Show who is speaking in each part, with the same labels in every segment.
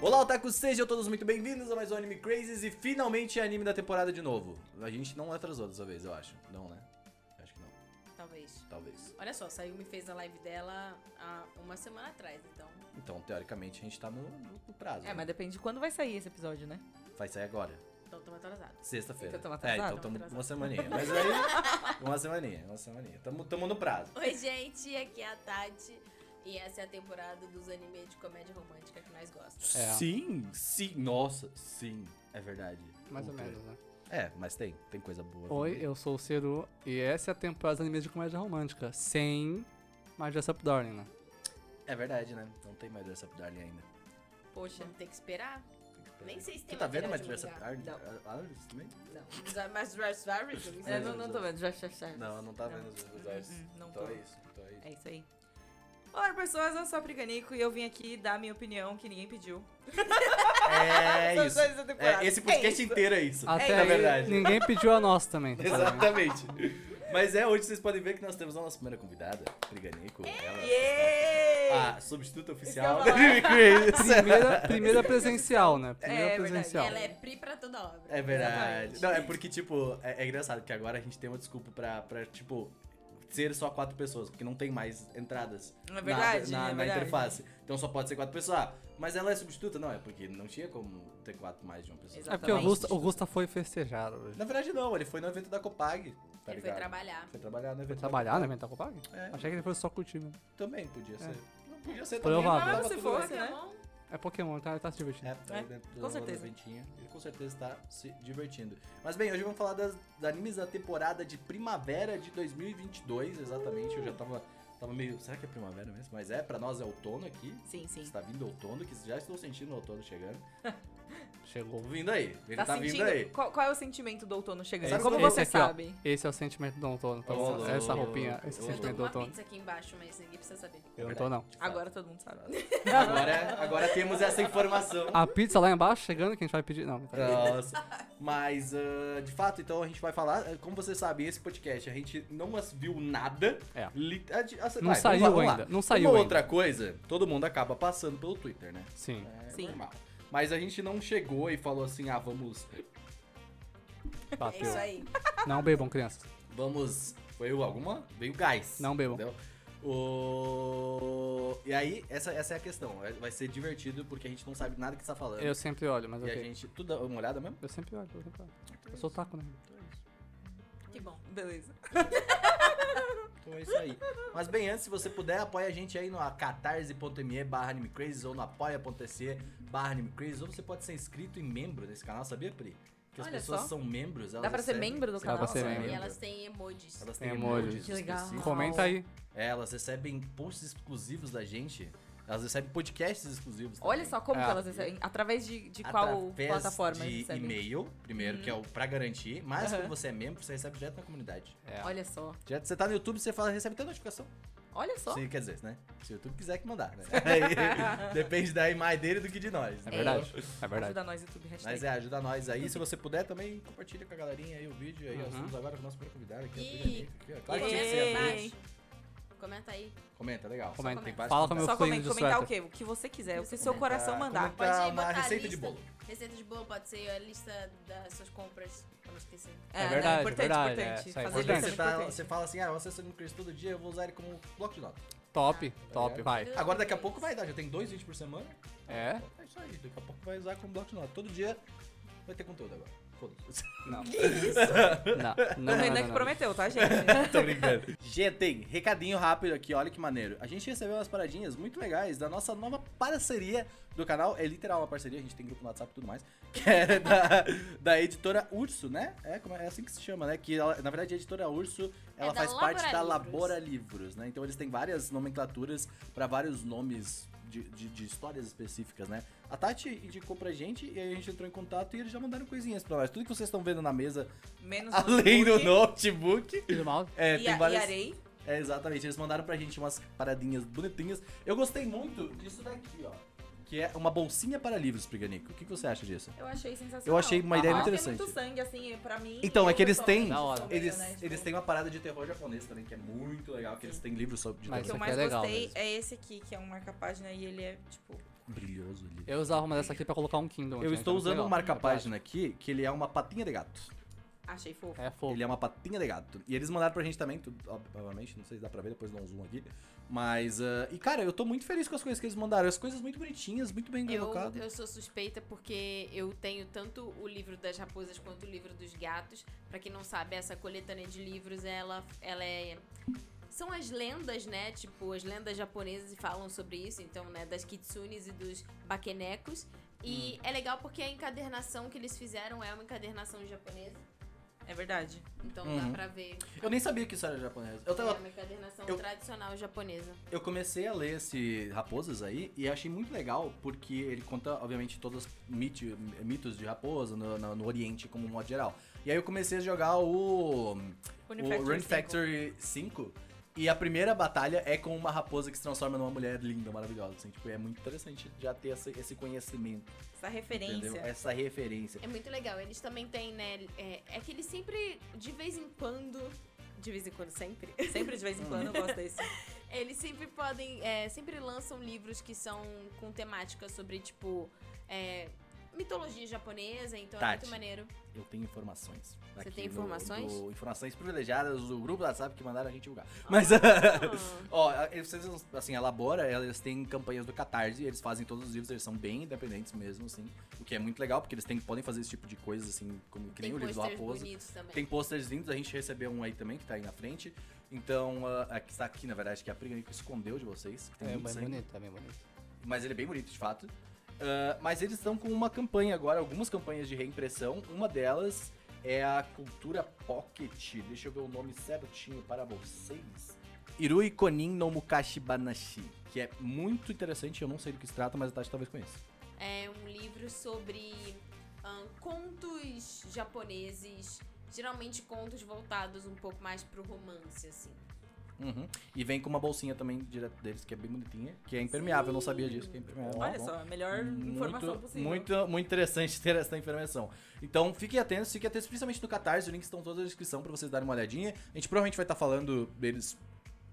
Speaker 1: Olá, Otaku, sejam todos muito bem-vindos a mais um Anime Crazes e finalmente é anime da temporada de novo. A gente não atrasou dessa vez, eu acho. Não, né? Eu acho que não.
Speaker 2: Talvez.
Speaker 1: Talvez.
Speaker 2: Olha só, Sayumi fez a live dela há uma semana atrás, então.
Speaker 1: Então, teoricamente, a gente tá no, no- no prazo.
Speaker 3: É, mas
Speaker 1: né?
Speaker 3: depende de quando vai sair esse episódio, né?
Speaker 1: Vai sair agora.
Speaker 2: Então estamos atrasados.
Speaker 1: Sexta-feira.
Speaker 3: Então tamo
Speaker 1: é,
Speaker 3: atrasado?
Speaker 1: então
Speaker 3: Tamo
Speaker 1: tamo
Speaker 2: atrasado.
Speaker 1: uma semaninha. Mas aí, uma semaninha, uma semaninha. Tamo, tamo no prazo.
Speaker 2: Oi, gente, aqui é a Tati. E essa é a temporada dos animes de comédia romântica que nós gostamos.
Speaker 4: É.
Speaker 1: Sim, sim. Nossa, sim. É verdade.
Speaker 4: Mais ou
Speaker 1: Ultra.
Speaker 4: menos, né?
Speaker 1: É, mas tem. Tem coisa boa.
Speaker 4: Oi,
Speaker 1: também.
Speaker 4: eu sou o Ceru e essa é a temporada de anime de comédia romântica, sem Magia Sup Darling, né?
Speaker 1: É verdade, né? Não tem mais Dress Up Darling ainda.
Speaker 2: Poxa, vamos ter que esperar?
Speaker 1: Tem que
Speaker 2: Nem
Speaker 1: esperar.
Speaker 2: sei se
Speaker 1: Você
Speaker 2: tem
Speaker 1: tá vendo
Speaker 2: material
Speaker 1: mais
Speaker 2: de
Speaker 1: Dress Up
Speaker 2: mangá.
Speaker 1: Darling?
Speaker 3: Não.
Speaker 1: Ah, isso também?
Speaker 2: Não. Mas Dress Varys?
Speaker 3: É, não, não tô vendo, já, já, já.
Speaker 1: Não, não tá vendo os resultados.
Speaker 3: Hum, não
Speaker 1: então
Speaker 3: tô.
Speaker 1: é isso, então é isso.
Speaker 3: É isso aí. Olá, pessoas, eu sou a Priganico e eu vim aqui dar minha opinião que ninguém pediu.
Speaker 1: É
Speaker 3: São
Speaker 1: isso.
Speaker 3: dois da temporada.
Speaker 1: É, esse podcast
Speaker 3: É isso.
Speaker 1: inteiro é isso.
Speaker 4: Até
Speaker 1: na
Speaker 4: aí,
Speaker 1: verdade.
Speaker 4: ninguém pediu a nossa também. tá vendo?
Speaker 1: Exatamente. Mas é, hoje vocês podem ver que nós temos a nossa primeira convidada, Priganico. Ela,
Speaker 3: Yeah!
Speaker 1: a substituta oficial
Speaker 3: Isso
Speaker 1: da é
Speaker 3: que eu ia
Speaker 1: Anime Crazy.
Speaker 4: Primeira, primeira presencial, né? Primeira
Speaker 3: É, verdade.
Speaker 4: presencial.
Speaker 2: Ela é pri pra toda obra.
Speaker 1: É verdade.
Speaker 3: Exatamente.
Speaker 1: Não, é porque, tipo, é, é engraçado que agora a gente tem uma desculpa pra, pra, tipo, ser só quatro pessoas, porque não tem mais entradas.
Speaker 3: É verdade,
Speaker 1: Na, na,
Speaker 3: é
Speaker 1: na
Speaker 3: verdade.
Speaker 1: interface. Então só pode ser quatro pessoas. Ah, mas ela é substituta? Não, é porque não tinha como ter quatro mais de uma pessoa. Ah,
Speaker 4: É porque o
Speaker 3: Exatamente.
Speaker 4: Gusta, o Gusta foi né? festejar hoje.
Speaker 1: Na verdade, não, ele foi no evento da Copag. Tá
Speaker 2: Ele
Speaker 1: ligado?
Speaker 2: foi trabalhar.
Speaker 1: Foi trabalhar no
Speaker 4: Foi
Speaker 1: evento. da
Speaker 4: trabalhar, né? Mental Copag?
Speaker 1: É.
Speaker 4: Achei que ele fosse só curtir. né?
Speaker 1: Copag. Também podia ser. Não podia ser
Speaker 4: Provável.
Speaker 1: também.
Speaker 3: Se
Speaker 1: tudo
Speaker 3: fosse,
Speaker 1: bem.
Speaker 3: né?
Speaker 2: Pokémon?
Speaker 4: É Pokémon, tá? Ele tá se divertindo.
Speaker 1: É, tá
Speaker 3: É,
Speaker 1: dentro
Speaker 3: com
Speaker 1: do
Speaker 3: certeza.
Speaker 1: eventinho. Ele com certeza está se divertindo. Mas bem, hoje vamos falar das, dos animes da temporada de primavera de 2022, exatamente. Eu já tava, tava meio. Será que é primavera mesmo? Mas é, pra nós é outono aqui.
Speaker 3: Sim, sim.
Speaker 1: Está vindo outono, que já estou sentindo o outono chegando.
Speaker 4: Chegou.
Speaker 1: Tô vindo aí, ele tá, vindo
Speaker 3: sentindo?
Speaker 1: aí.
Speaker 3: Qual, qual é o sentimento do outono chegando?
Speaker 1: Sabe
Speaker 3: Como
Speaker 1: qual-
Speaker 3: você
Speaker 4: esse aqui, ó.
Speaker 3: sabe?
Speaker 4: Esse é o sentimento do outono. tá?
Speaker 1: Ô,
Speaker 4: Essa
Speaker 1: louco,
Speaker 4: roupinha, esse
Speaker 1: ô,
Speaker 2: Eu tô
Speaker 4: sentimento
Speaker 2: com
Speaker 4: do
Speaker 2: uma
Speaker 4: outono.
Speaker 2: pizza aqui embaixo, mas ninguém precisa saber.
Speaker 1: É
Speaker 4: Eu não
Speaker 1: verdade,
Speaker 4: tô, não.
Speaker 1: de fato.
Speaker 3: Agora todo mundo sabe.
Speaker 1: Agora, é, agora temos essa informação.
Speaker 4: A pizza lá embaixo chegando que a gente vai pedir. Não, tá.
Speaker 1: Nossa. Mas, ah, de fato, então a gente vai falar. eh, Como você sabe, esse podcast a gente não as- viu nada.
Speaker 4: É.
Speaker 1: Li- a de- a-
Speaker 4: Não
Speaker 1: vai,
Speaker 4: saiu
Speaker 1: vamos lá, vamos
Speaker 4: ainda,
Speaker 1: lá.
Speaker 4: não saiu
Speaker 1: Uma
Speaker 4: ainda.
Speaker 1: outra coisa, todo mundo acaba passando pelo Twitter, né?
Speaker 4: Sim.
Speaker 1: É
Speaker 3: Sim.
Speaker 1: normal. Mas a gente não chegou e falou assim: ah, vamos.
Speaker 2: É isso aí.
Speaker 4: Não bebam, crianças.
Speaker 1: Vamos. Foi o- alguma? Veio gás.
Speaker 4: Não bebam.
Speaker 1: Entendeu? O... E aí, essa, essa é a questão. Vai- Vai ser divertido porque a gente não sabe nada que você tá falando.
Speaker 4: Eu sempre olho, mas
Speaker 1: E a
Speaker 4: ok.
Speaker 1: gente. Tu dá uma olhada mesmo?
Speaker 4: Eu sempre olho, eu sempre olho. Eu sou taco, né?
Speaker 2: Que bom.
Speaker 3: Beleza.
Speaker 1: Então é isso aí. Mas bem, antes, se você puder, apoia a gente aí no catarse.me barra animecrazes ou no apoia.se barra animecrazes. Ou você pode ser inscrito em membro nesse canal, sabia, Pri? Que as
Speaker 3: Olha
Speaker 1: pessoas
Speaker 3: só.
Speaker 1: são membros. Elas
Speaker 3: Dá pra ser
Speaker 1: recebem-
Speaker 3: membro do
Speaker 4: Dá pra
Speaker 3: canal?
Speaker 4: ser
Speaker 3: sabe?
Speaker 4: membro.
Speaker 2: E elas têm emojis.
Speaker 1: É, Elas têm
Speaker 4: Emojis.
Speaker 1: emojis.
Speaker 3: Que legal.
Speaker 1: específicos.
Speaker 4: Comenta aí.
Speaker 1: É, elas recebem posts exclusivos da gente. Elas recebem podcasts exclusivos.
Speaker 3: Olha
Speaker 1: também.
Speaker 3: só como
Speaker 4: É.
Speaker 3: que elas recebem. Através de, de qual
Speaker 1: Ah. Através
Speaker 3: plataforma
Speaker 1: de
Speaker 3: recebem?
Speaker 1: e-mail, primeiro, que é o pra garantir. Mas
Speaker 3: Aham.
Speaker 1: quando você é membro, você recebe direto na comunidade.
Speaker 4: É.
Speaker 3: Olha só.
Speaker 1: Direto, você tá no YouTube, você fala, recebe até notificação.
Speaker 3: Olha só.
Speaker 1: Se, quer dizer, né? Se o YouTube quiser que mandar, né? Aí, depende da imagem dele do que de nós.
Speaker 4: É
Speaker 1: né?
Speaker 4: verdade. É verdade.
Speaker 3: Ajuda nós, YouTube. Hashtag.
Speaker 1: Mas é, ajuda nós aí. Se você puder também, compartilha com a galerinha aí o vídeo. Aí, ó,
Speaker 4: Uhum.
Speaker 1: estamos agora com o nosso primeiro convidado aqui.
Speaker 2: Ih.
Speaker 1: ó, Frederico, aqui, ó. Claro que tinha que
Speaker 2: Comenta aí
Speaker 1: ser.
Speaker 3: Ei.
Speaker 1: né?
Speaker 2: embaixo. Comenta aí.
Speaker 1: Comenta, legal.
Speaker 4: Comenta.
Speaker 1: Tem vários
Speaker 4: Fala com
Speaker 1: comentários.
Speaker 4: meu
Speaker 3: É Só
Speaker 4: fluido
Speaker 3: comenta,
Speaker 4: de
Speaker 3: comentar o
Speaker 4: suéter.
Speaker 3: quê? O que você quiser, o que
Speaker 2: Você
Speaker 3: seu
Speaker 1: comentar,
Speaker 3: coração mandar.
Speaker 1: comentar.
Speaker 2: Pode
Speaker 1: Tá, uma
Speaker 2: ir botar
Speaker 1: receita
Speaker 2: a lista.
Speaker 1: de bolo.
Speaker 2: Receita de bolo pode ser a lista das suas compras. Pra não esquecer.
Speaker 4: É
Speaker 3: não,
Speaker 4: verdade,
Speaker 3: né? importante,
Speaker 4: verdade, é,
Speaker 3: importante.
Speaker 4: isso aí é
Speaker 3: Fazer
Speaker 4: importante.
Speaker 3: lista
Speaker 1: Você,
Speaker 3: é
Speaker 1: tá-
Speaker 3: importante.
Speaker 1: você fala assim, ah, eu acesso no Cris todo dia, eu vou usar ele como bloco de notas.
Speaker 4: Top, top,
Speaker 1: ligado?
Speaker 4: vai.
Speaker 1: Agora daqui a pouco vai dar, já tem dois vídeos por semana.
Speaker 4: É?
Speaker 1: É isso aí, daqui a pouco vai usar como bloco de notas. Todo dia vai ter conteúdo agora. Foda-se.
Speaker 4: Não. Não, não,
Speaker 3: O
Speaker 4: não,
Speaker 3: Renan
Speaker 4: não,
Speaker 1: é
Speaker 3: que
Speaker 4: não.
Speaker 3: prometeu, tá, gente?
Speaker 1: Tô brincando. Gente, recadinho rápido aqui, olha que maneiro. A gente recebeu umas paradinhas muito legais da nossa nova parceria do canal. É literal uma parceria, a gente tem grupo no WhatsApp e tudo mais. Que é da, da editora Urso, né? É, como é, é assim que se chama, né? Que ela- na verdade a editora Urso
Speaker 2: É
Speaker 1: ela
Speaker 2: da
Speaker 1: faz parte da Labora
Speaker 2: Labora Livros.
Speaker 1: Livros, né? Então eles têm várias nomenclaturas pra vários nomes. De, de- de histórias específicas, né? A Tati indicou pra gente e aí a gente entrou em contato e eles já mandaram coisinhas pra nós. Tudo que vocês estão vendo na mesa,
Speaker 3: Menos
Speaker 1: além do
Speaker 3: notebook
Speaker 1: notebook,
Speaker 4: Tudo mal?
Speaker 1: é,
Speaker 3: E,
Speaker 1: tem
Speaker 3: a, e
Speaker 1: várias.
Speaker 3: arei.
Speaker 1: É, exatamente. Eles mandaram pra gente umas paradinhas bonitinhas. Eu gostei muito disso daqui, ó. Que é uma bolsinha para livros, Priganico. O que, que você acha disso?
Speaker 3: Eu achei sensacional.
Speaker 1: Eu achei uma ideia
Speaker 3: Mas
Speaker 1: interessante.
Speaker 3: Tem muito sangue, assim, pra mim.
Speaker 1: Então,
Speaker 3: eu
Speaker 1: é que eles
Speaker 3: pessoalmente,
Speaker 1: têm-
Speaker 4: Da hora.
Speaker 3: sou meio,
Speaker 1: Eles,
Speaker 3: né, tipo,
Speaker 1: eles têm uma parada de terror japonês também, que é muito legal, que eles têm livros sobre de
Speaker 4: Mas
Speaker 3: O que eu
Speaker 1: terror.
Speaker 4: Isso aqui
Speaker 3: mais
Speaker 4: é legal
Speaker 3: gostei
Speaker 4: mesmo.
Speaker 3: é esse aqui, que é um marca-página e ele é, tipo,
Speaker 1: brilhoso ali.
Speaker 4: Eu usava uma dessa aqui pra colocar um Kindle.
Speaker 1: Eu
Speaker 4: gente,
Speaker 1: estou
Speaker 4: era
Speaker 1: usando
Speaker 4: legal,
Speaker 1: um
Speaker 4: é
Speaker 1: marca-página aqui, que ele é uma patinha de gato.
Speaker 3: Achei fofo.
Speaker 4: prático. É fofo.
Speaker 1: Ele é uma patinha de gato. E eles mandaram pra gente também, tudo, ob- obviamente, não sei se dá pra ver, depois dá um zoom aqui. Mas, ah, e cara, eu tô muito feliz com as coisas que eles mandaram. As coisas muito bonitinhas, muito bem
Speaker 2: Eu,
Speaker 1: colocadas.
Speaker 2: eu sou suspeita porque eu tenho tanto o livro das raposas quanto o livro dos gatos. Pra quem não sabe, essa coletânea de livros, ela, ela é. São as lendas, né? Tipo, as lendas japonesas falam sobre isso, então, né? Das kitsunes e dos bakenecos.
Speaker 1: Hum.
Speaker 2: E é legal porque a encadernação que eles fizeram é uma encadernação japonesa.
Speaker 3: É verdade.
Speaker 2: Então
Speaker 1: Uhum.
Speaker 2: dá pra ver.
Speaker 1: Eu nem sabia que isso era japonês. Eu
Speaker 2: é
Speaker 1: tava,
Speaker 2: uma encadernação
Speaker 1: eu-
Speaker 2: tradicional japonesa.
Speaker 1: Eu comecei a ler esse Raposas aí e achei muito legal, porque ele conta, obviamente, todos os miti- mitos de raposa no, no- no Oriente, como um modo geral. E aí eu comecei a jogar o, o Run Factory 5. E a primeira batalha é com uma raposa que se transforma numa mulher linda, maravilhosa. Assim, tipo, é muito interessante já ter essa- esse conhecimento,
Speaker 3: Essa
Speaker 1: entendeu?
Speaker 3: referência.
Speaker 1: Essa referência.
Speaker 2: É muito legal. Eles também têm, né? É, é que eles sempre, de vez em quando. De vez em quando, sempre.
Speaker 3: Sempre de vez em quando eu gosto desse.
Speaker 1: É.
Speaker 2: Eles sempre podem. é, sempre lançam livros que são com temática sobre, tipo. é, mitologia japonesa. Então é
Speaker 1: Tati.
Speaker 2: muito maneiro.
Speaker 1: Eu tenho informações. aqui
Speaker 2: tem
Speaker 1: no-
Speaker 2: informações?
Speaker 1: do- informações privilegiadas do grupo da WhatsApp que mandaram a gente divulgar. Mas.
Speaker 2: Ah,
Speaker 1: Ó, a- eles assim, elabora, elas têm campanhas do Catarse, eles fazem todos os livros, eles são bem independentes mesmo, assim. O que é muito legal, porque eles têm, podem fazer esse tipo de coisa, assim, como, que nem o livro do
Speaker 2: posters
Speaker 1: Raposa.
Speaker 2: bonitos também.
Speaker 1: Tem posters lindos, a gente recebeu um aí também, que tá aí na frente. Então, ah, ah, que está aqui, na verdade, que a Priganico escondeu de vocês. Que tem
Speaker 4: É
Speaker 1: muito
Speaker 4: bem
Speaker 1: sangue,
Speaker 4: bonito, é bem bonito.
Speaker 1: Mas ele é bem bonito, de fato. Ah, mas eles estão com uma campanha agora, algumas campanhas de reimpressão. Uma delas é a Cultura Pocket. Deixa eu ver o nome certinho para vocês. Irui Konin no Mukashi Banashi, que é muito interessante, eu não sei do que se trata, mas a Tati talvez conheça.
Speaker 2: É um livro sobre ahn, contos japoneses. Geralmente contos voltados um pouco mais pro romance, assim.
Speaker 1: Uhum. E vem com uma bolsinha também direto deles, que é bem bonitinha, que é impermeável, eu não sabia disso, que é impermeável.
Speaker 3: Olha
Speaker 1: Bom.
Speaker 3: só, a melhor informação
Speaker 1: muito,
Speaker 3: possível.
Speaker 1: Muito, muito interessante ter essa informação. Então, fiquem atentos, fiquem atentos, principalmente no Catarse, os links estão todos na descrição pra vocês darem uma olhadinha. A gente provavelmente vai estar falando deles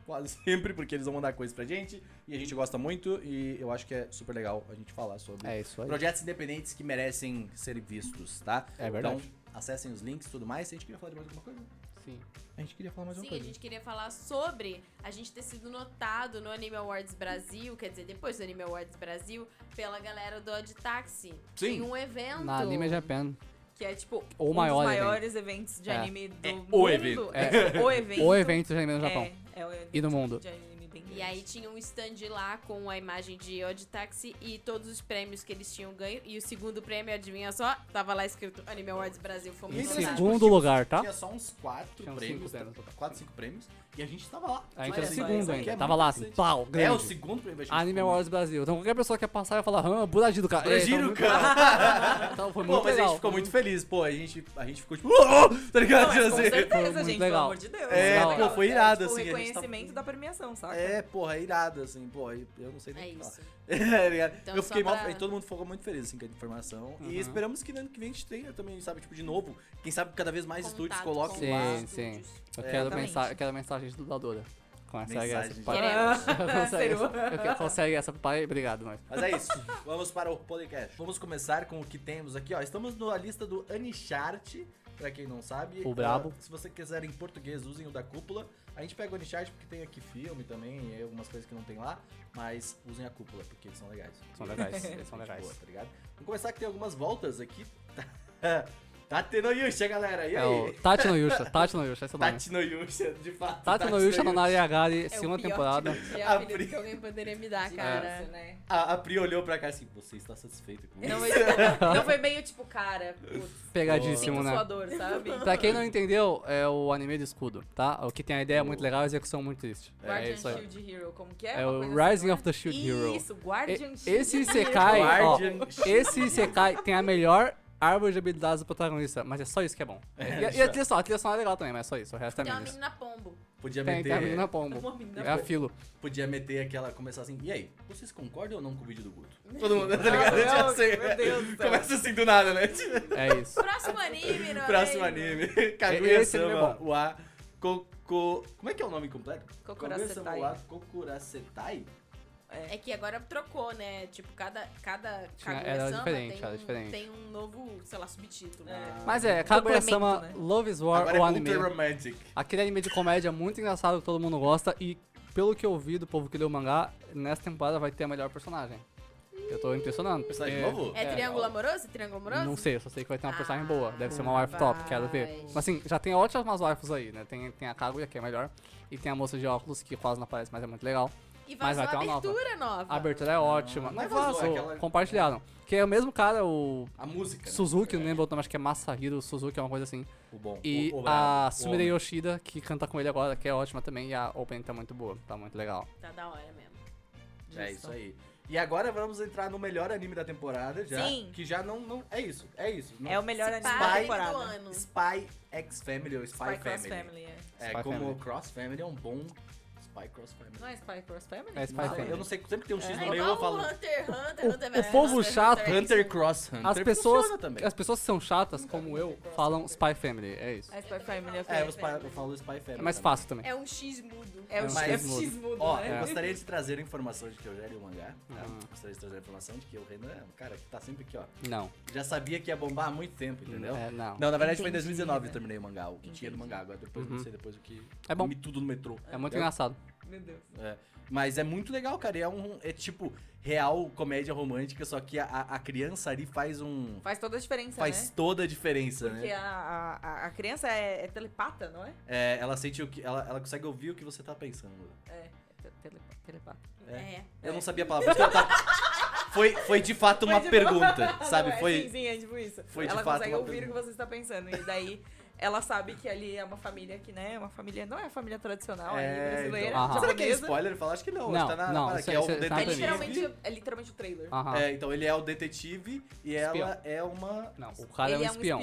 Speaker 1: quase sempre, porque eles vão mandar coisas pra gente, e a gente gosta muito, e eu acho que é super legal a gente falar sobre
Speaker 4: É isso aí.
Speaker 1: projetos independentes que merecem ser vistos, tá?
Speaker 4: É verdade.
Speaker 1: Então, acessem os links e tudo mais. A gente queria falar de mais alguma coisa?
Speaker 4: Sim.
Speaker 1: A gente queria
Speaker 4: um
Speaker 1: falar mais
Speaker 2: Sim,
Speaker 1: uma coisa.
Speaker 2: a gente queria falar sobre a gente ter sido notado no Anime Awards Brasil, quer dizer, depois do Anime Awards Brasil, pela galera do Odd Taxi.
Speaker 1: Sim.
Speaker 2: Em um evento.
Speaker 4: Na Anime Japan.
Speaker 3: Que é tipo
Speaker 4: O
Speaker 3: um
Speaker 4: maior
Speaker 3: dos
Speaker 4: evento.
Speaker 3: maiores eventos de
Speaker 4: É.
Speaker 3: anime do
Speaker 1: É o
Speaker 3: mundo.
Speaker 1: evento.
Speaker 3: É. o evento.
Speaker 4: O evento de anime no Japão.
Speaker 3: É, é o evento
Speaker 4: E no mundo.
Speaker 3: de anime bem
Speaker 2: E aí tinha um stand lá com a imagem de Odd Taxi e todos os prêmios que eles tinham ganho. E o segundo prêmio, adivinha só, tava lá escrito Anime Awards Brasil, fomos
Speaker 1: Em
Speaker 2: notados.
Speaker 1: segundo
Speaker 4: Segundo lugar, tá?
Speaker 1: Tinha só uns quatro
Speaker 4: Tinha uns
Speaker 1: prêmios,
Speaker 4: cinco delas.
Speaker 1: 4, 5 prêmios, e a gente tava lá.
Speaker 4: A gente
Speaker 3: Olha
Speaker 4: era o
Speaker 3: só,
Speaker 4: segundo
Speaker 3: isso aqui
Speaker 4: ainda.
Speaker 1: é
Speaker 4: Tava
Speaker 1: muito
Speaker 4: lá, assim,
Speaker 1: interessante.
Speaker 4: pau, grande.
Speaker 1: É o segundo prêmio. a gente
Speaker 4: Anime
Speaker 1: ficou
Speaker 4: Awards Brasil. Então qualquer pessoa que ia passar ia falar, ah, Burajido, cara. É,
Speaker 1: Burajiru,
Speaker 4: então,
Speaker 1: cara.
Speaker 4: Então foi muito
Speaker 1: tá Pô, mas a
Speaker 4: legal.
Speaker 1: gente ficou muito feliz, pô. A gente, a gente ficou tipo, "Oh!", tá ligado?
Speaker 3: Não, mas com
Speaker 1: Assim,
Speaker 4: Foi
Speaker 3: certeza,
Speaker 4: muito
Speaker 3: gente,
Speaker 4: legal.
Speaker 3: pelo amor de Deus.
Speaker 1: É,
Speaker 3: Legal.
Speaker 1: pô, foi irado,
Speaker 3: tipo,
Speaker 1: assim, a
Speaker 3: O
Speaker 1: gente tá-
Speaker 3: reconhecimento da premiação, saca?
Speaker 1: é, porra, é irado, assim, pô. aí Eu não sei
Speaker 2: É
Speaker 1: nem o que falar.
Speaker 2: isso.
Speaker 1: É, ligado?
Speaker 2: Então,
Speaker 1: eu fiquei
Speaker 2: só
Speaker 1: mal,
Speaker 2: pra-
Speaker 1: e todo mundo ficou muito feliz, assim, com a informação.
Speaker 4: Uhum.
Speaker 1: E esperamos que no ano que vem a gente tenha também, sabe, tipo, de novo. Quem sabe cada vez mais estúdios
Speaker 2: Contato
Speaker 1: coloquem
Speaker 2: com
Speaker 1: lá.
Speaker 2: os
Speaker 4: Sim, sim.
Speaker 2: estúdios.
Speaker 4: Eu
Speaker 1: É,
Speaker 4: quero,
Speaker 3: exatamente.
Speaker 4: mensa eu quero mensagem de dubladora. Consegue
Speaker 1: Mensagem
Speaker 4: essa,
Speaker 1: de
Speaker 4: pai.
Speaker 2: Queremos.
Speaker 4: Consegue
Speaker 3: Sério?
Speaker 4: essa. Eu quero- Consegue essa, pai. Obrigado, nós.
Speaker 1: Mas é isso. Vamos para o podcast. Vamos começar com o que temos aqui, ó. Estamos na lista do Anichart, pra quem não sabe.
Speaker 4: O brabo.
Speaker 1: Ah, se você quiser em português, usem o da cúpula. A gente pega o Anichart porque tem aqui filme também e aí algumas coisas que não tem lá. Mas usem a cúpula, porque eles são legais.
Speaker 4: São legais,
Speaker 1: Eles
Speaker 4: eles são
Speaker 1: de boa,
Speaker 4: legais.
Speaker 1: tá ligado? Vamos começar que tem algumas voltas aqui. Tá tendo Yusha, galera. E
Speaker 4: É
Speaker 1: aí?
Speaker 4: o Tati no Yusha, Tati no Yusha, esse é o nome.
Speaker 1: Tati no Yusha, de fato.
Speaker 4: Tati no Yusha no Nariagari,
Speaker 2: É o
Speaker 4: segunda
Speaker 2: pior
Speaker 4: temporada.
Speaker 2: tipo de
Speaker 1: A
Speaker 2: apelido
Speaker 1: Pri-
Speaker 2: que alguém poderia me dar,
Speaker 3: Sim,
Speaker 2: cara.
Speaker 3: isso, né?
Speaker 1: A, a Pri olhou pra cá assim, você está satisfeito com
Speaker 3: Não,
Speaker 1: isso?
Speaker 3: mas- não foi meio tipo, cara, putz,
Speaker 4: Pegadíssimo,
Speaker 3: sinto
Speaker 4: né?
Speaker 3: sua dor, sabe?
Speaker 4: Pra quem não entendeu, é o anime de escudo, tá? O que tem a ideia muito legal e a execução muito triste. É
Speaker 3: Guardian
Speaker 4: isso aí.
Speaker 3: Shield Hero, como que é?
Speaker 4: É
Speaker 3: Uma
Speaker 4: o
Speaker 3: coisa
Speaker 4: Rising
Speaker 3: assim,
Speaker 4: of the Shield Hero.
Speaker 3: Isso, Guardian
Speaker 4: E-
Speaker 3: Shield.
Speaker 4: Esse Isekai, ó,
Speaker 1: Guardian
Speaker 4: esse Isekai tem a melhor árvore de habilidades do protagonista, mas é só isso que é bom. E, a- e a trilha sonora, a trilha sonora é legal também, mas é só isso, o resto é
Speaker 2: Tem uma
Speaker 4: menos.
Speaker 2: menina pombo.
Speaker 1: Podia
Speaker 4: Tem, tem a
Speaker 1: meter.
Speaker 4: menina
Speaker 3: Uma
Speaker 4: pombo,
Speaker 3: menina
Speaker 4: é a filo.
Speaker 1: podia meter aquela, começar assim, e aí, vocês concordam ou não com o vídeo do Guto? Todo mundo, tá
Speaker 3: Meu
Speaker 1: ligado?
Speaker 3: Deus,
Speaker 1: Já sei,
Speaker 3: meu Deus é. do céu.
Speaker 1: Começa assim do nada, né?
Speaker 4: É isso.
Speaker 2: Próximo anime, não é
Speaker 1: Próximo
Speaker 2: mesmo?
Speaker 1: anime, Kaguya-sama,
Speaker 4: anime é bom.
Speaker 1: o A, Coco... Como é que é o nome completo?
Speaker 3: Kokurasetai.
Speaker 1: Kaguya-sama wa Kokurasetai?
Speaker 3: É.
Speaker 2: É que agora trocou, né? Tipo, cada, cada
Speaker 4: Tinha-
Speaker 2: Kaguya
Speaker 4: era
Speaker 2: Sama
Speaker 4: diferente,
Speaker 2: tem,
Speaker 4: era
Speaker 2: um,
Speaker 4: diferente.
Speaker 2: tem um novo, sei lá, subtítulo. né?
Speaker 1: Ah,
Speaker 4: Mas é, Kaguya-sama
Speaker 3: Complemento,
Speaker 4: Love is War
Speaker 1: Agora é
Speaker 4: ou
Speaker 1: ultra
Speaker 4: anime.
Speaker 1: romantic.
Speaker 4: Aquele anime de comédia é muito engraçado que todo mundo gosta e pelo que eu vi do povo que leu o mangá, nessa temporada vai ter a melhor personagem. Eu tô impressionando.
Speaker 1: Personagem
Speaker 4: porque-
Speaker 1: novo?
Speaker 2: É,
Speaker 4: É,
Speaker 2: triângulo amoroso? Triângulo amoroso?
Speaker 4: Não sei, eu só sei que vai ter uma personagem boa. Deve ser uma
Speaker 2: Ah,
Speaker 4: wife top, quero
Speaker 2: vai.
Speaker 4: ver. Mas assim, já tem ótimas waifus aí, né? Tem, tem a Kaguya, que é a melhor, e tem a moça de óculos, que quase não aparece, mas é muito legal.
Speaker 2: E
Speaker 4: Mas
Speaker 2: vazou
Speaker 4: vai ter
Speaker 2: a
Speaker 4: uma nova.
Speaker 2: abertura nova.
Speaker 4: A abertura é ótima.
Speaker 1: mas
Speaker 4: Mas
Speaker 1: vazou, é
Speaker 4: vazou,
Speaker 1: aquela-
Speaker 4: compartilharam. Que é o mesmo cara, o
Speaker 1: A música. né?
Speaker 4: Suzuki,
Speaker 1: É,
Speaker 4: não lembro o nome, acho que é Masahiro Suzuki, é uma coisa assim.
Speaker 1: O bom.
Speaker 4: E
Speaker 1: o, o bravo,
Speaker 4: a
Speaker 1: o
Speaker 4: Sumire
Speaker 1: homem.
Speaker 4: Yoshida, que canta com ele agora, que é ótima também, e a opening tá muito boa, tá muito legal.
Speaker 2: Tá da hora mesmo.
Speaker 1: É isso aí. E agora vamos entrar no melhor anime da temporada já.
Speaker 3: Sim.
Speaker 1: Que já não. não é isso. É isso. Não-
Speaker 3: É o melhor
Speaker 2: Se
Speaker 3: anime
Speaker 2: pá,
Speaker 3: da
Speaker 1: Spy
Speaker 2: do
Speaker 3: temporada.
Speaker 2: ano.
Speaker 1: Spy X Family ou Spy,
Speaker 3: Spy
Speaker 1: Family.
Speaker 3: Cross Family, é.
Speaker 1: É,
Speaker 4: Spy
Speaker 1: como
Speaker 4: Family.
Speaker 1: Cross Family é um bom Spy Cross Family.
Speaker 3: Não é Spy Cross Family?
Speaker 4: É Spy
Speaker 1: Não sei,
Speaker 4: Family.
Speaker 1: Eu não sei, sempre que tem um X
Speaker 3: É.
Speaker 1: no
Speaker 2: É
Speaker 1: meio eu
Speaker 2: igual
Speaker 1: falo.
Speaker 2: o Hunter, Hunter,
Speaker 4: O-
Speaker 2: Hunter,
Speaker 4: o povo
Speaker 2: Hunter,
Speaker 4: chato-
Speaker 2: Hunter,
Speaker 1: Hunter Cross Hunter.
Speaker 4: As pessoas,
Speaker 1: funciona também.
Speaker 4: as pessoas que são chatas, como eu, falam Spy Family, é isso.
Speaker 3: É Spy Family, ok.
Speaker 1: É, eu, spy, eu falo Spy Family.
Speaker 4: É mais
Speaker 1: também.
Speaker 4: fácil também.
Speaker 2: É um X mudo.
Speaker 3: É o
Speaker 4: Mas-
Speaker 3: X mudo,
Speaker 1: Ó, é.
Speaker 3: né?
Speaker 1: eu gostaria de trazer a informação de que eu já li o mangá. tá?
Speaker 4: Uhum.
Speaker 1: Gostaria de trazer a informação de que o Renan é um cara que tá sempre aqui, ó.
Speaker 4: Não,
Speaker 1: Já sabia que ia bombar há muito tempo, entendeu?
Speaker 4: é, não.
Speaker 1: Não, na verdade foi em
Speaker 3: Entendi,
Speaker 1: 2019 que eu
Speaker 3: né?
Speaker 1: terminei o mangá, o que tinha no mangá. Agora depois não
Speaker 4: Uhum.
Speaker 1: sei, depois o que.
Speaker 4: É bom.
Speaker 1: Comi tudo no metrô.
Speaker 4: É muito
Speaker 1: entendeu?
Speaker 4: engraçado.
Speaker 3: Meu Deus.
Speaker 1: É. Mas é muito legal, cara. e É um. É tipo, real comédia romântica, só que a, a criança ali faz um.
Speaker 3: Faz toda a diferença,
Speaker 1: Faz
Speaker 3: né?
Speaker 1: toda a diferença,
Speaker 3: Porque
Speaker 1: né?
Speaker 3: a, a- a, a criança é, é telepata, não é?
Speaker 1: É, ela sente o que. Ela, ela consegue ouvir o que você tá pensando.
Speaker 3: É, é te- telepa- telepata.
Speaker 1: É.
Speaker 2: É.
Speaker 1: Eu não sabia a palavra. por isso que eu tava- Foi, foi de fato uma
Speaker 3: Mas, tipo,
Speaker 1: pergunta, sabe?
Speaker 3: não, é,
Speaker 1: Foi.
Speaker 3: Sim, sim, é tipo isso.
Speaker 1: foi de
Speaker 3: ela
Speaker 1: fato
Speaker 3: consegue
Speaker 1: uma
Speaker 3: ouvir o que
Speaker 1: pergunta.
Speaker 3: você está pensando. E daí ela sabe que ali é uma família que, né? é Uma família. Não é a família tradicional ali, brasileira.
Speaker 1: então.
Speaker 4: É, Aham.
Speaker 1: Será que é
Speaker 3: japonesa.
Speaker 1: spoiler falar? Acho que não.
Speaker 4: Não,
Speaker 1: acho que tá na,
Speaker 4: não,
Speaker 1: na-
Speaker 4: isso
Speaker 1: que
Speaker 4: é-
Speaker 1: é o
Speaker 4: isso é- tá
Speaker 3: É
Speaker 4: Também.
Speaker 3: literalmente,
Speaker 1: detetive.
Speaker 3: é literalmente o trailer.
Speaker 4: Aham.
Speaker 1: É, então ele é o detetive e
Speaker 4: Espião.
Speaker 1: ela é uma.
Speaker 4: Não, o cara
Speaker 3: Ele
Speaker 4: é um espião.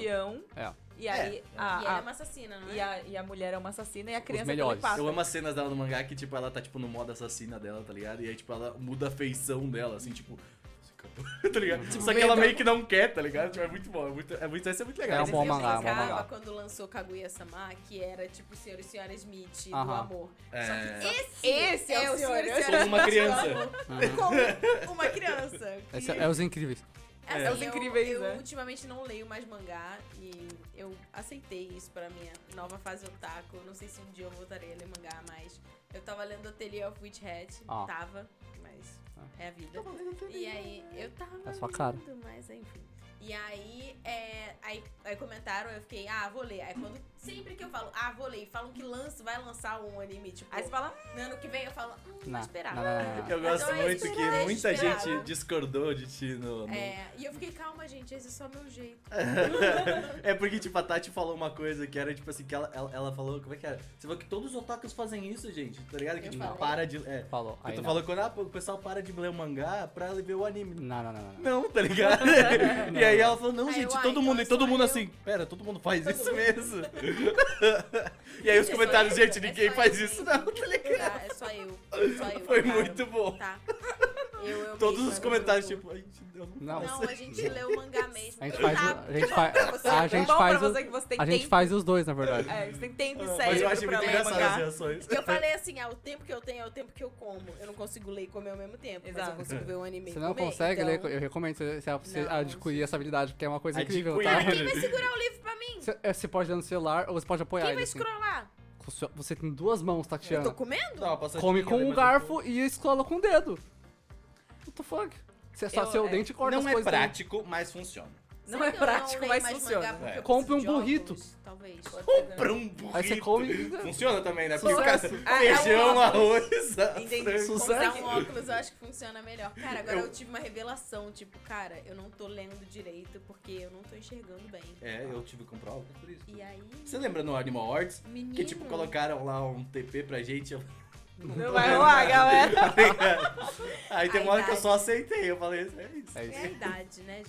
Speaker 4: É.
Speaker 3: E aí
Speaker 1: É.
Speaker 2: E ela é
Speaker 3: a,
Speaker 2: uma assassina, não
Speaker 3: a-
Speaker 2: é?
Speaker 3: Ah, e, a, e a mulher é uma assassina e a criança é
Speaker 4: melhores.
Speaker 3: telepata.
Speaker 1: Eu amo as cenas dela no mangá que, tipo, ela tá, tipo, no modo assassina dela, tá ligado? E aí, tipo, ela muda a feição dela, assim, tipo. "Você acabou", tá ligado?
Speaker 4: Uhum.
Speaker 3: Tipo,
Speaker 1: Só que ela meio que não quer, tá ligado? Tipo, é muito bom, é muito, é muito, isso é muito legal.
Speaker 4: É um
Speaker 1: Esse
Speaker 4: bom
Speaker 1: filme
Speaker 2: eu
Speaker 4: mangá, bom
Speaker 2: brincava
Speaker 4: mangá.
Speaker 2: quando lançou Kaguya-sama, que era tipo Senhor e Senhora Smith do
Speaker 4: Aham.
Speaker 2: amor.
Speaker 1: É.
Speaker 2: Só que esse,
Speaker 3: Esse é o Senhor e Senhora
Speaker 1: Como uma criança.
Speaker 2: Como uma criança.
Speaker 4: Esse é os incríveis.
Speaker 2: Assim,
Speaker 3: É os
Speaker 2: eu-
Speaker 3: incríveis,
Speaker 2: eu,
Speaker 3: né?
Speaker 2: ultimamente não leio mais mangá e eu aceitei isso pra minha nova fase otaku. Não sei se um dia eu voltarei a ler mangá, mas eu tava lendo Atelier of Witch Hat.
Speaker 4: Ah.
Speaker 2: Tava, mas é a vida. E aí, eu tava
Speaker 4: É sua cara.
Speaker 2: lendo, mas enfim. E aí, é, aí, aí comentaram, eu fiquei, ah, vou ler. Aí quando, sempre que eu falo, ah, vou ler, e falam que lança, vai lançar um anime, tipo,
Speaker 3: Aí você fala,
Speaker 2: no ano que vem, eu falo, hum, vou
Speaker 4: Não,
Speaker 2: esperar.
Speaker 4: não, não, não, não.
Speaker 1: Eu gosto
Speaker 2: Então é
Speaker 1: muito
Speaker 2: isso,
Speaker 1: que
Speaker 2: né?
Speaker 1: muita gente
Speaker 2: Esperava.
Speaker 1: discordou de ti no. no- É.
Speaker 2: É, e eu fiquei, calma, gente, esse é só meu jeito.
Speaker 1: porque, tipo, a Tati falou uma coisa que era, tipo assim, que ela, ela, ela falou, como é que era? Você falou que todos os otakus fazem isso, gente, tá ligado? Que,
Speaker 2: Eu
Speaker 1: tipo,
Speaker 2: falei.
Speaker 1: para de... É,
Speaker 4: Falou.
Speaker 1: eu
Speaker 4: Aí
Speaker 1: tô
Speaker 4: não.
Speaker 1: falando quando ah, o pessoal para de ler o mangá pra ver o anime.
Speaker 4: Não, não, não, não, não.
Speaker 1: Não, tá ligado? e aí ela falou, não,
Speaker 2: Aí
Speaker 1: gente,
Speaker 2: eu, ah,
Speaker 1: todo
Speaker 2: então
Speaker 1: mundo, e
Speaker 2: sou
Speaker 1: todo mundo
Speaker 2: eu.
Speaker 1: assim, pera, todo mundo faz isso mesmo. e aí os
Speaker 2: É
Speaker 1: comentários, gente, ninguém faz isso não, tá ligado?
Speaker 2: Tá, é só eu, só eu.
Speaker 1: Foi
Speaker 2: cara.
Speaker 1: muito bom.
Speaker 2: Tá. Eu, eu
Speaker 1: Todos
Speaker 2: mesma,
Speaker 1: os
Speaker 2: eu
Speaker 1: comentários,
Speaker 2: procuro.
Speaker 1: tipo, ai, gente, eu não
Speaker 4: Não.
Speaker 2: Não, a gente lê o mangá mesmo.
Speaker 4: A gente faz.
Speaker 2: Tá,
Speaker 4: o- A gente faz. A gente
Speaker 3: é bom
Speaker 4: faz.
Speaker 3: pra
Speaker 4: o-
Speaker 3: você que você tem
Speaker 4: A gente
Speaker 3: tempo.
Speaker 4: faz os dois, na verdade.
Speaker 3: É, você tem tempo e
Speaker 1: Ah, Mas eu
Speaker 3: cérebro
Speaker 1: achei
Speaker 3: pra
Speaker 1: muito
Speaker 3: ler
Speaker 1: engraçado as
Speaker 3: mangá.
Speaker 1: reações.
Speaker 2: Eu falei assim, ah, o tempo que eu tenho é o tempo que eu como. Eu não consigo ler e comer ao mesmo tempo, mas
Speaker 3: Exato.
Speaker 2: eu consigo ver o anime
Speaker 4: Você
Speaker 2: e
Speaker 4: não
Speaker 2: comer,
Speaker 4: consegue
Speaker 2: então...
Speaker 4: ler. Eu recomendo você, você- você
Speaker 2: Não.
Speaker 4: adquirir essa habilidade, porque é uma coisa incrível,
Speaker 1: Adquirir. né?
Speaker 4: tá?
Speaker 2: Quem vai segurar o livro pra mim?
Speaker 4: Você, é, você pode ler no celular ou você pode apoiar
Speaker 2: Quem vai
Speaker 4: ele. assim.
Speaker 2: scrollar?
Speaker 4: Com o seu- Você tem duas mãos
Speaker 2: Eu tô
Speaker 4: tateando.
Speaker 2: comendo?
Speaker 1: Não, passou
Speaker 4: Come
Speaker 1: de
Speaker 4: com
Speaker 1: linha, né,
Speaker 4: um
Speaker 1: mas eu tô-
Speaker 4: garfo e escola com o dedo. What the fuck? Você só
Speaker 3: Eu-
Speaker 4: seu
Speaker 3: é,
Speaker 4: dente e corta as
Speaker 1: Não é
Speaker 4: coisas. dele.
Speaker 1: prático, mas funciona.
Speaker 3: Não
Speaker 2: Será
Speaker 3: é
Speaker 2: que eu
Speaker 3: prático,
Speaker 2: leio
Speaker 3: mas
Speaker 2: mais mangá
Speaker 3: funciona.
Speaker 2: porque eu
Speaker 1: É.
Speaker 2: preciso
Speaker 4: Compre um
Speaker 2: de óculos?
Speaker 4: burrito.
Speaker 2: Talvez.
Speaker 3: É.
Speaker 1: Pra um burrito.
Speaker 4: Aí você come e-
Speaker 1: Funciona também, né? Porque o cara
Speaker 4: Sucesso.
Speaker 3: Ah, é um
Speaker 1: feijão,
Speaker 3: óculos.
Speaker 1: arroz, a
Speaker 3: Entendi.
Speaker 1: frango.
Speaker 4: Sucesso.
Speaker 2: Comprar um óculos eu acho que funciona melhor. Cara, agora
Speaker 1: Eu-
Speaker 2: eu... tive uma revelação, tipo, cara, eu não tô lendo direito porque eu não tô enxergando bem.
Speaker 1: É, eu tive que comprar óculos por isso.
Speaker 2: E aí,
Speaker 1: Você lembra no Animal Arts?
Speaker 2: menino...
Speaker 1: Que
Speaker 3: Hum.
Speaker 1: tipo, colocaram lá um TP pra gente. eu-
Speaker 3: Não vai rolar, galera.
Speaker 1: "É." Aí tem uma
Speaker 2: A
Speaker 1: hora que eu
Speaker 2: idade.
Speaker 1: só aceitei. Eu falei, é isso.
Speaker 4: É
Speaker 2: É a idade, né,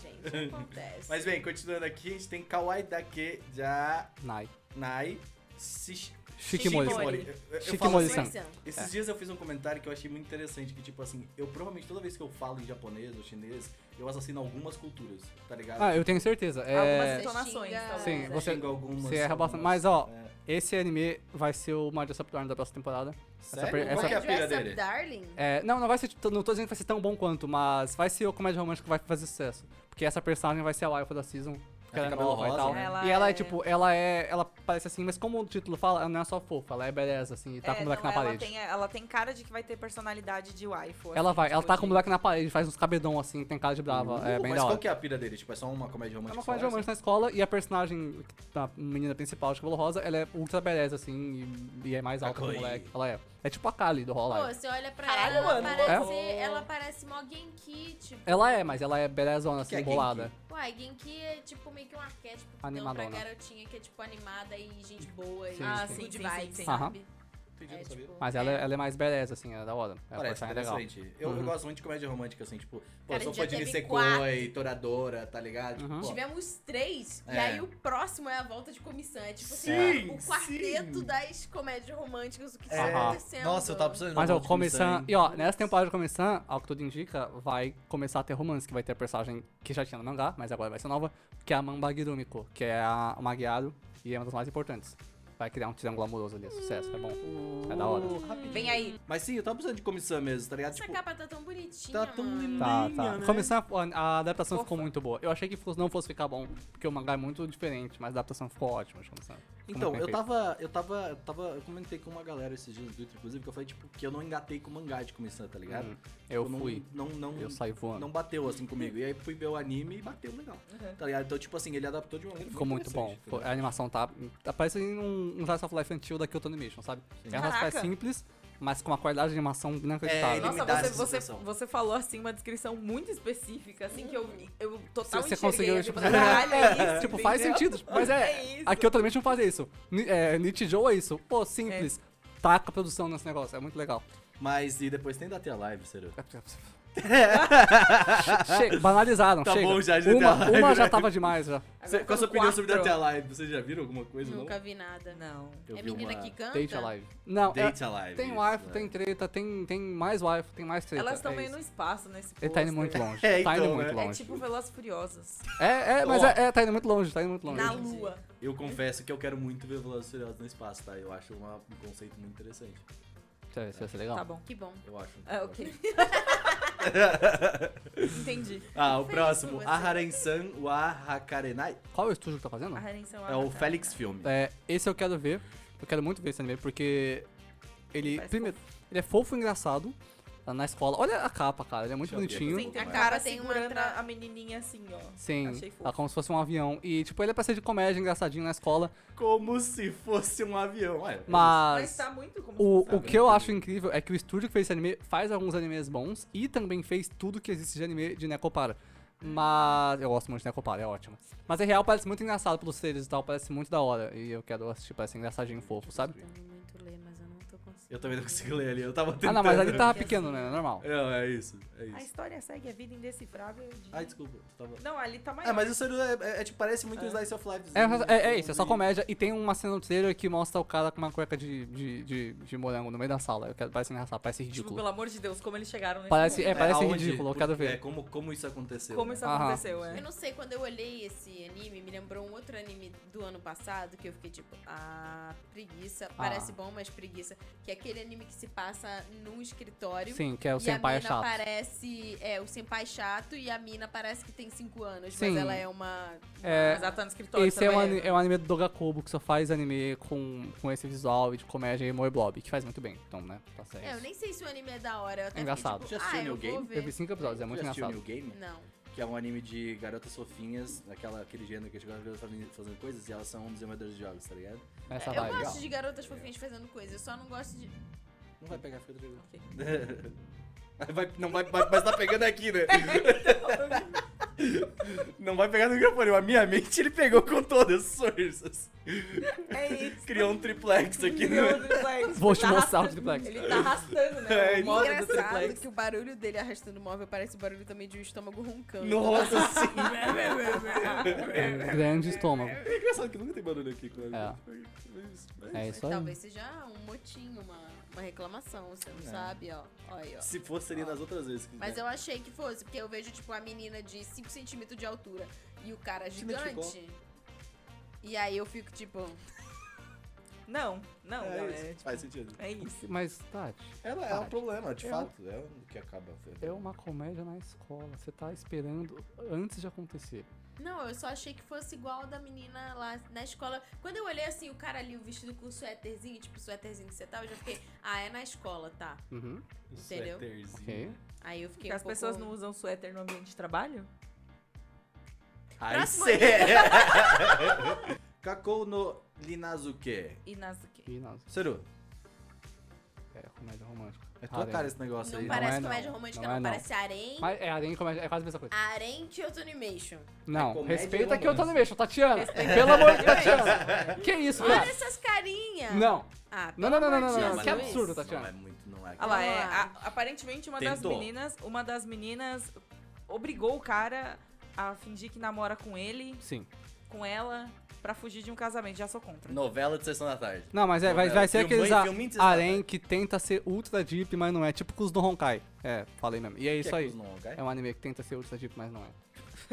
Speaker 2: gente? Acontece.
Speaker 1: Mas bem, continuando aqui, a gente tem Kawaii Dake ja
Speaker 4: Nai.
Speaker 1: Nai Shish-
Speaker 4: Shikimori.
Speaker 3: Shikimori.
Speaker 1: Eu- eu- eu falo
Speaker 4: Shikimori-san.
Speaker 1: assim,
Speaker 2: Mas, é,
Speaker 1: Esses dias eu fiz um comentário que eu achei muito interessante, que tipo assim, eu provavelmente toda vez que eu falo em japonês ou chinês, eu assassino algumas culturas, tá ligado?
Speaker 4: Ah, eu tenho certeza.
Speaker 3: Algumas
Speaker 4: É,
Speaker 2: Você
Speaker 3: entonações,
Speaker 2: xinga-
Speaker 3: talvez.
Speaker 4: Sim,
Speaker 3: né?
Speaker 4: você-
Speaker 1: Xingo algumas.
Speaker 4: você erra bastante.
Speaker 1: algumas,
Speaker 4: Mas, ó,
Speaker 1: é.
Speaker 4: esse anime vai ser o My Dress Up Darling da próxima temporada.
Speaker 1: Sério?
Speaker 4: per-
Speaker 1: Qual
Speaker 4: essa-
Speaker 1: que é a pira
Speaker 2: Dress Up
Speaker 1: dele?
Speaker 2: Darling?
Speaker 4: É, não, não vai ser, tipo, não tô dizendo que vai ser tão bom quanto, mas vai ser o comédia romântica que vai fazer sucesso. Porque essa personagem vai ser a Wife da season. porque
Speaker 1: Ela
Speaker 4: ela é
Speaker 1: tem cabelo
Speaker 4: nova e
Speaker 1: rosa,
Speaker 4: tal.
Speaker 1: né?
Speaker 3: Ela
Speaker 4: e ela é,
Speaker 3: é-
Speaker 4: tipo, ela é. Ela parece assim, mas como o título fala, ela não é só fofa, ela é beleza, assim, e tá com
Speaker 3: É,
Speaker 4: o moleque
Speaker 3: não,
Speaker 4: na
Speaker 3: ela
Speaker 4: parede.
Speaker 3: Tem, ela tem cara de que vai ter personalidade de waifu.
Speaker 4: Ela
Speaker 3: assim,
Speaker 4: vai, ela
Speaker 3: tipo,
Speaker 4: tá com o
Speaker 3: de-
Speaker 4: moleque na parede, faz uns cabedão assim, tem cara de brava. é
Speaker 1: Uh,
Speaker 4: bem
Speaker 1: mas
Speaker 4: da
Speaker 1: qual
Speaker 4: hora.
Speaker 1: que é a pira dele? Tipo, é só uma comédia
Speaker 4: É
Speaker 1: romântica?
Speaker 4: uma comédia
Speaker 1: só essa?
Speaker 4: romântica na escola e a personagem, a menina principal de cabelo rosa, ela é ultra beleza, assim, e, e é mais alta que o
Speaker 1: Kakoi.
Speaker 4: moleque. Ela é. É tipo a Kali do Rola.
Speaker 2: Pô, você olha pra
Speaker 3: Caralho,
Speaker 2: ela,
Speaker 3: mano,
Speaker 2: parece,
Speaker 3: é?
Speaker 2: ela parece mó Genki, tipo...
Speaker 4: Ela é, mas ela é belezona,
Speaker 1: O que
Speaker 4: assim,
Speaker 1: que é
Speaker 4: bolada.
Speaker 1: Genki?
Speaker 2: Uai, Genki é tipo meio que um arquétipo que dão pra
Speaker 4: Animadona.
Speaker 2: garotinha que é tipo animada e gente boa e
Speaker 4: Sim,
Speaker 2: ah,
Speaker 4: sim.
Speaker 2: good
Speaker 3: Sim, sim,
Speaker 2: vibes,
Speaker 3: sim.
Speaker 2: sabe?
Speaker 1: Entendi, não
Speaker 2: É,
Speaker 1: sabia.
Speaker 2: tipo,
Speaker 4: Mas ela, é- ela é mais beleza, assim, ela é da hora. É,
Speaker 1: Parece
Speaker 4: é legal.
Speaker 1: interessante. Eu, eu
Speaker 4: Uhum.
Speaker 1: gosto muito de comédia romântica, assim, tipo, pô,
Speaker 2: Cara,
Speaker 1: eu sou
Speaker 2: a gente já
Speaker 1: fã de
Speaker 2: teve
Speaker 1: Nisekoi,
Speaker 2: quatro.
Speaker 1: Toradora, tá ligado? Tipo,
Speaker 4: Uhum.
Speaker 1: pô,
Speaker 2: Tivemos três, e
Speaker 1: É.
Speaker 2: aí o próximo é a volta de comissão. É tipo assim,
Speaker 1: Sim,
Speaker 2: o quarteto
Speaker 1: sim.
Speaker 2: das comédias românticas, o que está
Speaker 1: É.
Speaker 2: acontecendo.
Speaker 1: Nossa, eu tava precisando de
Speaker 4: Mas
Speaker 1: um
Speaker 4: ó,
Speaker 1: monte de
Speaker 4: começando.
Speaker 1: missão, hein?
Speaker 4: E ó, nessa temporada de começando, ao que tudo indica, vai começar a ter romance, que vai ter a personagem que já tinha no mangá, mas agora vai ser nova, que é a Mambagirumiko, que é a uma Guiaro e é uma das mais importantes. Vai criar um triângulo amoroso ali, sucesso, é bom. É da hora.
Speaker 1: Uh, rapidinho.
Speaker 3: Vem aí.
Speaker 1: Mas sim, eu tava precisando de comissão mesmo, tá ligado?
Speaker 2: Essa
Speaker 1: Tipo,
Speaker 2: capa tá tão bonitinha,
Speaker 1: tá tão
Speaker 2: mano.
Speaker 1: lindo.
Speaker 4: Tá,
Speaker 1: Minha,
Speaker 4: tá.
Speaker 1: né?
Speaker 4: Começando, a, a adaptação
Speaker 3: Fofa.
Speaker 4: ficou muito boa. Eu achei que fosse- não fosse ficar bom, porque o mangá é muito diferente, mas a adaptação ficou ótima de Komi-san. Ficou
Speaker 1: Então,
Speaker 4: muito
Speaker 1: eu
Speaker 4: bem
Speaker 1: tava, eu tava. Eu tava. Eu comentei com uma galera esses dias no Twitter, inclusive, que eu falei, tipo, que eu não engatei com mangá de comissão, tá ligado?
Speaker 4: feito. Uhum. Eu
Speaker 1: Tipo, não-
Speaker 4: fui.
Speaker 1: Não, não,
Speaker 4: Eu saí voando.
Speaker 1: não bateu assim comigo. E aí fui ver o anime e bateu legal.
Speaker 3: Uhum.
Speaker 1: Tá ligado? Então, tipo assim, ele adaptou de uma maneira
Speaker 4: Ficou muito bom.
Speaker 1: interessante,
Speaker 4: Pô,
Speaker 1: tá
Speaker 4: A animação tá. tá parecendo um, um Slice of Life antigo da Kyoto Animation, sabe?
Speaker 1: Sim.
Speaker 4: É uma
Speaker 3: Caraca.
Speaker 4: faz simples, mas com uma qualidade de animação inacreditável.
Speaker 1: É, ele me
Speaker 3: Nossa,
Speaker 1: dá
Speaker 3: você,
Speaker 1: essa
Speaker 3: você,
Speaker 1: sensação.
Speaker 3: você falou assim uma descrição muito específica, assim, que eu, eu total
Speaker 4: Você
Speaker 3: enxerguei,
Speaker 4: conseguiu,
Speaker 3: eu
Speaker 4: tipo,
Speaker 3: falei, um caralho, é
Speaker 4: É,
Speaker 3: isso,
Speaker 4: tipo, faz
Speaker 3: entendeu?
Speaker 4: sentido. Mas é.
Speaker 3: É isso.
Speaker 4: a Kyoto Animation faz isso. Ni- É, Nichijou é isso. Pô, simples. Taca a produção nesse negócio. É muito legal. É,
Speaker 1: Mas e depois tem até a live, sério.
Speaker 4: Chega, banalizaram,
Speaker 1: Tá
Speaker 4: chega.
Speaker 1: bom já, já
Speaker 4: uma,
Speaker 1: deu a live,
Speaker 4: uma já
Speaker 1: né?
Speaker 4: tava demais já.
Speaker 1: Cê,
Speaker 3: Agora tá
Speaker 1: qual a sua
Speaker 3: foram
Speaker 1: opinião sobre
Speaker 3: quatro.
Speaker 1: Date a Live? Vocês já viram alguma coisa?
Speaker 2: Nunca vi nada.
Speaker 1: Né?
Speaker 3: Não.
Speaker 1: Não? Eu
Speaker 2: é
Speaker 1: vi
Speaker 2: menina
Speaker 1: uma
Speaker 2: que canta?
Speaker 4: Date a live. Não, é,
Speaker 1: Date a Live.
Speaker 4: tem
Speaker 1: isso,
Speaker 4: wife,
Speaker 1: é.
Speaker 4: tem treta, tem, tem mais wife, tem mais treta.
Speaker 3: Elas estão
Speaker 4: é
Speaker 3: meio
Speaker 4: isso.
Speaker 3: no espaço nesse
Speaker 4: Ele tá indo
Speaker 3: pôster.
Speaker 4: muito longe.
Speaker 1: É,
Speaker 4: tá indo
Speaker 1: então,
Speaker 4: muito
Speaker 1: né?
Speaker 3: É
Speaker 4: longe.
Speaker 3: tipo Velas Furiosas.
Speaker 4: É, é, mas
Speaker 1: Ó.
Speaker 4: é, é, tá indo muito longe, tá indo muito longe.
Speaker 3: Na lua.
Speaker 1: Eu confesso que eu quero muito ver Velozes e Furiosos no espaço, tá? Eu acho uma- um conceito muito interessante.
Speaker 4: Isso vai- isso vai ser é legal.
Speaker 3: Tá bom.
Speaker 2: Que bom.
Speaker 1: Eu acho.
Speaker 3: Ah, ok. Entendi.
Speaker 1: Ah, o
Speaker 2: Feliz
Speaker 1: próximo.
Speaker 2: por você.
Speaker 1: Aharen-san wa Hakarenai.
Speaker 4: Qual é o estúdio que tá fazendo?
Speaker 3: A Harenção
Speaker 1: É o Félix Filme.
Speaker 4: É, esse eu quero ver. Eu quero muito ver esse anime, porque ele.
Speaker 3: Parece
Speaker 4: primeiro, ele é fofo e engraçado. Tá na escola. Olha a capa, cara. Ele é muito
Speaker 1: Deixa eu ver.
Speaker 4: bonitinho.
Speaker 1: Sim.
Speaker 3: tem
Speaker 1: A
Speaker 3: a
Speaker 2: capa
Speaker 3: cara
Speaker 2: tem uma
Speaker 3: segurando
Speaker 2: tra-
Speaker 3: a menininha assim, ó. Achei
Speaker 4: Sim,
Speaker 3: fofo.
Speaker 4: tá como se fosse um avião. E, tipo, ele é pra ser de comédia, engraçadinho na escola.
Speaker 1: Como se fosse um avião. Ué,
Speaker 3: Mas
Speaker 4: Mas.
Speaker 3: tá muito como
Speaker 4: O,
Speaker 3: se fosse
Speaker 4: o
Speaker 3: um
Speaker 4: que eu acho incrível é que o estúdio que fez esse anime faz alguns animes bons e também fez tudo que existe de anime de Necopara. Mas. Eu gosto muito de Necopara, é ótimo. Mas em real parece muito engraçado pelos seres e tal, parece muito da hora. E eu quero assistir, parece engraçadinho fofo, sabe?
Speaker 2: Tentando muito ler, mas eu não tô conseguindo.
Speaker 1: Eu também não consigo ler ali. Eu tava tentando.
Speaker 4: Ah, não, mas ali tava pequeno, né? Normal.
Speaker 1: Não, é isso. É
Speaker 3: A
Speaker 1: isso.
Speaker 3: história segue a vida indecifrável de...
Speaker 1: Ai, desculpa. eu Tava...
Speaker 3: Não, ali tá maior.
Speaker 1: Ah, mas isso é, é, é, tipo, parece muito um
Speaker 3: É.
Speaker 1: Slice of Life.
Speaker 4: É, é, é isso, é só comédia. E tem uma cena no trailer que mostra o cara com uma cueca de, de, de, de morango no meio da sala. Eu quero, parece engraçado, parece
Speaker 3: Tipo,
Speaker 4: ridículo.
Speaker 3: pelo amor de Deus, como eles chegaram nesse
Speaker 4: Parece, é,
Speaker 3: ponto.
Speaker 4: parece
Speaker 1: aonde-
Speaker 4: ridículo, eu quero
Speaker 1: É,
Speaker 4: ver.
Speaker 1: como, como isso aconteceu.
Speaker 3: Como isso
Speaker 1: né?
Speaker 4: Aham.
Speaker 3: aconteceu, é.
Speaker 2: Eu não sei, quando eu olhei esse anime, me lembrou um outro anime do ano passado que eu fiquei tipo, ah, preguiça. Parece bom, mas preguiça. Que é aquele anime que se passa num escritório.
Speaker 4: Sim, que é o
Speaker 2: e a mina
Speaker 4: senpai é chato.
Speaker 2: parece. É, o senpai é chato e a mina parece que tem 5 anos,
Speaker 4: Sim.
Speaker 2: mas ela é uma.
Speaker 4: É,
Speaker 3: Mas ela tá no escritório
Speaker 4: Esse é um,
Speaker 3: também.
Speaker 4: ani- é um anime do Dogakobo que só faz anime com, com esse visual e de comédia e humor e blob, que faz muito bem. Então, né? Tá certo.
Speaker 2: É, eu nem sei se o anime é da hora. Eu até
Speaker 4: Engraçado.
Speaker 2: Fiquei,
Speaker 1: Já
Speaker 2: tipo, ah,
Speaker 1: assistiu
Speaker 2: eu
Speaker 1: New
Speaker 2: vou
Speaker 1: Game?
Speaker 2: ver.
Speaker 4: Eu vi cinco episódios, é muito
Speaker 1: Já assistiu
Speaker 4: engraçado.
Speaker 1: New Game?
Speaker 2: Não.
Speaker 1: Que é um anime de garotas fofinhas, daquela, aquele gênero que as garotas fazem- fazendo coisas e elas são desenvolvedoras de jogos, tá ligado?
Speaker 4: Essa
Speaker 2: eu
Speaker 4: vibe.
Speaker 2: gosto
Speaker 1: Legal.
Speaker 2: de garotas fofinhas fazendo coisa, eu só não gosto de.
Speaker 1: Não vai pegar, fica tranquilo.
Speaker 3: Ok.
Speaker 1: Vai, não vai, vai- mas tá pegando aqui, né? Não vai pegar no microfone. A minha mente ele pegou com todas as forças.
Speaker 3: É isso.
Speaker 1: Criou um triplex aqui no.
Speaker 3: Meu Deus,
Speaker 4: Vou te
Speaker 3: tá
Speaker 4: mostrar o
Speaker 3: arrastando-
Speaker 4: triplex.
Speaker 3: Ele tá arrastando,
Speaker 1: É,
Speaker 3: né? O modo do
Speaker 5: Engraçado
Speaker 3: triplex.
Speaker 5: que o barulho dele arrastando o móvel parece o barulho também de um estômago roncando.
Speaker 1: Nossa, sim.
Speaker 3: É,
Speaker 4: Um grande estômago.
Speaker 1: É engraçado que nunca tem barulho aqui com ele.
Speaker 4: É.
Speaker 1: Mas- mas-
Speaker 4: É isso aí.
Speaker 2: Talvez seja um motinho, uma, uma reclamação, você não
Speaker 1: É.
Speaker 2: sabe, ó. Olha aí, ó.
Speaker 1: Se fosse, seria nas outras vezes. que-
Speaker 4: É.
Speaker 2: Mas é eu achei que fosse, porque eu vejo, tipo, a menina de 5 centímetros de altura e o cara gigante.
Speaker 1: identificou?
Speaker 2: E aí eu fico, tipo,
Speaker 3: Não, não,
Speaker 1: É
Speaker 3: galera.
Speaker 1: isso,
Speaker 3: É,
Speaker 1: Faz sentido.
Speaker 3: isso.
Speaker 4: Mas, Tati,
Speaker 1: Ela é um problema, de
Speaker 4: Eu-
Speaker 1: fato. É o que acaba. afetando.
Speaker 4: é uma comédia na escola. Você tá esperando antes de acontecer.
Speaker 2: não, eu só achei que fosse igual a da menina lá na escola. Quando eu olhei assim, o cara ali, o vestido com suéterzinho, tipo, suéterzinho que você tava, eu já fiquei, ah, é na escola, tá.
Speaker 1: Um
Speaker 4: Uhum.
Speaker 2: Entendeu?
Speaker 1: suéterzinho.
Speaker 4: Ok.
Speaker 2: Aí eu fiquei.
Speaker 3: Porque
Speaker 2: um
Speaker 3: as pessoas não
Speaker 2: pouco...
Speaker 3: usam suéter no ambiente de trabalho?
Speaker 1: Aí
Speaker 2: Próximo né?
Speaker 1: cê... Kakou no Linazuke.
Speaker 3: E nas o quê?
Speaker 4: E não,
Speaker 1: Seru,
Speaker 4: é comédia romântica.
Speaker 1: é tua
Speaker 4: Harem.
Speaker 1: cara esse negócio
Speaker 2: Não
Speaker 1: aí.
Speaker 2: parece
Speaker 4: é não,
Speaker 2: comédia romântica,
Speaker 4: não
Speaker 2: não.
Speaker 4: é não.
Speaker 2: Parece arém.
Speaker 4: Mas é harem e comédia, é quase a mesma coisa.
Speaker 2: Arém Kyoto Animation.
Speaker 4: Não,
Speaker 1: é comédia
Speaker 4: respeita
Speaker 1: e
Speaker 4: que eu tô
Speaker 1: romance.
Speaker 4: no meio, Tatiana. Pelo amor de Tatiana. Que isso,
Speaker 2: Olha
Speaker 4: cara?
Speaker 2: essas carinhas.
Speaker 4: Não.
Speaker 2: Ah,
Speaker 4: Não,
Speaker 2: pelo
Speaker 4: não, não,
Speaker 2: amor
Speaker 4: não,
Speaker 2: de
Speaker 4: não,
Speaker 2: Jesus.
Speaker 4: não, que absurdo, tá?
Speaker 1: Não
Speaker 4: Tatiana.
Speaker 1: é muito, não é.
Speaker 3: Olha lá,
Speaker 2: Vamos
Speaker 3: é,
Speaker 2: lá.
Speaker 3: a- aparentemente uma das
Speaker 1: Tentou.
Speaker 3: meninas, uma das meninas obrigou o cara a fingir que namora com ele,
Speaker 4: Sim.
Speaker 3: com ela, pra fugir de um casamento. Já sou contra.
Speaker 1: Novela de Sessão da Tarde.
Speaker 4: Não, mas é, vai,
Speaker 1: Novela.
Speaker 4: vai ser
Speaker 1: Filme- né,
Speaker 4: aqueles a-
Speaker 1: filminho de
Speaker 4: harem que tenta ser ultra deep, mas não é. Tipo com os do Honkai. É, falei mesmo. E é
Speaker 1: Que
Speaker 4: isso
Speaker 1: é
Speaker 4: aí.
Speaker 1: que os não, ok?
Speaker 4: É um anime que tenta ser ultra deep, mas não é.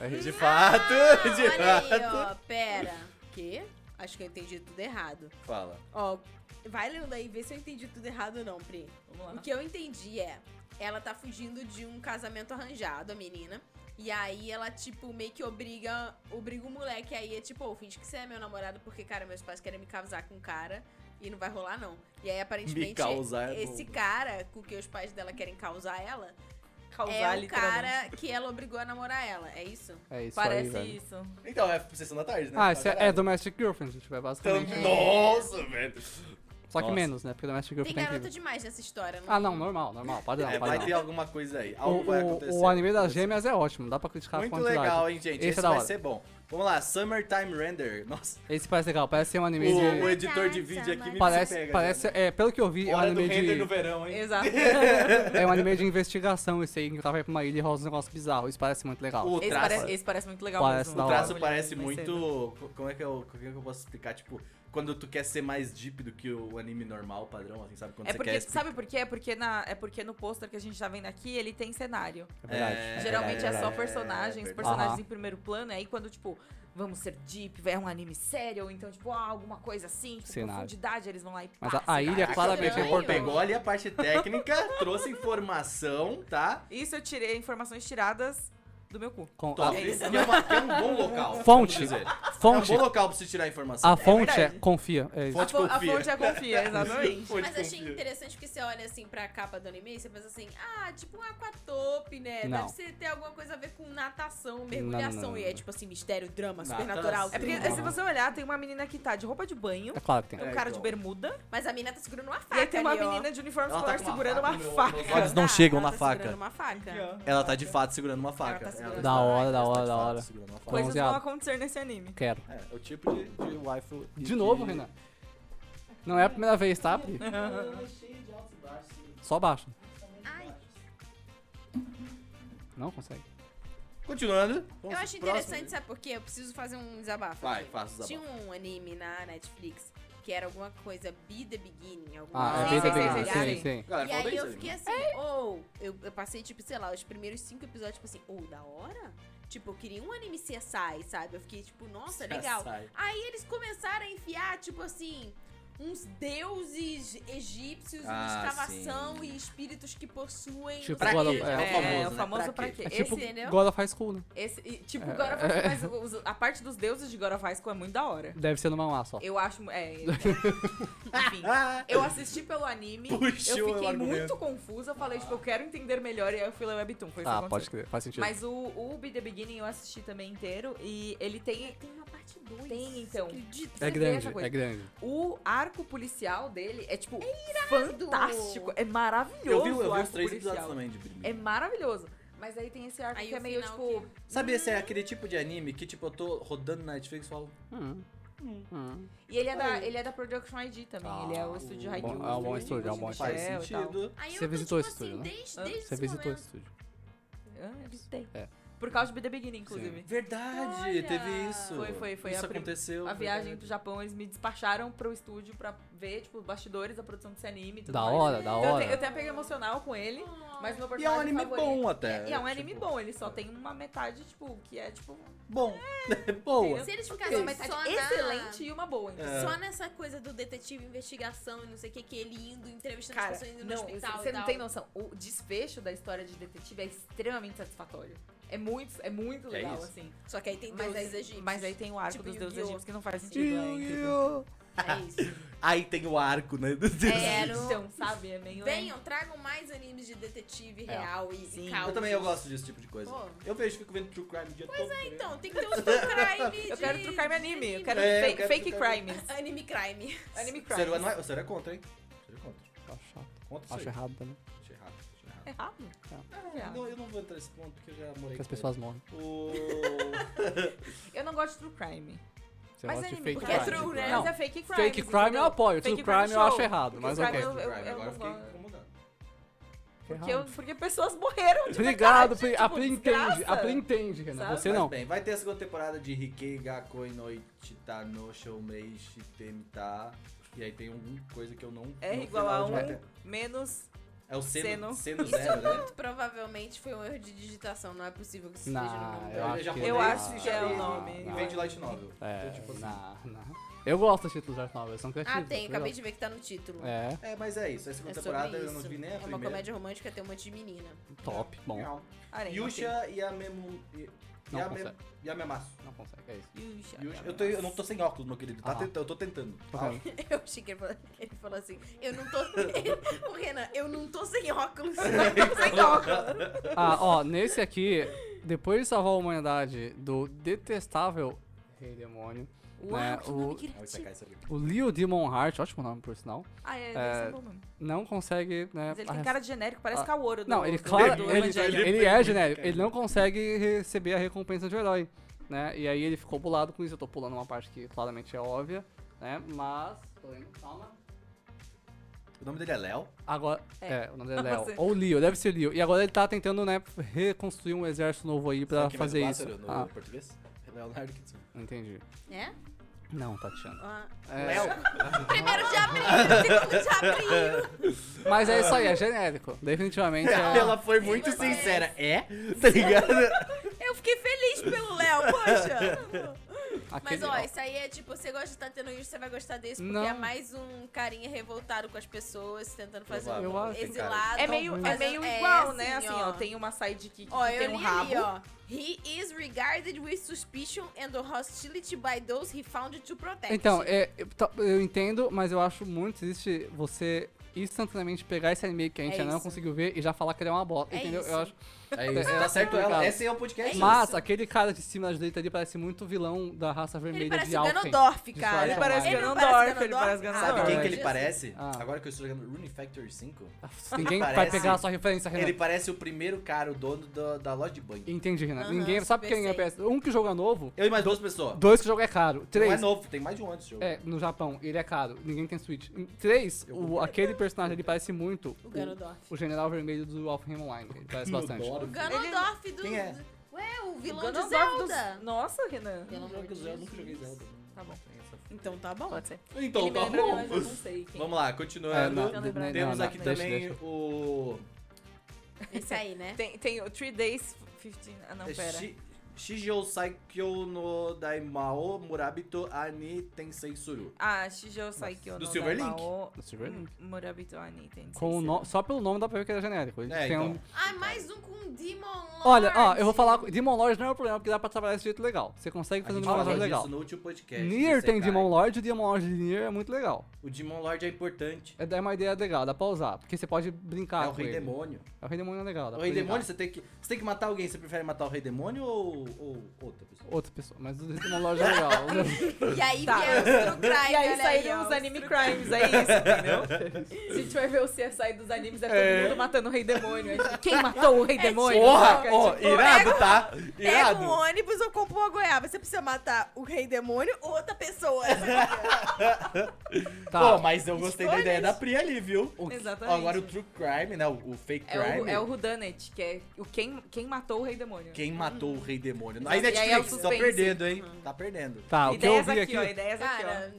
Speaker 4: é isso.
Speaker 1: De fato,
Speaker 2: Não,
Speaker 1: de fato.
Speaker 2: olha aí, ó, pera. Quê? Acho que eu entendi tudo errado.
Speaker 1: Fala.
Speaker 2: Ó, vai lendo aí, vê se eu entendi tudo errado ou não, Pri.
Speaker 3: Vamos
Speaker 2: O
Speaker 3: lá.
Speaker 2: que eu entendi é, ela tá fugindo de um casamento arranjado, a menina. E aí ela, tipo, meio que obriga, obriga o moleque aí, é tipo, ô, finge que você é meu namorado, porque, cara, meus pais querem me casar com um cara e não vai rolar, não. E aí, aparentemente,
Speaker 1: Me causar é
Speaker 2: esse
Speaker 1: bom.
Speaker 2: cara com que os pais dela querem causar ela
Speaker 3: Causar
Speaker 2: é o
Speaker 3: literalmente.
Speaker 2: cara que ela obrigou a namorar ela, é isso?
Speaker 4: É isso aí,
Speaker 3: Parece
Speaker 4: velho.
Speaker 3: isso.
Speaker 1: Então, é Sessão da Tarde, né?
Speaker 4: Ah, isso
Speaker 1: Pra
Speaker 4: é, é
Speaker 1: caralho.
Speaker 4: Domestic Girlfriend, tipo, é
Speaker 1: Então,
Speaker 4: basicamente.
Speaker 1: Nossa, velho.
Speaker 4: Só que
Speaker 1: Nossa.
Speaker 4: menos, né? Porque Domestic
Speaker 2: Tem
Speaker 4: Girlfriend é
Speaker 2: garota
Speaker 4: incrível.
Speaker 2: demais nessa história, não
Speaker 4: Ah, não, normal, normal. Padrão,
Speaker 1: É, vai
Speaker 4: padrão.
Speaker 1: ter alguma coisa aí. Algo vai
Speaker 4: O,
Speaker 1: acontecer.
Speaker 4: o, o anime das gêmeas é ótimo, dá pra criticar a
Speaker 1: Muito
Speaker 4: quantidade.
Speaker 1: legal, hein, gente?
Speaker 4: Esse é
Speaker 1: Esse,
Speaker 4: da
Speaker 1: vai
Speaker 4: hora.
Speaker 1: ser bom. Vamos lá, Summertime Render. Nossa,
Speaker 4: Esse parece legal, parece ser um
Speaker 1: o,
Speaker 4: anime de.
Speaker 1: o editor de vídeo aqui me
Speaker 4: Parece,
Speaker 1: pega.
Speaker 4: parece, é, pelo que eu vi,
Speaker 1: né?
Speaker 4: é um,
Speaker 1: Hora do
Speaker 4: anime
Speaker 1: render no
Speaker 4: de,
Speaker 1: verão, hein?
Speaker 3: Exato.
Speaker 4: é um anime de investigação esse aí, que o cara vai pra uma ilha e rola uns negócios bizarros, isso parece muito legal.
Speaker 1: O
Speaker 3: Esse
Speaker 1: traço,
Speaker 3: parece, esse parece muito legal
Speaker 4: Parece
Speaker 1: o
Speaker 4: da
Speaker 3: mesmo.
Speaker 4: hora.
Speaker 1: traço parece
Speaker 3: Vai ser, né?
Speaker 1: muito... Como é, que eu, como é que eu posso explicar? Tipo, quando tu quer ser mais deep do que o anime normal, padrão, assim, sabe? Quando
Speaker 3: É
Speaker 1: você
Speaker 3: porque,
Speaker 1: quer...
Speaker 3: sabe por quê? É porque, na, é porque no pôster que a gente tá vendo aqui, ele tem cenário.
Speaker 4: É verdade.
Speaker 1: É,
Speaker 3: Geralmente é,
Speaker 1: verdade,
Speaker 3: só
Speaker 1: é
Speaker 3: personagens,
Speaker 1: verdade.
Speaker 3: personagens
Speaker 4: Aham.
Speaker 3: em primeiro plano, aí quando, tipo, vamos ser deep, vai é um anime sério, ou então, tipo, ah, alguma coisa assim, tipo,
Speaker 4: Cenário.
Speaker 3: profundidade, eles vão lá e
Speaker 4: Mas a-
Speaker 3: pá,
Speaker 4: a
Speaker 3: cenário.
Speaker 4: ilha claramente é
Speaker 2: estranho.
Speaker 4: importante.
Speaker 1: Pegou ali a parte técnica, trouxe informação, tá?
Speaker 3: Isso eu tirei informações tiradas do meu cu.
Speaker 4: Com-
Speaker 1: Top.
Speaker 4: a-
Speaker 1: Esse aqui é, uma- que é um bom local.
Speaker 4: Fonte.
Speaker 1: vamos dizer.
Speaker 4: fonte,
Speaker 1: É um bom local pra você tirar a informação.
Speaker 4: a fonte é,
Speaker 3: verdade.
Speaker 4: confia, é isso.
Speaker 1: Fonte
Speaker 3: a, fo- a
Speaker 1: confia.
Speaker 3: fonte é confia, exatamente.
Speaker 1: Fonte
Speaker 2: Mas achei
Speaker 1: confia.
Speaker 2: interessante porque você olha assim pra capa do anime e você pensa assim, ah, tipo um aquatope, né?
Speaker 4: Não.
Speaker 2: Deve ser ter alguma coisa a ver com natação,
Speaker 4: Não,
Speaker 2: mergulhação.
Speaker 4: não, não,
Speaker 2: E
Speaker 4: não.
Speaker 2: é tipo assim, mistério, drama,
Speaker 1: Natação.
Speaker 2: supernatural.
Speaker 3: É porque
Speaker 2: tudo.
Speaker 3: se você olhar, tem uma menina que tá de roupa de banho,
Speaker 4: É claro que tem.
Speaker 1: É,
Speaker 3: um cara
Speaker 1: então.
Speaker 3: de bermuda,
Speaker 2: Mas a mina tá segurando uma faca.
Speaker 3: e aí tem uma
Speaker 2: ali, ó.
Speaker 3: menina de uniforme
Speaker 1: Ela tá
Speaker 3: escolar
Speaker 1: com uma
Speaker 3: segurando
Speaker 1: faca
Speaker 3: uma
Speaker 1: no-
Speaker 3: faca.
Speaker 1: Os olhos não
Speaker 2: Tá,
Speaker 1: chegam
Speaker 2: ela
Speaker 1: na
Speaker 2: tá
Speaker 1: faca.
Speaker 2: segurando uma faca.
Speaker 1: Ela tá de fato segurando uma faca.
Speaker 2: Ela tá segurando
Speaker 4: Da
Speaker 2: uma
Speaker 4: hora,
Speaker 2: faca.
Speaker 4: da
Speaker 1: Ela
Speaker 4: hora,
Speaker 1: de
Speaker 4: da
Speaker 1: fato
Speaker 4: hora.
Speaker 1: segurando uma faca.
Speaker 3: Coisas vão
Speaker 4: bronzeado.
Speaker 3: acontecer nesse anime.
Speaker 4: Quero.
Speaker 1: É, é o tipo de, de waifu. e
Speaker 4: De novo,
Speaker 1: de-
Speaker 4: Renan. Não é a primeira vez, tá? Pri? Só baixo.
Speaker 2: Ai,
Speaker 4: Não consegue.
Speaker 1: Continuando.
Speaker 2: eu
Speaker 1: vamos
Speaker 2: acho
Speaker 1: pro próximo. é
Speaker 2: interessante, sabe por quê? Eu preciso fazer um desabafo.
Speaker 1: Vai,
Speaker 2: aqui.
Speaker 1: faça o
Speaker 2: Tinha um anime na Netflix que era alguma coisa Be the Beginning. Alguma
Speaker 4: Ah, é
Speaker 2: coisa
Speaker 4: bem
Speaker 3: sim,
Speaker 2: assim,
Speaker 4: bem,
Speaker 3: sim,
Speaker 2: sabe?
Speaker 4: sim,
Speaker 3: sim.
Speaker 4: sim.
Speaker 1: Galera,
Speaker 2: E
Speaker 1: falta
Speaker 2: aí
Speaker 1: isso né?
Speaker 2: eu fiquei assim, ou eu, eu passei, tipo, sei lá, os primeiros cinco episódios, tipo assim, ou da hora? Tipo, eu queria um anime CSI, sabe? Eu fiquei, tipo, nossa,
Speaker 1: Já
Speaker 2: legal.
Speaker 1: sai.
Speaker 2: Aí eles começaram a enfiar, tipo assim, uns deuses egípcios, em
Speaker 1: Ah,
Speaker 2: escavação
Speaker 1: sim.
Speaker 2: e espíritos que possuem.
Speaker 4: Tipo,
Speaker 2: não sei o
Speaker 4: God
Speaker 2: quê.
Speaker 4: of- é,
Speaker 1: o famoso,
Speaker 3: é, o
Speaker 1: né?
Speaker 3: famoso
Speaker 1: Pra
Speaker 3: pra
Speaker 1: quê?
Speaker 3: quê?
Speaker 4: É
Speaker 3: Esse-
Speaker 4: tipo
Speaker 2: entendeu?
Speaker 4: God of High School, né?
Speaker 3: Esse, e, tipo, God of
Speaker 4: É.
Speaker 3: High School, mas os- a parte dos deuses de God of High School é muito da hora.
Speaker 4: Deve ser no manhwa só.
Speaker 3: Eu acho. É. é. Enfim.
Speaker 1: Ah,
Speaker 3: Eu assisti pelo anime,
Speaker 1: Puxou
Speaker 3: eu
Speaker 1: o
Speaker 3: fiquei
Speaker 1: argumento.
Speaker 3: muito confusa. Eu falei, tipo, eu quero entender melhor. E aí eu fui ler o Webtoon. Foi isso
Speaker 4: Ah,
Speaker 3: que
Speaker 4: pode
Speaker 3: aconteceu.
Speaker 4: crer, faz sentido.
Speaker 3: Mas o, o Be The Beginning eu assisti também inteiro. E ele tem.
Speaker 2: Tem uma parte 2.
Speaker 3: Tem, então.
Speaker 2: Acredito.
Speaker 4: É
Speaker 3: Você vê
Speaker 4: grande,
Speaker 3: essa coisa.
Speaker 4: é grande.
Speaker 3: O arco policial dele é, tipo, fantástico. É maravilhoso.
Speaker 1: eu vi, eu
Speaker 3: o
Speaker 1: vi
Speaker 3: arco
Speaker 1: os três
Speaker 3: policial.
Speaker 1: episódios também de Brilho.
Speaker 3: É maravilhoso. Mas aí tem esse arco
Speaker 2: Aí
Speaker 3: que
Speaker 2: o
Speaker 3: é meio
Speaker 2: final
Speaker 3: tipo.
Speaker 1: Sabe, esse é aquele tipo de anime que, tipo, eu tô rodando na Netflix e falo.
Speaker 4: Hum. Hum.
Speaker 3: E ele é, da, ele é da Production ID também.
Speaker 4: Ah,
Speaker 3: ele é o estúdio
Speaker 4: o-
Speaker 3: Haikyuu.
Speaker 4: bom- é um bom estúdio, é um bom
Speaker 3: Ghost in the
Speaker 1: Faz
Speaker 3: Shell e tal.
Speaker 1: sentido.
Speaker 2: Aí eu
Speaker 4: Você
Speaker 2: tô,
Speaker 4: visitou
Speaker 2: tipo
Speaker 4: esse estúdio,
Speaker 2: assim,
Speaker 4: né?
Speaker 2: Desde,
Speaker 3: Hã?
Speaker 2: desde
Speaker 4: Você
Speaker 2: esse
Speaker 4: visitou o
Speaker 2: momento.
Speaker 4: estúdio.
Speaker 3: Ah, eu visitei.
Speaker 4: É.
Speaker 3: Por causa de The Beginning, inclusive.
Speaker 1: Verdade,
Speaker 2: Olha!
Speaker 1: teve isso.
Speaker 3: Foi- foi- foi
Speaker 1: Isso
Speaker 3: a prim-
Speaker 1: aconteceu.
Speaker 3: A viagem
Speaker 1: verdade.
Speaker 3: pro Japão, eles me despacharam pro estúdio pra ver, tipo, os bastidores da produção desse anime e tudo
Speaker 4: Da
Speaker 3: mais.
Speaker 4: hora, da
Speaker 3: Então eu te- Eu,
Speaker 4: hora.
Speaker 3: até peguei emocional com ele, mas meu
Speaker 1: E é um
Speaker 3: personagem
Speaker 1: anime
Speaker 3: favorito...
Speaker 1: bom até.
Speaker 3: E é um anime
Speaker 1: tipo,
Speaker 3: bom, ele só tem uma metade, tipo, que é, tipo,
Speaker 1: Bom. Boa.
Speaker 2: Se eles
Speaker 3: tem
Speaker 2: ficassem
Speaker 3: uma metade
Speaker 2: só na-
Speaker 3: excelente e uma boa, então.
Speaker 1: É.
Speaker 2: Só nessa coisa do detetive, investigação e não sei o que, que ele indo, entrevistando
Speaker 3: Cara,
Speaker 2: as pessoas indo no
Speaker 3: não,
Speaker 2: hospital.
Speaker 3: você
Speaker 2: e
Speaker 3: não
Speaker 2: tal.
Speaker 3: tem noção. O desfecho da história de detetive é extremamente satisfatório. É muito, é muito
Speaker 1: É
Speaker 3: legal,
Speaker 1: isso.
Speaker 3: assim.
Speaker 2: Só que aí tem
Speaker 3: Mas
Speaker 2: deuses
Speaker 3: aí,
Speaker 2: egípcios.
Speaker 3: mas aí tem o arco
Speaker 2: Tipo
Speaker 3: dos deuses
Speaker 2: Yu-Gi-Oh!
Speaker 3: egípcios que não faz sentido. né? É incrível. tá.
Speaker 2: É isso.
Speaker 1: Aí tem o arco, né? do- do-
Speaker 2: É, não-
Speaker 3: Então, sabe? É meio.
Speaker 2: Venham, tragam mais animes de detetive
Speaker 4: É.
Speaker 2: real e,
Speaker 3: Sim.
Speaker 2: e caos.
Speaker 1: Eu também eu gosto desse tipo de coisa.
Speaker 2: Pô.
Speaker 1: Eu vejo, fico vendo True Crime o dia todo. É,
Speaker 2: Então, tem que ter um crime
Speaker 3: Eu quero
Speaker 2: de-
Speaker 3: trocar meu anime. Eu quero,
Speaker 1: É, eu
Speaker 3: fake-
Speaker 1: quero
Speaker 3: fake
Speaker 1: true crime.
Speaker 3: crimes.
Speaker 2: Anime crime.
Speaker 3: Anime crimes.
Speaker 1: Sério, não é, sério é contra, hein? Sério é contra.
Speaker 4: Acho Tá chato.
Speaker 1: Contra
Speaker 4: Acho
Speaker 1: isso aí.
Speaker 4: errado né? também.
Speaker 1: Acho errado. Acho errado.
Speaker 3: É Errado. É.
Speaker 1: Ah, não, eu não vou entrar nesse ponto porque eu já morei
Speaker 4: Que as
Speaker 1: com ele.
Speaker 4: pessoas morrem.
Speaker 1: O...
Speaker 3: Eu não gosto de true crime.
Speaker 4: Você
Speaker 3: Mas
Speaker 4: gosta de
Speaker 3: anime,
Speaker 4: fake
Speaker 3: porque é
Speaker 4: crime.
Speaker 3: true, né?
Speaker 4: Não,
Speaker 3: Mas é fake crime.
Speaker 4: Fake crime eu apoio, true crime eu acho errado, mas
Speaker 3: crime
Speaker 4: ok.
Speaker 3: Eu, eu,
Speaker 1: Crime,
Speaker 3: eu
Speaker 1: Agora
Speaker 3: não
Speaker 1: eu fiquei
Speaker 3: gosto.
Speaker 1: incomodado.
Speaker 4: errado.
Speaker 3: Porque, eu- porque pessoas morreram. de
Speaker 4: é Obrigado,
Speaker 3: verdade,
Speaker 4: Pri.
Speaker 3: tipo,
Speaker 4: a Pri entende, a
Speaker 3: desgraça.
Speaker 4: Pri entende, Renan.
Speaker 3: Sabe?
Speaker 4: Você
Speaker 1: Mas
Speaker 4: não.
Speaker 1: bem, vai ter a segunda temporada de Rikei Gakoi Noitita no Shoumei Shitemita. E aí tem alguma coisa que eu não...
Speaker 3: É
Speaker 1: no
Speaker 3: igual
Speaker 1: final
Speaker 3: a
Speaker 1: de-
Speaker 3: um
Speaker 1: vai ter-
Speaker 3: menos.
Speaker 1: É o seno,
Speaker 3: Seno.
Speaker 1: seno
Speaker 2: Isso
Speaker 1: zero, né?
Speaker 2: muito provavelmente foi um erro de digitação. Não é possível que isso
Speaker 4: Não,
Speaker 2: esteja no nome
Speaker 4: Eu
Speaker 2: dela.
Speaker 1: Ele
Speaker 4: acho que-
Speaker 1: japonês
Speaker 4: Eu acho
Speaker 1: e
Speaker 4: que é o
Speaker 1: japonês
Speaker 3: nome.
Speaker 1: E vende light novel.
Speaker 4: É,
Speaker 1: Então, tipo assim,
Speaker 4: na- na- Eu gosto de títulos das novas, são
Speaker 2: Ah,
Speaker 4: criativos.
Speaker 2: tem.
Speaker 4: eu
Speaker 2: Acabei
Speaker 4: gosto.
Speaker 2: de ver que tá no título.
Speaker 4: É,
Speaker 1: É, mas é isso. É a segunda
Speaker 2: É
Speaker 1: temporada,
Speaker 2: sobre
Speaker 1: eu não
Speaker 2: isso.
Speaker 1: vi nem a
Speaker 2: É uma
Speaker 1: primeira.
Speaker 2: comédia romântica, tem um monte de menina.
Speaker 4: top, bom.
Speaker 1: Não.
Speaker 3: Arém,
Speaker 1: Yusha e a Memu... e-
Speaker 4: Não
Speaker 1: e a Mem-
Speaker 4: consegue.
Speaker 1: E a Memasu.
Speaker 4: Não consegue, é isso.
Speaker 3: ok. Yusha.
Speaker 1: Yusha- Eu, tô- eu não tô sem óculos, meu querido. Tá
Speaker 4: Aham.
Speaker 1: tenta- eu tô tentando.
Speaker 3: Tá
Speaker 4: Ok.
Speaker 2: Eu achei que ele falou, ele falou assim, eu não tô... o Renan, eu não tô sem óculos.
Speaker 4: Ah, ó, nesse aqui, depois de salvar a humanidade do detestável Rei Demônio,
Speaker 3: Uau,
Speaker 4: né,
Speaker 3: que nome
Speaker 4: o,
Speaker 1: Ah, vai
Speaker 3: criativo.
Speaker 1: sacar isso ali.
Speaker 4: o Leo Demon Heart, ótimo nome por sinal,
Speaker 3: Ah, é,
Speaker 4: É,
Speaker 3: deve ser bom mesmo.
Speaker 4: não consegue, né?
Speaker 3: Mas ele tem
Speaker 4: a-
Speaker 3: cara de genérico, parece
Speaker 4: Ah,
Speaker 3: Kaworu do
Speaker 4: Não, ele,
Speaker 3: do-
Speaker 4: claro,
Speaker 3: do
Speaker 4: ele,
Speaker 3: Evangelion.
Speaker 4: ele é genérico, ele não consegue receber a recompensa de um herói, né? E aí ele ficou bolado com isso, eu tô pulando uma parte que claramente é óbvia, né? Mas, tô indo, calma.
Speaker 1: O nome dele é Léo.
Speaker 4: Agora, é. o nome dele é Léo.
Speaker 3: Você-
Speaker 4: Ou Leo, deve ser Leo. E agora ele tá tentando, né, reconstruir um exército novo aí pra
Speaker 1: Sabe quem é
Speaker 4: fazer
Speaker 1: o
Speaker 4: isso.
Speaker 1: pássaro No
Speaker 4: Ah,
Speaker 1: português? Leonardo Kitsune.
Speaker 4: não entendi.
Speaker 2: É?
Speaker 4: Não, Tatiana.
Speaker 2: Ah.
Speaker 4: É,
Speaker 1: Léo.
Speaker 2: Primeiro de abril, segundo de abril.
Speaker 4: Mas é isso aí, é genérico. Definitivamente é.
Speaker 1: Ela foi muito
Speaker 2: Sim, mas-
Speaker 1: sincera. É? Tá ligado?
Speaker 2: Eu fiquei feliz pelo Léo, poxa. Mas
Speaker 4: aquele-
Speaker 2: ó, isso aí é tipo, você gosta de estar tendo isso, você vai gostar desse, porque
Speaker 4: Não.
Speaker 2: é mais um carinha revoltado com as pessoas, tentando fazer
Speaker 1: Provável,
Speaker 4: Eu
Speaker 2: um
Speaker 4: acho,
Speaker 2: exilado.
Speaker 3: É meio, é
Speaker 2: fazendo-
Speaker 3: meio
Speaker 2: é
Speaker 3: igual, né? Assim, ó, tem uma sidekick
Speaker 2: Ó,
Speaker 3: que
Speaker 2: eu
Speaker 3: tem
Speaker 2: li
Speaker 3: um rabo.
Speaker 2: ali, ó. He is regarded with suspicion and hostility by those he found to protect.
Speaker 4: Então, é, eu, tá- eu entendo, mas eu acho muito triste você instantaneamente pegar esse anime que a gente
Speaker 2: É
Speaker 4: ainda não
Speaker 2: isso.
Speaker 4: conseguiu ver e já falar que ele é uma bosta,
Speaker 2: É
Speaker 4: entendeu?
Speaker 2: isso.
Speaker 4: Eu acho.
Speaker 1: É isso. Tá certo
Speaker 4: complicado.
Speaker 1: ela. Esse é o podcast.
Speaker 2: É
Speaker 4: mas
Speaker 2: isso.
Speaker 4: aquele cara de cima da direita ali parece muito vilão da raça vermelha
Speaker 2: ele parece um
Speaker 4: de
Speaker 2: o
Speaker 4: Alphen.
Speaker 2: Ganondorf,
Speaker 4: de
Speaker 2: cara.
Speaker 4: Sword Online. Ele
Speaker 2: não
Speaker 3: Ganondorf,
Speaker 2: parece
Speaker 3: ele parece Ganondorf.
Speaker 1: Sabe
Speaker 4: Ah,
Speaker 1: quem
Speaker 4: é
Speaker 1: que ele
Speaker 2: Jesus.
Speaker 1: parece?
Speaker 4: Ah.
Speaker 1: Agora que eu estou jogando Rune Factory 5,
Speaker 4: Ninguém vai
Speaker 1: Parece-
Speaker 4: pegar a sua referência, Renan.
Speaker 1: ele parece o primeiro cara, o dono da, da loja de banho.
Speaker 4: Entendi, Renan.
Speaker 2: Aham,
Speaker 4: Ninguém sabe
Speaker 2: super
Speaker 4: quem é
Speaker 2: sei.
Speaker 4: PS. Um que joga novo,
Speaker 1: Eu e mais duas pessoas.
Speaker 4: dois que joga é caro,
Speaker 1: Não é
Speaker 4: três.
Speaker 1: novo, tem mais de um ano esse jogo.
Speaker 4: É, no Japão, ele é caro, ninguém tem Switch. Em Três,
Speaker 1: Eu
Speaker 4: o-
Speaker 1: comprei.
Speaker 4: aquele personagem ele parece muito
Speaker 2: O
Speaker 4: o,
Speaker 2: Ganondorf.
Speaker 4: o General Vermelho do Alphen Online. Ele parece
Speaker 1: Eu
Speaker 4: bastante.
Speaker 1: adoro.
Speaker 2: O Ganondorf do...
Speaker 1: Quem é?
Speaker 2: Ué, o
Speaker 3: O
Speaker 2: vilão de
Speaker 3: Ganondorf dos-
Speaker 2: Zelda.
Speaker 3: Nossa, Renan.
Speaker 2: Pelo
Speaker 1: Eu
Speaker 2: amor
Speaker 1: nunca
Speaker 2: de
Speaker 1: joguei- eu
Speaker 2: Deus.
Speaker 1: nunca joguei Zelda.
Speaker 3: Tá bom.
Speaker 1: Tem essa-
Speaker 2: Então tá bom.
Speaker 3: Pode ser.
Speaker 1: Então,
Speaker 3: ele me
Speaker 1: tá
Speaker 3: lembra, mas eu
Speaker 1: bom.
Speaker 3: não sei quem.
Speaker 1: Vamos lá,
Speaker 4: É,
Speaker 1: continuando.
Speaker 4: não,
Speaker 3: Tentando lembrar.
Speaker 4: não,
Speaker 1: Temos
Speaker 4: não,
Speaker 1: aqui
Speaker 4: deixa,
Speaker 1: também
Speaker 4: deixa.
Speaker 1: o.
Speaker 2: Esse aí, né?
Speaker 3: Tem, tem o 3 Days 15. Ah, não,
Speaker 1: é
Speaker 3: pera.
Speaker 1: Shi- Shijou Saikyo no Daimao Murabito Ani Tensei Suru.
Speaker 3: Ah, Shijou Saikyo.
Speaker 1: Do
Speaker 3: no
Speaker 1: Silver Link.
Speaker 3: Daimao
Speaker 4: Do Silver
Speaker 3: Hum,
Speaker 4: Link.
Speaker 3: Murabito Ani, tem.
Speaker 4: Tá Com o
Speaker 3: sei
Speaker 4: no-
Speaker 3: se-
Speaker 4: Só pelo nome dá pra ver que ele é genérico. Ele
Speaker 1: É,
Speaker 4: tem
Speaker 1: então.
Speaker 4: um-
Speaker 2: Ai, mais um com Demon Lord.
Speaker 4: Olha, ó, eu vou falar. Demon Lord não é o problema, porque dá pra trabalhar desse jeito legal. Você consegue
Speaker 1: A
Speaker 4: fazer um
Speaker 1: gente
Speaker 4: Demon
Speaker 1: falou
Speaker 4: Lord
Speaker 1: disso
Speaker 4: legal.
Speaker 1: no é último podcast.
Speaker 4: Nier
Speaker 1: do
Speaker 4: tem
Speaker 1: Sekai.
Speaker 4: Demon Lord, o Demon Lord de Nier é muito legal.
Speaker 1: O Demon Lord é importante.
Speaker 4: É é uma ideia legal, dá pra usar. Porque você pode brincar
Speaker 1: é o
Speaker 4: com
Speaker 1: Rei
Speaker 4: Tá, ele.
Speaker 1: Demônio.
Speaker 4: É o Rei Demônio é legal. dá
Speaker 1: O
Speaker 4: pra
Speaker 1: Rei
Speaker 4: brincar.
Speaker 1: Demônio, você tem, que, você tem que matar alguém. Você prefere matar o Rei Demônio ou, ou outra pessoa?
Speaker 4: Outra pessoa, mas o Demon Lord é legal.
Speaker 2: E aí
Speaker 3: Tá.
Speaker 2: vieram os True Crime,
Speaker 3: E aí
Speaker 2: olha
Speaker 3: saíram
Speaker 2: ó,
Speaker 3: né, os
Speaker 2: os
Speaker 3: anime
Speaker 2: True
Speaker 3: crimes, é isso, entendeu? Se a gente vai ver o CSI dos animes, é todo
Speaker 4: É.
Speaker 3: mundo matando o rei demônio. aí, tipo, Quem matou o rei demônio?
Speaker 1: Porra!
Speaker 3: saca?
Speaker 1: Ó,
Speaker 3: Tipo,
Speaker 1: irado, tá?
Speaker 5: Pega um
Speaker 1: Irado.
Speaker 5: ônibus ou compra uma goiaba. Você precisa matar o rei demônio ou outra pessoa.
Speaker 1: Pô,
Speaker 4: tá.
Speaker 1: mas eu gostei da ideia da Pri ali, viu? O-
Speaker 3: Exatamente.
Speaker 1: Agora o
Speaker 4: é
Speaker 1: True Crime, né? O, o Fake
Speaker 3: É o,
Speaker 1: Crime.
Speaker 3: é o Whodunit, que é o quem, quem matou o rei demônio.
Speaker 1: Quem matou o Rei Demônio.
Speaker 3: Exato.
Speaker 1: Aí
Speaker 3: E aí é o
Speaker 1: Netflix, tá
Speaker 3: suspense.
Speaker 1: perdendo, hein? Tá perdendo.
Speaker 4: Tá, o que eu
Speaker 3: ideias
Speaker 4: vi
Speaker 3: aqui,
Speaker 4: aqui,
Speaker 3: ó, ideias aqui,
Speaker 5: Cara,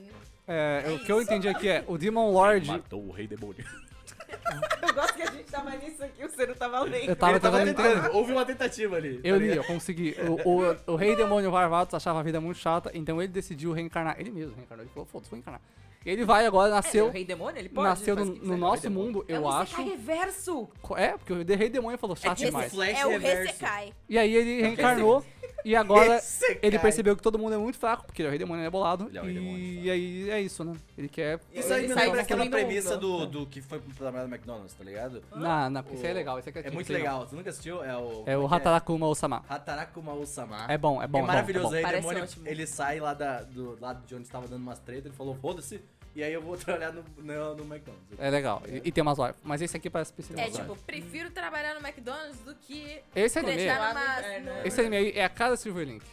Speaker 4: é, o que eu entendi aqui é, o Demon Lord,
Speaker 1: Matou o Rei Demônio.
Speaker 3: ó. Eu gosto que a gente tava nisso aqui, o Ciro tá tava lendo.
Speaker 4: eu tava,
Speaker 1: Ele
Speaker 4: eu tava
Speaker 1: tava
Speaker 4: tentando,
Speaker 1: tentando. Houve uma tentativa ali.
Speaker 4: eu
Speaker 1: tá
Speaker 4: li,
Speaker 1: ligado?
Speaker 4: eu consegui. O, o, o Rei Demônio Varvatos achava a vida muito chata, então ele decidiu reencarnar, ele mesmo reencarnou, ele falou, foda-se, vou reencarnar. Ele vai agora,
Speaker 3: É, o
Speaker 4: nasceu,
Speaker 3: rei demônio, ele pode? né?
Speaker 4: nasceu no,
Speaker 3: faz o que
Speaker 4: no
Speaker 3: quiser.
Speaker 4: nosso
Speaker 1: demônio.
Speaker 4: mundo,
Speaker 2: É
Speaker 4: eu
Speaker 2: um
Speaker 4: acho.
Speaker 2: Isekai reverso.
Speaker 4: É, porque o Rei Demônio falou chato
Speaker 1: tipo
Speaker 4: demais.
Speaker 1: Flash
Speaker 5: é o
Speaker 1: reverso.
Speaker 5: Resekai.
Speaker 4: E aí ele reencarnou e agora
Speaker 1: Esse
Speaker 4: ele
Speaker 1: cara.
Speaker 4: percebeu que todo mundo é muito fraco, porque ele é o rei demônio, ele é bolado.
Speaker 1: Ele é o rei demônio,
Speaker 4: e
Speaker 1: tá.
Speaker 4: aí é isso, né? Ele quer.
Speaker 1: Isso aí é
Speaker 3: Ele
Speaker 1: me
Speaker 3: sai
Speaker 1: lembra aquela
Speaker 3: destruindo o
Speaker 1: premissa do,
Speaker 3: mundo.
Speaker 1: do que foi pro programa do McDonald's, tá ligado?
Speaker 4: Na, na, isso aí é legal, isso aqui
Speaker 1: É muito legal. Você nunca assistiu? É o.
Speaker 4: É o
Speaker 1: como que
Speaker 4: Hatarakuma Osama.
Speaker 1: Hatarakuma Osama.
Speaker 4: É bom, é bom. é bom, é
Speaker 1: maravilhoso.
Speaker 4: bom.
Speaker 1: aí o
Speaker 3: Parece
Speaker 1: demônio,
Speaker 3: ótimo.
Speaker 1: ele sai lá da, do lado de onde estava dando umas tretas, ele falou, foda-se, e aí eu vou trabalhar no, no, no McDonald's.
Speaker 4: É legal. E, e tem umas lives. Mas esse aqui parece piscina.
Speaker 2: É
Speaker 1: Nossa.
Speaker 2: tipo, prefiro trabalhar no McDonald's do que
Speaker 4: Esse é anime.
Speaker 2: acreditar
Speaker 3: Lá no
Speaker 2: numa...
Speaker 3: inferno,
Speaker 4: Esse anime aí é a cara do Silverlink.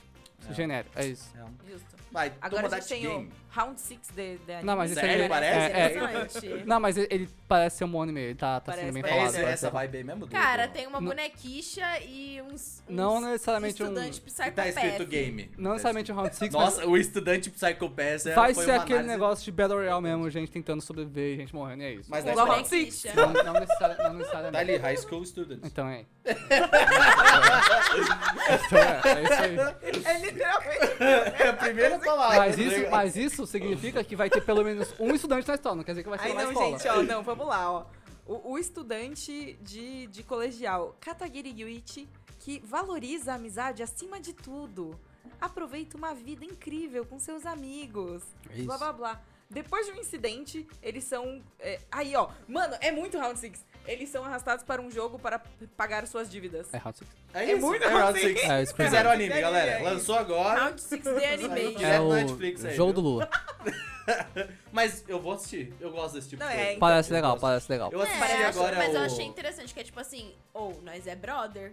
Speaker 1: É.
Speaker 4: Genérico, é isso.
Speaker 1: É um-
Speaker 2: Justo.
Speaker 1: Vai,
Speaker 3: Agora a
Speaker 1: Tomodachi
Speaker 3: gente tem
Speaker 1: Game.
Speaker 3: o round 6 de, de anime.
Speaker 4: Não, mas esse
Speaker 1: Sério,
Speaker 4: aí.
Speaker 1: parece?
Speaker 4: É, é,
Speaker 5: Impressionante.
Speaker 4: Não, mas ele- ele parece ser um bom anime, ele tá, tá
Speaker 3: Parece,
Speaker 4: sendo bem
Speaker 1: É
Speaker 3: parece.
Speaker 4: falado.
Speaker 1: esse-
Speaker 4: parece
Speaker 1: essa
Speaker 4: ser bom.
Speaker 1: vibe aí mesmo? do-
Speaker 2: Cara,
Speaker 1: do-
Speaker 2: tem um uma
Speaker 4: Não-
Speaker 2: bonequicha e uns, uns
Speaker 4: Não necessariamente um-
Speaker 2: estudantes
Speaker 1: que
Speaker 2: psicopatas.
Speaker 1: tá escrito game.
Speaker 4: Não necessariamente o Round 6, mas
Speaker 1: Nossa, o estudante Psychopass é-
Speaker 4: vai
Speaker 1: foi
Speaker 4: ser
Speaker 1: uma
Speaker 4: aquele
Speaker 1: análise-
Speaker 4: negócio de Battle Royale mesmo, gente tentando sobreviver, gente morrendo, e é isso.
Speaker 1: Mas
Speaker 2: Uns
Speaker 1: Igual
Speaker 3: Round Six.
Speaker 2: bonequicha.
Speaker 4: Não, não necessari- não necessariamente.
Speaker 1: Tá ali, High School Students.
Speaker 4: Então é. então é, é isso aí.
Speaker 3: É literalmente.
Speaker 1: É a primeira palavra.
Speaker 4: Mas
Speaker 1: tá
Speaker 4: isso,
Speaker 1: ligado?
Speaker 4: mas isso significa que vai ter pelo menos um estudante na escola, não quer dizer que vai ser
Speaker 3: Aí
Speaker 4: uma
Speaker 3: não,
Speaker 4: escola.
Speaker 3: gente, ó, não, vamos lá, ó. O, o estudante de, de colegial, Katagiri Yuichi, que valoriza a amizade acima de tudo. Aproveita uma vida incrível com seus amigos.
Speaker 4: É Isso.
Speaker 3: Blá blá blá. Depois de um incidente, eles são. é, aí, ó. Mano, é muito round six. Eles são arrastados para um jogo para p- pagar suas dívidas.
Speaker 4: É Round Six.
Speaker 1: É,
Speaker 3: É
Speaker 1: isso,
Speaker 3: muito
Speaker 1: é Round
Speaker 3: assim.
Speaker 1: Six.
Speaker 4: É, o Scream.
Speaker 1: Fizeram anime,
Speaker 3: É, é
Speaker 1: galera.
Speaker 3: isso.
Speaker 1: Lançou agora.
Speaker 2: Round 6 de anime.
Speaker 1: direto
Speaker 4: É
Speaker 1: no
Speaker 4: o
Speaker 1: Netflix aí,
Speaker 4: jogo
Speaker 1: viu?
Speaker 4: do Lula.
Speaker 3: Então.
Speaker 1: Mas eu vou assistir. Eu gosto desse tipo
Speaker 3: Não,
Speaker 1: de
Speaker 3: é,
Speaker 1: coisa.
Speaker 3: então,
Speaker 4: Parece
Speaker 1: eu
Speaker 4: legal,
Speaker 1: gosto.
Speaker 4: parece legal.
Speaker 1: Eu assisti
Speaker 2: É, eu acho-
Speaker 1: agora
Speaker 2: mas
Speaker 1: o...
Speaker 2: eu achei interessante que é tipo assim, ou nós é brother,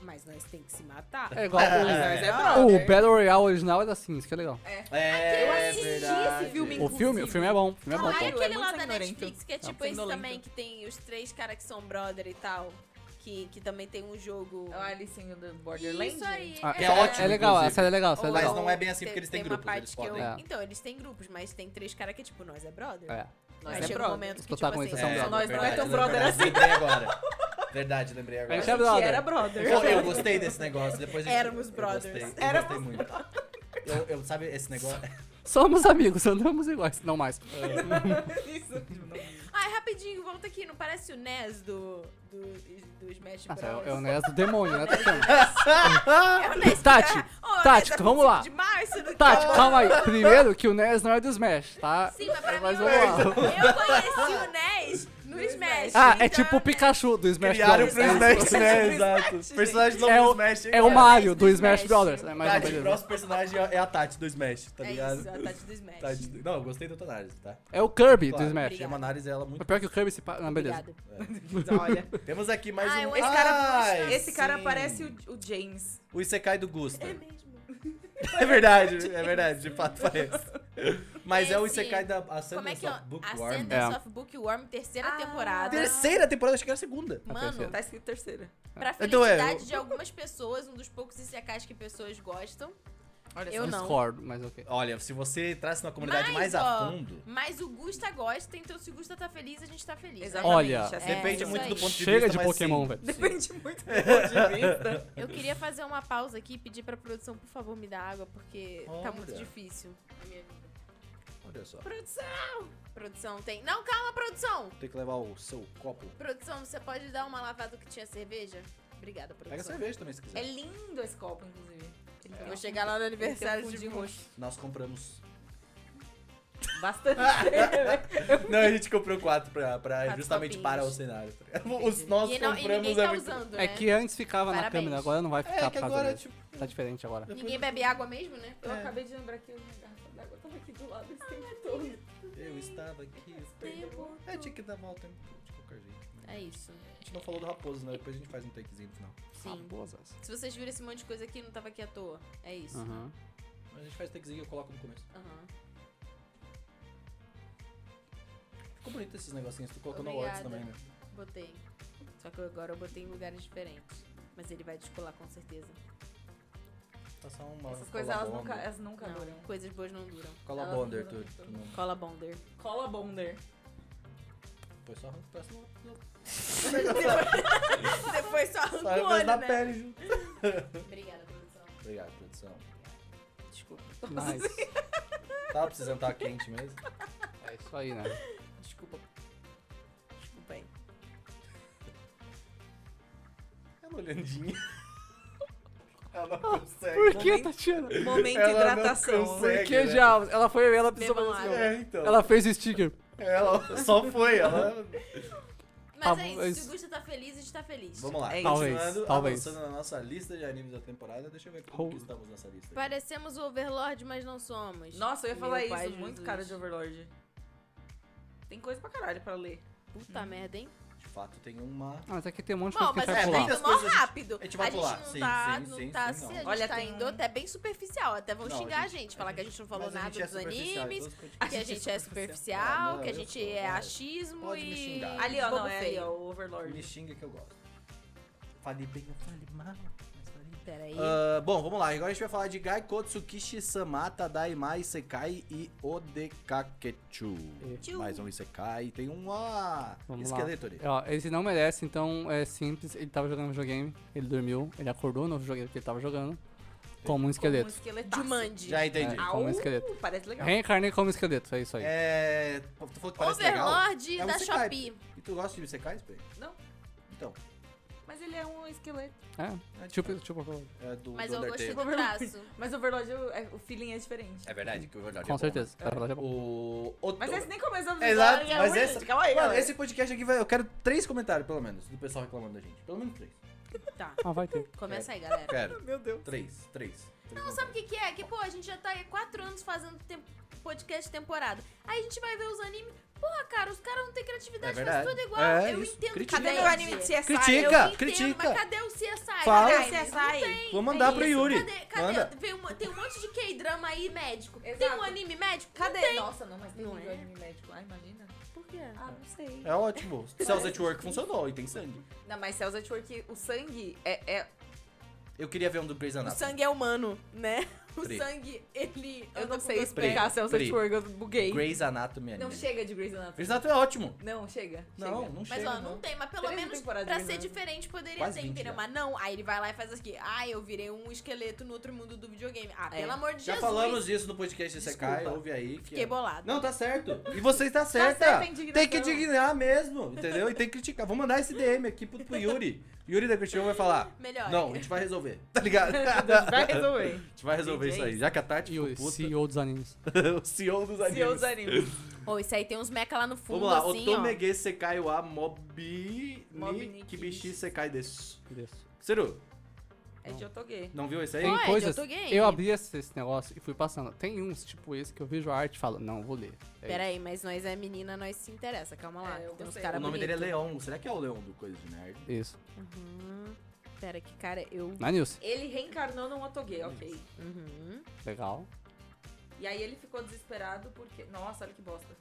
Speaker 2: mas nós tem que se matar.
Speaker 4: É igual
Speaker 3: Mas é
Speaker 4: o,
Speaker 3: brother.
Speaker 4: o Battle Royale original era assim, isso que é legal.
Speaker 1: É,
Speaker 2: Eu assisti esse
Speaker 1: verdade.
Speaker 3: filme.
Speaker 4: O filme, o filme é bom, o filme é bom.
Speaker 2: Não
Speaker 3: bom,
Speaker 2: é
Speaker 3: é
Speaker 2: aquele
Speaker 3: muito Tá
Speaker 2: lá da
Speaker 3: sanguinolento.
Speaker 2: Netflix que é tipo esse
Speaker 3: sanguinolento.
Speaker 2: também, que tem os três caras que são brother e tal. Que, que também tem um jogo.
Speaker 3: É O Alice in the Borderlands.
Speaker 2: Isso aí.
Speaker 4: Ah,
Speaker 1: É ótimo,
Speaker 4: É legal, a
Speaker 1: inclusive.
Speaker 4: série é legal, a série é
Speaker 1: Mas
Speaker 4: legal.
Speaker 1: não é bem assim porque
Speaker 2: Tem-
Speaker 1: eles têm
Speaker 2: tem
Speaker 1: grupos,
Speaker 2: Uma parte
Speaker 1: eles
Speaker 2: que eu-
Speaker 1: podem.
Speaker 4: É.
Speaker 2: Então, eles têm grupos, mas tem três caras que é tipo, nós é brother.
Speaker 4: É.
Speaker 3: Nós
Speaker 2: Aí
Speaker 3: é
Speaker 2: chega um
Speaker 3: brother.
Speaker 2: momento
Speaker 4: Os
Speaker 2: que, tipo assim,
Speaker 4: protagonistas são
Speaker 3: é,
Speaker 4: brother.
Speaker 3: nós não é tão
Speaker 1: verdade,
Speaker 3: brother
Speaker 1: verdade,
Speaker 3: assim.
Speaker 1: Lembrei agora. Verdade, lembrei agora.
Speaker 4: Mas
Speaker 3: A
Speaker 4: é
Speaker 3: gente
Speaker 4: brother.
Speaker 3: era brother.
Speaker 1: Pô, eu gostei desse negócio. Depois a gente-
Speaker 5: Éramos
Speaker 1: eu
Speaker 5: brothers.
Speaker 1: gostei, Eu gostei,
Speaker 3: Éramos
Speaker 1: muito. Eu, eu- sabe esse negócio?
Speaker 4: Somos amigos, andamos iguais, não mais. Tá,
Speaker 3: Isso, tipo, não-
Speaker 2: Ai, Ah, é rapidinho, volta aqui. Não parece o NES do, do, do Smash Bros.
Speaker 4: Nossa, é o- é o NES do demônio, né, Tatiana?
Speaker 2: É o NES que
Speaker 4: Tati,
Speaker 2: tá- Ô, NES,
Speaker 4: Tati,
Speaker 2: é com
Speaker 4: vamos lá.
Speaker 2: 5 De março, não tá?
Speaker 4: Tati, calma aí. Primeiro que o NES não é do Smash, tá?
Speaker 2: Sim, mas pra mim
Speaker 4: vamos lá.
Speaker 2: eu, eu conheci o NES no Smash.
Speaker 4: Ah, é
Speaker 2: então
Speaker 4: tipo o Pikachu do Smash Bros.
Speaker 2: pro
Speaker 4: É isso.
Speaker 2: Smash,
Speaker 1: né? Exato.
Speaker 3: gente.
Speaker 1: Personagem
Speaker 4: É o-
Speaker 1: Smash. hein,
Speaker 4: É o
Speaker 1: cara?
Speaker 4: Mario do
Speaker 2: do
Speaker 4: Smash
Speaker 2: Smash.
Speaker 4: Brothers, né? Mais
Speaker 1: Tati,
Speaker 4: ou
Speaker 1: o
Speaker 4: menos.
Speaker 1: próximo personagem é é a Tati do Smash, tá
Speaker 2: É
Speaker 1: ligado?
Speaker 2: isso, a Tati do Smash.
Speaker 1: Tati do- Não, eu gostei da tua análise, tá?
Speaker 4: É o Kirby do
Speaker 1: Claro,
Speaker 4: Smash.
Speaker 1: achei uma análise ela muito.
Speaker 4: Mas pior é que o Kirby se passa. Não, beleza.
Speaker 2: Obrigada.
Speaker 3: Olha.
Speaker 1: Temos aqui mais
Speaker 2: Ah,
Speaker 1: um.
Speaker 2: eu-
Speaker 3: Esse cara,
Speaker 1: Ai,
Speaker 3: esse cara
Speaker 1: sim.
Speaker 3: parece o, o James.
Speaker 1: O Isekai do Gusta.
Speaker 2: É mesmo.
Speaker 1: É verdade, é verdade, de fato parece. Mas é o
Speaker 2: Esse-
Speaker 1: Isekai da Ascendance
Speaker 2: Como é que é?
Speaker 1: of Bookworm.
Speaker 2: Ascendance
Speaker 4: É.
Speaker 2: of Bookworm, terceira
Speaker 3: Ah,
Speaker 2: temporada.
Speaker 1: Terceira temporada, acho que era a segunda.
Speaker 2: Mano,
Speaker 4: terceira.
Speaker 3: Tá escrito terceira.
Speaker 2: pra
Speaker 1: Então é,
Speaker 2: felicidade
Speaker 1: eu-
Speaker 2: de algumas pessoas, um dos poucos isekais que pessoas gostam.
Speaker 3: Olha
Speaker 2: Eu
Speaker 3: só.
Speaker 2: não.
Speaker 4: Discordo, mas ok.
Speaker 1: Olha, se você entrasse na comunidade mais
Speaker 2: Mas,
Speaker 1: a
Speaker 2: ó,
Speaker 1: fundo,
Speaker 2: Mas o Gusta gosta, então se o Gusta tá feliz, a gente tá feliz. né?
Speaker 3: Exatamente.
Speaker 4: Olha,
Speaker 3: assim.
Speaker 1: depende
Speaker 2: é
Speaker 1: muito
Speaker 2: isso
Speaker 1: do
Speaker 2: aí.
Speaker 1: ponto de
Speaker 4: Chega
Speaker 1: vista.
Speaker 4: de
Speaker 1: mas
Speaker 4: Pokémon,
Speaker 1: sim.
Speaker 4: velho.
Speaker 3: Depende muito do ponto de vista.
Speaker 2: Eu queria fazer uma pausa aqui e pedir pra produção, por favor, me dar água, porque
Speaker 1: Olha.
Speaker 2: tá muito difícil a minha vida.
Speaker 1: Olha só,
Speaker 2: Produção! Produção tem. Não, calma, produção!
Speaker 1: tem que levar o seu copo.
Speaker 2: Produção, você pode dar uma lavada que tinha cerveja? Obrigada,
Speaker 1: Pega
Speaker 2: professor.
Speaker 1: cerveja também se
Speaker 2: É
Speaker 1: quiser.
Speaker 2: lindo esse copo, inclusive.
Speaker 3: Ele
Speaker 2: Eu
Speaker 3: tem
Speaker 2: vou
Speaker 3: um-
Speaker 2: chegar lá no
Speaker 3: ele tem um
Speaker 2: aniversário
Speaker 3: fundinho
Speaker 2: de
Speaker 3: roxo.
Speaker 1: Nós compramos.
Speaker 3: Bastante.
Speaker 1: Não, a gente comprou quatro pra, pra-
Speaker 2: Quatro
Speaker 1: justamente
Speaker 2: copinhos.
Speaker 1: para o cenário. tá ligado? Os nós
Speaker 2: e, não, e
Speaker 1: compramos
Speaker 2: ninguém
Speaker 1: é
Speaker 2: tá
Speaker 1: muito-
Speaker 2: usando, né?
Speaker 4: É que antes ficava na
Speaker 2: Parabéns.
Speaker 4: câmera, agora não vai ficar
Speaker 1: É, que
Speaker 4: por causa
Speaker 1: agora,
Speaker 4: disso.
Speaker 1: tipo.
Speaker 4: Tá diferente agora.
Speaker 1: depois-
Speaker 2: Ninguém bebe água mesmo, né?
Speaker 3: Eu
Speaker 1: É.
Speaker 3: acabei de lembrar que a minha garrafa d'água tava aqui do lado esse tempo todo.
Speaker 1: Eu estava aqui.
Speaker 2: Tempo.
Speaker 1: É, tinha que dar mal tempo de qualquer jeito. né?
Speaker 2: É isso.
Speaker 1: A gente não falou do raposo, né? Depois a gente faz um takezinho no final.
Speaker 2: Sim.
Speaker 4: Babosas.
Speaker 2: Se vocês viram esse monte de coisa aqui, não tava aqui à toa. É isso. Aham.
Speaker 4: Aham.
Speaker 1: Mas a gente faz takezinho e eu coloco no começo. Ficou bonito esses negocinhos. Tu colocou no Words
Speaker 2: Obrigada.
Speaker 1: também, né?
Speaker 2: Botei. Só que agora eu botei em lugares diferentes. Mas ele vai descolar com certeza.
Speaker 1: Passar Tá uma.
Speaker 3: Essas coisas elas
Speaker 1: colabonda.
Speaker 3: nunca, elas nunca
Speaker 2: Não,
Speaker 3: duram.
Speaker 2: coisas boas não duram.
Speaker 1: Cola
Speaker 3: elas
Speaker 1: Bonder,
Speaker 3: não duram
Speaker 1: tu,
Speaker 3: muito.
Speaker 1: tu não.
Speaker 2: Cola Bonder.
Speaker 3: Cola Bonder.
Speaker 1: Foi só arranca o próximo.
Speaker 2: Depois só arranca
Speaker 1: Só
Speaker 2: o
Speaker 1: arranca
Speaker 2: olho,
Speaker 1: na
Speaker 2: né?
Speaker 1: pele junto.
Speaker 2: Obrigada, produção.
Speaker 1: Obrigado, produção.
Speaker 2: Desculpa.
Speaker 4: Mas
Speaker 1: Tava precisando estar quente mesmo.
Speaker 4: é isso aí, né?
Speaker 2: Desculpa. Desculpa aí.
Speaker 1: Ela É olhandinha. Ela não consegue.
Speaker 4: Por que, Tatiana?
Speaker 3: Momento
Speaker 1: Ela não
Speaker 3: hidratação.
Speaker 1: consegue.
Speaker 4: Por que,
Speaker 1: né?
Speaker 4: diabos? Ela foi, ela precisou
Speaker 2: Bebam
Speaker 4: fazer assim,
Speaker 2: água.
Speaker 1: É, então. É,
Speaker 4: ó. Ela fez o sticker.
Speaker 1: Ela só foi, ela.
Speaker 2: Mas
Speaker 4: Tá
Speaker 2: é
Speaker 4: bom,
Speaker 2: isso.
Speaker 4: é
Speaker 2: Se
Speaker 4: isso.
Speaker 2: o Gusta tá feliz, a gente tá feliz.
Speaker 1: Vamos lá,
Speaker 3: É isso.
Speaker 4: Talvez,
Speaker 1: continuando,
Speaker 4: talvez.
Speaker 1: avançando na nossa lista de animes da temporada. Deixa eu ver como
Speaker 4: Hold.
Speaker 1: que estamos nessa lista. aqui.
Speaker 2: Parecemos o Overlord, mas não somos.
Speaker 3: Nossa, eu ia falar
Speaker 2: Meu
Speaker 3: isso.
Speaker 2: pai
Speaker 3: muito
Speaker 2: Jesus.
Speaker 3: cara de Overlord. Tem coisa pra caralho pra ler. Hum.
Speaker 2: Puta merda, hein?
Speaker 1: De fato, tem uma.
Speaker 4: Ah, mas aqui tem um monte de
Speaker 2: Bom,
Speaker 4: coisa que a
Speaker 2: mas
Speaker 4: gente
Speaker 2: é
Speaker 4: vai
Speaker 1: bem
Speaker 4: pular.
Speaker 1: das
Speaker 2: tudo mó
Speaker 1: coisas a gente-
Speaker 2: rápido.
Speaker 1: a gente vai pular.
Speaker 2: não
Speaker 1: Sim,
Speaker 2: tá,
Speaker 1: sim,
Speaker 2: não
Speaker 1: sim, sim,
Speaker 2: tá se
Speaker 1: não.
Speaker 2: a gente
Speaker 3: Olha,
Speaker 2: tá
Speaker 3: tem
Speaker 2: indo
Speaker 3: um-
Speaker 2: até bem superficial. Até vão
Speaker 1: Não, a
Speaker 2: xingar a
Speaker 1: gente-
Speaker 2: gente, falar que a gente não falou
Speaker 1: Mas a
Speaker 2: nada
Speaker 1: gente é
Speaker 2: dos
Speaker 1: superficial,
Speaker 2: animes,
Speaker 1: todos os
Speaker 2: que a gente é
Speaker 1: Ah,
Speaker 2: superficial,
Speaker 1: não,
Speaker 2: que a
Speaker 1: eu
Speaker 2: gente
Speaker 1: sou,
Speaker 2: é
Speaker 1: vai.
Speaker 2: achismo
Speaker 1: Pode me
Speaker 2: e.
Speaker 1: xingar.
Speaker 3: Ali, ó,
Speaker 2: bobo
Speaker 3: não, é ali,
Speaker 2: feio.
Speaker 3: ó, o
Speaker 1: Me
Speaker 3: Overlord.
Speaker 1: xinga que eu gosto. Falei bem, eu falei mal, mas falei
Speaker 2: Peraí.
Speaker 1: Ah, bom, vamos lá. Agora a gente vai falar de Gaikotsu Kishi Samata Daimai Sekai e Odekakechu.
Speaker 2: Tchum.
Speaker 1: Mais um Isekai. Tem um ah,
Speaker 4: Vamos lá. É
Speaker 1: esqueleto ali.
Speaker 4: Ó, esse não merece, então é simples. Ele tava jogando um videogame, ele dormiu, ele acordou no videogame que ele tava jogando, como um
Speaker 3: Como um
Speaker 4: esqueleto.
Speaker 3: esqueletaço.
Speaker 2: Jumanji.
Speaker 1: Já entendi.
Speaker 4: É, como um esqueleto.
Speaker 3: Parece legal.
Speaker 4: Reencarnei como esqueleto, é isso aí.
Speaker 1: É. pô, Tu falou que parece legal.
Speaker 2: Overlord
Speaker 1: É um
Speaker 2: da
Speaker 1: Isekai.
Speaker 2: Shopee.
Speaker 1: E tu gosta de Isekais, Pei?
Speaker 3: Não.
Speaker 1: Então.
Speaker 3: Mas ele é um esqueleto.
Speaker 4: É,
Speaker 1: É,
Speaker 4: tipo, tipo,
Speaker 1: é do,
Speaker 2: Mas
Speaker 1: do
Speaker 2: eu gostei
Speaker 1: Undertale.
Speaker 2: do traço.
Speaker 3: Mas o Overlord, o, é- o feeling é diferente.
Speaker 1: É verdade que o verdade é
Speaker 4: com
Speaker 1: bom,
Speaker 4: certeza.
Speaker 3: né?
Speaker 4: Tá falando, é
Speaker 1: né?
Speaker 4: bom.
Speaker 1: O.
Speaker 3: Mas esse nem começou a avisar,
Speaker 1: Exato,
Speaker 3: ele é
Speaker 1: mas
Speaker 3: ruim.
Speaker 1: esse.
Speaker 3: Calma aí,
Speaker 1: Mano,
Speaker 3: galera.
Speaker 1: esse podcast aqui vai. Eu quero três comentários, pelo menos, do pessoal reclamando da gente. Pelo menos três.
Speaker 2: Tá,
Speaker 4: Ah, vai ter.
Speaker 2: começa aí, galera.
Speaker 1: Quero.
Speaker 3: Meu Deus.
Speaker 1: Três, três. três
Speaker 2: Não, sabe o que, que é? Que, pô, a gente já tá aí quatro anos fazendo tem- podcast temporada. Aí a gente vai ver os animes. Porra, cara, os caras não têm
Speaker 1: É
Speaker 2: criatividade,
Speaker 1: verdade.
Speaker 2: faz tudo igual.
Speaker 1: É,
Speaker 2: eu
Speaker 1: isso.
Speaker 2: entendo
Speaker 1: Critica.
Speaker 2: que
Speaker 3: Cadê
Speaker 2: vende.
Speaker 3: meu anime de CSI?
Speaker 1: Critica.
Speaker 2: Eu entendo,
Speaker 1: critica.
Speaker 2: Mas cadê o CSI?
Speaker 1: Fala.
Speaker 2: Cadê
Speaker 3: Cadê o CSI?
Speaker 1: Vou mandar
Speaker 2: é
Speaker 1: pro
Speaker 2: isso.
Speaker 1: Yuri.
Speaker 2: Cadê? cadê?
Speaker 1: Manda.
Speaker 2: Vem uma- tem um monte de K-drama aí médico. Tem
Speaker 3: Exato.
Speaker 2: um anime médico?
Speaker 3: Cadê?
Speaker 2: Não tem.
Speaker 3: Nossa, não, mas tem
Speaker 2: Não
Speaker 3: um
Speaker 2: é?
Speaker 3: anime médico lá, imagina.
Speaker 2: Por quê?
Speaker 3: Ah, não sei.
Speaker 1: É ótimo. Cells at Work funcionou e tem sangue.
Speaker 3: Não, mas Cells at Work, o sangue é... é-
Speaker 1: Eu queria ver um do Grey's
Speaker 2: O
Speaker 1: Anatomy.
Speaker 2: sangue é humano, né? O
Speaker 1: Pri.
Speaker 2: sangue, ele.
Speaker 3: eu
Speaker 2: anda
Speaker 3: não
Speaker 2: com
Speaker 3: sei
Speaker 2: dois pés.
Speaker 3: explicar Cells at
Speaker 1: Pri.
Speaker 3: Work, eu buguei.
Speaker 1: Grey's Anatomy anime.
Speaker 3: Não chega de Grey's Anatomy.
Speaker 1: Grey's Anatomy é ótimo.
Speaker 3: Não, chega.
Speaker 1: Não,
Speaker 3: chega.
Speaker 1: não
Speaker 2: Mas
Speaker 1: chega.
Speaker 2: ó, não tem, mas pelo
Speaker 3: Três né?
Speaker 2: menos
Speaker 3: temporadas
Speaker 2: pra
Speaker 3: de
Speaker 2: ser
Speaker 3: Nirvana.
Speaker 2: diferente poderia
Speaker 1: Quase é.
Speaker 2: ser,
Speaker 1: 20
Speaker 2: entendeu?
Speaker 1: já.
Speaker 2: Mas não, aí ele vai lá e faz aqui. Ah, eu virei um esqueleto no outro mundo do videogame. Ah,
Speaker 3: É.
Speaker 2: pelo amor de
Speaker 1: Já
Speaker 2: Jesus.
Speaker 1: falamos disso no podcast de Sekai,
Speaker 3: Desculpa.
Speaker 1: ouve aí. Que
Speaker 2: Fiquei
Speaker 1: é-
Speaker 2: bolado.
Speaker 1: Não, tá certo. E você está certa.
Speaker 3: certa a indignação.
Speaker 1: tem que indignar mesmo, entendeu? E tem que criticar. Vou mandar esse DM aqui pro, pro Yuri. Yuri da Cristian vai falar.
Speaker 2: Melhor.
Speaker 1: Não, a gente vai resolver, tá ligado?
Speaker 3: Vai resolver.
Speaker 1: A gente vai resolver isso aí. Já que a Tati
Speaker 4: E o
Speaker 1: ficou Tipo, puta,
Speaker 4: CEO dos animes.
Speaker 1: o CEO dos animes.
Speaker 3: CEO dos animes.
Speaker 2: Ô, isso aí tem uns meca lá no fundo,
Speaker 1: Vamos lá,
Speaker 2: assim, ó.
Speaker 1: Otomege Sekai wa Mobi
Speaker 3: Mobi
Speaker 1: ni
Speaker 3: ni
Speaker 1: Kibishi
Speaker 3: Kibishi.
Speaker 1: Sekai desu.
Speaker 4: Desse.
Speaker 1: Ciru,
Speaker 3: É de Otogue.
Speaker 1: não viu esse aí?
Speaker 4: Tem
Speaker 2: Pode, eu
Speaker 4: coisas.
Speaker 2: tô gay.
Speaker 4: Eu abri esse, esse negócio e fui passando. Tem uns, tipo esse, que eu vejo a arte e falo, não, vou ler. É
Speaker 2: Pera aí, mas nós é menina, nós se interessa. Calma lá,
Speaker 3: É, eu
Speaker 2: tem uns
Speaker 3: gostei.
Speaker 1: O
Speaker 2: caras
Speaker 1: nome dele é Leon. Será que é o Leon do Coisa de Nerd?
Speaker 4: Isso.
Speaker 2: Uhum.
Speaker 1: é
Speaker 2: Pera, que cara eu...
Speaker 4: Na News.
Speaker 3: Ele reencarnou num Otogue, ok.
Speaker 2: Uhum.
Speaker 4: Legal.
Speaker 3: E aí ele ficou desesperado porque... Nossa, olha que bosta.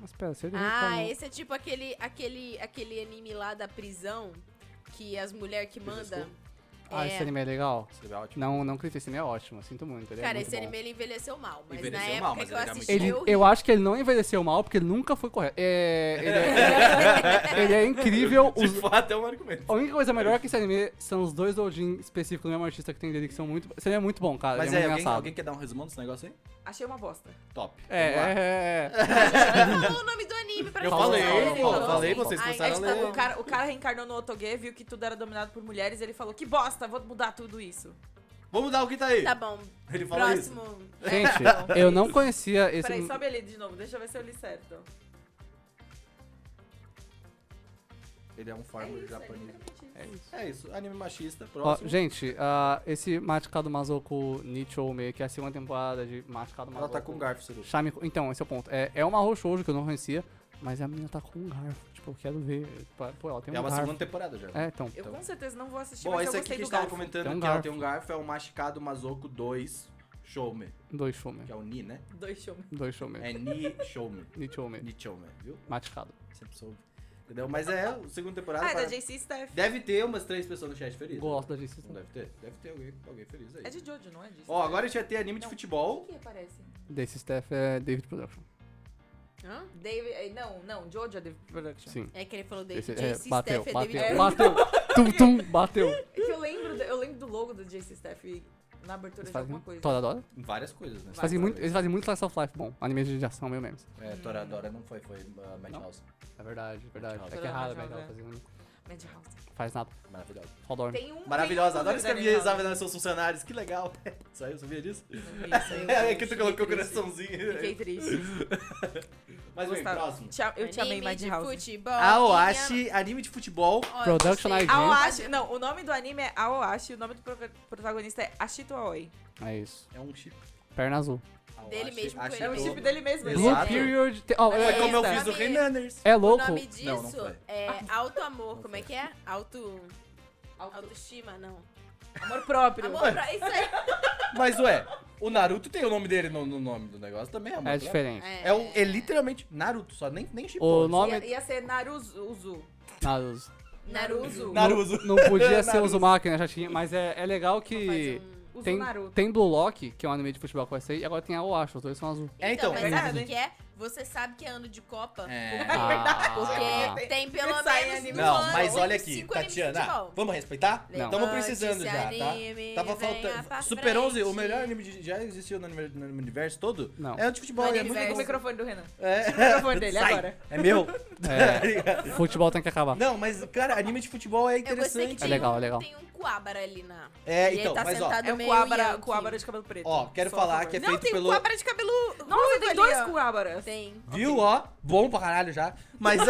Speaker 4: Mas pera, tá se ele
Speaker 2: Ah,
Speaker 4: reencarnou-
Speaker 2: esse é tipo aquele, aquele, aquele anime lá da prisão que as mulheres que
Speaker 1: Prison
Speaker 2: mandam.
Speaker 1: School?
Speaker 4: Ah,
Speaker 2: É.
Speaker 4: esse anime é legal.
Speaker 1: Seria ótimo.
Speaker 4: Não, não critico, esse anime é ótimo, sinto muito. Ele é
Speaker 2: Cara,
Speaker 4: muito
Speaker 2: esse
Speaker 4: bom.
Speaker 2: anime ele envelheceu mal, mas na
Speaker 1: Envelheceu
Speaker 2: época
Speaker 1: mal, mas
Speaker 2: que eu
Speaker 1: ele era muito
Speaker 2: assisti,
Speaker 4: Ele,
Speaker 2: eu,
Speaker 4: eu acho que ele não envelheceu mal, porque ele nunca foi correto. É, ele, é, ele é incrível.
Speaker 1: Se
Speaker 4: Os,
Speaker 1: for até um argumento.
Speaker 4: a única coisa melhor que esse anime são os dois Dojin específicos do mesmo artista que tem dele, que são muito. Esse anime é muito bom, cara.
Speaker 1: Mas
Speaker 4: ele é,
Speaker 1: é,
Speaker 4: muito
Speaker 1: alguém,
Speaker 4: engraçado.
Speaker 1: alguém quer dar um resumão desse negócio aí?
Speaker 3: Achei uma bosta.
Speaker 1: Top.
Speaker 4: É,
Speaker 1: Vamos lá.
Speaker 4: é, é, é.
Speaker 2: falou o nome do anime pra
Speaker 1: Eu
Speaker 2: gente.
Speaker 1: falei,
Speaker 2: Ele
Speaker 1: pô,
Speaker 2: falou.
Speaker 1: falei, vocês
Speaker 2: Ai,
Speaker 1: começaram a
Speaker 2: a gente
Speaker 1: ler.
Speaker 2: tá
Speaker 3: O cara, o cara reencarnou no Otoge, viu que tudo era dominado por mulheres, ele falou, que bosta, vou mudar tudo isso.
Speaker 1: Vamos dar o que tá aí.
Speaker 2: Tá bom.
Speaker 1: Ele falou
Speaker 2: Próximo.
Speaker 4: é. Gente, eu não conhecia esse.
Speaker 3: Peraí, sobe ele de novo, deixa eu ver se eu li certo.
Speaker 1: isso. Ele é um
Speaker 3: É
Speaker 1: farmer
Speaker 3: isso,
Speaker 1: japonês.
Speaker 3: é isso.
Speaker 1: É isso, anime machista,
Speaker 4: Ó,
Speaker 1: próximo.
Speaker 4: gente, ah, esse Machucado Mazoku Nichoume, que é a segunda temporada de Machucado
Speaker 1: Ela
Speaker 4: Mazoku.
Speaker 1: tá com um garfo, Ciru.
Speaker 4: Shami- Então, esse é o ponto. É, é uma Roshoujo que eu não conhecia, mas a menina tá com um garfo. Tipo, eu quero ver. Tipo, Pô, ela tem um
Speaker 1: É uma
Speaker 4: garfo.
Speaker 1: segunda temporada já.
Speaker 4: É, então.
Speaker 3: Eu
Speaker 1: Então.
Speaker 3: com certeza não vou assistir,
Speaker 1: Bom,
Speaker 3: mas
Speaker 1: esse
Speaker 3: eu
Speaker 1: aqui que
Speaker 3: gostei
Speaker 1: a gente
Speaker 3: do
Speaker 1: tava
Speaker 3: garfo.
Speaker 1: comentando
Speaker 4: Tem um
Speaker 1: que ela
Speaker 4: garfo.
Speaker 1: tem um garfo, é o Machikado Mazoku 2 Shoume,
Speaker 4: Dois shoume.
Speaker 1: que é o Ni, né?
Speaker 3: Dois shows.
Speaker 4: Dois shoume.
Speaker 1: É Ni Shoume.
Speaker 4: Nichoume.
Speaker 1: Ni Shoume, viu?
Speaker 4: Machucado.
Speaker 1: Sempre soube. Entendeu? Mas é, a segunda temporada.
Speaker 3: Ah, é da
Speaker 1: para-
Speaker 3: JC Steph.
Speaker 1: Deve ter umas três pessoas no chat felizes.
Speaker 4: Gosto da JC
Speaker 1: Não
Speaker 4: Steph.
Speaker 1: deve ter? Deve ter alguém, alguém feliz aí.
Speaker 3: É de Jojo, não é disso?
Speaker 1: Ó, agora é a gente vai ter anime de
Speaker 3: Não.
Speaker 1: futebol.
Speaker 3: O que aparece?
Speaker 4: Desse Steph é David Production.
Speaker 2: Hã?
Speaker 3: David... eh, Não, não, Jojo é David Production.
Speaker 4: Sim.
Speaker 2: É que ele falou David
Speaker 4: Esse,
Speaker 2: JC
Speaker 4: é,
Speaker 2: Steph,
Speaker 4: bateu,
Speaker 2: é David
Speaker 4: bateu,
Speaker 2: Jones.
Speaker 4: bateu. Tum, tum, bateu.
Speaker 3: É que eu lembro, do- eu lembro do logo do JC Steph na abertura
Speaker 4: Eles
Speaker 3: de alguma
Speaker 4: fazem
Speaker 3: coisa.
Speaker 4: Toradora?
Speaker 1: Em várias coisas, né?
Speaker 4: Eles fazem, muito, Hum. eles fazem muito Slice of Life bom. Anime de ação, meio memes.
Speaker 1: É, Toradora não foi, foi uh, Madhouse.
Speaker 4: É verdade, é verdade. É que é
Speaker 3: Toradora,
Speaker 4: raro,
Speaker 3: Jones,
Speaker 4: velho.
Speaker 3: é.
Speaker 4: Fazendo...
Speaker 3: Madhouse.
Speaker 4: Faz nada.
Speaker 1: Maravilhosa.
Speaker 4: Só dorme.
Speaker 3: Tem um...
Speaker 1: Maravilhosa,
Speaker 3: tem um
Speaker 1: adoro escrever
Speaker 3: Madhouse.
Speaker 1: exame nos seus funcionários, que legal. Saiu, sabia disso?
Speaker 3: Isso, eu-
Speaker 1: É, que tu
Speaker 3: fiquei
Speaker 1: colocou o
Speaker 3: triste. Fiquei
Speaker 1: coraçãozinho.
Speaker 3: triste.
Speaker 1: Mas vem,
Speaker 3: Gostava.
Speaker 1: próximo.
Speaker 3: Te- Eu te amei,
Speaker 2: Anime de
Speaker 3: Madhouse.
Speaker 2: futebol.
Speaker 1: Ah, Aoashi, anime de futebol.
Speaker 2: Ó, eu
Speaker 4: Production
Speaker 2: gostei.
Speaker 4: IG.
Speaker 3: Aoashi, não, o nome do anime é Aoashi, o nome do pro- protagonista é Ashito Aoi.
Speaker 4: É isso.
Speaker 1: É um chip.
Speaker 4: Perna azul.
Speaker 2: Dele mesmo com ele.
Speaker 3: É o
Speaker 2: Tô.
Speaker 3: chip dele mesmo.
Speaker 1: Exato.
Speaker 4: Blue
Speaker 1: É.
Speaker 4: Period. te- ó,
Speaker 1: Foi
Speaker 4: é,
Speaker 1: como eu
Speaker 2: Essa.
Speaker 1: fiz o Renaners.
Speaker 4: é
Speaker 2: O
Speaker 4: louco. Ah.
Speaker 2: nome disso
Speaker 1: Não, não foi.
Speaker 2: é Alto Amor. Como é
Speaker 1: foi.
Speaker 2: que é? Auto...
Speaker 3: é Auto-
Speaker 2: Autoestima, não.
Speaker 3: Amor próprio.
Speaker 2: Amor pra isso aí.
Speaker 1: Mas ué, o Naruto tem o nome dele no, no nome do negócio também, amor.
Speaker 4: É diferente.
Speaker 1: É, um, é literalmente Naruto, só nem, nem
Speaker 4: O
Speaker 1: Shippuden.
Speaker 4: nome.
Speaker 2: é
Speaker 4: é
Speaker 3: Ia, ia ser Naruzuzu.
Speaker 4: Naruto.
Speaker 2: Naruto.
Speaker 1: Na- Naruto.
Speaker 4: Não, não podia ser o
Speaker 1: Naruto.
Speaker 4: Zumaki, né? Já tinha. Mas é, é legal
Speaker 2: Faz
Speaker 4: que.
Speaker 2: um-
Speaker 3: Uzu
Speaker 4: Tem,
Speaker 3: Naruto.
Speaker 4: tem Blue Lock, que é um anime de futebol que vai sair, e agora tem a Oash, os dois são azul.
Speaker 1: É, então,
Speaker 2: mas
Speaker 1: é
Speaker 2: sabe
Speaker 3: verdade.
Speaker 2: o que é? Você sabe que é ano de Copa.
Speaker 1: É.
Speaker 4: Ah.
Speaker 2: Porque tem pelo
Speaker 3: Sai
Speaker 2: menos
Speaker 3: anime.
Speaker 2: no
Speaker 1: Não,
Speaker 2: ano,
Speaker 1: mas olha aqui,
Speaker 2: cinco animes de
Speaker 1: Tatiana,
Speaker 2: futebol.
Speaker 1: vamos respeitar?
Speaker 4: Não.
Speaker 1: Estamos precisando
Speaker 2: Levante-se,
Speaker 1: já, tá?
Speaker 2: anime,
Speaker 1: Tava
Speaker 2: venha pra
Speaker 1: faltando. Super 11, o
Speaker 2: frente.
Speaker 1: melhor anime de, já existiu no, anime- no universo todo?
Speaker 4: Não.
Speaker 1: É o de futebol, é
Speaker 3: Maneiro,
Speaker 1: muito
Speaker 3: pega o
Speaker 1: bom.
Speaker 3: microfone do Renan.
Speaker 1: É.
Speaker 3: Tira o microfone dele
Speaker 1: Sai.
Speaker 3: agora.
Speaker 1: É meu.
Speaker 4: É. Futebol tem que acabar.
Speaker 1: Não, mas, cara, anime de futebol é
Speaker 2: Eu gostei que
Speaker 1: interessante.
Speaker 2: tinha
Speaker 4: É legal,
Speaker 2: um,
Speaker 4: é legal.
Speaker 2: tem um coabra ali na.
Speaker 1: É,
Speaker 2: e ele
Speaker 1: então,
Speaker 2: tá
Speaker 1: mas ó,
Speaker 2: sentado
Speaker 3: É um
Speaker 2: meio
Speaker 3: coabra,
Speaker 2: Yankee.
Speaker 3: coabra de cabelo preto.
Speaker 1: Ó, quero
Speaker 3: Só
Speaker 1: falar
Speaker 3: por
Speaker 1: que é
Speaker 3: favor.
Speaker 2: Não,
Speaker 1: feito
Speaker 2: tem
Speaker 1: pelo.
Speaker 2: um coabra de cabelo.
Speaker 3: Nossa,
Speaker 2: ruivo
Speaker 3: tem
Speaker 2: ali,
Speaker 3: dois
Speaker 2: ó.
Speaker 3: coabras.
Speaker 2: Tem.
Speaker 1: Viu, ó? Bom pra caralho já. Mas,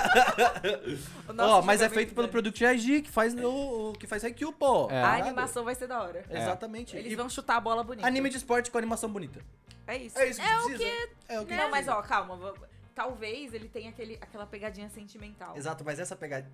Speaker 1: ó.
Speaker 3: O nosso
Speaker 1: ó, mas é
Speaker 3: julgamento
Speaker 1: feito pelo
Speaker 3: dele.
Speaker 1: Product IG, que faz o, o que faz Haikyuu, pô.
Speaker 4: É.
Speaker 3: né? A
Speaker 1: Caralho. É.
Speaker 3: animação vai ser da hora.
Speaker 1: Exatamente.
Speaker 3: Eles
Speaker 1: E
Speaker 3: vão chutar a bola bonita.
Speaker 1: Anime de esporte com animação bonita.
Speaker 3: É isso.
Speaker 1: É isso que
Speaker 2: É o
Speaker 1: precisa. É o que
Speaker 3: Não, mas
Speaker 1: precisa.
Speaker 3: ó, calma. v- Talvez ele tenha aquele, aquela pegadinha sentimental.
Speaker 1: Exato, mas essa pegada.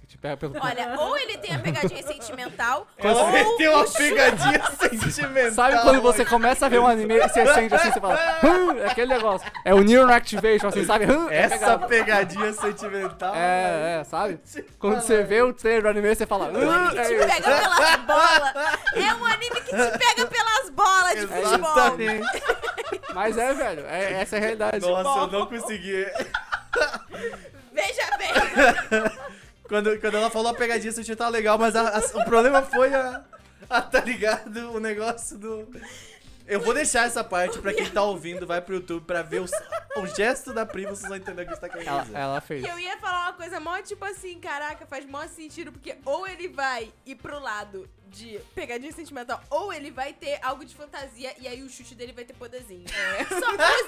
Speaker 4: Que te pega pelo.
Speaker 2: Olha, ou ele tem a pegadinha sentimental,
Speaker 1: Ela
Speaker 2: ou
Speaker 1: meteu
Speaker 2: o
Speaker 1: uma
Speaker 2: chu-
Speaker 1: pegadinha sentimental.
Speaker 4: Sabe quando você começa a ver um anime e você acende assim, você fala, "Hum", é aquele negócio. É o Neuron Activation, assim, sabe? Hum, é
Speaker 1: Essa
Speaker 4: pegada.
Speaker 1: pegadinha sentimental.
Speaker 4: É, é, sabe? Quando você vê o trailer do anime, você fala, "Hum", é
Speaker 2: te
Speaker 4: isso.
Speaker 2: pega pelas bolas. É um anime que te pega pelas bolas É de futebol.
Speaker 1: Exatamente.
Speaker 4: Mas é, velho, é- essa é a realidade.
Speaker 1: Nossa, eu não consegui.
Speaker 2: Veja bem.
Speaker 1: Quando, quando ela falou a pegadinha, você achou que tava legal, mas a- a- o problema foi a, a, Tá ligado? O negócio do. Eu vou deixar essa parte pra quem tá ouvindo, vai pro YouTube pra ver os- o gesto da prima, vocês vão entender o que você tá querendo
Speaker 4: Ela,
Speaker 1: dizer.
Speaker 4: ela fez.
Speaker 2: Que eu ia falar uma coisa mó tipo assim, caraca, faz mó sentido, porque ou ele vai ir pro lado de pegadinha sentimental, ou ele vai ter algo de fantasia e aí o chute dele vai ter poderzinho. Só que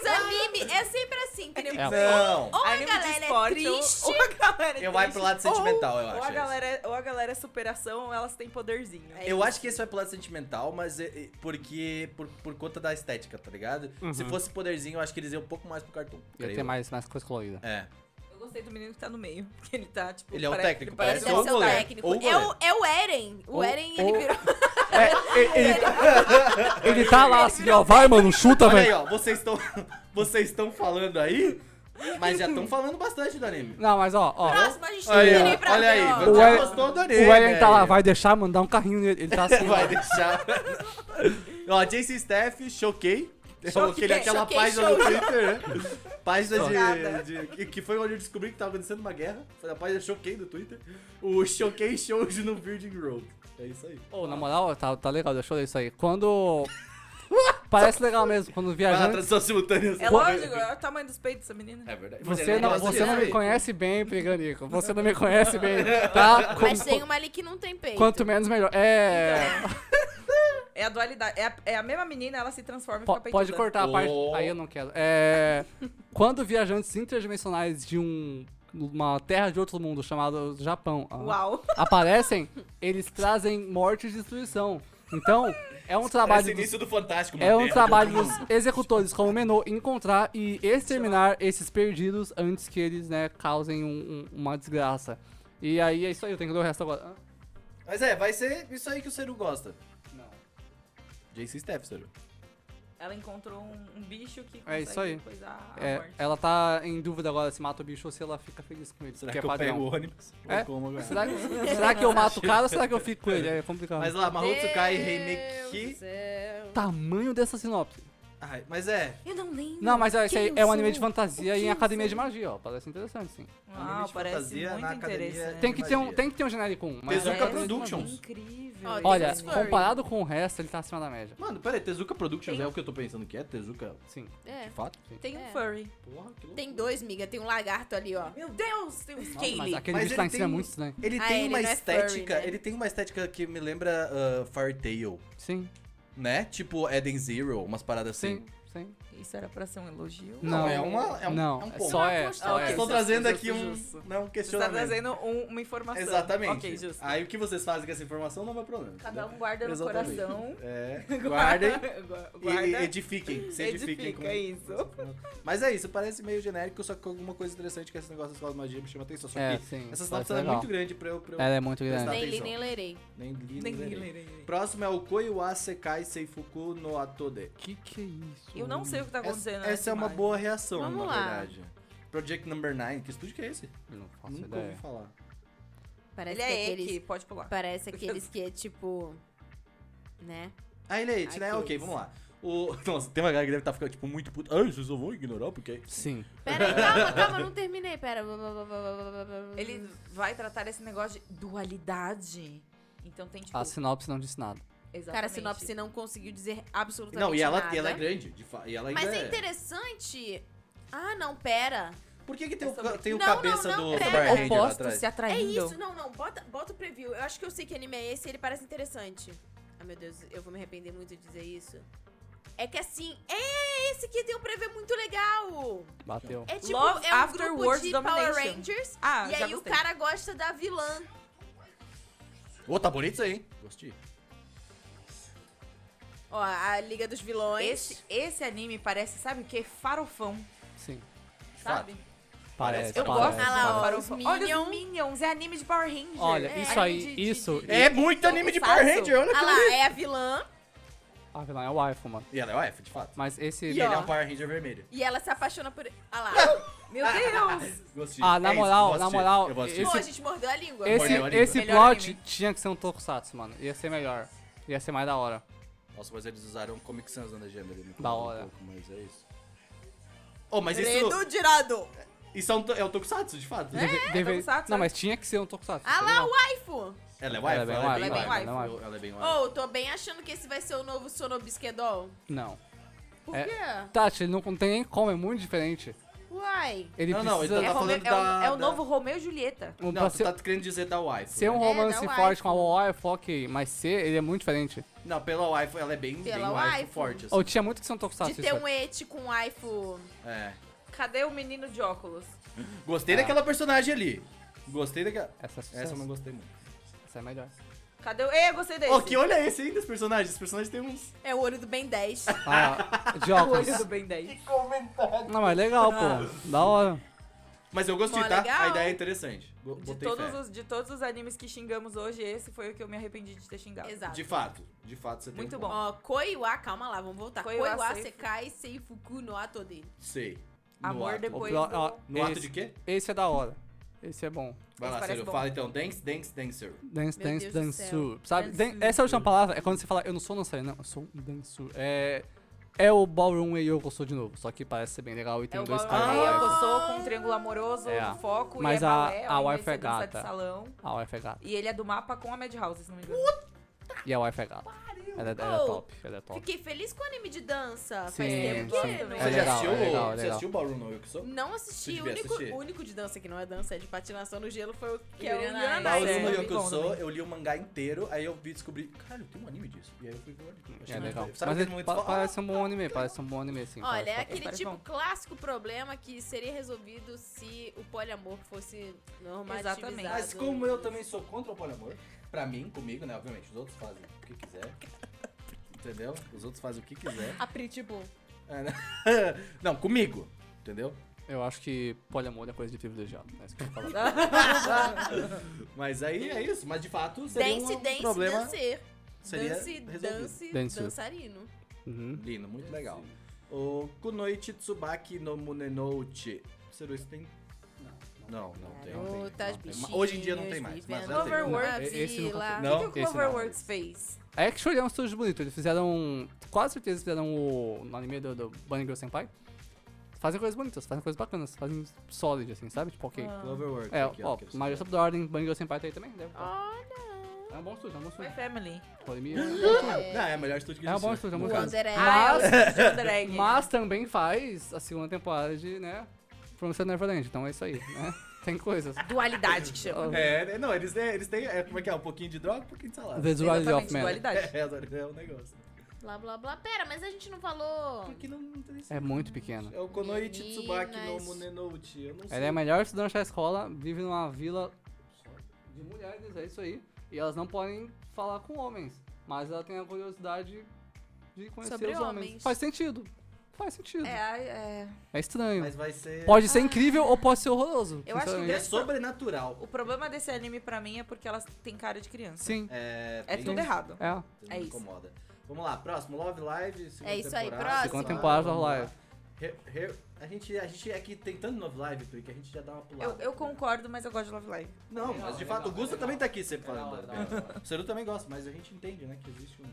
Speaker 2: os anime é sempre assim, entendeu?
Speaker 4: É.
Speaker 1: Não!
Speaker 2: Ou a
Speaker 3: Anime de
Speaker 2: galera é
Speaker 3: esporte, ou-
Speaker 2: triste,
Speaker 3: ou a galera é
Speaker 1: Eu vai
Speaker 3: triste,
Speaker 1: pro lado sentimental, eu
Speaker 3: Ou,
Speaker 1: acho. é
Speaker 3: a
Speaker 1: isso.
Speaker 3: galera, ou a galera é superação, ou elas têm poderzinho.
Speaker 2: É
Speaker 1: Eu acho que esse vai pro lado sentimental, mas é- é porque. Por, por conta da estética, tá ligado? Se fosse poderzinho, eu acho que eles iam um pouco mais pro cartoon.
Speaker 4: Uhum. Ia
Speaker 1: creio
Speaker 4: ter
Speaker 1: eu.
Speaker 4: mais, mais coisa colorida.
Speaker 1: É.
Speaker 3: Eu gostei do menino que tá no meio. Porque ele tá, tipo.
Speaker 1: Ele é o
Speaker 3: parece-
Speaker 1: técnico,
Speaker 3: ele
Speaker 2: ele
Speaker 1: parece Um
Speaker 3: parece um
Speaker 1: ou
Speaker 2: deve ser
Speaker 1: o
Speaker 2: o
Speaker 1: goleiro,
Speaker 2: técnico.
Speaker 1: ou o
Speaker 2: É
Speaker 1: goleiro.
Speaker 2: o, é o Eren. O
Speaker 4: Ou-
Speaker 2: Eren, ele
Speaker 4: ou-
Speaker 2: virou.
Speaker 4: É, ele, ele- ele tá lá assim, ó, vai, mano, chuta,
Speaker 1: Olha aí,
Speaker 4: velho.
Speaker 1: ó, vocês estão vocês estão falando aí Mas já estão falando bastante do anime.
Speaker 4: Não, mas ó, ó.
Speaker 2: Próximo, a gente
Speaker 1: Aí,
Speaker 2: tem
Speaker 1: ó,
Speaker 2: que ir pra
Speaker 1: olha aí,
Speaker 2: próxima.
Speaker 1: você
Speaker 4: O Ellen-
Speaker 1: gostou do anime.
Speaker 4: O Ellen tá lá,
Speaker 1: velho.
Speaker 4: vai deixar mandar um carrinho nele. Ele tá assim.
Speaker 1: Vai deixar. Ó, JC Steph, choquei. Eu
Speaker 2: Choquei,
Speaker 1: aquele, aquela
Speaker 2: choquei,
Speaker 1: página no Twitter, né? Página
Speaker 3: Chocada.
Speaker 1: de, de- Que foi onde eu descobri que tava acontecendo uma guerra. Foi na página Choquei do Twitter. O Choquei Shows no Virgin Road. É isso aí.
Speaker 4: Ô, na moral, tá, tá legal, deixa eu ler isso aí. Quando. Parece legal mesmo, quando
Speaker 1: Vai lá,
Speaker 4: viajante.
Speaker 1: tradução simultânea.
Speaker 3: É lógico, é o tamanho dos peitos dessa menina.
Speaker 1: É verdade. Mas
Speaker 4: Você
Speaker 1: ele
Speaker 4: não,
Speaker 1: gosta
Speaker 4: você
Speaker 1: disso,
Speaker 4: não me
Speaker 1: né?
Speaker 4: conhece bem, Peganico. Você não me conhece bem, tá?
Speaker 2: Mas
Speaker 4: Quanto-
Speaker 2: tem
Speaker 1: um
Speaker 2: uma ali que não tem peito.
Speaker 4: Quanto menos, melhor.
Speaker 1: Então.
Speaker 4: É.
Speaker 3: É a dualidade. É a, é a mesma menina, ela se transforma e
Speaker 4: po-
Speaker 3: fica peituda.
Speaker 4: pode cortar a parte.
Speaker 1: Oh.
Speaker 4: Aí eu não quero. É. Quando viajantes interdimensionais de um. Uma terra de outro mundo chamado Japão ah,
Speaker 3: Uau.
Speaker 4: aparecem, eles trazem morte e destruição. Então, é um trabalho.
Speaker 1: Parece
Speaker 4: dos-
Speaker 1: início do Fantástico,
Speaker 4: É um
Speaker 1: Materno.
Speaker 4: trabalho dos executores como Menô encontrar e exterminar esses perdidos antes que eles, né, causem um- um- uma desgraça. E aí é isso aí, eu tenho que ler o resto agora. Ah,
Speaker 1: Mas é, vai ser isso aí que o Seru gosta.
Speaker 4: Não.
Speaker 1: JC Steph, Seru.
Speaker 3: Ela encontrou um, um bicho que consegue
Speaker 4: É isso aí.
Speaker 3: coisar a
Speaker 4: É,
Speaker 3: morte.
Speaker 4: ela tá em dúvida agora se mata o bicho ou se ela fica feliz com ele.
Speaker 1: Será
Speaker 4: porque
Speaker 1: que, eu
Speaker 4: é
Speaker 1: pego
Speaker 4: padrão.
Speaker 1: o ônibus?
Speaker 4: É?
Speaker 1: Ou como agora?
Speaker 4: Será que, será que eu mato o cara ou será que eu fico com ele? É complicado.
Speaker 1: Mas lá, Mahotsukai
Speaker 5: Deus do
Speaker 1: Remeki.
Speaker 5: céu.
Speaker 4: Tamanho dessa sinopse.
Speaker 1: Ai, mas é,
Speaker 2: Eu não lembro.
Speaker 4: Não, mas ó, esse aí
Speaker 2: Quem
Speaker 4: é
Speaker 2: eu
Speaker 4: um anime
Speaker 2: sou?
Speaker 4: de fantasia
Speaker 2: O
Speaker 4: em
Speaker 2: que eu
Speaker 4: academia de
Speaker 2: sou?
Speaker 4: magia, ó. Parece interessante, sim.
Speaker 1: Anime
Speaker 3: Uau,
Speaker 1: de
Speaker 3: parece
Speaker 1: fantasia na
Speaker 3: muito
Speaker 1: academia
Speaker 3: interessante.
Speaker 4: Tem que, ter um,
Speaker 1: magia.
Speaker 4: tem que ter um genérico 1. Mas
Speaker 1: Tezuka
Speaker 4: é-
Speaker 1: Productions.
Speaker 3: Incrível.
Speaker 5: Ó,
Speaker 4: Olha,
Speaker 5: Tezuka Furry.
Speaker 4: comparado com o resto, ele tá acima da média.
Speaker 1: Mano, pera aí, Tezuka Productions é o que eu tô pensando que é? Tezuka,
Speaker 4: Sim.
Speaker 2: É.
Speaker 1: de fato?
Speaker 3: Tem um
Speaker 2: É.
Speaker 3: furry.
Speaker 1: Porra, que louco.
Speaker 2: Tem dois, miga. Tem um lagarto ali, ó.
Speaker 3: Meu Deus, tem um
Speaker 4: Nossa, mas
Speaker 3: Scaly.
Speaker 4: aquele
Speaker 1: Mas
Speaker 4: bicho lá
Speaker 1: ele
Speaker 4: em cima é
Speaker 1: tem-
Speaker 4: muito estranho.
Speaker 1: Ele
Speaker 2: Ah,
Speaker 1: tem
Speaker 2: ele
Speaker 1: uma
Speaker 2: não é furry,
Speaker 1: estética,
Speaker 2: né?
Speaker 1: ele tem uma estética que me lembra ah, Fairy Tail,
Speaker 4: Sim,
Speaker 1: né? Tipo Eden Zero, umas paradas assim.
Speaker 4: sim, sim.
Speaker 3: Isso era pra ser um elogio?
Speaker 4: Não,
Speaker 1: é uma é um,
Speaker 4: não,
Speaker 1: é um
Speaker 4: é
Speaker 1: ponto.
Speaker 4: só é,
Speaker 2: Não,
Speaker 4: só
Speaker 2: poxa,
Speaker 4: é.
Speaker 2: ok.
Speaker 1: Estou
Speaker 2: Justo,
Speaker 1: trazendo
Speaker 3: justo,
Speaker 1: aqui um,
Speaker 3: justo.
Speaker 1: não, um
Speaker 3: Você tá
Speaker 1: questionamento.
Speaker 3: trazendo um- uma informação.
Speaker 1: Exatamente.
Speaker 3: Ok, justo.
Speaker 1: Aí o que vocês fazem com essa informação não é meu problema.
Speaker 3: Cada
Speaker 1: entendeu?
Speaker 3: um guarda no
Speaker 1: Exatamente.
Speaker 3: coração.
Speaker 1: É, guardem
Speaker 3: Gu-
Speaker 1: e
Speaker 3: guarda.
Speaker 1: edifiquem, se edifiquem.
Speaker 3: né? Edifica, é isso.
Speaker 1: Mas é isso, parece meio genérico, só que com alguma coisa interessante que esse negócio da escola de magia me chama atenção. Só
Speaker 4: É,
Speaker 1: que
Speaker 4: sim.
Speaker 1: essa
Speaker 4: parece
Speaker 1: sinopse ela é
Speaker 4: legal.
Speaker 1: muito grande pra eu... Pra eu
Speaker 4: Ela é muito
Speaker 1: Prestar
Speaker 2: Nem
Speaker 4: grande.
Speaker 2: li,
Speaker 1: atenção.
Speaker 2: nem lerei.
Speaker 1: Nem li,
Speaker 3: Nem
Speaker 1: nem lerei.
Speaker 3: lerei.
Speaker 1: Próximo é o Koiwa Sekai Seifuku no Atode.
Speaker 4: Que que é isso?
Speaker 3: Eu não sei o que tá
Speaker 1: Essa,
Speaker 3: acontecendo.
Speaker 1: essa é uma
Speaker 3: nessa
Speaker 1: boa reação,
Speaker 2: Vamos
Speaker 1: na
Speaker 2: lá.
Speaker 1: verdade. Project Number 9, que estúdio que é esse?
Speaker 4: Eu Não faço
Speaker 1: Nunca
Speaker 4: ideia.
Speaker 1: ouvi falar.
Speaker 2: Parece
Speaker 3: imagem. Ele é
Speaker 2: que aqueles...
Speaker 3: Eki, pode pular.
Speaker 2: Parece aqueles que é tipo... Né?
Speaker 1: Ah, ele é it,
Speaker 2: Ai,
Speaker 1: né?
Speaker 2: que
Speaker 1: Ok,
Speaker 2: isso.
Speaker 1: vamos lá. O... Nossa, tem uma galera que deve estar ficando, tipo, muito puta. Ai, vocês só vão ignorar, porque...
Speaker 4: Sim.
Speaker 2: Pera aí, calma, calma, não terminei. Pera.
Speaker 3: Ele vai tratar esse negócio de dualidade. Então tem tipo.
Speaker 4: A sinopse não disse nada.
Speaker 3: exatamente.
Speaker 2: Cara, a sinopse não conseguiu dizer absolutamente
Speaker 1: Não, e ela,
Speaker 2: nada.
Speaker 1: e ela é grande, de fa... e ela ainda
Speaker 2: Mas é
Speaker 1: é...
Speaker 2: interessante... Ah, não, pera.
Speaker 1: Por que que tem,
Speaker 3: É sobre-
Speaker 1: o, tem o
Speaker 2: Não, não,
Speaker 1: cabeça
Speaker 2: não,
Speaker 1: do
Speaker 2: pera.
Speaker 1: Bar Ranger lá
Speaker 3: Opostos
Speaker 1: atrás?
Speaker 3: se atraindo.
Speaker 2: É isso, não, não. Bota, bota o preview. Eu acho que eu sei que anime é esse e ele parece interessante. Ah, meu Deus, eu vou me arrepender muito de dizer isso. É que assim, é esse que tem um preview muito legal.
Speaker 4: Bateu.
Speaker 2: É tipo,
Speaker 3: Love
Speaker 2: é um
Speaker 3: After
Speaker 2: grupo
Speaker 3: World
Speaker 2: de
Speaker 3: Domination.
Speaker 2: Power Rangers.
Speaker 3: Ah,
Speaker 2: e
Speaker 3: já
Speaker 2: aí o
Speaker 3: gostei.
Speaker 2: cara gosta da vilã.
Speaker 1: Ô, tá bonito isso aí, hein? Gostei.
Speaker 2: Ó, a Liga dos Vilões.
Speaker 3: Esse, esse anime parece, sabe o que? Farofão,
Speaker 4: Sim.
Speaker 1: De
Speaker 3: sabe?
Speaker 1: fato.
Speaker 4: Parece,
Speaker 1: eu
Speaker 4: parece.
Speaker 1: gosto.
Speaker 2: Ah lá, ó,
Speaker 4: parece.
Speaker 2: os
Speaker 3: Olha
Speaker 2: Minion.
Speaker 3: os Minions, é anime de Power Ranger.
Speaker 4: Olha,
Speaker 3: É.
Speaker 4: isso
Speaker 3: Anime
Speaker 4: aí,
Speaker 3: de-
Speaker 4: isso-
Speaker 3: de-
Speaker 1: É muito anime de Power
Speaker 3: Tokusatsu.
Speaker 1: Ranger, olha
Speaker 2: Ah
Speaker 1: que
Speaker 2: lá,
Speaker 1: bonito.
Speaker 2: é a vilã.
Speaker 4: Ah, vilão, é o waifu, mano.
Speaker 1: E ela é o F, de fato.
Speaker 4: Mas esse...
Speaker 1: E ele é
Speaker 3: ó.
Speaker 1: um Power Ranger vermelho.
Speaker 2: E ela se apaixona por. Ah lá.
Speaker 3: Meu Deus!
Speaker 1: Gostei.
Speaker 4: Ah, na
Speaker 1: É isso,
Speaker 4: moral,
Speaker 1: vou
Speaker 4: na
Speaker 1: assistir.
Speaker 4: moral,
Speaker 1: Eu vou assistir.
Speaker 2: Pô,
Speaker 4: esse-
Speaker 2: a gente mordeu a língua.
Speaker 4: Esse,
Speaker 1: Mordeu a língua.
Speaker 4: esse
Speaker 3: Melhor
Speaker 4: plot
Speaker 3: anime.
Speaker 4: tinha que ser um tokusatsu, mano. Ia ser melhor. Ia ser mais da hora.
Speaker 1: Nossa, mas eles usaram um Comic Sans na agenda ali. me
Speaker 4: Da
Speaker 1: incomodou
Speaker 4: hora.
Speaker 1: Um pouco, mas é isso. Oh,
Speaker 3: É
Speaker 1: mas isso,
Speaker 2: Redo girado.
Speaker 1: isso é, um, to- é um Tokusatsu, de fato.
Speaker 4: Deve- deve-
Speaker 3: tokusatsu,
Speaker 4: Não,
Speaker 3: é.
Speaker 4: mas tinha que ser um tokusatsu.
Speaker 2: Ah
Speaker 4: tá
Speaker 2: lá,
Speaker 4: ligado?
Speaker 2: o waifu.
Speaker 1: Ela é
Speaker 4: Ela é
Speaker 1: wife, ela
Speaker 4: bem
Speaker 1: é bem
Speaker 4: waifu,
Speaker 1: wife.
Speaker 3: ela é bem
Speaker 1: Ela ela é bem wife.
Speaker 2: Ou tô bem achando que esse vai ser o novo Sonobisquedol.
Speaker 4: Não.
Speaker 2: Por
Speaker 4: É.
Speaker 2: quê?
Speaker 4: Tati, ele não, não tem nem como, é muito diferente.
Speaker 2: Uai.
Speaker 4: Ele
Speaker 1: Não, não,
Speaker 4: precisa...
Speaker 1: então
Speaker 3: É,
Speaker 1: tá
Speaker 3: Romeu-
Speaker 1: falando
Speaker 3: é o-
Speaker 1: da-
Speaker 3: é o
Speaker 1: da-
Speaker 3: novo Romeu e Julieta.
Speaker 4: um- pra
Speaker 1: Não, tu
Speaker 4: ser,
Speaker 1: tá querendo dizer da wife.
Speaker 4: ser um
Speaker 1: né?
Speaker 2: É,
Speaker 4: romance
Speaker 2: da
Speaker 4: forte
Speaker 2: waifu.
Speaker 4: com a waifu, ok. Mas ser, ele é muito diferente.
Speaker 1: Não, pela wife ela é bem, bem
Speaker 2: Pela
Speaker 1: wife,
Speaker 2: waifu.
Speaker 1: forte. Assim.
Speaker 4: Ou tinha muito que ser um tokusatsu.
Speaker 2: De ter
Speaker 4: isso
Speaker 2: um et com um waifu.
Speaker 1: É.
Speaker 3: Cadê o menino de óculos?
Speaker 1: Gostei
Speaker 4: Ah.
Speaker 1: daquela personagem ali. Gostei daquela...
Speaker 4: Essa é sucesso.
Speaker 1: Essa eu não gostei muito.
Speaker 4: Essa é melhor.
Speaker 3: Cadê o... Ei, eu gostei desse.
Speaker 1: Oh, que olho é esse aí dos personagens? Os personagens têm uns...
Speaker 2: É o olho do Ben 10.
Speaker 4: Ah, de
Speaker 3: O
Speaker 4: óculos.
Speaker 3: olho Ah. do Ben 10.
Speaker 4: Não, mas legal, pô. Da hora.
Speaker 1: Mas eu gostei,
Speaker 2: Mó
Speaker 1: tá?
Speaker 2: legal.
Speaker 1: A ideia é interessante. Bo-
Speaker 3: De
Speaker 1: Botei
Speaker 3: todos,
Speaker 1: fé.
Speaker 3: os, de todos os animes que xingamos hoje, esse foi o que eu me arrependi de ter xingado.
Speaker 2: Exato.
Speaker 1: De fato. De fato, você tem
Speaker 3: Muito
Speaker 1: um
Speaker 3: bom.
Speaker 2: Ó, Koiwa, calma lá, vamos voltar.
Speaker 3: Koiwa
Speaker 2: Koiwa
Speaker 3: Seifu.
Speaker 2: Sekai Seifuku no Atode.
Speaker 1: Sei.
Speaker 3: Amor
Speaker 1: ato.
Speaker 3: depois.
Speaker 4: O pro-
Speaker 3: do-
Speaker 4: ó,
Speaker 1: No ato
Speaker 4: esse-
Speaker 1: de quê?
Speaker 4: Esse é da hora. Esse é bom.
Speaker 1: Vai
Speaker 3: Esse
Speaker 1: lá,
Speaker 3: parece
Speaker 1: Ciro.
Speaker 3: bom.
Speaker 1: Fala então. Dance, dance, dancer.
Speaker 4: Dance,
Speaker 5: Meu
Speaker 4: dance,
Speaker 5: Deus do
Speaker 4: dançu.
Speaker 5: céu.
Speaker 4: Sabe? Dan-
Speaker 5: Dançu.
Speaker 4: essa é a última palavra. É quando você fala, eu não sou dançarino, não, eu sou um dançu. É, é o Ballroom e eu gostou de novo. Só que parece ser bem legal e tem
Speaker 3: É o
Speaker 4: dois
Speaker 3: Ballroom
Speaker 4: caras.
Speaker 1: Ah,
Speaker 3: ah,
Speaker 1: é.
Speaker 4: na
Speaker 3: eu
Speaker 4: live.
Speaker 3: sou com um triângulo amoroso,
Speaker 4: É.
Speaker 3: um foco
Speaker 4: Mas
Speaker 3: e é
Speaker 4: a-
Speaker 3: balé,
Speaker 4: a
Speaker 3: ao invés
Speaker 4: wife
Speaker 3: de
Speaker 4: é
Speaker 3: ser dança de
Speaker 4: gata.
Speaker 3: salão.
Speaker 4: A wife é gata.
Speaker 3: E ele é do mapa com a Madhouse, se não me engano.
Speaker 4: E a wife é gata. Ela, é- ela é
Speaker 2: Oh,
Speaker 4: top, ela é top.
Speaker 2: Fiquei feliz com o anime de dança. Faz
Speaker 4: Sim,
Speaker 2: tempo que
Speaker 4: sim.
Speaker 2: não
Speaker 4: É
Speaker 1: Você já
Speaker 4: legal,
Speaker 1: assistiu?
Speaker 4: é legal, é
Speaker 1: Você
Speaker 4: legal.
Speaker 1: assistiu o Ballroom no Yokuso?
Speaker 2: Não
Speaker 1: Você
Speaker 2: assisti. O
Speaker 1: devia
Speaker 2: único,
Speaker 1: assistir.
Speaker 2: o único de dança que não é dança, é de patinação no gelo, foi o que é o
Speaker 5: Yuri on
Speaker 2: Yuri on
Speaker 5: Ice.
Speaker 2: Ice.
Speaker 1: Ballroom no
Speaker 3: é, é bom
Speaker 1: Yokuso,
Speaker 3: também.
Speaker 1: eu li o mangá inteiro, aí eu vi e descobri, caralho, tem um anime disso. E aí eu fui ver o anime.
Speaker 4: É legal.
Speaker 1: Sabe
Speaker 4: Mas
Speaker 1: aquele
Speaker 4: ele
Speaker 1: momento
Speaker 4: pa-
Speaker 1: que você fala,
Speaker 4: parece um bom anime, parece um bom anime, sim.
Speaker 2: Olha, é
Speaker 4: parece top.
Speaker 2: aquele
Speaker 3: parece
Speaker 2: tipo
Speaker 3: bom.
Speaker 2: clássico problema que seria resolvido se o poliamor fosse normatizado.
Speaker 3: Exatamente.
Speaker 1: "Ah, Mas como eu também sou contra o poliamor, pra mim, comigo, né? Obviamente, os outros fazem o que quiser. Entendeu? Os outros fazem o que quiser.
Speaker 5: A Pri, tipo,
Speaker 1: É, né? Não, comigo. Entendeu?
Speaker 4: Eu acho que poliamor é coisa de privilegiado. É isso que eu ia falar.
Speaker 1: Mas aí é isso. Mas de fato, seria
Speaker 2: Dance,
Speaker 1: um
Speaker 2: dance,
Speaker 1: problema.
Speaker 2: dancer.
Speaker 1: Seria
Speaker 2: dance,
Speaker 1: resolvido.
Speaker 2: dance,
Speaker 4: Dance.
Speaker 2: dançarino.
Speaker 4: Uhum.
Speaker 1: Lindo, muito legal. O Kunoichi Tsubaki no Munenouchi. Será isso tem? Não, não tem.
Speaker 4: não tem,
Speaker 2: Garotas,
Speaker 4: não tem.
Speaker 2: bichinhos.
Speaker 1: Hoje em dia não tem mais, mas
Speaker 2: vivendo
Speaker 1: já teve.
Speaker 2: Overworld,
Speaker 4: Não, esse nunca
Speaker 2: Zilla.
Speaker 4: teve.
Speaker 1: Não, é
Speaker 3: o que o
Speaker 4: esse não.
Speaker 3: Cloverworks fez?
Speaker 4: A Actually é um estúdio bonito. Eles fizeram. um, Quase certeza fizeram o. No anime do, do Bunny Girl Senpai. Fazem coisas bonitas, fazem coisas bacanas, fazem solid, assim, sabe? Tipo, ok.
Speaker 1: Ah. Cloverworks.
Speaker 4: É,
Speaker 1: aqui,
Speaker 4: ó,
Speaker 1: que eu
Speaker 4: Mario
Speaker 1: sei.
Speaker 4: Sub the Order, Bunny Girl Senpai tá aí também, deve.
Speaker 2: Olha.
Speaker 4: É um bom estúdio, é um bom
Speaker 3: Foi
Speaker 4: estúdio.
Speaker 3: Family.
Speaker 4: Podem ir, é um bom estúdio.
Speaker 1: Não, é o melhor estúdio que
Speaker 4: É um
Speaker 1: existe,
Speaker 4: bom
Speaker 1: né?
Speaker 4: estúdio, é um
Speaker 1: No
Speaker 4: bom
Speaker 2: O
Speaker 1: caso.
Speaker 4: estúdio.
Speaker 2: Wonder
Speaker 3: Ah,
Speaker 2: Egg.
Speaker 3: o Drag.
Speaker 4: Mas também faz a segunda temporada de, né? Promised Neverland, então é isso aí, né? Tem coisas.
Speaker 3: Dualidade que chama.
Speaker 1: É, é, não, eles, é, eles têm. É, como é que é? Um pouquinho de droga, um pouquinho de salada.
Speaker 4: The Duality of
Speaker 3: Exatamente,
Speaker 4: Man.
Speaker 3: é dualidade.
Speaker 1: É, é, é um negócio.
Speaker 2: Blá, blá, blá. Pera, mas a gente não falou...
Speaker 1: Porque não, não tem isso.
Speaker 4: É muito pequeno.
Speaker 1: É o Konoichi Tsubaki no
Speaker 2: Meninas.
Speaker 1: Munenouchi. Eu não sei.
Speaker 4: Ela é a melhor estudante da escola, vive numa vila de mulheres, é isso aí. E elas não podem falar com homens. Mas ela tem a curiosidade de conhecer
Speaker 2: Sobre
Speaker 4: os homens.
Speaker 2: homens.
Speaker 4: Faz sentido. Faz sentido. É,
Speaker 3: É, é.
Speaker 4: estranho.
Speaker 1: Mas é- vai ser.
Speaker 4: Pode ser incrível ou pode ser horroroso.
Speaker 3: Eu acho que
Speaker 1: É
Speaker 4: sinceramente.
Speaker 1: sobrenatural.
Speaker 3: O problema desse anime pra mim é porque elas têm cara de criança.
Speaker 4: Sim.
Speaker 1: É,
Speaker 3: É
Speaker 1: bem-
Speaker 3: tudo errado.
Speaker 4: É.
Speaker 3: É
Speaker 1: me
Speaker 3: isso.
Speaker 1: incomoda. Vamos lá, próximo. Love Live, segunda
Speaker 2: É isso aí,
Speaker 1: temporada.
Speaker 2: próximo.
Speaker 4: Segunda temporada do
Speaker 1: Vamos lá.
Speaker 4: Live.
Speaker 1: Re- re- a, gente, a gente é aqui tentando Love Live, Pri, que a gente já dá uma pulada.
Speaker 3: Eu, eu concordo, mas eu gosto de Love Live.
Speaker 1: Não,
Speaker 4: Legal,
Speaker 1: mas de
Speaker 4: legal,
Speaker 1: fato o Gusta
Speaker 4: legal.
Speaker 1: também tá aqui sempre
Speaker 4: Legal,
Speaker 1: falando.
Speaker 4: legal,
Speaker 1: dela.
Speaker 4: legal.
Speaker 1: O Ceru também gosta, mas a gente entende, né? Que existe um,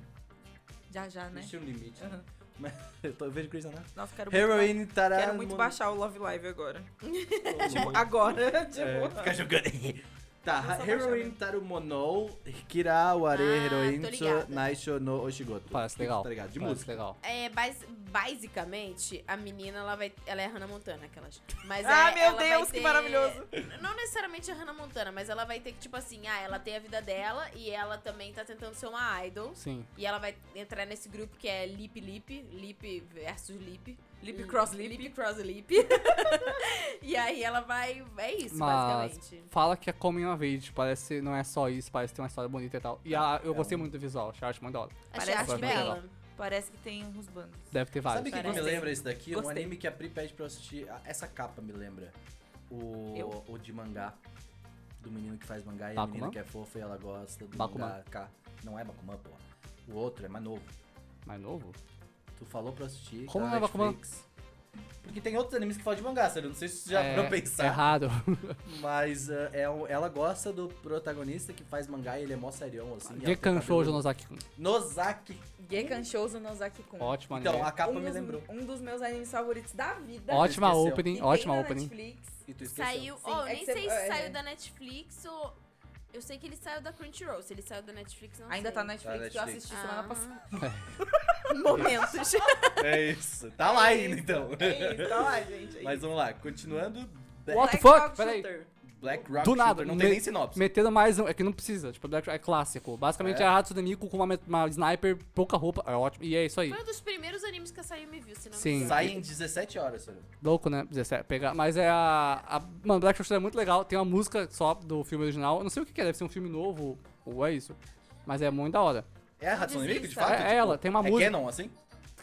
Speaker 3: Já, já, né?
Speaker 1: existe um limite. né?
Speaker 3: Uhum.
Speaker 1: Mas eu, tô, eu vejo Chris Anatomy.
Speaker 3: Nossa, quero muito, ba-
Speaker 1: Heroine Tarara.
Speaker 3: quero muito baixar o Love Live agora. Tipo, agora.
Speaker 1: É,
Speaker 3: Tipo,
Speaker 1: fica jogando aí. Tá,
Speaker 3: Nossa,
Speaker 1: Heroin Tarumonou, Kira Ware
Speaker 2: Ah, tô
Speaker 1: Heroinso
Speaker 2: ligada.
Speaker 1: Naisho no Oshigoto.
Speaker 4: Parece legal.
Speaker 1: Tá ligado? De
Speaker 4: Parece
Speaker 1: música.
Speaker 4: legal.
Speaker 2: É, bas- basicamente, a menina, ela vai. Ela é a Hannah Montana, aquelas. Mas
Speaker 3: Ah,
Speaker 2: é-
Speaker 3: meu
Speaker 2: ela vai
Speaker 3: Deus, que
Speaker 2: ter-
Speaker 3: maravilhoso.
Speaker 2: Não necessariamente a Hannah Montana, mas ela vai ter que, tipo assim, ah, ela tem a vida dela e ela também tá tentando ser uma idol.
Speaker 4: Sim.
Speaker 2: E ela vai entrar nesse grupo que é Lip Lip, Lip versus Lip.
Speaker 3: Lip Cross Lip.
Speaker 2: Lip Cross Lip. e aí ela vai. É isso,
Speaker 4: Mas-
Speaker 2: basicamente.
Speaker 4: Fala que é coming of age, parece não é só isso, parece ter uma história bonita e tal. E a- eu
Speaker 1: É
Speaker 4: gostei
Speaker 1: um-
Speaker 4: muito do visual, achei a arte muito da hora.
Speaker 2: Achei
Speaker 3: Parece
Speaker 2: a arte
Speaker 4: bem
Speaker 2: bela.
Speaker 4: legal.
Speaker 3: Parece que tem uns bandos.
Speaker 4: Deve ter vários.
Speaker 1: Sabe o que, que me
Speaker 2: Parece.
Speaker 1: lembra esse daqui? É Um
Speaker 3: Gostei.
Speaker 1: anime que a Pri pede pra eu assistir. Ah, Essa capa me lembra. O,
Speaker 3: Eu?
Speaker 1: o de mangá. Do menino que faz mangá e a
Speaker 4: Bakuman?
Speaker 1: menina que é fofa e ela gosta do
Speaker 4: Bakuman.
Speaker 1: mangá. K. Não é Bakuman, pô. O outro é mais novo.
Speaker 4: Mais novo?
Speaker 1: Tu falou pra eu assistir.
Speaker 4: Como
Speaker 1: tá
Speaker 4: não
Speaker 1: na
Speaker 4: é Bakuman?
Speaker 1: Netflix. Porque tem outros animes que falam de mangá, sério. Não sei se você já
Speaker 4: é,
Speaker 1: parou pra
Speaker 4: É
Speaker 1: pensar.
Speaker 4: raro.
Speaker 1: Mas ah, é um- ela gosta do protagonista que faz mangá e ele é mó serião, assim. e ela tem
Speaker 4: Gekan Shoujo
Speaker 1: cabelo-
Speaker 4: Nozaki.
Speaker 1: Nozaki.
Speaker 3: Gekan Shouzo Nozaki Kun.
Speaker 4: Ótimo anime.
Speaker 1: Então, a capa
Speaker 3: um,
Speaker 1: me
Speaker 3: dos,
Speaker 1: lembrou.
Speaker 3: um dos meus animes favoritos da vida.
Speaker 4: Ótima
Speaker 1: esqueceu.
Speaker 4: opening,
Speaker 3: E
Speaker 4: ótima
Speaker 3: tem na
Speaker 4: opening.
Speaker 3: Netflix.
Speaker 1: E tu esqueceu.
Speaker 2: Saiu.
Speaker 3: Sim,
Speaker 2: Oh, eu
Speaker 3: é que
Speaker 2: nem
Speaker 3: cê-
Speaker 2: sei se
Speaker 3: é,
Speaker 2: saiu
Speaker 3: é.
Speaker 2: da Netflix ou. Eu sei que ele saiu da Crunchyroll. Se ele saiu da Netflix, não
Speaker 3: Ainda
Speaker 2: sei.
Speaker 3: tá na Netflix, Ah.
Speaker 1: Tá na
Speaker 3: que eu
Speaker 1: Netflix.
Speaker 3: assisti semana
Speaker 2: Aham.
Speaker 3: passada.
Speaker 2: Momentos.
Speaker 1: É isso. Tá lá ainda, então.
Speaker 3: É isso, tá lá, gente. é
Speaker 1: Mas vamos lá, continuando. Black,
Speaker 4: What the
Speaker 3: Black
Speaker 4: fuck?
Speaker 3: Rock
Speaker 4: Peraí.
Speaker 3: Shooter.
Speaker 1: Black Rock
Speaker 4: Do
Speaker 1: Shooter,
Speaker 4: nada,
Speaker 1: não
Speaker 4: me-
Speaker 1: tem nem sinopse.
Speaker 4: Metendo mais um. É que não precisa, tipo, Black Rock é clássico. Basicamente
Speaker 1: É.
Speaker 4: é, a Hatsune Miku com uma, met- uma sniper, pouca roupa, é ótimo. E é isso aí.
Speaker 2: Foi um dos primeiros animes que a Sayu me viu, se não
Speaker 4: Sim.
Speaker 2: me engano.
Speaker 1: Sai em 17 horas, senhor.
Speaker 4: Louco, né? 17, pegar. Mas é a. a- mano, Black Rock Shooter é muito legal. Tem uma música só do filme original. Eu não sei o que, que é, deve ser um filme novo ou é isso. Mas é muito da hora.
Speaker 1: É a Hatsune Miku, de
Speaker 2: Desista.
Speaker 1: fato?
Speaker 4: É ela, tem uma
Speaker 1: é
Speaker 4: música.
Speaker 1: canon, assim?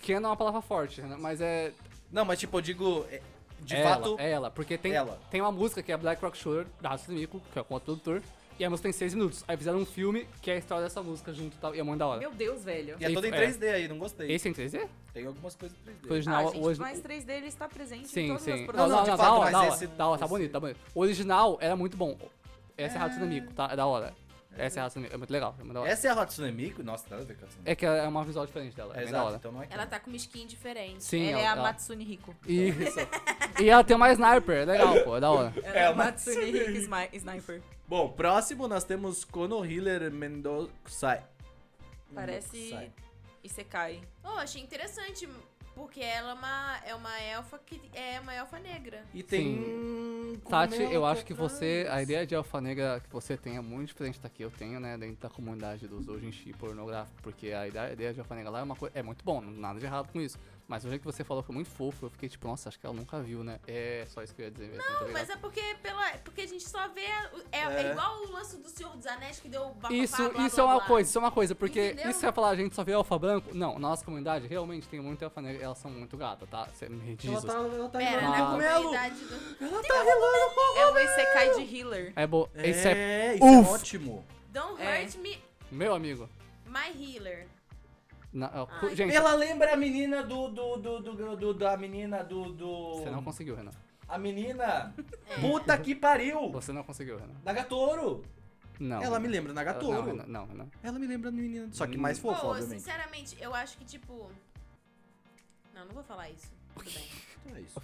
Speaker 4: Canon é uma palavra forte, né? Mas é.
Speaker 1: Não, mas tipo, eu digo, é- de
Speaker 4: é
Speaker 1: fato,
Speaker 4: Ela, é ela. Porque tem,
Speaker 1: ela.
Speaker 4: tem uma música que é Black Rock Shooter, da Hatsune Miku, que é com o produtor. E a música tem seis minutos. Aí fizeram um filme que é a história dessa música junto e tal. E é muito da hora.
Speaker 3: Meu Deus, velho.
Speaker 1: E é todo em
Speaker 4: É.
Speaker 1: 3D aí, não gostei.
Speaker 4: Esse é em 3D?
Speaker 1: Tem algumas coisas em 3D.
Speaker 4: Foi
Speaker 3: Ah,
Speaker 4: original
Speaker 3: gente,
Speaker 4: hoje.
Speaker 3: mas 3D ele está tá presente em
Speaker 4: Sim,
Speaker 3: todas as
Speaker 4: sim.
Speaker 1: Não,
Speaker 3: produções.
Speaker 1: não, de
Speaker 4: dá
Speaker 1: fato,
Speaker 4: hora,
Speaker 1: mas
Speaker 4: dá hora,
Speaker 1: esse-
Speaker 4: dá hora, tá
Speaker 1: esse-
Speaker 4: bonito, tá bonito. O original era muito bom. Essa é a
Speaker 3: Ah.
Speaker 4: Hatsune Miku, tá? É da hora. Essa é a Hatsune Miku, é muito legal, é muito da hora.
Speaker 1: Essa é a Hatsune Miku? Nossa, nada a ver com a Hatsune Miku.
Speaker 4: É que ela é uma visual diferente dela, é, bem da
Speaker 1: exato,
Speaker 4: hora.
Speaker 1: então não é
Speaker 2: Ela
Speaker 1: canon.
Speaker 2: tá com uma skin diferente.
Speaker 4: Sim,
Speaker 3: Ela é a
Speaker 4: ela-
Speaker 3: Matsune Rico.
Speaker 4: Isso. e ela tem uma sniper, é legal, pô, é da hora.
Speaker 3: Ela é
Speaker 1: a
Speaker 3: a Matsune Rico Sni- Sniper.
Speaker 1: Bom, próximo nós temos Kono Hiller Mendozai.
Speaker 3: Parece
Speaker 1: Mendozai.
Speaker 3: Isekai.
Speaker 2: Oh, achei interessante, porque ela é uma, é uma elfa que é uma elfa negra.
Speaker 1: E tem. um
Speaker 4: Tati,
Speaker 1: Kono
Speaker 2: um
Speaker 4: eu acho que
Speaker 1: atrás.
Speaker 4: você. A ideia de alfa negra que você tem é muito diferente da que eu tenho, né? Dentro da comunidade dos doujinshi pornográfico. Porque a ideia, a ideia de alfa negra lá é uma coisa. É muito bom, nada de errado com isso. Mas o jeito que você falou foi muito fofo. Eu fiquei tipo, nossa, acho que ela nunca viu, né? É só isso que eu ia dizer mesmo. tá
Speaker 2: Não,
Speaker 4: ligado?
Speaker 2: mas é porque, pela, porque a gente só vê. É, é
Speaker 1: É.
Speaker 2: igual o lance do Senhor dos Anéis que deu bafafá,
Speaker 4: Isso,
Speaker 2: blá,
Speaker 4: isso
Speaker 2: blá,
Speaker 4: é uma
Speaker 2: blá.
Speaker 4: coisa, isso é uma coisa, porque
Speaker 2: Entendeu?
Speaker 4: isso você vai falar, a gente só vê alfa branco. Não, nossa comunidade realmente tem muito alfa negra, elas são muito gatas, tá? Você me
Speaker 1: Ela
Speaker 4: diz.
Speaker 1: tá, ela tá
Speaker 2: Pera,
Speaker 1: rimando
Speaker 2: É, na
Speaker 1: com Melo.
Speaker 2: comunidade do.
Speaker 1: Ela tá rimando com
Speaker 3: É o Isekai de Healer.
Speaker 4: É bom.
Speaker 1: É,
Speaker 4: Isso é.
Speaker 1: isso é
Speaker 4: Uf.
Speaker 1: ótimo.
Speaker 2: Don't
Speaker 3: É.
Speaker 2: hurt me,
Speaker 4: Meu amigo.
Speaker 2: my healer.
Speaker 4: Na-
Speaker 2: Ai.
Speaker 4: gente,
Speaker 1: Ela lembra a menina do. do, do, do, do- da menina do. do-
Speaker 4: você não conseguiu, Renan.
Speaker 1: A menina. Puta que pariu!
Speaker 4: Você não conseguiu, Renan.
Speaker 1: Nagatoro!
Speaker 4: Não.
Speaker 1: Ela me
Speaker 4: Renan.
Speaker 1: lembra
Speaker 4: Não,
Speaker 1: Nagatoro.
Speaker 4: Renan, não, Renan.
Speaker 1: Ela me lembra a menina. Só que
Speaker 4: Hum.
Speaker 1: mais fofa,
Speaker 2: Pô,
Speaker 1: obviamente.
Speaker 2: sinceramente, eu acho que, tipo. Não, não vou falar isso. Tudo bem.
Speaker 1: Então é isso.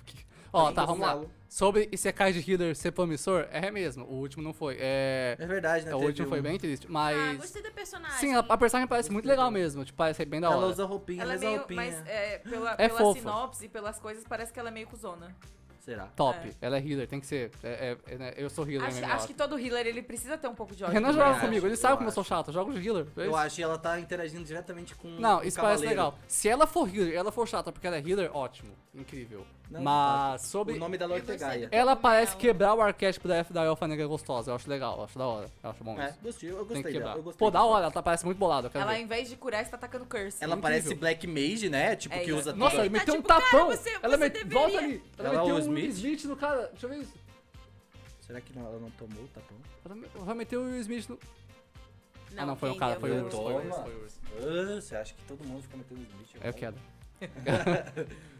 Speaker 4: Ó,
Speaker 1: Aí,
Speaker 4: tá, vamos lá.
Speaker 1: Gonzalo.
Speaker 4: Sobre Isekai de Healer ser promissor, é mesmo. O último não foi. É.
Speaker 1: É verdade, né?
Speaker 4: O
Speaker 1: Teve
Speaker 4: último foi
Speaker 1: um-
Speaker 4: bem triste,
Speaker 2: Ah,
Speaker 4: mas.
Speaker 2: gostei da personagem.
Speaker 4: Sim, a, a personagem parece muito
Speaker 1: Gostei
Speaker 4: legal
Speaker 1: também.
Speaker 4: mesmo. Tipo, parece bem da
Speaker 1: Ela
Speaker 4: hora.
Speaker 1: usa roupinha,
Speaker 3: Ela é
Speaker 1: mas a
Speaker 3: meio,
Speaker 1: roupinha.
Speaker 3: mas é, pela,
Speaker 4: É
Speaker 3: pela
Speaker 4: fofa.
Speaker 3: sinopse, pelas coisas, parece que ela é meio cuzona.
Speaker 1: Será?
Speaker 4: Top.
Speaker 3: É.
Speaker 4: Ela é healer, tem que ser. É, é- é, né, eu sou healer
Speaker 3: Acho,
Speaker 4: mesmo.
Speaker 3: acho que todo healer, ele precisa ter um pouco de ódio.
Speaker 4: Renan
Speaker 3: do
Speaker 4: joga
Speaker 1: acho,
Speaker 3: personagem.
Speaker 4: comigo, ele
Speaker 1: eu
Speaker 4: sabe como eu
Speaker 1: acho.
Speaker 4: sou chato. Eu jogo de healer. é
Speaker 1: Eu
Speaker 4: isso.
Speaker 1: acho que ela tá interagindo diretamente com
Speaker 4: Não,
Speaker 1: com
Speaker 4: isso
Speaker 1: o
Speaker 4: parece
Speaker 1: cavaleiro.
Speaker 4: legal. Se ela for healer ela for chata porque ela é healer, ótimo. Incrível.
Speaker 1: Não, tá.
Speaker 4: Mas sobre.
Speaker 1: O nome da Lorde
Speaker 2: Eu gostei
Speaker 1: Gaia.
Speaker 2: do-
Speaker 4: Ela
Speaker 2: Como
Speaker 4: parece
Speaker 2: ela.
Speaker 4: quebrar o arquétipo da F da Elfa Negra gostosa. Eu acho legal, eu acho da hora. Eu acho bom
Speaker 1: É,
Speaker 4: isso.
Speaker 1: gostei, eu
Speaker 4: Tem que
Speaker 1: gostei
Speaker 4: quebrar.
Speaker 1: dela. eu gostei
Speaker 4: Pô, da
Speaker 1: dela.
Speaker 4: hora, ela tá, parece muito bolada. eu quero
Speaker 3: Ela, ao
Speaker 4: ver.
Speaker 3: invés de curar, está atacando curse.
Speaker 1: Ela
Speaker 4: incrível.
Speaker 1: parece Black Mage, né? Tipo,
Speaker 3: É
Speaker 1: que
Speaker 3: isso.
Speaker 1: usa.
Speaker 4: Nossa,
Speaker 1: tech.
Speaker 4: ela
Speaker 2: Ele tá
Speaker 4: meteu um
Speaker 2: tipo, cara,
Speaker 4: tapão.
Speaker 2: você-
Speaker 4: ela
Speaker 2: você
Speaker 4: meteu.
Speaker 2: deveria.
Speaker 4: Volta ali.
Speaker 1: Ela
Speaker 4: Ela,
Speaker 1: é
Speaker 4: meteu
Speaker 1: o
Speaker 4: um
Speaker 1: Smith?
Speaker 4: Smith? no cara. Deixa eu ver isso.
Speaker 1: Será que não- ela não tomou o tapão?
Speaker 4: Ela me- Vai meter o Smith no.
Speaker 2: Não,
Speaker 4: ah, não, foi um
Speaker 2: quem
Speaker 4: cara,
Speaker 2: deu
Speaker 4: foi o
Speaker 1: eu-
Speaker 4: Urs. Foi o Urs,
Speaker 1: Toma.
Speaker 4: foi o Urs.
Speaker 1: Ah, você acha que todo mundo fica metendo Smith?
Speaker 4: Eu quero.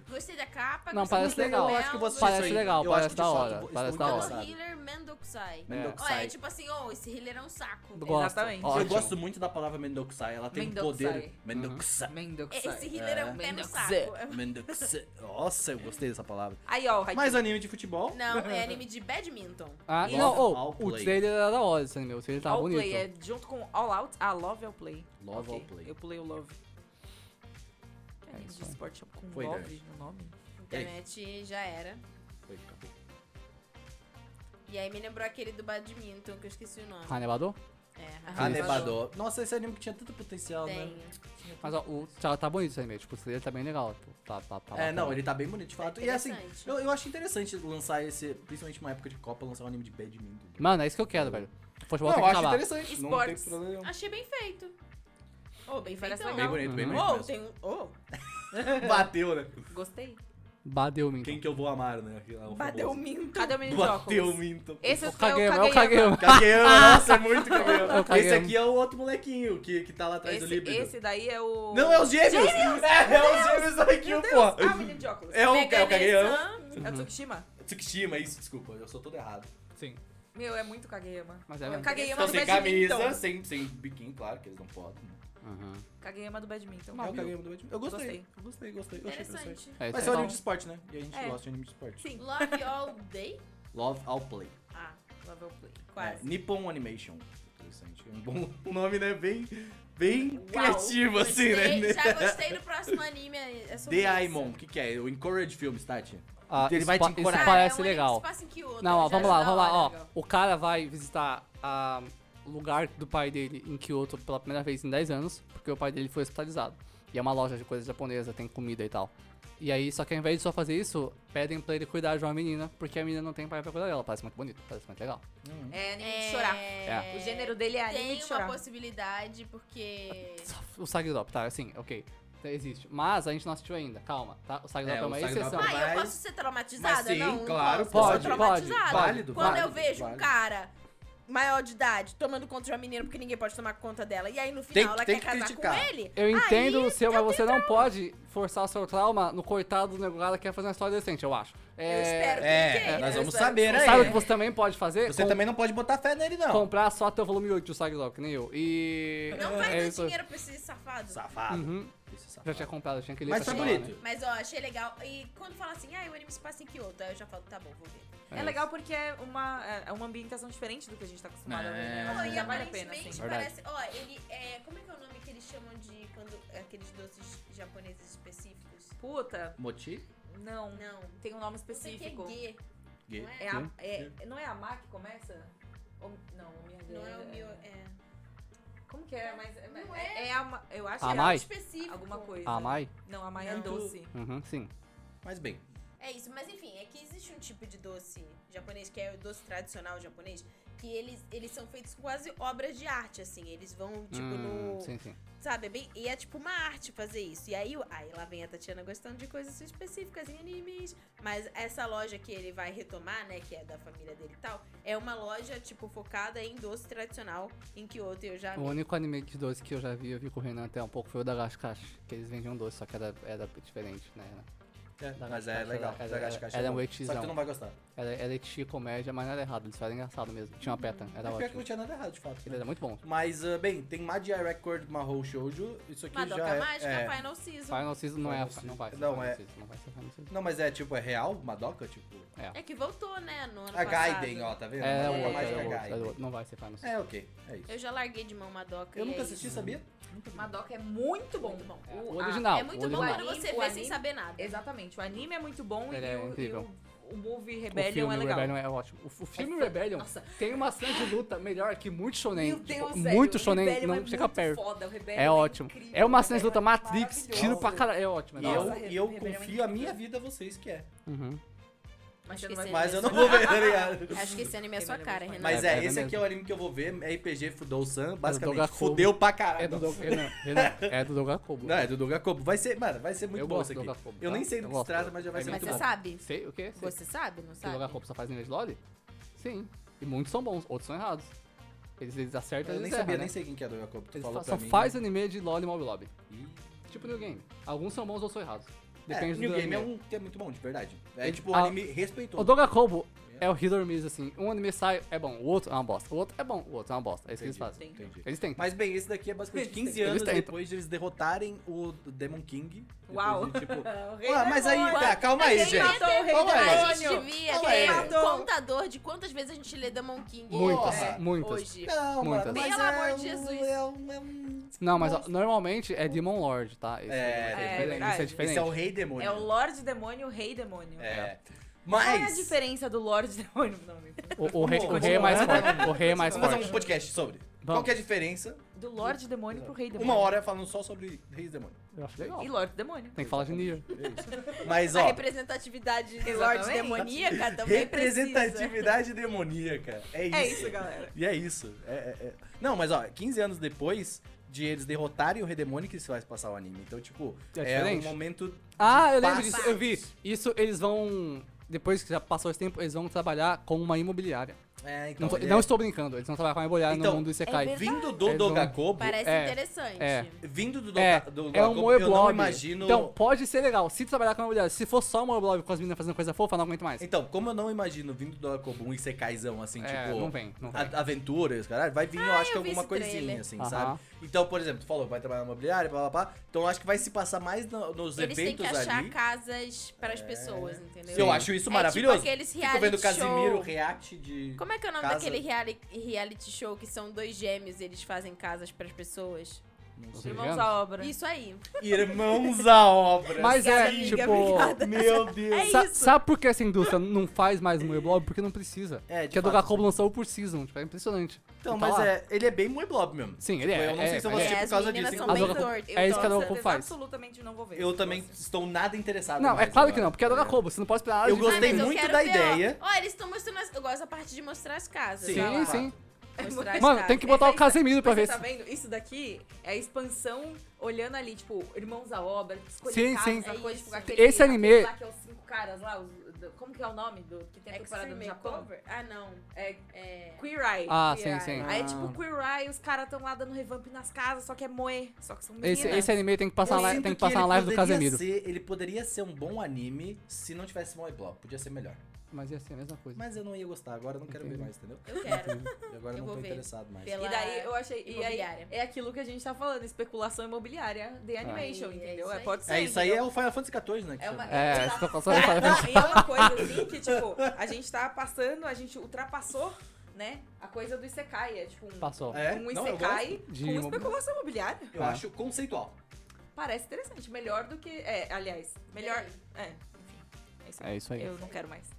Speaker 2: Gostei da capa.
Speaker 4: Não,
Speaker 2: gostei
Speaker 4: parece
Speaker 2: do
Speaker 4: legal.
Speaker 2: cabelo,
Speaker 4: Eu
Speaker 1: acho que eu vou assistir
Speaker 4: Parece
Speaker 1: isso aí.
Speaker 4: legal,
Speaker 1: eu
Speaker 4: parece
Speaker 1: acho que
Speaker 4: da
Speaker 1: de
Speaker 4: hora,
Speaker 1: fato, estou
Speaker 4: parece
Speaker 1: muito
Speaker 4: da
Speaker 2: Não,
Speaker 4: hora.
Speaker 1: interessado.
Speaker 2: healer Mendokusai.
Speaker 1: Mendokusai.
Speaker 2: Olha, é tipo assim, oh, esse healer é um saco.
Speaker 4: Gosto.
Speaker 3: Exatamente.
Speaker 4: Ótimo.
Speaker 1: Eu gosto muito da palavra Mendokusai, ela tem um
Speaker 3: Mendokusai.
Speaker 1: poder.
Speaker 2: Uhum.
Speaker 1: Mendokusai.
Speaker 2: Esse healer é, um pé no
Speaker 3: Mendokusai.
Speaker 2: saco.
Speaker 1: Mendokusai. Nossa, eu gostei dessa palavra.
Speaker 3: Aí, ó, o Haikyuu.
Speaker 1: Mais anime de futebol.
Speaker 2: Não, é anime de badminton.
Speaker 4: Ah,
Speaker 1: Nossa,
Speaker 4: não, oh,
Speaker 1: all
Speaker 4: o
Speaker 1: play.
Speaker 4: trailer era da hora esse anime. O trailer tava
Speaker 3: All
Speaker 4: tá bonito.
Speaker 3: Play é junto com All Out. Ah, Love All Play.
Speaker 1: Love
Speaker 4: é
Speaker 3: Ok,
Speaker 1: All Play.
Speaker 3: Eu pulei o Love. Que anime
Speaker 4: isso
Speaker 3: de
Speaker 4: aí.
Speaker 3: esporte chama com
Speaker 1: Foi,
Speaker 3: Love
Speaker 1: Dani.
Speaker 3: no nome?
Speaker 2: Internet já era.
Speaker 1: Foi, acabou.
Speaker 2: E aí me lembrou aquele do badminton, que eu esqueci o nome.
Speaker 4: Hanebador?
Speaker 2: É,
Speaker 1: Hanebador. Ah, Nossa, esse anime que tinha tanto potencial,
Speaker 2: Tem.
Speaker 1: né?
Speaker 4: Mas ó, o, tá, tá bonito esse anime, tipo, o trailer tá bem legal. tipo, Tá, tá, tá
Speaker 1: É,
Speaker 4: bacana.
Speaker 1: não, ele tá bem bonito de fato. E assim,
Speaker 2: interessante.
Speaker 1: eu, eu acho interessante lançar esse, principalmente numa época de Copa, lançar um anime de badminton.
Speaker 4: Mano, é isso que eu quero, velho. Futebol
Speaker 1: Não,
Speaker 4: tem
Speaker 1: eu
Speaker 4: que
Speaker 1: acho
Speaker 4: acabar.
Speaker 1: interessante.
Speaker 3: Esportes.
Speaker 1: Não tem problema nenhum.
Speaker 2: Achei bem feito. Oh, bem
Speaker 3: Parece
Speaker 2: feitão.
Speaker 1: Bem bonito,
Speaker 3: legal.
Speaker 1: bem
Speaker 4: Uhum.
Speaker 1: bonito.
Speaker 2: Oh,
Speaker 1: mesmo.
Speaker 2: tem um... Oh,
Speaker 1: Bateu, né?
Speaker 3: Gostei.
Speaker 4: Badeu me
Speaker 1: Quem que eu vou amar, né? Aquela- o
Speaker 2: bateu o
Speaker 1: famoso.
Speaker 2: minto.
Speaker 3: Cadê o menino de
Speaker 1: Bateu
Speaker 3: óculos?
Speaker 1: o Minto.
Speaker 3: Esse Ah! é o
Speaker 4: Kageyama, é o Kageyama.
Speaker 3: Kageyama.
Speaker 1: Kageyama, nossa, é muito
Speaker 4: É o
Speaker 1: Kageyama. Esse
Speaker 4: Kageyama.
Speaker 1: aqui é o outro molequinho que, que tá lá atrás do
Speaker 3: Esse,
Speaker 1: líbido.
Speaker 3: esse daí é o...
Speaker 1: Não, é os gêmeos! É, é os gêmeos
Speaker 3: Meu
Speaker 1: aqui,
Speaker 3: Deus.
Speaker 1: pô!
Speaker 3: Ah, o menino de óculos.
Speaker 1: É o, é o Kageyama.
Speaker 2: Meganesan.
Speaker 3: É o Tsukishima?
Speaker 1: Tsukishima, isso, desculpa, eu sou todo errado.
Speaker 4: Sim.
Speaker 3: Meu, é muito Kageyama.
Speaker 4: Mas é
Speaker 3: o
Speaker 4: mesmo.
Speaker 3: Kageyama
Speaker 1: Então,
Speaker 3: do
Speaker 1: sem
Speaker 3: badminton.
Speaker 1: camisa, sem, sem biquíni, claro, que eles não podem. Né?
Speaker 3: Kageyama do badminton.
Speaker 1: É o Kageyama do Ultimate. Eu gostei,
Speaker 3: Gostei.
Speaker 1: eu gostei, gostei. Eu achei interessante.
Speaker 2: Interessante.
Speaker 4: É isso
Speaker 1: Mas é
Speaker 4: aí.
Speaker 1: um
Speaker 3: bom.
Speaker 1: anime de esporte, né? E a gente
Speaker 3: É.
Speaker 1: gosta de anime de esporte.
Speaker 3: Sim.
Speaker 2: Love All Day?
Speaker 1: Love All Play.
Speaker 3: Ah, Love All Play.
Speaker 1: É,
Speaker 3: Quase.
Speaker 1: Nippon Animation. Interessante. Um bom um nome, né? Bem, bem criativo, assim, né?
Speaker 2: Gostei, Já gostei do próximo anime. É sobre isso.
Speaker 1: D.I.Mon, o que, que é? O Encourage Films, Tati?
Speaker 4: Ah,
Speaker 1: Ele vai
Speaker 4: isso
Speaker 1: te
Speaker 4: pa-
Speaker 1: encorajar.
Speaker 4: Isso
Speaker 2: Ah, é
Speaker 4: parece
Speaker 2: um anime que
Speaker 4: legal.
Speaker 2: se passa em Kyoto,
Speaker 4: Não, ó,
Speaker 2: eu já
Speaker 4: vamos
Speaker 2: acho
Speaker 4: lá,
Speaker 2: da
Speaker 4: vamos lá.
Speaker 2: hora.
Speaker 4: Ó,
Speaker 3: legal.
Speaker 4: o cara vai visitar ah, o lugar do pai dele em Kyoto pela primeira vez em 10 anos, porque o pai dele foi hospitalizado. E é uma loja de coisa japonesa, tem comida e tal. E aí, só que ao invés de só fazer isso, pedem pra ele cuidar de uma menina, porque a menina não tem pai pra cuidar dela. Parece muito bonito, parece muito legal.
Speaker 1: Hum.
Speaker 3: É anime de chorar.
Speaker 4: É.
Speaker 3: O gênero dele é anime
Speaker 2: Tem
Speaker 3: de
Speaker 2: uma
Speaker 3: chorar.
Speaker 2: possibilidade, porque...
Speaker 4: O Sagdop, tá, assim, ok. Existe. Mas a gente não assistiu ainda, calma, tá? O Sagdop
Speaker 1: É,
Speaker 4: é,
Speaker 1: o
Speaker 4: uma
Speaker 1: Sagdop-
Speaker 4: exceção.
Speaker 1: Mas-
Speaker 2: Ah, eu posso ser traumatizada?
Speaker 1: mas sim,
Speaker 2: não,
Speaker 1: claro,
Speaker 2: não posso,
Speaker 4: pode,
Speaker 2: eu sou traumatizada.
Speaker 4: pode,
Speaker 1: válido,
Speaker 2: Quando
Speaker 1: válido,
Speaker 2: eu vejo um
Speaker 1: válido.
Speaker 2: cara maior de idade, tomando conta de uma menina porque ninguém pode tomar conta dela. E aí no final
Speaker 1: Tem que-
Speaker 2: ela
Speaker 1: tem
Speaker 2: quer
Speaker 1: que
Speaker 2: casar
Speaker 1: criticar.
Speaker 2: com ele.
Speaker 4: Eu entendo o seu,
Speaker 2: eu
Speaker 4: mas você não pode forçar o seu trauma no coitado do negócio que quer fazer uma história decente, eu acho. É,
Speaker 2: Eu espero que
Speaker 1: É,
Speaker 2: ninguém.
Speaker 1: nós
Speaker 2: Eu
Speaker 1: vamos
Speaker 2: espero
Speaker 1: saber
Speaker 2: que
Speaker 1: aí.
Speaker 4: Sabe o
Speaker 1: É.
Speaker 4: que você também pode fazer?
Speaker 1: Você
Speaker 4: Com-
Speaker 1: também não pode botar fé nele, não.
Speaker 4: Comprar só até o volume 8 do Saglock, que nem eu. E.
Speaker 2: Não vai
Speaker 4: é
Speaker 2: dar
Speaker 4: isso.
Speaker 2: dinheiro pra esses safados.
Speaker 1: Safado.
Speaker 4: Uhum.
Speaker 1: Esse safado.
Speaker 4: Já tinha comprado, tinha que ler.
Speaker 1: Mas
Speaker 4: pra
Speaker 1: tá
Speaker 4: comprar,
Speaker 1: bonito.
Speaker 4: né?
Speaker 2: Mas ó, achei legal. E quando fala assim, ah, o anime se passa em Kyoto, aí eu já falo, tá bom, vou ver.
Speaker 3: É legal porque é uma, é uma ambientação diferente do que a gente tá acostumado a ver,
Speaker 1: É.
Speaker 3: né?
Speaker 2: Ó,
Speaker 3: Acho que
Speaker 2: e
Speaker 3: já vale a pena,
Speaker 2: aparentemente
Speaker 3: assim.
Speaker 2: parece. Ó, ele é. Como é que é o nome que eles chamam de. quando Aqueles doces japoneses específicos?
Speaker 3: Puta,
Speaker 1: Moti?
Speaker 3: não.
Speaker 2: Não.
Speaker 3: Tem um nome
Speaker 2: Não sei que é
Speaker 3: específico.
Speaker 2: gay,
Speaker 1: Gay.
Speaker 2: não é?
Speaker 3: É a,
Speaker 4: Sim.
Speaker 3: é, não é a Má que começa? Ou- não, o Miyagi
Speaker 2: Não é o meu.
Speaker 3: é-
Speaker 2: É.
Speaker 3: Como que é? Mas, é-
Speaker 2: Não
Speaker 3: é, é a Ma- Eu acho
Speaker 4: A
Speaker 2: Era
Speaker 3: que
Speaker 4: Mai?
Speaker 2: específico.
Speaker 3: era alguma coisa.
Speaker 4: A Ah, Mai?
Speaker 3: Não, a Mai é
Speaker 2: Não.
Speaker 3: doce.
Speaker 4: Uhum, sim.
Speaker 1: Mas bem.
Speaker 2: É isso, mas enfim, é que existe um tipo de doce japonês, que é o doce tradicional japonês, que eles, eles são feitos quase obras de arte, assim. Eles vão, tipo,
Speaker 4: Hum,
Speaker 2: no.
Speaker 4: Sim, sim.
Speaker 2: Sabe? É bem, e é tipo uma arte fazer isso. E aí, o- aí lá vem a Tatiana gostando de coisas específicas em animes. Mas essa loja que ele vai retomar, né? Que é da família dele e tal, é uma loja, tipo, focada em doce tradicional em Kyoto. e Eu já
Speaker 4: O
Speaker 2: amei.
Speaker 4: único anime de doce que eu já vi, eu vi com o Renan até um pouco, foi o da Gashkashi, que eles vendiam doce, só que era, era diferente, né?
Speaker 1: É,
Speaker 4: Da
Speaker 1: mas
Speaker 4: Gacha
Speaker 1: é
Speaker 4: Caixa,
Speaker 1: legal.
Speaker 4: ela-
Speaker 1: da Gacha
Speaker 4: ela-
Speaker 1: Caixa
Speaker 4: ela é
Speaker 1: bom.
Speaker 4: um
Speaker 1: Só que
Speaker 4: etizão.
Speaker 1: tu não vai gostar.
Speaker 4: Era, era eti, comédia, mas não era errado, eles faziam engraçado mesmo.
Speaker 2: Uhum.
Speaker 4: Tinha uma peta, era
Speaker 1: Mas pior que
Speaker 4: ótimo.
Speaker 1: não tinha nada errado, de fato.
Speaker 4: Ele
Speaker 1: né?
Speaker 4: era muito bom.
Speaker 1: Mas, ah, bem, tem Magi Record Mahou Shoujo. Isso aqui
Speaker 2: Madoka
Speaker 1: já é...
Speaker 2: Mágica,
Speaker 1: é.
Speaker 2: Final Season.
Speaker 4: Final Season não é,
Speaker 1: Final
Speaker 4: não vai ser
Speaker 1: Season. Não,
Speaker 4: Final
Speaker 1: é-
Speaker 4: Season, não vai ser Final Season.
Speaker 1: Não, mas é tipo, é real? Madoka? Tipo...
Speaker 2: É que voltou, né? No ano
Speaker 1: A
Speaker 2: passado.
Speaker 1: Gaiden, ó, tá vendo?
Speaker 4: É, é o
Speaker 1: Madoka
Speaker 4: outro,
Speaker 1: Mágica
Speaker 4: é o outro, é o
Speaker 1: Gaiden.
Speaker 4: outro. Não vai ser Final Season.
Speaker 1: É, ok. É isso.
Speaker 2: Eu já larguei de mão Madoka.
Speaker 1: Eu
Speaker 2: e
Speaker 1: nunca
Speaker 2: é
Speaker 1: assisti,
Speaker 2: isso.
Speaker 1: sabia? Nunca vi.
Speaker 3: Madoka é muito bom.
Speaker 2: Muito bom.
Speaker 4: É,
Speaker 3: O-
Speaker 4: o
Speaker 3: a-
Speaker 4: original.
Speaker 2: é muito
Speaker 4: o
Speaker 2: bom
Speaker 4: original.
Speaker 2: quando você
Speaker 3: O
Speaker 1: é
Speaker 2: vê sem
Speaker 3: anime-
Speaker 2: saber nada.
Speaker 3: Exatamente. O anime é muito bom
Speaker 4: Ele
Speaker 3: e,
Speaker 4: é
Speaker 3: o,
Speaker 4: incrível.
Speaker 3: e o, o movie
Speaker 4: O
Speaker 3: Rebellion
Speaker 4: filme
Speaker 3: é legal.
Speaker 4: Rebellion é ótimo. O, o filme Rebellion
Speaker 3: Nossa.
Speaker 4: tem uma cena de luta melhor que muito shonen.
Speaker 3: Meu
Speaker 4: Tipo,
Speaker 3: Deus, sério,
Speaker 4: muito
Speaker 3: o
Speaker 4: shonen
Speaker 3: Rebellion
Speaker 4: não
Speaker 3: é
Speaker 4: chega
Speaker 3: muito
Speaker 4: perto.
Speaker 3: Foda, o Rebellion
Speaker 4: É ótimo.
Speaker 3: incrível,
Speaker 4: É uma
Speaker 3: o
Speaker 4: cena de luta
Speaker 3: Rebellion é
Speaker 4: Matrix, tiro
Speaker 3: maravilhoso.
Speaker 4: pra caralho. É ótimo. é
Speaker 1: E
Speaker 4: da hora.
Speaker 1: eu,
Speaker 3: Nossa,
Speaker 1: e eu
Speaker 3: Rebelião é
Speaker 1: confio a
Speaker 3: incrível.
Speaker 1: minha vida a vocês que é.
Speaker 4: Uhum.
Speaker 3: Mas você não
Speaker 2: Acho que
Speaker 3: vai
Speaker 1: Mas
Speaker 2: esse é
Speaker 1: eu não vou ver, tá ligado?
Speaker 2: Acho que esse anime é a sua cara, Renan.
Speaker 1: Mas
Speaker 4: É,
Speaker 1: é,
Speaker 4: é
Speaker 1: esse
Speaker 4: mesmo.
Speaker 1: aqui é o anime que eu vou ver, RPG Fudou-san,
Speaker 4: É do
Speaker 1: basicamente,
Speaker 4: Gakubo.
Speaker 1: fudeu pra caralho.
Speaker 4: É do Doug- Renan, Renan, é do Dogakobo.
Speaker 1: Não, é do Dogakobo. Vai ser, mano, vai ser muito
Speaker 4: Eu
Speaker 1: bom
Speaker 4: gosto
Speaker 1: isso
Speaker 4: do
Speaker 1: aqui.
Speaker 4: Dogakobo,
Speaker 1: eu
Speaker 4: tá?
Speaker 1: nem sei do
Speaker 4: Eu
Speaker 1: que se
Speaker 4: gosto.
Speaker 1: trata, mas já vai
Speaker 4: É
Speaker 1: ser
Speaker 2: Mas
Speaker 4: muito
Speaker 1: muito
Speaker 2: você
Speaker 1: bom.
Speaker 2: sabe?
Speaker 4: Sei o quê? Sei.
Speaker 2: Você sabe, não
Speaker 4: Que o
Speaker 2: sabe?
Speaker 4: Dogakobo só faz anime de lore? Sim. E muitos são bons, outros são errados. Eles, eles acertam
Speaker 1: Eu nem
Speaker 4: eles erram,
Speaker 1: sabia,
Speaker 4: né?
Speaker 1: nem sei quem que é do Dogakobo. Tu
Speaker 4: Eles
Speaker 1: falou
Speaker 4: fa-
Speaker 1: pra
Speaker 4: só
Speaker 1: mim. né?
Speaker 4: faz anime de lore e mob lobby.
Speaker 1: Ih.
Speaker 4: Tipo New Game. Alguns são bons, outros são errados.
Speaker 1: É,
Speaker 4: Depende do
Speaker 1: New Game é
Speaker 4: anime.
Speaker 1: um que é muito bom, de verdade. É
Speaker 4: Ele-
Speaker 1: tipo um
Speaker 4: ah,
Speaker 1: anime
Speaker 4: O
Speaker 1: respeitoso.
Speaker 4: Dogakobo é o hit or miss, assim. Um anime sai, é bom. O outro é uma bosta. O outro é bom. O outro é uma bosta. É isso que eles
Speaker 1: Entendi,
Speaker 4: fazem.
Speaker 1: entendi.
Speaker 4: Eles tentam.
Speaker 1: Mas bem, esse daqui é basicamente 15
Speaker 4: Eles
Speaker 1: anos
Speaker 4: tentam.
Speaker 1: depois de eles derrotarem o Demon King. Depois
Speaker 3: Uau.
Speaker 1: de, tipo,
Speaker 3: O Rei
Speaker 1: Ué, mas aí,
Speaker 3: Demônio.
Speaker 1: tá, calma aí,
Speaker 3: Quem
Speaker 1: gente. é?
Speaker 3: matou o Rei
Speaker 1: Calma aí.
Speaker 3: Demônio?
Speaker 2: A gente devia
Speaker 1: Calma
Speaker 2: ter
Speaker 1: aí.
Speaker 2: um
Speaker 3: Matou.
Speaker 2: contador de quantas vezes a gente lê Demon King
Speaker 4: Muitas,
Speaker 1: Porra.
Speaker 4: muitas.
Speaker 2: hoje.
Speaker 1: Não, mano,
Speaker 4: Muitas.
Speaker 1: mas
Speaker 2: Pelo
Speaker 1: é
Speaker 2: amor
Speaker 1: um-
Speaker 2: de Jesus.
Speaker 1: É um, é um...
Speaker 4: Não, mas ó, normalmente é Demon Lord, tá? Esse
Speaker 1: É,
Speaker 4: esse
Speaker 1: é
Speaker 4: diferente. Esse é
Speaker 3: verdade.
Speaker 4: diferente.
Speaker 1: Esse é o Rei Demônio.
Speaker 3: É o Lorde Demônio e o Rei Demônio.
Speaker 1: É.
Speaker 3: Qual é a
Speaker 1: Mas...
Speaker 3: diferença do Lorde Demônio? Não, me-
Speaker 4: O, o rei, o
Speaker 1: Vamos
Speaker 4: rei é mais
Speaker 1: continuar.
Speaker 4: forte. O rei é mais
Speaker 1: Vamos fazer um
Speaker 4: forte.
Speaker 1: podcast sobre. Qual
Speaker 4: Vamos.
Speaker 1: que é a diferença?
Speaker 3: Do Lorde Demônio pro Rei Demônio.
Speaker 1: Uma hora falando só sobre Reis Demônio.
Speaker 4: Eu acho legal.
Speaker 3: E Lorde Demônio.
Speaker 4: Tem que falar de Nier.
Speaker 1: Mas,
Speaker 2: A
Speaker 1: ó,
Speaker 2: representatividade de
Speaker 3: Exatamente.
Speaker 2: Lorde Demoníaca também precisa.
Speaker 1: representatividade demoníaca. É isso.
Speaker 3: É isso, galera.
Speaker 1: E é isso. É, é, é. Não, mas ó, 15 anos depois de eles derrotarem o Redemônio que se vai passar o anime. Então, tipo,
Speaker 4: É
Speaker 1: é, um
Speaker 4: diferente.
Speaker 1: momento.
Speaker 4: Ah, eu lembro
Speaker 1: Passos.
Speaker 4: disso. Eu vi. Isso eles vão. Depois que já passou esse tempo, eles vão trabalhar com uma imobiliária.
Speaker 1: É,
Speaker 4: Não,
Speaker 1: então.
Speaker 4: tô-
Speaker 1: ele
Speaker 4: não
Speaker 1: é-
Speaker 4: estou brincando, eles vão trabalhar com uma imobiliária
Speaker 1: Então,
Speaker 4: no mundo do Isekai.
Speaker 6: é
Speaker 1: Vindo do
Speaker 4: Eles vão-
Speaker 1: Dogakobo.
Speaker 2: Parece
Speaker 4: É,
Speaker 6: interessante.
Speaker 4: é.
Speaker 1: Vindo do, Doga,
Speaker 4: é,
Speaker 1: do
Speaker 4: é um
Speaker 1: Dogacobo, eu não
Speaker 4: moeblob.
Speaker 1: imagino.
Speaker 4: Então, pode ser legal, se trabalhar com uma imobiliária. Se for só um moeblob com as meninas fazendo coisa fofa, não aguento mais.
Speaker 1: Então, como eu não imagino vindo do Dogacobo um Isekaizão, assim,
Speaker 4: É,
Speaker 1: tipo.
Speaker 4: não vem, não vem.
Speaker 1: a- Aventuras, caralho, vai vir, eu acho que
Speaker 2: Ah, eu vi
Speaker 1: alguma
Speaker 2: esse
Speaker 1: coisinha,
Speaker 2: trailer.
Speaker 1: assim,
Speaker 4: Aham.
Speaker 1: sabe? Então, por exemplo, tu falou, vai trabalhar na imobiliária, blá blá blá. Então, eu acho que vai se passar mais no- nos
Speaker 2: Eles têm que
Speaker 1: eventos
Speaker 2: achar
Speaker 1: ali.
Speaker 2: casas para
Speaker 3: É.
Speaker 2: as pessoas, entendeu?
Speaker 1: Eu
Speaker 4: Sim.
Speaker 1: acho isso
Speaker 2: É
Speaker 1: maravilhoso.
Speaker 2: tipo aqueles
Speaker 1: Fico vendo
Speaker 2: reality
Speaker 1: Casimiro
Speaker 2: show.
Speaker 1: react de.
Speaker 2: Como é que é o nome
Speaker 1: Casa.
Speaker 2: daquele reali- reality show que são dois gêmeos e eles fazem casas para as pessoas?
Speaker 4: Os
Speaker 3: Irmãos
Speaker 4: indianos?
Speaker 3: à obra.
Speaker 2: Isso aí.
Speaker 1: Irmãos à obra.
Speaker 4: Mas é,
Speaker 2: Obrigada, amiga,
Speaker 4: tipo.
Speaker 1: Meu Deus.
Speaker 4: sa- Sabe por que essa indústria não faz mais moeblob? Porque não precisa.
Speaker 1: É, de
Speaker 4: Porque a
Speaker 1: fato.
Speaker 4: Dogacobo lançou por season, tipo, é impressionante.
Speaker 1: Então,
Speaker 4: Tem que
Speaker 1: mas
Speaker 4: falar.
Speaker 1: é. Ele é bem Moeblob mesmo.
Speaker 4: Sim, ele é.
Speaker 1: Tipo, Eu não
Speaker 4: é,
Speaker 1: sei se eu
Speaker 4: é,
Speaker 1: vou
Speaker 2: é,
Speaker 1: assistir Então por
Speaker 2: as
Speaker 1: causa disso. então.
Speaker 2: meninas são
Speaker 1: hein?
Speaker 4: bem
Speaker 1: Mas eu-
Speaker 2: tortas.
Speaker 4: é isso que a
Speaker 3: Nossa,
Speaker 4: Dogacobo faz.
Speaker 3: absolutamente não vou ver.
Speaker 1: Eu também estou nada interessado.
Speaker 4: Não, é
Speaker 1: mais
Speaker 4: claro
Speaker 1: agora.
Speaker 4: que não, porque é Dogacobo, você não pode esperar nada
Speaker 1: Eu
Speaker 4: de-
Speaker 1: gostei
Speaker 2: Ah, mas eu
Speaker 1: muito
Speaker 2: quero
Speaker 1: da
Speaker 2: ver, ó.
Speaker 1: ideia.
Speaker 2: Ó, eles estão mostrando as... Eu gosto da parte de mostrar as casas.
Speaker 1: Sim,
Speaker 2: Olha lá.
Speaker 4: Sim, sim.
Speaker 2: Mostrar as
Speaker 4: Mano,
Speaker 2: casas.
Speaker 4: tem que botar o
Speaker 3: Mas-
Speaker 4: Casemiro pra
Speaker 3: Mas
Speaker 4: ver
Speaker 3: você
Speaker 4: se.
Speaker 3: tá vendo? Isso daqui é a expansão olhando ali, tipo, irmãos à obra, escolher
Speaker 4: Sim,
Speaker 3: casas,
Speaker 4: sim.
Speaker 3: essa coisa, tipo,
Speaker 2: Isso.
Speaker 3: aquele-
Speaker 4: Esse anime-
Speaker 3: aquele lá que é os cinco caras lá, os do- como que é o nome do que tem a temporada no
Speaker 5: Extreme
Speaker 3: Japão?
Speaker 5: Makeover? Ah, não.
Speaker 3: É
Speaker 5: É.
Speaker 3: Queer Eye.
Speaker 4: Ah,
Speaker 5: Queer
Speaker 4: sim,
Speaker 5: Eye.
Speaker 4: sim.
Speaker 3: Aí,
Speaker 4: Ah.
Speaker 3: tipo, Queer Eye, os caras tão lá dando revamp nas casas, só que é moe, só que são meninas.
Speaker 4: Esse, é- esse anime tem que passar,
Speaker 1: Eu
Speaker 4: na,
Speaker 1: sinto
Speaker 4: tem que passar na
Speaker 1: ele
Speaker 4: live do
Speaker 1: poderia
Speaker 4: Casemiro.
Speaker 1: ser- ele poderia ser um bom anime se não tivesse Moeblop. Podia ser melhor.
Speaker 4: Mas ia ser a mesma coisa.
Speaker 1: Mas eu não ia gostar, agora eu não quero ver
Speaker 4: Entendi.
Speaker 1: mais, entendeu?
Speaker 5: Eu quero.
Speaker 1: E agora
Speaker 5: Eu
Speaker 1: eu não
Speaker 5: vou
Speaker 1: tô
Speaker 5: ver.
Speaker 1: interessado mais.
Speaker 5: Pela-
Speaker 3: E daí eu achei. E aí,
Speaker 5: imobiliária.
Speaker 3: é aquilo que a gente tá falando, especulação imobiliária
Speaker 4: Ah.
Speaker 3: de animation,
Speaker 5: Aí, é
Speaker 3: entendeu?
Speaker 5: isso
Speaker 3: É,
Speaker 5: aí.
Speaker 3: pode ser.
Speaker 1: É, isso aí é
Speaker 3: entendeu?
Speaker 1: o Final Fantasy XIV, né? que
Speaker 3: É uma-
Speaker 1: chama.
Speaker 4: É,
Speaker 3: Exato.
Speaker 4: isso que eu tô falando pra
Speaker 3: Não, e é uma coisa assim que, tipo, a gente tá passando, a gente ultrapassou, né? A coisa do Isekai. É tipo um,
Speaker 4: Passou.
Speaker 1: É?
Speaker 3: um
Speaker 1: Não, eu
Speaker 3: Isekai
Speaker 4: De
Speaker 3: com
Speaker 4: imob-
Speaker 3: especulação imobiliária.
Speaker 1: Eu
Speaker 4: Ah.
Speaker 1: acho conceitual.
Speaker 3: Parece interessante. Melhor do que. É, aliás, melhor. É, enfim. É isso aí.
Speaker 4: É isso aí.
Speaker 3: Eu não quero mais.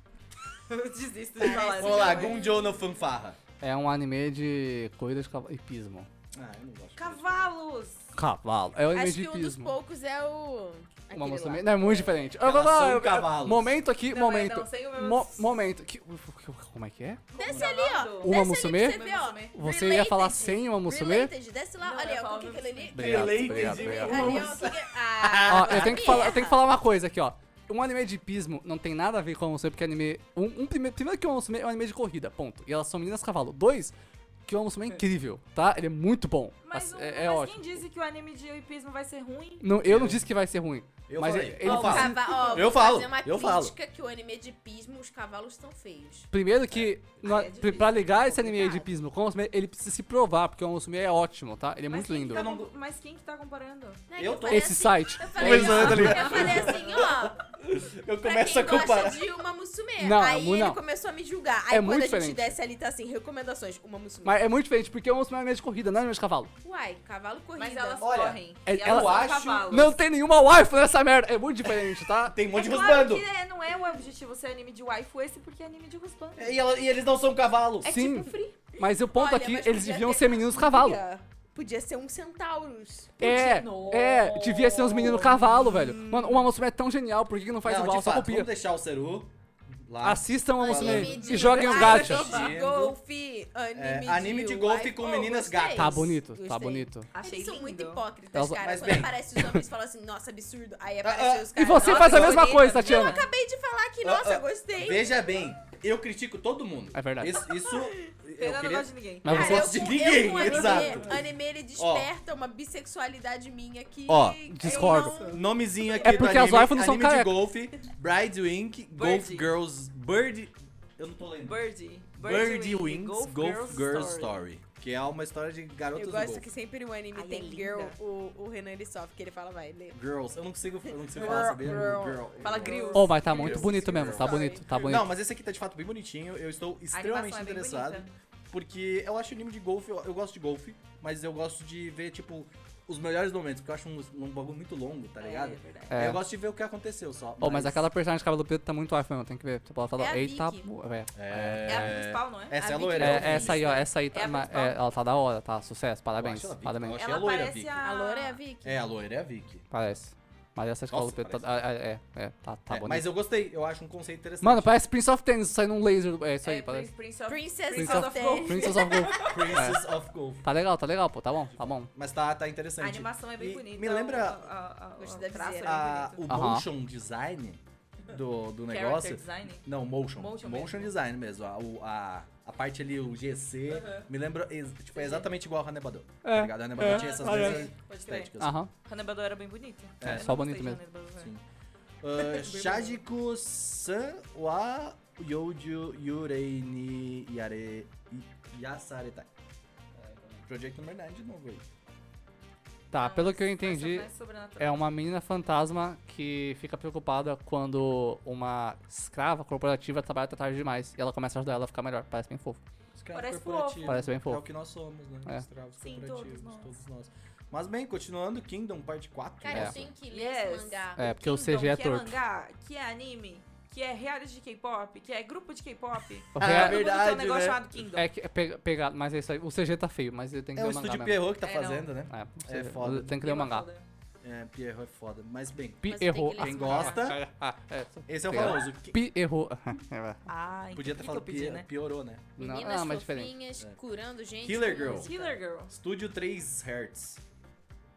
Speaker 3: Eu desisto de falar.
Speaker 1: Vamos lá,
Speaker 3: não é. quero mais.
Speaker 1: Gunjo no Fanfarra.
Speaker 4: É um anime de corrida de cavalo e pismo.
Speaker 1: Ah, eu não gosto.
Speaker 3: Cavalos!
Speaker 4: Cavalo. É um anime
Speaker 5: Acho
Speaker 4: de
Speaker 5: que um dos
Speaker 4: pismo.
Speaker 5: poucos é o. aquele
Speaker 4: Uma moça
Speaker 5: lá.
Speaker 4: me- Não, é muito diferente. Eu-
Speaker 1: Elas
Speaker 4: eu-
Speaker 1: são
Speaker 4: eu- eu-
Speaker 1: cavalos.
Speaker 4: Momento aqui,
Speaker 3: Não, é,
Speaker 4: momento.
Speaker 3: não, sem o meu-
Speaker 4: Mo- momento. Que- como é que é?
Speaker 5: Desce ali, ó.
Speaker 4: Uma
Speaker 5: Desce ali
Speaker 4: musume?
Speaker 5: pra você ver, ó.
Speaker 4: Você ia
Speaker 5: Related.
Speaker 4: falar sem uma musume?
Speaker 5: Related. Desce lá,
Speaker 3: Não, eu
Speaker 5: olha, ó, o que
Speaker 3: falo
Speaker 5: que
Speaker 3: musume.
Speaker 5: aquilo ali?
Speaker 4: Obrigado,
Speaker 1: Related
Speaker 4: obrigado,
Speaker 1: de
Speaker 4: obrigado.
Speaker 2: É,
Speaker 5: Ali, ó, o que que... Ah,
Speaker 4: Ó, eu tenho que falar, eu tenho que
Speaker 5: pirra.
Speaker 4: falar uma coisa aqui, ó. Um anime de pismo não tem nada a ver com a Musume, porque anime. Um, um primeiro, primeiro que o Musume é um anime de corrida, ponto. E elas são meninas cavalo. Dois, que o Musume é incrível, tá? Ele é muito bom.
Speaker 3: Mas,
Speaker 4: Assim,
Speaker 3: o-
Speaker 4: é, é
Speaker 3: mas
Speaker 4: ótimo.
Speaker 3: quem disse que o anime de hipismo vai ser ruim?
Speaker 4: Não, eu não disse que vai ser ruim.
Speaker 1: Eu
Speaker 4: mas
Speaker 1: falei.
Speaker 4: ele-
Speaker 1: Eu
Speaker 4: ele-
Speaker 1: falo.
Speaker 4: Cava-
Speaker 5: Cava- ó,
Speaker 1: Eu
Speaker 5: vou
Speaker 1: falo,
Speaker 5: fazer uma
Speaker 1: eu falo.
Speaker 5: crítica que o anime de pismo, os cavalos estão feios.
Speaker 4: Primeiro que, na-
Speaker 3: é
Speaker 4: pra- pra ligar esse anime de pismo com o Musume, ele precisa se provar, porque o Musume é ótimo, tá? Ele é
Speaker 3: Mas
Speaker 4: muito
Speaker 3: quem
Speaker 4: lindo.
Speaker 3: que tá
Speaker 1: Eu não
Speaker 3: com- Mas quem que tá comparando?
Speaker 5: Né, que
Speaker 1: Eu tô-
Speaker 5: falei
Speaker 4: Esse
Speaker 5: assim,
Speaker 4: site.
Speaker 5: Eu falei,
Speaker 1: Começando, tá
Speaker 5: ó,
Speaker 1: ligado?
Speaker 5: eu falei assim, ó,
Speaker 1: Eu
Speaker 5: pra
Speaker 1: começo
Speaker 5: quem
Speaker 1: a comparar.
Speaker 5: gosta de uma musume.
Speaker 4: Não,
Speaker 5: Aí
Speaker 4: mu- não.
Speaker 5: ele começou a me julgar. Aí
Speaker 4: É
Speaker 5: quando
Speaker 4: muito
Speaker 5: a gente
Speaker 4: diferente.
Speaker 5: desce ali, tá assim, recomendações, uma musume.
Speaker 4: Mas é muito diferente, porque o Musume é um anime de corrida, não é um anime de cavalo.
Speaker 5: Uai, cavalo corrida.
Speaker 3: Mas elas
Speaker 1: Olha,
Speaker 3: correm.
Speaker 4: é-
Speaker 3: e elas
Speaker 4: eu
Speaker 3: são
Speaker 1: acho-
Speaker 3: cavalos.
Speaker 4: Não tem nenhuma waifu nessa merda. É muito diferente, tá?
Speaker 1: Tem um monte
Speaker 3: é
Speaker 1: de
Speaker 3: claro
Speaker 1: rusbando.
Speaker 3: que é, não é o objetivo ser anime de waifu esse, porque é anime de rusbando.
Speaker 1: E, ela- e eles não são cavalos.
Speaker 5: É
Speaker 4: Sim.
Speaker 5: tipo free.
Speaker 4: Mas o ponto
Speaker 5: Olha,
Speaker 4: aqui,
Speaker 5: mas
Speaker 4: eles
Speaker 5: podia
Speaker 4: deviam
Speaker 5: ter-
Speaker 4: ser
Speaker 2: um
Speaker 4: meninos cavalo.
Speaker 5: Podia- Podia ser um centauros.
Speaker 4: É,
Speaker 3: Putz,
Speaker 4: é,
Speaker 3: não.
Speaker 4: devia ser uns meninos cavalo, velho. Mano, uma Musume é tão genial, por que que não faz
Speaker 1: não,
Speaker 4: igual,
Speaker 1: de
Speaker 4: só
Speaker 1: fato,
Speaker 4: copia?
Speaker 1: vamos deixar o Seru lá.
Speaker 4: Assistam uma
Speaker 1: né?
Speaker 5: Anime
Speaker 4: Musume
Speaker 5: de-
Speaker 4: e joguem um
Speaker 5: Ah,
Speaker 4: gacha.
Speaker 1: eu
Speaker 5: Anime de golfe. Anime,
Speaker 1: É, anime de golfe
Speaker 5: wife.
Speaker 1: com
Speaker 5: Oh,
Speaker 1: meninas
Speaker 5: gostei.
Speaker 1: gatas.
Speaker 4: Tá bonito, tá
Speaker 5: Gostei.
Speaker 4: bonito. Então,
Speaker 3: Achei
Speaker 5: Eles são
Speaker 3: lindo.
Speaker 5: muito hipócritas,
Speaker 4: Elas-
Speaker 5: cara.
Speaker 1: Mas
Speaker 5: Quando
Speaker 1: bem.
Speaker 5: aparecem os homens, falam assim, nossa, absurdo. Aí
Speaker 1: Ah, ah,
Speaker 5: aparecem os
Speaker 4: E
Speaker 5: caras.
Speaker 4: você
Speaker 5: "Nossa,
Speaker 4: faz a
Speaker 5: que
Speaker 4: mesma
Speaker 5: bonito."
Speaker 4: coisa, Tatiana.
Speaker 5: Acabei de falar que,
Speaker 1: Ah, ah,
Speaker 5: nossa, gostei.
Speaker 1: Veja bem, eu critico todo mundo.
Speaker 4: É verdade.
Speaker 1: Isso, isso eu
Speaker 3: Fernanda não
Speaker 1: queria...
Speaker 3: gosta de ninguém.
Speaker 4: Mas
Speaker 5: Cara,
Speaker 4: você
Speaker 5: eu
Speaker 1: de
Speaker 5: com- eu
Speaker 1: ninguém,
Speaker 5: com anime,
Speaker 1: exato.
Speaker 5: anime, ele desperta uma bissexualidade minha que...
Speaker 1: Ó,
Speaker 5: eu
Speaker 4: discordo.
Speaker 5: não-
Speaker 1: Nomezinho aqui
Speaker 4: É
Speaker 1: do
Speaker 4: porque
Speaker 1: anime,
Speaker 4: as waifus não são
Speaker 1: anime de
Speaker 4: careca.
Speaker 1: golfe, Bride Wing, Golf
Speaker 3: Birdie.
Speaker 1: Girls, Bird... Eu não tô lembrando.
Speaker 3: Birdie.
Speaker 1: Birdie
Speaker 3: Wing,
Speaker 1: Wings, Golf, Girls, Story. Que é uma história de garotas
Speaker 5: Eu
Speaker 1: do
Speaker 5: gosto
Speaker 1: golfe.
Speaker 5: que sempre o anime
Speaker 3: Ai,
Speaker 5: tem
Speaker 3: é linda.
Speaker 5: girl, o, o Renan ele sofre, que ele fala, vai, lê.
Speaker 1: Girls, eu não consigo, eu não consigo
Speaker 5: Girl,
Speaker 1: falar, sabia?
Speaker 5: girl.
Speaker 1: Girl.
Speaker 3: Fala
Speaker 5: grill.
Speaker 3: grill.
Speaker 4: Oh, mas tá muito
Speaker 1: Deus,
Speaker 4: bonito
Speaker 1: que
Speaker 4: mesmo, tá
Speaker 5: sorry.
Speaker 4: bonito, tá
Speaker 1: Não,
Speaker 4: bonito.
Speaker 1: mas esse aqui tá de fato bem bonitinho. Eu estou
Speaker 3: A
Speaker 1: extremamente
Speaker 3: animação é bem
Speaker 1: interessado.
Speaker 3: bonita.
Speaker 1: porque eu acho anime de golfe, eu, eu gosto de golfe, mas eu gosto de ver, tipo, os melhores momentos, porque eu acho um, um bagulho muito longo, tá ligado?
Speaker 3: É, verdade.
Speaker 4: É.
Speaker 1: Eu gosto de ver o que aconteceu só.
Speaker 4: Oh, mas aquela personagem de cabelo preto tá muito waifu mesmo, tem que ver. Tipo, ela tá...
Speaker 5: É a
Speaker 4: Eita,
Speaker 5: Vicky.
Speaker 4: pô, é.
Speaker 1: É,
Speaker 3: É a principal, não é?
Speaker 1: Essa é a
Speaker 5: a
Speaker 1: loira.
Speaker 5: Vicky
Speaker 1: eu
Speaker 4: É,
Speaker 1: vi.
Speaker 4: essa aí, ó, essa aí,
Speaker 3: É
Speaker 4: tá,
Speaker 3: a
Speaker 4: ma-
Speaker 3: principal.
Speaker 4: é, ela tá da hora, tá, sucesso, parabéns,
Speaker 1: Eu acho ela Vicky, eu
Speaker 4: parabéns,
Speaker 1: acho
Speaker 3: Ela
Speaker 1: a loira,
Speaker 3: parece
Speaker 1: Vicky.
Speaker 3: a...
Speaker 5: A loira é a Vicky.
Speaker 1: É, a loira é a Vicky.
Speaker 4: parece. Mas essa de cabelo
Speaker 1: Nossa,
Speaker 4: preto, tá- é, é, é, tá, tá
Speaker 1: É,
Speaker 4: bonito.
Speaker 1: mas eu gostei, eu acho um conceito interessante.
Speaker 4: Mano, parece Prince of Tennis saindo um laser. É isso aí,
Speaker 3: É,
Speaker 4: parece.
Speaker 3: Prince of...
Speaker 5: Princess,
Speaker 4: Princess
Speaker 5: of,
Speaker 3: of
Speaker 5: Tennis.
Speaker 3: Gold.
Speaker 4: Princess of Gold.
Speaker 1: Princess of Golf.
Speaker 4: Tá legal, tá legal, pô. Tá bom, tá bom.
Speaker 1: Mas tá, tá
Speaker 3: A
Speaker 1: interessante.
Speaker 3: animação é bem
Speaker 1: E
Speaker 3: bonita.
Speaker 1: Me lembra
Speaker 3: o- a- a- a-
Speaker 5: Gostei
Speaker 3: o
Speaker 5: da
Speaker 3: traço é
Speaker 5: viseira.
Speaker 1: a-
Speaker 3: bem
Speaker 1: o
Speaker 3: bonito.
Speaker 4: Aham.
Speaker 1: motion design do, do negócio.
Speaker 3: Character design.
Speaker 1: Não, motion. Motion,
Speaker 3: Motion mesmo.
Speaker 1: design mesmo. A, o- a, a parte ali, o GC, me lembra. ex- tipo, é exatamente igual a Hanebador. Tá
Speaker 4: É,
Speaker 1: ligado? A Hanebador
Speaker 4: é,
Speaker 1: tinha essas
Speaker 4: parece. Ah.
Speaker 1: mesmas
Speaker 3: Pode crer.
Speaker 1: estéticas.
Speaker 4: Aham.
Speaker 3: Hanebador era bem bonito.
Speaker 1: É,
Speaker 3: Eu
Speaker 4: só
Speaker 3: não
Speaker 4: bonito
Speaker 3: gostei de
Speaker 4: mesmo.
Speaker 3: Hanebador.
Speaker 1: Sim. Uh, Shajiko san wa yoju yurei ni yare i- yasaretai.
Speaker 3: É,
Speaker 1: Project número 9 de novo aí.
Speaker 4: Tá,
Speaker 3: Não,
Speaker 4: pelo que eu
Speaker 3: essa
Speaker 4: entendi,
Speaker 3: parece sobrenatural.
Speaker 4: é uma menina fantasma que fica preocupada quando uma escrava corporativa trabalha até tarde demais e ela começa a ajudar ela a ficar melhor. Parece bem fofo.
Speaker 1: Escravo
Speaker 3: Parece
Speaker 1: é corporativo.
Speaker 3: fofo.
Speaker 4: Parece bem
Speaker 1: que É o
Speaker 4: fofo.
Speaker 1: que nós somos, né?
Speaker 4: É.
Speaker 1: Escravos
Speaker 3: Sim,
Speaker 1: corporativos,
Speaker 3: todos nós.
Speaker 1: todos nós. Mas bem, continuando, Kingdom né? parte 4.
Speaker 5: Cara,
Speaker 4: É.
Speaker 5: eu tenho que ler
Speaker 3: Yes.
Speaker 5: esse mangá.
Speaker 4: É, porque o
Speaker 3: Kingdom,
Speaker 4: CG é
Speaker 3: que
Speaker 4: torto.
Speaker 3: é mangá, que é anime, que é reality de K-pop, que é grupo de K-pop.
Speaker 4: O
Speaker 1: Ah,
Speaker 4: rea-
Speaker 1: verdade.
Speaker 3: Todo mundo tem um negócio
Speaker 1: né?
Speaker 3: chamado Kingdom.
Speaker 4: É que é pega- pegar, mas é isso aí. O CG tá feio, mas ele tem que
Speaker 1: É o
Speaker 4: ler o mangá
Speaker 1: estúdio
Speaker 4: mesmo.
Speaker 1: Pierrot que tá
Speaker 3: É, não.
Speaker 1: fazendo, né?
Speaker 4: É, o
Speaker 1: É
Speaker 4: CG
Speaker 1: foda.
Speaker 4: Tem que ler o mangá.
Speaker 1: É, Pierrot é foda. Mas bem,
Speaker 4: Pi
Speaker 2: Mas tem que
Speaker 4: errou.
Speaker 2: ler
Speaker 1: quem
Speaker 2: esse
Speaker 1: gosta,
Speaker 4: Ah, é.
Speaker 1: esse é o
Speaker 4: Legal.
Speaker 1: famoso. Ki-
Speaker 4: Pi errou. É,
Speaker 3: Ah,
Speaker 1: Podia ter
Speaker 3: então por
Speaker 1: falado
Speaker 3: que que eu
Speaker 1: pi-
Speaker 3: pedi, né?
Speaker 1: piorou, né?
Speaker 4: Não,
Speaker 2: Meninas
Speaker 4: não, mas diferente.
Speaker 2: fofinhas,
Speaker 1: É.
Speaker 2: curando gente.
Speaker 1: Killer
Speaker 2: com
Speaker 1: Girl.
Speaker 2: música.
Speaker 3: Killer Girl.
Speaker 1: Estúdio 3 Hertz.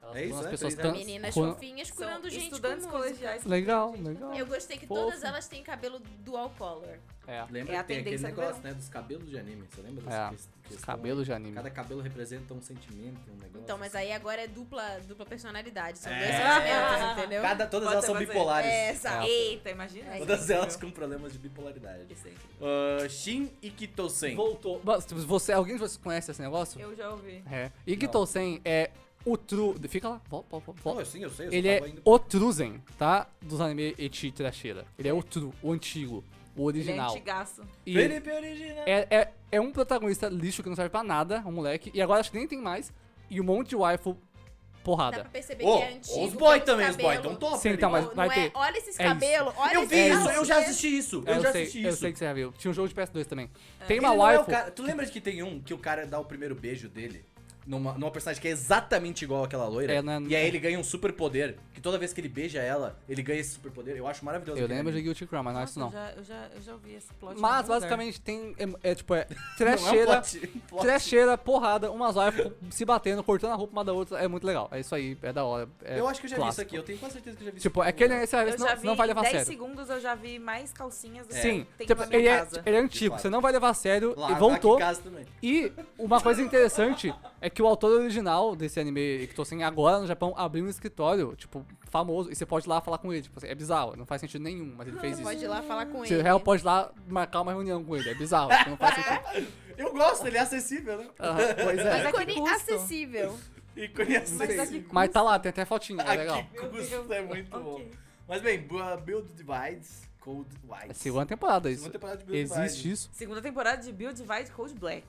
Speaker 4: Elas
Speaker 1: É isso,
Speaker 4: foram as
Speaker 1: é?
Speaker 4: pessoas
Speaker 1: Três
Speaker 4: can-
Speaker 2: Meninas
Speaker 4: foram-
Speaker 2: fofinhas curando
Speaker 3: São
Speaker 2: gente com
Speaker 3: estudantes
Speaker 2: música.
Speaker 3: colegiais.
Speaker 4: Legal, legal.
Speaker 5: Eu gostei que
Speaker 4: Fofo.
Speaker 5: todas elas têm cabelo dual color.
Speaker 4: É,
Speaker 1: Lembra
Speaker 3: É a
Speaker 1: que tem aquele
Speaker 3: tendência do
Speaker 1: negócio,
Speaker 3: verão.
Speaker 1: né? Dos cabelos de anime. Você lembra
Speaker 4: É,
Speaker 1: dessa ques- questão?
Speaker 4: cabelo de anime.
Speaker 1: Cada cabelo representa um sentimento, um negócio.
Speaker 5: Então, mas aí agora é dupla, dupla personalidade. São dois
Speaker 1: É.
Speaker 5: sentimentos, entendeu?
Speaker 1: Cada, um todas
Speaker 3: Pode
Speaker 1: elas são
Speaker 3: fazer.
Speaker 1: bipolares.
Speaker 5: É, sabe?
Speaker 3: Eita, imagina.
Speaker 1: Tá. Todas
Speaker 3: isso.
Speaker 1: elas com problemas de bipolaridade. Ah, Shin Ikitosen.
Speaker 7: Voltou.
Speaker 4: Mas, tipo, você, alguém de vocês conhece esse negócio?
Speaker 3: Eu já ouvi.
Speaker 4: É. Igitosen é o tru... Fica lá. Vol, vol, vol, vol.
Speaker 1: Pô, sim, eu sei. Eu só
Speaker 4: Ele é
Speaker 1: tava indo-
Speaker 4: o Truzen, tá? Dos anime Eti Trashira. Ele é o Tru, o antigo, o
Speaker 3: Ele é
Speaker 4: original.
Speaker 3: antigaço.
Speaker 4: E
Speaker 1: Felipe Original.
Speaker 4: é, é, é um protagonista lixo que não serve pra nada, um moleque. E agora acho que nem tem mais. E um monte de waifu
Speaker 5: Dá pra
Speaker 4: porrada.
Speaker 5: perceber
Speaker 1: Ô,
Speaker 5: que é antigo.
Speaker 1: os boy
Speaker 5: tanto
Speaker 1: também, os boy
Speaker 5: cabelo.
Speaker 1: tão top.
Speaker 4: Sim,
Speaker 1: ali.
Speaker 4: então, mas
Speaker 5: Não
Speaker 4: vai
Speaker 5: é?
Speaker 4: ter.
Speaker 5: Olha esses
Speaker 4: É isso.
Speaker 5: cabelos, olha
Speaker 1: Eu
Speaker 5: esses
Speaker 1: vi isso, eu já
Speaker 5: cabelos.
Speaker 1: assisti isso.
Speaker 4: É,
Speaker 1: Eu já
Speaker 4: sei,
Speaker 1: assisti
Speaker 4: eu
Speaker 1: isso.
Speaker 4: sei que você já viu. Tinha um jogo de PS2 também. Tem
Speaker 1: Ele não
Speaker 4: uma
Speaker 1: é o
Speaker 4: waifu.
Speaker 1: cara- Tu lembra de que tem um que o cara dá o primeiro beijo dele? Numa, numa personagem que é exatamente igual àquela loira.
Speaker 4: É, né?
Speaker 1: E aí ele ganha um superpoder. Que toda vez que ele beija ela, ele ganha esse superpoder. Eu acho maravilhoso.
Speaker 4: Eu
Speaker 1: aquele
Speaker 4: lembro de
Speaker 1: anime.
Speaker 4: Guilty Crown, mas não é
Speaker 3: Nossa,
Speaker 4: isso não.
Speaker 3: Eu já, eu, já, eu já ouvi esse plot. em
Speaker 4: Mas
Speaker 3: algum lugar.
Speaker 4: basicamente tem. É, é, tipo, é.
Speaker 1: Não é um
Speaker 4: Trasheira.
Speaker 1: plot, um plot.
Speaker 4: Trecheira, porrada, umas waifu se batendo, cortando a roupa uma da outra, é muito legal. É isso aí, é da hora. é
Speaker 1: Eu acho que eu já vi isso
Speaker 4: clássico.
Speaker 1: aqui. Eu tenho quase certeza que eu já vi
Speaker 4: Tipo,
Speaker 1: isso.
Speaker 4: é
Speaker 1: aqui.
Speaker 4: aquele esse
Speaker 3: Eu
Speaker 4: você
Speaker 3: já
Speaker 4: não,
Speaker 3: vi
Speaker 4: não vai levar a
Speaker 3: em 10
Speaker 4: sério.
Speaker 3: segundos eu já vi mais calcinhas do que
Speaker 4: Sim,
Speaker 3: tem
Speaker 4: tipo,
Speaker 3: na minha
Speaker 4: ele, é,
Speaker 3: casa.
Speaker 4: ele é antigo,
Speaker 1: fato.
Speaker 4: você não vai levar a sério,
Speaker 1: Lá,
Speaker 4: e
Speaker 1: lá
Speaker 4: voltou.
Speaker 1: aqui em casa também.
Speaker 4: E uma coisa interessante é que o autor original desse anime que tô sem agora no Japão abriu um escritório, tipo, famoso, e você pode ir lá falar com ele. Tipo, assim, é bizarro, não faz sentido nenhum, mas ele fez
Speaker 5: Ah, Você
Speaker 4: isso.
Speaker 5: pode ir lá falar com
Speaker 4: Você
Speaker 5: ele.
Speaker 4: real pode ir lá marcar uma reunião com ele, é bizarro, tipo, não faz sentido.
Speaker 1: Eu gosto, ele é acessível, né?
Speaker 4: Aham, pois
Speaker 3: Mas
Speaker 4: é.
Speaker 3: a que
Speaker 5: Ícone
Speaker 3: custo?
Speaker 5: acessível.
Speaker 1: E conhece
Speaker 3: Mas a que
Speaker 4: Mas
Speaker 3: custo?
Speaker 4: tá lá, tem até fotinho, é legal.
Speaker 1: que custo, é muito
Speaker 3: Ok.
Speaker 1: bom. Mas bem, bu- uh, Build Divides, Cold Whites.
Speaker 4: É segunda temporada isso.
Speaker 1: Segunda temporada de Build
Speaker 4: Existe
Speaker 1: Divides.
Speaker 4: isso?
Speaker 3: Segunda temporada de Build White Cold Black.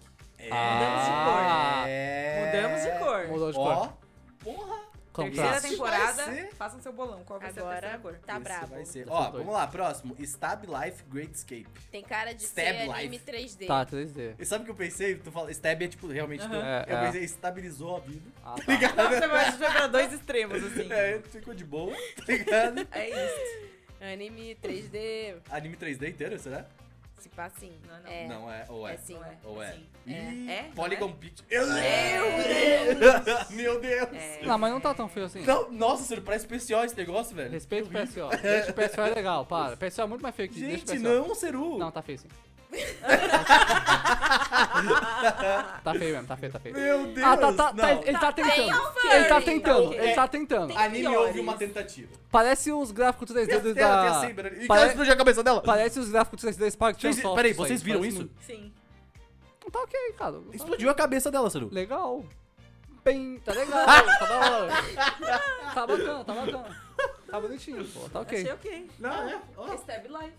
Speaker 1: É.
Speaker 4: Ah.
Speaker 3: Mudamos de cor.
Speaker 4: Mudou de
Speaker 1: Ó,
Speaker 4: cor.
Speaker 1: porra,
Speaker 3: Terceira
Speaker 4: Contraste.
Speaker 1: Isso vai
Speaker 3: temporada,
Speaker 1: ser-
Speaker 3: façam seu bolão. Qual vai ser a terceira
Speaker 5: Agora
Speaker 3: cor?
Speaker 5: tá
Speaker 1: esse
Speaker 5: brabo.
Speaker 1: vai ser.
Speaker 4: Já
Speaker 1: Ó,
Speaker 4: são dois.
Speaker 1: vamos lá, próximo. Stab Life Greatscape.
Speaker 5: Tem cara de
Speaker 1: Stab
Speaker 5: ser
Speaker 1: Life.
Speaker 5: anime 3D.
Speaker 4: Tá, 3D.
Speaker 1: E sabe o que eu pensei? Tu fala, Stab é tipo, realmente. tu-
Speaker 4: É,
Speaker 1: eu
Speaker 4: é.
Speaker 1: pensei, estabilizou a vida.
Speaker 4: Ah,
Speaker 1: Tá ligado?
Speaker 3: Nossa, eu acho que foi pra dois extremos, assim.
Speaker 1: É, ficou de boa, tá ligado?
Speaker 3: É isso.
Speaker 5: Anime 3D.
Speaker 1: Anime 3D inteiro, será?
Speaker 5: Se pá, sim.
Speaker 3: Não, não.
Speaker 5: É.
Speaker 1: Não é, ou
Speaker 5: É
Speaker 1: é.
Speaker 5: sim.
Speaker 3: Não é.
Speaker 1: Ou é.
Speaker 3: Sim.
Speaker 1: Ih,
Speaker 3: É, não
Speaker 1: Polygon Pit. Eu
Speaker 3: Meu
Speaker 1: Deus! Meu Deus!
Speaker 3: É.
Speaker 4: Não, mas não tá tão feio assim.
Speaker 1: Não, nossa, surpresa especial esse negócio, velho.
Speaker 4: Respeita o PSO. Deixa o PSO é legal, para. O PSO é muito mais feio que deixa o
Speaker 1: Gente,
Speaker 4: PSO.
Speaker 1: não, é um Seru!
Speaker 4: Não, tá feio sim. tá feio mesmo, tá feio, tá feio.
Speaker 1: Meu Deus!
Speaker 4: ah, tá, tá, tá,
Speaker 1: não.
Speaker 4: ele tá tentando. Ele tá tentando, ele tá tentando.
Speaker 1: Anime
Speaker 3: piores.
Speaker 1: houve uma tentativa.
Speaker 4: Parece os gráficos 3D do-
Speaker 1: Meu Deus,
Speaker 4: é da.
Speaker 1: tem a Saber ali. Ih,
Speaker 4: Pare-
Speaker 1: cara, explodiu a cabeça dela!
Speaker 4: Parece os gráficos 3D da Spark
Speaker 1: Vocês-
Speaker 4: Chunsoft,
Speaker 1: Peraí,
Speaker 4: isso aí.
Speaker 1: vocês viram
Speaker 4: Parece
Speaker 1: isso?
Speaker 4: muito-
Speaker 3: Sim.
Speaker 4: Tá ok, cara. Tá
Speaker 1: Explodiu a cabeça dela, Seru.
Speaker 4: Legal. Bem, tá legal, tá da hora. Tá bacana, tá bacana. Tá bonitinho, pô, tá
Speaker 3: Achei
Speaker 4: ok.
Speaker 3: ok.
Speaker 1: Não, é. ó.
Speaker 3: Stab Life.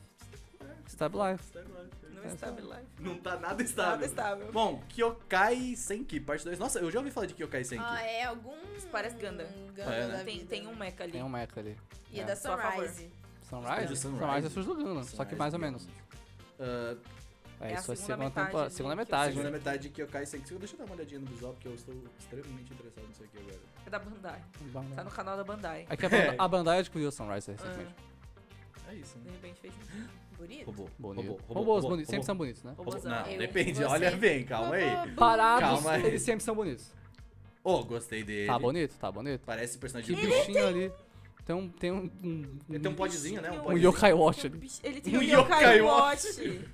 Speaker 4: Stab Life.
Speaker 3: Não Stab Life.
Speaker 1: Não tá nada estável.
Speaker 3: Nada estável.
Speaker 1: Bom, Kyokai Senki, parte 2. Nossa, eu já ouvi falar de Kyokai Senki.
Speaker 5: Ah, é algum.
Speaker 3: Parece Gundam.
Speaker 1: É, né?
Speaker 5: da
Speaker 3: Tem,
Speaker 5: vida.
Speaker 3: tem um mecha ali.
Speaker 4: Tem um mecha ali.
Speaker 5: E é
Speaker 4: É.
Speaker 5: da
Speaker 3: Sou a favor.
Speaker 5: Sunrise.
Speaker 4: Sunrise?
Speaker 1: Do Sunrise.
Speaker 4: Sunrise é Surge do Gundam, só
Speaker 1: Sunrise
Speaker 4: que
Speaker 1: né?
Speaker 4: mais ou
Speaker 1: Gundam.
Speaker 4: menos.
Speaker 1: Ah,
Speaker 4: É,
Speaker 3: É a
Speaker 4: isso é
Speaker 3: segunda
Speaker 4: segunda
Speaker 3: metade
Speaker 4: temporada.
Speaker 3: de-
Speaker 4: Segunda
Speaker 3: que eu
Speaker 4: metade.
Speaker 1: segunda
Speaker 4: né?
Speaker 1: metade de Kyokai Senki. Deixa eu dar uma olhadinha no visual, porque eu estou extremamente interessado nisso aqui agora.
Speaker 3: É da Bandai. Tá no canal da Bandai.
Speaker 4: É que a Bandai, a Bandai adquiriu o Sunrise recentemente.
Speaker 3: Ah,
Speaker 1: É isso,
Speaker 3: de
Speaker 1: né?
Speaker 3: repente fez um
Speaker 5: Bonito.
Speaker 1: Robô.
Speaker 4: Bonito.
Speaker 1: Robô. robô,
Speaker 4: Robôs
Speaker 1: robô,
Speaker 4: bonitos, sempre
Speaker 1: robô.
Speaker 4: são bonitos, né?
Speaker 1: Robô.
Speaker 3: robôzão.
Speaker 1: Não,
Speaker 5: Eu-
Speaker 1: depende.
Speaker 5: você-
Speaker 1: Olha bem, calma um aí.
Speaker 5: Robô.
Speaker 4: Parados,
Speaker 1: Calma aí.
Speaker 4: eles sempre são bonitos.
Speaker 1: Oh, gostei dele.
Speaker 4: Tá bonito, tá bonito.
Speaker 1: Parece personagem
Speaker 4: Que
Speaker 1: de bicho.
Speaker 4: bichinho ali. Tem um. Tem um. um-
Speaker 1: Ele tem um podzinho, né? Um
Speaker 4: um
Speaker 1: podzinho.
Speaker 4: Yokai Watch
Speaker 3: Tem um
Speaker 4: ali.
Speaker 3: bicho- Ele tem
Speaker 1: Um
Speaker 3: um Yokai
Speaker 1: yokai watch.
Speaker 3: Watch.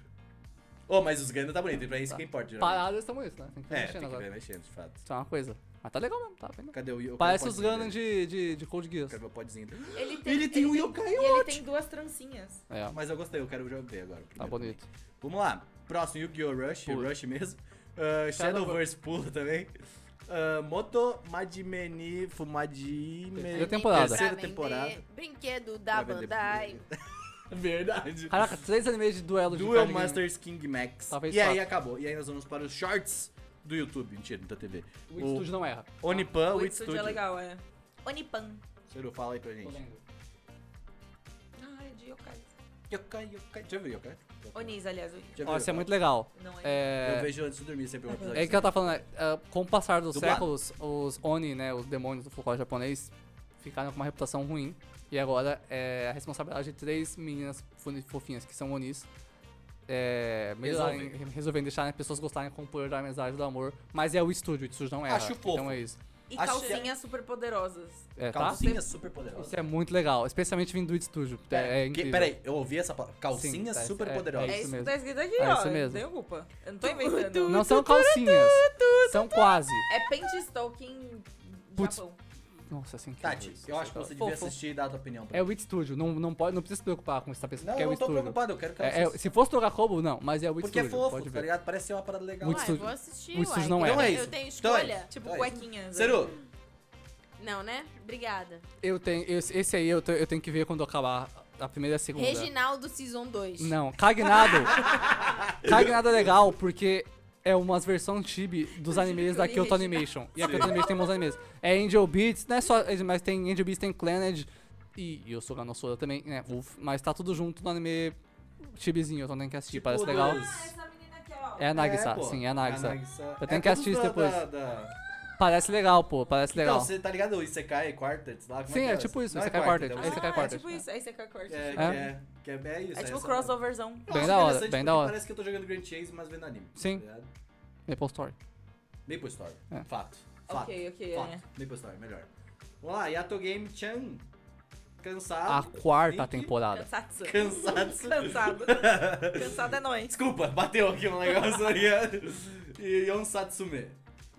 Speaker 1: Oh, mas os Gundam tá bonito. Pra isso que importa, geralmente.
Speaker 4: Parados, eles são bonitos, né? Tem que ficar
Speaker 1: É,
Speaker 4: mexendo
Speaker 1: tem que ver
Speaker 4: agora.
Speaker 1: mexendo, de fato.
Speaker 4: Isso é uma coisa. Mas tá legal mesmo, tá vendo?
Speaker 1: Cadê o Yokai?
Speaker 4: Parece os Gundam de, de, de Cold Geass.
Speaker 1: Quero ver o podzinho dele.
Speaker 3: Ele
Speaker 1: Ele tem um yokai
Speaker 3: E ele tem duas trancinhas.
Speaker 4: É,
Speaker 1: Mas eu gostei, eu quero já ver agora.
Speaker 4: tá
Speaker 1: primeiro.
Speaker 4: bonito.
Speaker 1: Vamos lá. Próximo, Yu-Gi-Oh! Rush,
Speaker 4: Pula.
Speaker 1: Rush mesmo. Ah, Shadowverse pula também. Ah, Moto Majimeni Fumadimeni.
Speaker 4: Terceira temporada.
Speaker 1: Terceira
Speaker 5: Pra
Speaker 1: temporada.
Speaker 5: vender Brinquedo
Speaker 1: Pra
Speaker 5: da
Speaker 1: vender
Speaker 5: Bandai.
Speaker 1: Verdade.
Speaker 4: Caraca, tá três animes de duelo de
Speaker 1: Duel
Speaker 4: card game.
Speaker 1: Masters King Max.
Speaker 4: Talvez
Speaker 1: e aí
Speaker 4: quatro.
Speaker 1: acabou. E aí nós vamos para os shorts do YouTube. Mentira, tá da TV.
Speaker 4: O estúdio não erra.
Speaker 1: Onipan,
Speaker 3: O
Speaker 1: Ah, o
Speaker 3: Itsuji
Speaker 1: Studio.
Speaker 3: é legal, é.
Speaker 5: Onipan.
Speaker 1: Seru, fala aí pra gente.
Speaker 3: Ah, é de yokai.
Speaker 1: Yokai, yokai. Deixa eu ver, yokai.
Speaker 3: Onis, aliás. o-
Speaker 1: Deixa eu ver,
Speaker 4: Ó, isso é
Speaker 1: yokai.
Speaker 4: muito legal.
Speaker 3: Não é.
Speaker 1: Eu
Speaker 4: É.
Speaker 1: vejo antes de dormir sempre um episódio.
Speaker 4: É que ela tá falando, né? ah, com o passar dos
Speaker 1: Dublado.
Speaker 4: séculos, os Oni, né, os demônios do folclore japonês, ficaram com uma reputação ruim. E agora é a responsabilidade de três meninas fo- fofinhas que são Onis. É, melhorarem, né, resolverem deixar as pessoas gostarem com o poder da amizade do amor. Mas é o estúdio, o estúdio não é.
Speaker 1: Acho fofo.
Speaker 4: Então é isso.
Speaker 3: E
Speaker 1: Acho
Speaker 3: calcinhas super poderosas.
Speaker 4: É, tá?
Speaker 1: Calcinha super poderosa.
Speaker 4: Isso é muito legal, especialmente vindo do estúdio. É, é incrível.
Speaker 1: peraí, eu ouvi essa palavra. Calcinha
Speaker 4: tá,
Speaker 1: super
Speaker 4: é-
Speaker 1: poderosa.
Speaker 4: é
Speaker 3: É isso que
Speaker 4: mesmo.
Speaker 3: tá escrito aqui,
Speaker 4: É
Speaker 3: ó.
Speaker 4: isso mesmo.
Speaker 3: Não tem culpa. Eu não tô inventando.
Speaker 4: Não são calcinhas, são quase.
Speaker 3: É pente
Speaker 2: um
Speaker 3: stalking
Speaker 4: Putz.
Speaker 3: Japão.
Speaker 4: Nossa, assim que
Speaker 1: Tati,
Speaker 4: isso,
Speaker 1: eu acho que
Speaker 4: tá-
Speaker 1: você devia
Speaker 3: Fofo.
Speaker 1: assistir e dar a tua opinião. Pra
Speaker 4: É
Speaker 1: mim.
Speaker 4: o It Studio, não, não, pode, não precisa se preocupar com essa pessoa,
Speaker 1: Não,
Speaker 4: porque é
Speaker 1: eu não
Speaker 4: o It
Speaker 1: tô
Speaker 4: Studio.
Speaker 1: preocupado, eu quero que ela
Speaker 4: É- é-
Speaker 1: assista.
Speaker 4: se fosse tocar Kobo, não, mas é o It
Speaker 1: Porque é
Speaker 4: Studio,
Speaker 1: fofo,
Speaker 4: pode
Speaker 1: tá
Speaker 4: ver.
Speaker 1: ligado? Parece ser uma parada legal.
Speaker 4: Muito
Speaker 2: Ué,
Speaker 4: estúdio-
Speaker 2: vou assistir,
Speaker 4: muito
Speaker 2: uai.
Speaker 4: estúdio não Tipo,
Speaker 2: eu,
Speaker 1: era.
Speaker 2: eu tenho
Speaker 1: Então é
Speaker 2: escolha.
Speaker 1: isso.
Speaker 3: Tipo,
Speaker 1: Então é isso.
Speaker 3: cuequinhas.
Speaker 1: Ceru,
Speaker 2: Não, né? Obrigada.
Speaker 4: Eu tenho, esse, esse aí eu, te- eu tenho que ver quando acabar a primeira e a segunda.
Speaker 2: Reginaldo Season 2.
Speaker 4: Não, Cagnado. Cagnado é legal porque é umas versões chibi dos animes da
Speaker 3: que eu li
Speaker 4: Kyoto
Speaker 3: Reginaldo.
Speaker 4: Animation. E a Kyoto Animation tem bons animes. É Angel Beats, não é só, mas tem Angel Beats, tem Clannad e eu sou Ganossoda também, né? Uf, mas tá tudo junto no anime chibizinho, então tem que assistir,
Speaker 1: Tipo
Speaker 4: parece
Speaker 1: dos-
Speaker 4: legal.
Speaker 1: Ah,
Speaker 3: essa menina aqui, ó.
Speaker 4: É a Nagisa,
Speaker 1: pô,
Speaker 4: sim, é a Nagisa. Eu tenho
Speaker 1: É
Speaker 4: que assistir
Speaker 1: todos da-
Speaker 4: depois.
Speaker 1: da- da-
Speaker 4: Parece legal, pô, parece legal.
Speaker 1: Então, você tá ligado o Isekai Quartets lá? Como
Speaker 4: Sim,
Speaker 1: que
Speaker 4: é tipo isso,
Speaker 1: Não
Speaker 4: Isekai
Speaker 1: Quartet,
Speaker 4: Quartet,
Speaker 1: é
Speaker 4: Esse
Speaker 1: um-
Speaker 4: aqui é
Speaker 3: ah, é
Speaker 4: quartet,
Speaker 3: tipo
Speaker 4: né?
Speaker 3: isso. Esse aqui é corte.
Speaker 1: É, que
Speaker 4: É.
Speaker 1: é, que é, é isso.
Speaker 3: É tipo
Speaker 1: essa-
Speaker 3: crossoverzão.
Speaker 1: Eu
Speaker 4: Bem
Speaker 1: acho
Speaker 4: da hora,
Speaker 1: interessante
Speaker 4: bem
Speaker 1: porque
Speaker 4: da hora.
Speaker 1: Parece que eu tô jogando Grand Chase, mas vendo anime.
Speaker 4: Sim.
Speaker 1: tá ligado?
Speaker 4: Maple Story.
Speaker 1: Maple Story.
Speaker 4: É.
Speaker 1: Fato. Fato.
Speaker 3: Ok, ok,
Speaker 1: Fato.
Speaker 3: é.
Speaker 1: Maple Story, melhor. Vamos lá, Yato Game Chan.
Speaker 4: A
Speaker 1: Cansado.
Speaker 4: quarta
Speaker 1: Link.
Speaker 4: temporada.
Speaker 3: Cansado.
Speaker 1: Cansado.
Speaker 3: Cansado. Cansado é nóis.
Speaker 1: Desculpa, bateu aqui um negócio ali. E Yonsatsume.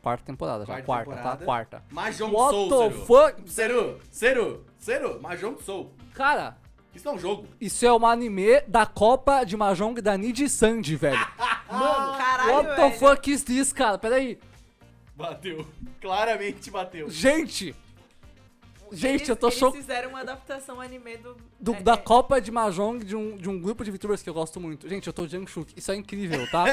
Speaker 4: Quarta temporada, já.
Speaker 1: Quarta
Speaker 4: Quarta,
Speaker 1: temporada.
Speaker 4: tá? Quarta.
Speaker 1: Mahjong
Speaker 4: What
Speaker 1: Soul,
Speaker 4: the
Speaker 1: Seru.
Speaker 4: fuck?
Speaker 1: Seru, Seru, Seru, Mahjong Soul.
Speaker 4: Cara,
Speaker 1: Isso é um jogo.
Speaker 4: Isso é um anime da Copa de Mahjong da Nid Sandy, velho.
Speaker 3: Mano, caralho,
Speaker 4: What the
Speaker 3: velho.
Speaker 4: fuck é is this, cara? Peraí.
Speaker 1: Bateu. Claramente bateu.
Speaker 4: Gente! Gente,
Speaker 3: Eles-
Speaker 4: eu tô
Speaker 3: Eles
Speaker 4: chocado.
Speaker 3: fizeram uma adaptação anime do...
Speaker 4: Do-
Speaker 3: é,
Speaker 4: da
Speaker 3: é.
Speaker 4: Copa de Mahjong de um, de um grupo de VTubers que eu gosto muito. Gente, eu tô Jungshuk. Isso é incrível, tá?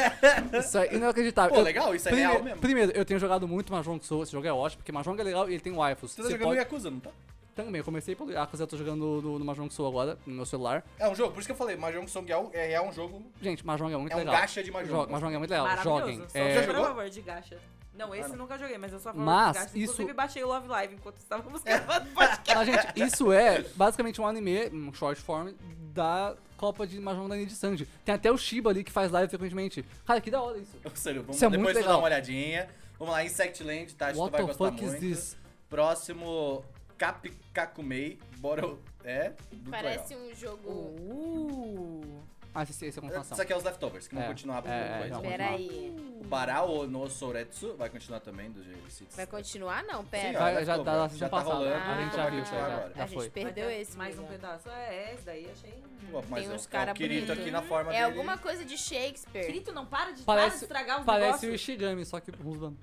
Speaker 4: Isso é inacreditável.
Speaker 1: Pô,
Speaker 4: Eu-
Speaker 1: legal, isso é
Speaker 4: prime-
Speaker 1: real mesmo.
Speaker 4: Primeiro, eu tenho jogado muito Mahjong Soul. Esse jogo é ótimo, porque Mahjong é legal e ele tem waifus.
Speaker 1: Você tá jogando Yakuza, não tá?
Speaker 4: Também, eu comecei pelo Yakuza, eu tô jogando no, no Mahjong Soul agora, no meu celular.
Speaker 1: É um jogo, por isso que eu falei, Mahjong Song é um, é, é um jogo,
Speaker 4: Gente, Mahjong é muito
Speaker 1: é um
Speaker 4: legal.
Speaker 1: gacha de Mahjong.
Speaker 4: Joga- Mahjong é muito legal,
Speaker 3: Maravilhoso.
Speaker 4: joguem.
Speaker 3: Só
Speaker 4: É,
Speaker 1: Já
Speaker 3: sou
Speaker 1: jogou?
Speaker 3: a favor de gacha. Não, esse
Speaker 1: Ah, não.
Speaker 3: nunca joguei, mas eu sou a favor
Speaker 4: Mas
Speaker 3: de gacha.
Speaker 4: isso-
Speaker 3: Inclusive, baixei o Love Live enquanto estávamos gravando podcast.
Speaker 4: Mas, gente, isso é basicamente um anime, um short form, da Copa de Mahjong da Nid Sandy. Tem até o Shiba ali que faz live frequentemente. Cara, que da hora isso.
Speaker 1: Sério, vamos
Speaker 4: Isso é muito
Speaker 1: depois tu dá
Speaker 4: legal.
Speaker 1: uma olhadinha. Vamos lá, Insectland, tá? Acho que tu
Speaker 4: What
Speaker 1: vai
Speaker 4: the
Speaker 1: gostar
Speaker 4: fuck is
Speaker 1: muito.
Speaker 4: this?
Speaker 1: Próximo, Capcakumei, bora... É, muito
Speaker 2: Parece
Speaker 1: legal.
Speaker 2: um jogo.
Speaker 3: Uh,
Speaker 4: Ah, esse, esse é
Speaker 1: Isso
Speaker 4: continuação.
Speaker 1: aqui é os Leftovers, que vão
Speaker 4: É,
Speaker 1: continuar por
Speaker 4: é,
Speaker 1: alguma
Speaker 4: é,
Speaker 1: coisa.
Speaker 4: não.
Speaker 2: Pera aí.
Speaker 1: O Barao no Soretsu vai continuar também, do GC.
Speaker 2: Vai continuar? Não,
Speaker 1: Sim,
Speaker 2: pera.
Speaker 1: ó.
Speaker 4: Vai- já tá na
Speaker 1: Já
Speaker 4: sessão
Speaker 1: tá
Speaker 4: passada.
Speaker 1: rolando,
Speaker 4: a gente já
Speaker 2: vai
Speaker 4: viu,
Speaker 2: continuar
Speaker 4: já,
Speaker 1: agora.
Speaker 4: já
Speaker 2: A
Speaker 4: foi.
Speaker 2: gente tá perdeu esse.
Speaker 3: mais um
Speaker 2: amiga.
Speaker 3: pedaço. É, esse daí achei.
Speaker 1: Pô, mas
Speaker 2: Tem
Speaker 1: é o-
Speaker 2: uns
Speaker 1: é o
Speaker 2: cara
Speaker 1: Kirito
Speaker 2: bonito.
Speaker 1: aqui na forma
Speaker 2: É
Speaker 1: dele.
Speaker 2: alguma coisa de Shakespeare.
Speaker 3: Escrito, não para de, para de
Speaker 4: É. Parece-
Speaker 3: estragar os
Speaker 4: Parece o
Speaker 3: negócios.
Speaker 4: Ishigami, só que rusbando.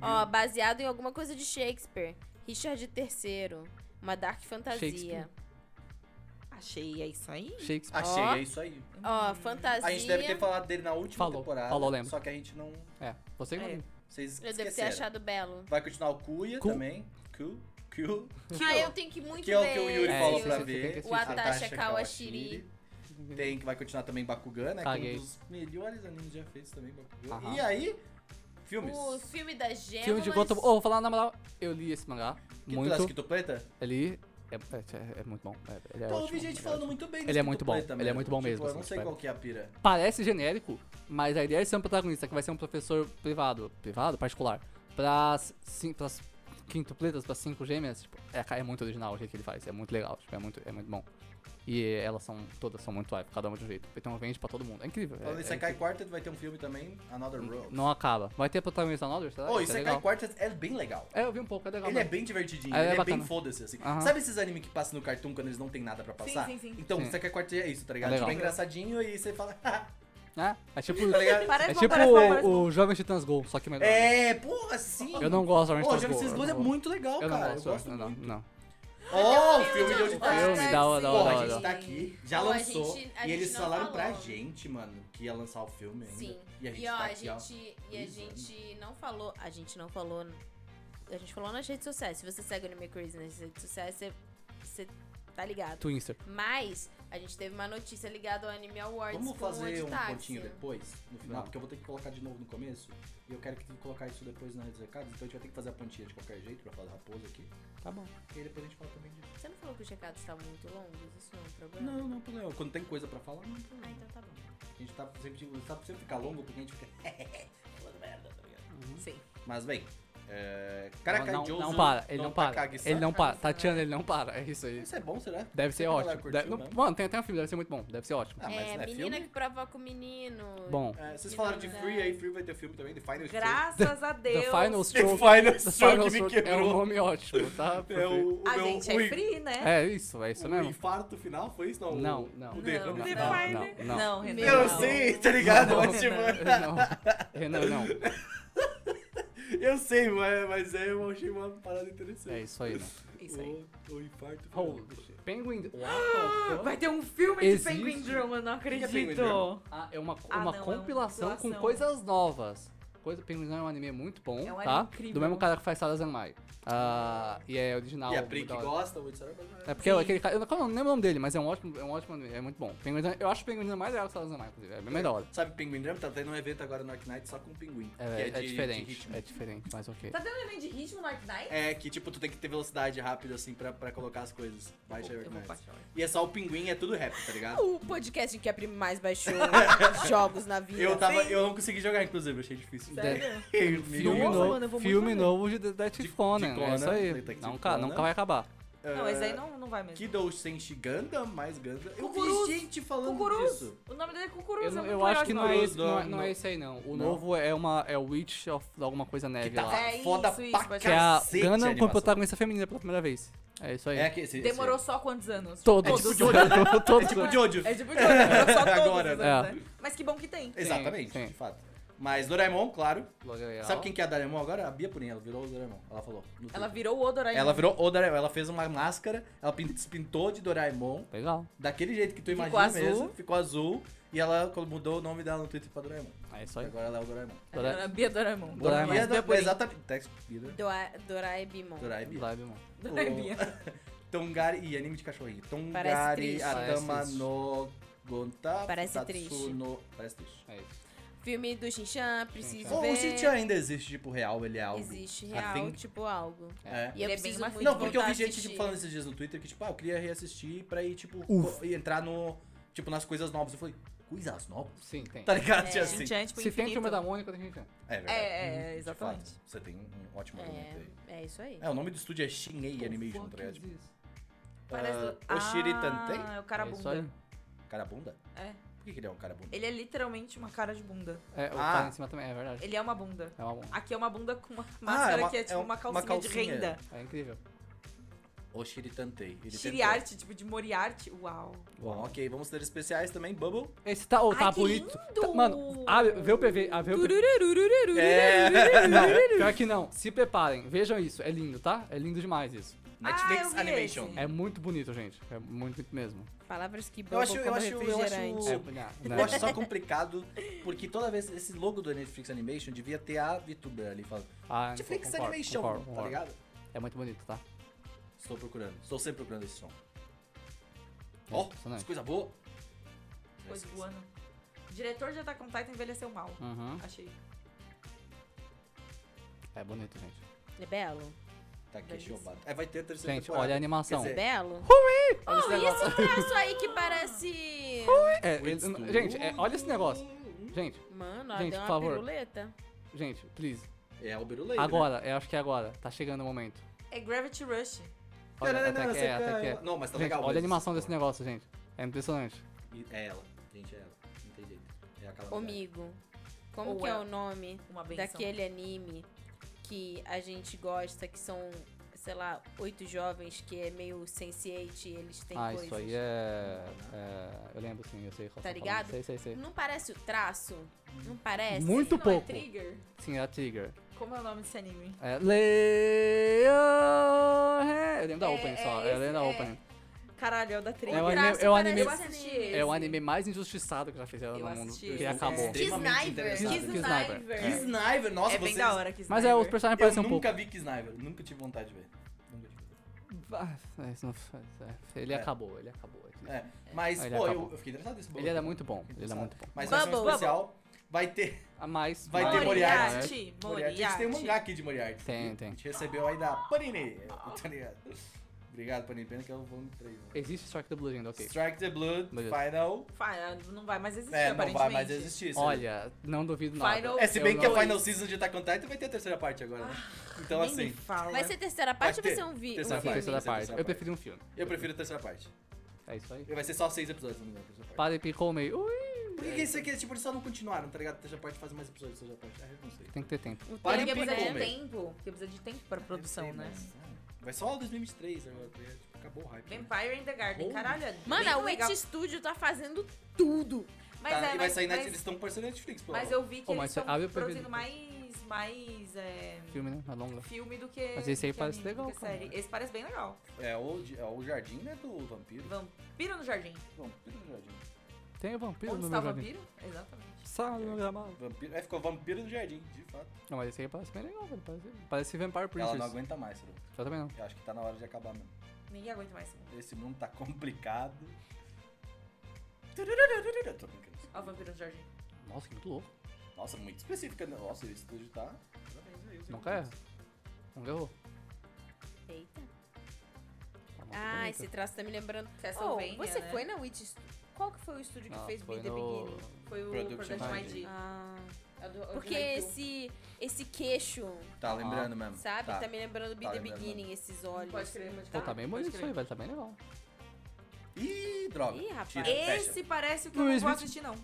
Speaker 2: Ó, baseado em alguma coisa de Shakespeare. Richard III. Uma dark fantasia.
Speaker 4: Shakespeare.
Speaker 3: Achei, é isso aí?
Speaker 4: Shakespeare.
Speaker 1: Achei,
Speaker 2: Ó. assim,
Speaker 1: é isso aí.
Speaker 2: Ó, fantasia.
Speaker 1: A gente deve ter falado dele na última
Speaker 4: Falou,
Speaker 1: temporada.
Speaker 4: falou, lembro.
Speaker 1: Só que a gente não...
Speaker 4: É, você que
Speaker 3: É.
Speaker 4: manda.
Speaker 1: Vocês
Speaker 2: Eu devo ter
Speaker 1: esqueceram.
Speaker 2: achado belo.
Speaker 1: Vai continuar o Kuya
Speaker 4: Ku-
Speaker 1: também. Ku, Ku.
Speaker 2: Ah, eu tenho que muito
Speaker 1: Que é o
Speaker 2: ver
Speaker 1: que o Yuri
Speaker 2: esse.
Speaker 4: É,
Speaker 1: falou
Speaker 4: isso,
Speaker 1: pra
Speaker 4: isso, tem que
Speaker 1: ver.
Speaker 4: assistir.
Speaker 2: O Atasha
Speaker 1: Atasha
Speaker 2: Kawashiri.
Speaker 1: Kawashiri. Tem que vai continuar também Bakugan, né? Que é
Speaker 4: Caguei.
Speaker 1: um dos melhores animes já feitos também, Bakugan.
Speaker 4: Aham.
Speaker 1: E aí, filmes.
Speaker 2: O filme da Gêmeas.
Speaker 4: Filme de Gotham. Oh, vou falar na moral, eu li esse mangá.
Speaker 1: que tu acha que
Speaker 4: muito.
Speaker 1: tu pleta?
Speaker 4: Ele é, é- é muito bom. É, ele é
Speaker 1: Eu ouvi
Speaker 4: ótimo,
Speaker 1: gente
Speaker 4: ele é
Speaker 1: falando
Speaker 4: ótimo.
Speaker 1: muito bem do
Speaker 4: Ele é muito bom,
Speaker 1: Skitupleta
Speaker 4: ele é muito bom
Speaker 1: Tipo,
Speaker 4: mesmo,
Speaker 1: Eu
Speaker 4: assim,
Speaker 1: não sei
Speaker 4: Skitupleta.
Speaker 1: qual que é a pira.
Speaker 4: parece genérico, mas a ideia é ser um protagonista que vai ser um professor privado, privado, particular, pras, cin- pras quintupletas, pras cinco gêmeas, tipo, é, cara, é muito original o jeito que ele faz, é muito legal, tipo, é muito, é muito bom. E elas são, todas são muito hype, cada uma de um jeito. Então vende pra todo mundo, é incrível. É,
Speaker 1: Falando em
Speaker 4: é
Speaker 1: Sekai
Speaker 4: incrível.
Speaker 1: Quartet, vai ter um filme também, Another World.
Speaker 4: Não acaba. Vai ter protagonista Another, será?
Speaker 1: Oh, e
Speaker 4: Isso é
Speaker 1: Sekai
Speaker 4: legal.
Speaker 1: Quartet é bem legal.
Speaker 4: É, eu vi um pouco, é legal.
Speaker 1: Ele é
Speaker 4: mesmo.
Speaker 1: bem divertidinho,
Speaker 4: Ah, ele
Speaker 1: ele
Speaker 4: é
Speaker 1: é, bem
Speaker 4: bacana.
Speaker 1: foda-se, assim.
Speaker 4: Aham.
Speaker 1: Sabe esses animes que passam no cartoon quando eles não têm nada pra passar?
Speaker 3: sim, sim.
Speaker 1: Então,
Speaker 4: Sim.
Speaker 1: Sekai Quartet é isso, tá ligado?
Speaker 4: É
Speaker 1: tipo,
Speaker 4: legal.
Speaker 1: é engraçadinho e você fala...
Speaker 4: É, é tipo,
Speaker 1: tá ligado?
Speaker 4: é
Speaker 3: Parece bom,
Speaker 4: tipo
Speaker 3: parece bom, parece bom.
Speaker 4: o, o Jovem Titans Go, só que melhor.
Speaker 1: É, porra, sim.
Speaker 4: Eu não gosto do Jovem
Speaker 1: Pô,
Speaker 4: Titans Go.
Speaker 1: Jovem Titans
Speaker 4: eu
Speaker 1: Gold é
Speaker 4: não gosto.
Speaker 1: muito legal,
Speaker 4: Eu não
Speaker 1: cara.
Speaker 4: gosto,
Speaker 1: eu gosto
Speaker 4: não, não,
Speaker 1: muito.
Speaker 4: não.
Speaker 1: Ó, o filme de hoje tá.
Speaker 4: Oh, Filme, da hora, da
Speaker 1: Bom,
Speaker 4: hora, da
Speaker 1: a
Speaker 4: hora.
Speaker 1: gente tá aqui, já
Speaker 2: Ó, a
Speaker 1: lançou.
Speaker 2: gente- a
Speaker 1: e eles
Speaker 2: gente não
Speaker 1: falaram pra
Speaker 2: falou.
Speaker 1: gente, mano, que ia lançar o filme ainda.
Speaker 2: Sim.
Speaker 1: E a gente
Speaker 2: E ó,
Speaker 1: tá
Speaker 2: a
Speaker 1: aqui, ó.
Speaker 2: gente, e a
Speaker 1: dois
Speaker 2: gente não falou. A gente não falou. A gente falou nas redes sociais. Se você segue o Anime Crazy nas redes sociais, você, você tá ligado.
Speaker 4: Twinster.
Speaker 2: Mas a gente teve uma notícia ligada ao Anime Awards.
Speaker 1: Vamos
Speaker 2: com
Speaker 1: fazer
Speaker 2: o
Speaker 1: um
Speaker 2: Odytáxi.
Speaker 1: pontinho depois, no final,
Speaker 4: Vamos.
Speaker 1: porque eu vou ter que colocar de novo no começo. E eu quero que tu colocar isso depois na rede dos recados, então a gente vai ter que fazer a pontinha de qualquer jeito pra falar da raposa aqui.
Speaker 4: Tá bom.
Speaker 1: E aí depois a gente fala também disso.
Speaker 2: Você não falou que os recados estavam muito longos? Isso não é um problema?
Speaker 1: Não, não, problema. Quando tem coisa pra falar, não, problema.
Speaker 2: Ah, então tá bom.
Speaker 1: A gente tá sempre, sabe, sempre ficar longo porque a gente fica falando merda, tá ligado?
Speaker 3: Sim.
Speaker 1: Mas bem, É, né? Karakai
Speaker 4: Uhum. não, não,
Speaker 1: Josu
Speaker 4: não para, ele não,
Speaker 1: tá
Speaker 4: para.
Speaker 1: Takagi-san.
Speaker 4: Ele não para.
Speaker 2: Takagi-san.
Speaker 4: Tatiana, ele não para. É isso aí.
Speaker 1: Isso é bom, será?
Speaker 4: Deve ser
Speaker 1: Será que a né? galera né?
Speaker 4: ótimo. Deve-
Speaker 1: curtiu
Speaker 4: não-
Speaker 1: mesmo?
Speaker 4: mano, tem até um filme, deve ser muito bom. Deve ser ótimo.
Speaker 1: Ah, mas
Speaker 2: é,
Speaker 1: não é
Speaker 2: menina
Speaker 1: filme?
Speaker 2: que provoca o menino.
Speaker 4: Bom.
Speaker 1: É, vocês falaram de
Speaker 3: né?
Speaker 1: Free, aí Free vai ter filme também, The Final Stroke.
Speaker 3: Graças a
Speaker 4: The
Speaker 3: Deus.
Speaker 4: Final
Speaker 1: The
Speaker 4: Stroke.
Speaker 1: Final
Speaker 4: The
Speaker 1: Stroke
Speaker 4: Final
Speaker 1: me
Speaker 4: Stroke é um
Speaker 1: quebrou.
Speaker 4: nome ótimo, tá? Por
Speaker 1: É
Speaker 4: fim.
Speaker 1: o, o
Speaker 3: A
Speaker 1: meu-
Speaker 3: gente é
Speaker 1: o-
Speaker 3: free, né?
Speaker 4: É isso, é isso
Speaker 1: o
Speaker 4: mesmo.
Speaker 1: infarto final foi isso? Não,
Speaker 4: Não,
Speaker 1: o-
Speaker 4: não.
Speaker 1: O
Speaker 4: Não,
Speaker 1: derrame
Speaker 4: não,
Speaker 1: final.
Speaker 4: não, não.
Speaker 3: Não,
Speaker 2: Meu
Speaker 3: Renan.
Speaker 1: Eu
Speaker 2: Não.
Speaker 1: sei, tá ligado?
Speaker 4: Não,
Speaker 1: mas, tipo,
Speaker 4: Não, Renan, não.
Speaker 1: eu sei, mas, mas é, eu achei uma parada interessante.
Speaker 4: É isso aí, não.
Speaker 3: Isso aí.
Speaker 1: O, o infarto final.
Speaker 4: Holy
Speaker 1: shit.
Speaker 4: Penguin.
Speaker 3: Vai ter um filme
Speaker 4: Existe.
Speaker 3: de Penguin Drum, eu não
Speaker 1: que é
Speaker 3: acredito.
Speaker 1: Penguin Drum?
Speaker 4: Ah, é uma,
Speaker 3: Ah,
Speaker 4: uma
Speaker 3: não, é uma
Speaker 4: compilação com
Speaker 3: compilação.
Speaker 4: coisas novas. Coisa, Penguin Zone é um anime muito bom,
Speaker 3: É um anime
Speaker 4: tá?
Speaker 3: incrível.
Speaker 4: Do mesmo cara que faz Sarah Zanmai. Ah, e é original.
Speaker 1: E a Pri
Speaker 4: muito
Speaker 1: que
Speaker 4: da hora.
Speaker 1: gosta muito, sabe? Mas-
Speaker 4: É porque
Speaker 3: Sim.
Speaker 4: aquele cara. Eu não, eu não lembro o nome dele, mas é um ótimo, é um ótimo anime, é muito bom. Penguin Zone- eu acho o Penguin Zone mais legal que Sarah Zanmai, inclusive. É bem melhor.
Speaker 1: Sabe, Pinguim Drum tá tendo um evento agora no Arknight só com pinguim.
Speaker 4: É,
Speaker 1: que
Speaker 4: é,
Speaker 1: de- de
Speaker 4: diferente.
Speaker 1: ritmo.
Speaker 4: é diferente, mas ok.
Speaker 3: Tá tendo evento de ritmo no Ark Knight?
Speaker 1: É que, tipo, tu tem que ter velocidade rápida, assim, pra, pra colocar as coisas. Baixa
Speaker 3: Eu vou
Speaker 1: Arknight.
Speaker 3: baixar.
Speaker 1: E é só o pinguim, é tudo rap, tá ligado?
Speaker 5: O podcast em que a Prime mais baixou jogos na vida.
Speaker 1: Eu, tava, eu não consegui jogar, inclusive, achei difícil.
Speaker 4: Sério?
Speaker 1: Eu-
Speaker 4: Filme
Speaker 1: eu-
Speaker 4: novo,
Speaker 3: mano, eu vou muito
Speaker 4: filme
Speaker 3: ver.
Speaker 4: novo de Detective
Speaker 1: De-
Speaker 4: Conan.
Speaker 1: de
Speaker 4: É isso
Speaker 1: Conan,
Speaker 4: aí.
Speaker 1: Detective
Speaker 4: Nunca,
Speaker 1: Conan.
Speaker 4: nunca vai acabar.
Speaker 3: Não, esse aí não, não vai mesmo.
Speaker 1: Ah, Kido Senshi Gundam, mais Gundam. Eu
Speaker 3: Kukuruz!
Speaker 1: vi gente falando
Speaker 3: Cucuruz.
Speaker 1: disso.
Speaker 3: O nome dele é Cucuruz.
Speaker 4: Eu,
Speaker 3: é
Speaker 4: não-
Speaker 3: muito
Speaker 4: eu
Speaker 3: legal
Speaker 4: acho que não é,
Speaker 1: Cucuruz
Speaker 4: esse, não, é,
Speaker 1: do-
Speaker 4: não é
Speaker 1: no-
Speaker 4: esse aí, não. O
Speaker 1: Não?
Speaker 4: novo é uma é Witch of alguma coisa
Speaker 1: Que
Speaker 4: neve
Speaker 1: tá
Speaker 4: lá.
Speaker 3: É
Speaker 1: foda
Speaker 3: isso, isso,
Speaker 1: pra
Speaker 3: pode
Speaker 4: Que é a
Speaker 1: cacete a
Speaker 4: Gundam
Speaker 1: animação.
Speaker 4: como protagonista feminina pela primeira vez. É isso aí.
Speaker 1: É que esse, esse-
Speaker 3: Demorou só quantos anos?
Speaker 4: Todos.
Speaker 1: É tipo Jojo.
Speaker 4: Todos.
Speaker 1: É tipo Jojo.
Speaker 3: É tipo de hoje, demorou só todos
Speaker 1: Agora,
Speaker 3: os
Speaker 1: né?
Speaker 3: anos,
Speaker 4: É.
Speaker 3: né? Mas que bom que tem.
Speaker 1: Exatamente,
Speaker 4: sim.
Speaker 1: de fato. Mas Doraemon, claro.
Speaker 4: Loreal.
Speaker 1: Sabe quem que é a Doraemon agora? A Bia Purim, ela virou o Doraemon. Ela falou. no
Speaker 3: Ela
Speaker 1: Twitter.
Speaker 3: virou o
Speaker 5: Tá
Speaker 3: Odorai.
Speaker 1: Ela virou o Doraemon. Ela fez uma máscara, ela pin- se pintou de Doraemon,
Speaker 4: Legal.
Speaker 1: daquele jeito que tu
Speaker 3: Ficou
Speaker 1: imagina
Speaker 3: azul.
Speaker 1: mesmo. Ficou azul. E ela mudou o nome dela no Twitter pra Doraemon.
Speaker 4: É isso aí.
Speaker 1: Agora ela é o Doraemon.
Speaker 4: Dora-
Speaker 3: Bia Doraemon.
Speaker 4: Doraemon.
Speaker 1: Bia
Speaker 3: Mas Bia
Speaker 1: Dora-
Speaker 3: Purim.
Speaker 1: Exatamente. Tex- Bia Dora-
Speaker 5: Dora, Doraemon.
Speaker 1: Doraemon.
Speaker 4: Live, mano.
Speaker 3: Doraemon.
Speaker 1: Tongari. Ih, anime de cachorrinho.
Speaker 5: Parece
Speaker 1: Tongari
Speaker 5: triste.
Speaker 1: Atama
Speaker 4: Parece isso.
Speaker 1: no Gonta.
Speaker 5: Parece
Speaker 1: Tatsu
Speaker 5: triste.
Speaker 1: no- Parece triste.
Speaker 4: É isso.
Speaker 5: Filme do Shinchan, preciso
Speaker 4: Shin-chan.
Speaker 1: Ou
Speaker 5: ver.
Speaker 1: o Shinchan ainda existe, tipo, real, ele é Oh, algo.
Speaker 5: Existe
Speaker 1: I
Speaker 5: real,
Speaker 1: think.
Speaker 5: tipo algo. E
Speaker 1: É.
Speaker 5: eu
Speaker 3: Ele é bem
Speaker 5: preciso
Speaker 3: uma-
Speaker 5: muito
Speaker 1: Não, porque eu
Speaker 5: voltar
Speaker 1: vi
Speaker 5: a
Speaker 1: gente,
Speaker 5: assistir.
Speaker 1: tipo,
Speaker 3: né?
Speaker 1: falando esses dias no Twitter que, tipo, ah, eu queria reassistir pra ir, tipo,
Speaker 4: Uf.
Speaker 1: co- e entrar no. Tipo, nas coisas novas. Eu falei, coisas novas?
Speaker 4: Sim, tem.
Speaker 1: Tá ligado?
Speaker 5: É.
Speaker 1: Tinha assim.
Speaker 3: Gente, é tipo
Speaker 4: Se tem
Speaker 3: infinito.
Speaker 4: filme da Mônica, tem gente.
Speaker 1: É verdade.
Speaker 3: É, é,
Speaker 1: De fato,
Speaker 3: exatamente.
Speaker 1: Você tem um ótimo argumento aí.
Speaker 5: É, é isso aí.
Speaker 1: É, o nome do estúdio é Shinei Animation, tá ligado?
Speaker 3: Parece...
Speaker 1: Ah, Oshiri Tantei?
Speaker 3: Ah, é
Speaker 4: Cara
Speaker 3: o cara
Speaker 4: bunda.
Speaker 3: Tipo, bunda.
Speaker 1: Carabunda?
Speaker 3: É.
Speaker 1: Por que, que ele é um carabunda?
Speaker 3: Ele é literalmente uma cara de bunda.
Speaker 4: É, o
Speaker 1: Ah.
Speaker 4: cara em cima também, é verdade.
Speaker 3: Ele é uma bunda.
Speaker 4: É uma bomba.
Speaker 3: Aqui é uma bunda com uma máscara
Speaker 1: uma-
Speaker 3: que é tipo
Speaker 1: é um-
Speaker 3: uma,
Speaker 1: uma
Speaker 3: calcinha de
Speaker 1: calcinha.
Speaker 3: renda.
Speaker 4: É incrível.
Speaker 1: Oshiri Tantei. Ele É tentou.
Speaker 3: Shiriarte, tipo de Moriarty. Uau.
Speaker 1: Bom, ok, vamos ter especiais também. Bubble.
Speaker 4: Esse tá, oh, tá
Speaker 3: Ai, que
Speaker 4: bonito.
Speaker 3: lindo!
Speaker 4: Tá- mano, abre, vê o PV. ah, vê o PV.
Speaker 3: Tururururururu.
Speaker 4: Não, pior que não. Se preparem. Vejam isso. É lindo, tá? É lindo demais isso.
Speaker 1: Netflix
Speaker 3: Ah, eu vi
Speaker 1: Animation.
Speaker 3: esse.
Speaker 4: É muito bonito, gente. É muito bonito mesmo.
Speaker 5: Palavras que
Speaker 1: Eu
Speaker 5: bombam
Speaker 1: acho,
Speaker 5: como
Speaker 1: eu acho, eu acho,
Speaker 5: refrigerante.
Speaker 4: É,
Speaker 1: eu
Speaker 4: não,
Speaker 1: acho só complicado, porque toda vez esse logo do Netflix Animation devia ter a VTuber ali falando.
Speaker 4: Ah,
Speaker 1: Netflix
Speaker 4: concordo,
Speaker 1: Tipo, Animation,
Speaker 4: concordo,
Speaker 1: tá
Speaker 4: concordo.
Speaker 1: ligado?
Speaker 4: É muito bonito, tá?
Speaker 1: Estou procurando, estou sempre procurando esse som.
Speaker 4: É
Speaker 1: Ó,
Speaker 4: impressionante.
Speaker 1: que coisa boa.
Speaker 3: Coisa
Speaker 1: é
Speaker 3: do ano. Diretor de Attack on Titan envelheceu mal.
Speaker 4: Uhum.
Speaker 3: Achei.
Speaker 4: É bonito, gente.
Speaker 5: É belo?
Speaker 1: Tá aqui, chobado. É, vai ter a terceira
Speaker 4: Gente,
Speaker 1: temporada.
Speaker 4: olha a animação.
Speaker 1: Quer dizer,
Speaker 5: Belo?
Speaker 4: Olha esse
Speaker 5: Oh, e
Speaker 4: negócio.
Speaker 5: esse traço aí que parece...
Speaker 4: É, ele-
Speaker 1: It's
Speaker 4: gente, é, olha esse
Speaker 1: tudo.
Speaker 4: negócio. Gente,
Speaker 5: Mano, ó,
Speaker 4: Gente,
Speaker 5: deu uma
Speaker 4: por favor.
Speaker 5: piruleta.
Speaker 4: gente, please.
Speaker 1: É o Beruleiro.
Speaker 4: Agora, eu acho que é agora. Tá chegando o momento.
Speaker 3: É Gravity Rush.
Speaker 1: Né?
Speaker 4: Olha,
Speaker 1: Não, não, não,
Speaker 4: até
Speaker 1: não,
Speaker 4: que
Speaker 1: você
Speaker 4: é, até que
Speaker 1: quer-
Speaker 4: é.
Speaker 1: não, mas tá
Speaker 4: Gente,
Speaker 1: legal.
Speaker 4: olha a
Speaker 1: mesmo.
Speaker 4: animação desse negócio, gente. É impressionante.
Speaker 1: E- É ela. Gente, é ela. Não tem jeito. É aquela.
Speaker 5: Omigo. Como
Speaker 3: Ou
Speaker 5: que é
Speaker 3: ela.
Speaker 5: o nome
Speaker 3: Uma benção.
Speaker 5: daquele anime que a gente gosta, que são, sei lá, oito jovens que é meio sense8 e eles têm
Speaker 4: ah,
Speaker 5: coisas.
Speaker 4: isso aí é, é- Eu lembro sim, eu sei qual você
Speaker 5: Tá
Speaker 4: falando.
Speaker 5: ligado?
Speaker 4: Sei, sei, sei.
Speaker 5: Não parece o traço? Não parece?
Speaker 4: é- Muito
Speaker 3: Não,
Speaker 4: pouco.
Speaker 3: É Trigger.
Speaker 4: Sim, é a Tiger.
Speaker 3: Como é o nome desse anime?
Speaker 4: É.
Speaker 5: Hum.
Speaker 4: Leia. Eu lembro da
Speaker 5: É,
Speaker 4: opening
Speaker 5: é
Speaker 4: só. Eu lembro da
Speaker 5: esse, é.
Speaker 4: opening.
Speaker 3: Caralho, é o da Trigger.
Speaker 4: É o
Speaker 5: O
Speaker 4: anime-
Speaker 5: traço
Speaker 4: é o
Speaker 5: parece
Speaker 4: anime-
Speaker 3: Eu assisti esse.
Speaker 4: É o anime mais injustiçado que já fizeram
Speaker 3: Eu
Speaker 4: no mundo.
Speaker 3: assisti
Speaker 4: Que
Speaker 3: esse.
Speaker 4: acabou.
Speaker 3: É.
Speaker 5: Kisniver.
Speaker 4: Kisniver.
Speaker 1: Que Sniver, nossa,
Speaker 3: é bem
Speaker 1: vocês...
Speaker 3: da hora que
Speaker 4: Mas é, os personagens
Speaker 1: Eu
Speaker 4: parecem um pouco.
Speaker 1: nunca vi que Sniver. Nunca tive vontade de ver. Nunca tive.
Speaker 4: Ah, é, isso não faz- é, Ele
Speaker 1: É.
Speaker 4: acabou, ele acabou.
Speaker 1: É, mas,
Speaker 4: Ele
Speaker 1: pô,
Speaker 4: acabou.
Speaker 1: eu, eu fiquei interessado nesse
Speaker 4: Ele era muito bom. Ele era muito bom. Ah,
Speaker 1: Mas vai
Speaker 5: Bubble.
Speaker 1: ser um especial. Vai ter.
Speaker 4: A mais.
Speaker 1: Vai ter Moriarty.
Speaker 3: Moriarty.
Speaker 1: um Moriarty. A gente tem um mangá aqui de Moriarty.
Speaker 4: Tem,
Speaker 1: A
Speaker 4: tem.
Speaker 1: gente recebeu aí da Panini. Tá ligado? Obrigado, Panini. Pena que é o volume 3. Né?
Speaker 4: Existe Strike the Blue Legend, ok.
Speaker 1: Strike the Blood,
Speaker 4: Beleza.
Speaker 1: Final.
Speaker 3: Fa- Não vai mais existir,
Speaker 1: É, não
Speaker 3: aparentemente.
Speaker 1: vai mais existir. isso aí.
Speaker 4: Olha, não duvido nada.
Speaker 3: Final-
Speaker 1: É, se bem
Speaker 4: Eu
Speaker 1: que
Speaker 4: não-
Speaker 1: a Final Season de Attack on Titan vai ter a terceira parte agora, né? Então,
Speaker 3: Ah, Nem
Speaker 1: assim,
Speaker 3: me fala.
Speaker 2: Vai ser terceira parte ou vai ser um vídeo?
Speaker 1: Terceira
Speaker 2: um
Speaker 1: é parte.
Speaker 2: filme?
Speaker 4: Terceira
Speaker 1: Sim,
Speaker 4: parte.
Speaker 1: sim,
Speaker 4: Eu prefiro um filme.
Speaker 1: eu prefiro a terceira parte.
Speaker 4: É isso aí.
Speaker 1: E Vai ser só seis episódios, se não me engano, a terceira parte.
Speaker 4: Padre picou meio. Ui,
Speaker 1: Por que que isso aqui, tipo, eles só não continuaram, tá ligado? A terceira parte faz mais episódios da terceira parte. Ah, eu não sei.
Speaker 4: tem que ter tempo.
Speaker 2: Um
Speaker 3: O
Speaker 1: Para
Speaker 3: tempo,
Speaker 1: em
Speaker 3: precisa
Speaker 1: pico,
Speaker 3: de
Speaker 1: meu.
Speaker 3: tempo. Porque precisa de tempo pra produção,
Speaker 1: Eu sei,
Speaker 3: né?
Speaker 1: mas, ah, Vai só 2023 agora, tá ligado? Tipo, acabou o hype. né?
Speaker 3: Vampire in the Garden,
Speaker 1: Holy
Speaker 3: caralho. é
Speaker 2: Mano, a
Speaker 4: um
Speaker 3: bem legal.
Speaker 2: Witch Studio tá fazendo tudo.
Speaker 3: Mas
Speaker 1: Tá,
Speaker 3: é,
Speaker 1: e vai
Speaker 3: mas-
Speaker 1: sair na...
Speaker 3: mas-
Speaker 1: Eles estão parecendo Netflix, pô. É
Speaker 3: Mas eu vi que
Speaker 4: Pô,
Speaker 3: eles
Speaker 4: mas
Speaker 3: estão
Speaker 4: abre o perfil
Speaker 3: produzindo
Speaker 4: do-
Speaker 3: mais, mais é,
Speaker 4: Filme, né? A longa.
Speaker 3: filme do que.
Speaker 4: Mas esse aí
Speaker 3: que
Speaker 4: parece
Speaker 3: anime, do
Speaker 4: legal,
Speaker 3: que
Speaker 4: cara.
Speaker 3: série. Esse parece bem legal.
Speaker 1: É o, de- é o Jardim, né, do Vampiro.
Speaker 3: Vampiro no Jardim.
Speaker 1: Vampiro do Jardim.
Speaker 4: Tem o vampiro
Speaker 3: Onde
Speaker 4: no
Speaker 3: está
Speaker 4: meu
Speaker 3: o
Speaker 4: jardim.
Speaker 3: vampiro? Exatamente.
Speaker 4: Sabe no gramado.
Speaker 1: Vampiro... É, ficou Vampiro do Jardim, de fato.
Speaker 4: Não, mas esse aí parece bem legal, velho. Parece, parece Vampire
Speaker 1: Ela não
Speaker 4: Princess.
Speaker 1: aguenta mais, Saru.
Speaker 4: Eu também não.
Speaker 1: Eu acho que tá na hora de acabar mesmo.
Speaker 3: Ninguém aguenta mais.
Speaker 1: Esse mundo tá complicado. Tô brincando.
Speaker 3: Ó, o Vampiro no Jardim.
Speaker 4: Nossa, que muito louco.
Speaker 1: Nossa, muito específica. né? Nossa, esse estúdio tá.
Speaker 4: Nunca erra. Nunca errou.
Speaker 2: Eita.
Speaker 4: Tá muito
Speaker 2: Ah,
Speaker 4: bonito.
Speaker 2: esse traço tá me lembrando. Oh,
Speaker 3: Castlevania,
Speaker 2: você
Speaker 3: né?
Speaker 2: foi na Witch Studio? Qual que foi o estúdio que
Speaker 4: Não,
Speaker 2: fez
Speaker 4: foi
Speaker 2: Be The
Speaker 4: no-
Speaker 2: Beginning?
Speaker 3: Foi o
Speaker 1: Production
Speaker 3: Production
Speaker 1: ID.
Speaker 3: ID.
Speaker 2: Ah,
Speaker 3: É do- é do
Speaker 2: porque
Speaker 3: Haikyuu.
Speaker 2: esse, esse queixo,
Speaker 1: Tá lembrando mesmo.
Speaker 2: sabe? Tá,
Speaker 1: Tá.
Speaker 2: me lembrando Be
Speaker 1: Tá
Speaker 2: The
Speaker 1: lembrando.
Speaker 2: Beginning, esses
Speaker 3: Não
Speaker 2: olhos.
Speaker 3: Pode crer, pode
Speaker 4: Pô,
Speaker 3: crer.
Speaker 4: tá bem bonito
Speaker 3: Pode
Speaker 4: isso aí,
Speaker 3: crer.
Speaker 4: velho. Tá bem legal.
Speaker 1: Ih, droga.
Speaker 2: Ih, rapaz.
Speaker 1: Tira, fecha.
Speaker 3: Esse parece o que eu não
Speaker 4: Luiz
Speaker 3: vou
Speaker 4: Smith.
Speaker 3: assistir, não.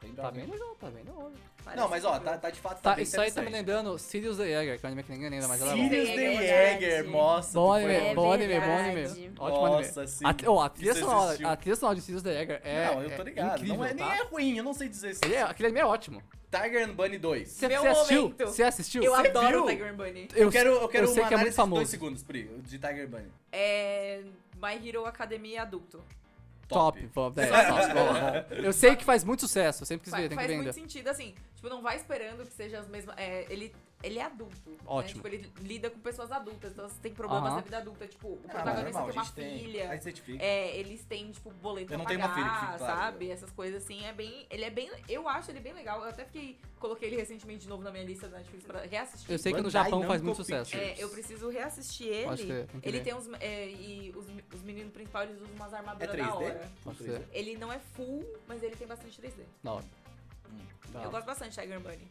Speaker 1: Tem
Speaker 4: Tá
Speaker 1: droga.
Speaker 4: bem legal, tá bem legal.
Speaker 3: Parece
Speaker 1: Não, mas ó,
Speaker 3: que eu-
Speaker 1: tá, tá de fato.
Speaker 4: Tá,
Speaker 1: bem
Speaker 4: isso aí tá me
Speaker 1: interessante.
Speaker 4: lembrando Sirius the Jäger, que é um anime que ninguém lembra, mas ela é bom.
Speaker 1: Sirius
Speaker 2: É
Speaker 1: the
Speaker 2: verdade.
Speaker 1: Jäger, nossa.
Speaker 4: Bom
Speaker 1: tu foi- um
Speaker 4: anime, bom
Speaker 2: É
Speaker 4: anime, bom
Speaker 2: verdade.
Speaker 4: anime. Ótimo anime.
Speaker 1: Nossa, sim.
Speaker 4: A, tri- ó, a
Speaker 1: Isso
Speaker 4: trilha sonora,
Speaker 1: existiu.
Speaker 4: a trilha sonora de Sirius the Jäger é.
Speaker 1: não, eu tô ligado.
Speaker 4: É incrível,
Speaker 1: não é, nem
Speaker 4: tá?
Speaker 1: é ruim, eu não sei dizer se.
Speaker 4: Ele é- aquele anime é ótimo.
Speaker 1: Tiger and Bunny 2.
Speaker 4: Você
Speaker 3: Meu
Speaker 4: você assistiu?
Speaker 3: momento.
Speaker 4: Você assistiu?
Speaker 3: Eu
Speaker 1: Você
Speaker 3: adoro o
Speaker 1: viu?
Speaker 3: Tiger and Bunny.
Speaker 1: Eu quero, eu quero
Speaker 4: eu sei
Speaker 1: uma
Speaker 4: que é
Speaker 1: análise
Speaker 4: muito
Speaker 1: de
Speaker 4: famoso.
Speaker 1: dois segundos, Pri, de Tiger and Bunny.
Speaker 3: É. My Hero Academia adulto.
Speaker 4: Top.
Speaker 1: Top. Ah,
Speaker 4: vamos, é, top, vamos, vamos. Eu sei que faz muito sucesso, eu sempre quis ver,
Speaker 3: Faz,
Speaker 4: tem que
Speaker 3: faz
Speaker 4: ver
Speaker 3: muito
Speaker 4: ainda.
Speaker 3: sentido, assim. Tipo, não vai esperando que seja as mesmas. é, ele, ele é adulto. né?
Speaker 4: Ótimo.
Speaker 3: Tipo, ele lida com pessoas adultas. Então, você tem problemas
Speaker 4: Aham.
Speaker 3: na vida adulta. Tipo, o
Speaker 1: Ah, mas é
Speaker 3: protagonista
Speaker 1: normal, a
Speaker 3: tem uma
Speaker 1: gente tem.
Speaker 3: filha.
Speaker 1: Aí certifica.
Speaker 3: É, eles têm, tipo, boleto
Speaker 1: Eu
Speaker 3: pra
Speaker 1: não tenho uma
Speaker 3: pagar,
Speaker 1: filha, que fique claro.
Speaker 3: sabe? Essas coisas assim. É bem. Ele é bem. Eu acho ele bem legal. Eu até fiquei. Coloquei ele recentemente de novo na minha lista da Netflix pra reassistir.
Speaker 4: Eu sei que no
Speaker 1: Bandai
Speaker 4: Japão
Speaker 1: não
Speaker 4: faz muito
Speaker 1: compete.
Speaker 4: sucesso.
Speaker 3: É, eu preciso reassistir
Speaker 4: Pode
Speaker 3: ele.
Speaker 4: ser, tem que
Speaker 3: Ele
Speaker 4: ver.
Speaker 3: tem uns. é, e os, os meninos principais eles usam umas
Speaker 1: É
Speaker 3: armaduras da
Speaker 1: 3D?
Speaker 3: hora.
Speaker 1: São
Speaker 4: Pode
Speaker 1: 3D?
Speaker 4: ser.
Speaker 3: Ele não é full, mas ele tem bastante 3D.
Speaker 4: Da hora.
Speaker 1: Hum.
Speaker 4: Da
Speaker 3: Eu
Speaker 4: hora.
Speaker 3: gosto bastante de Tiger and Bunny.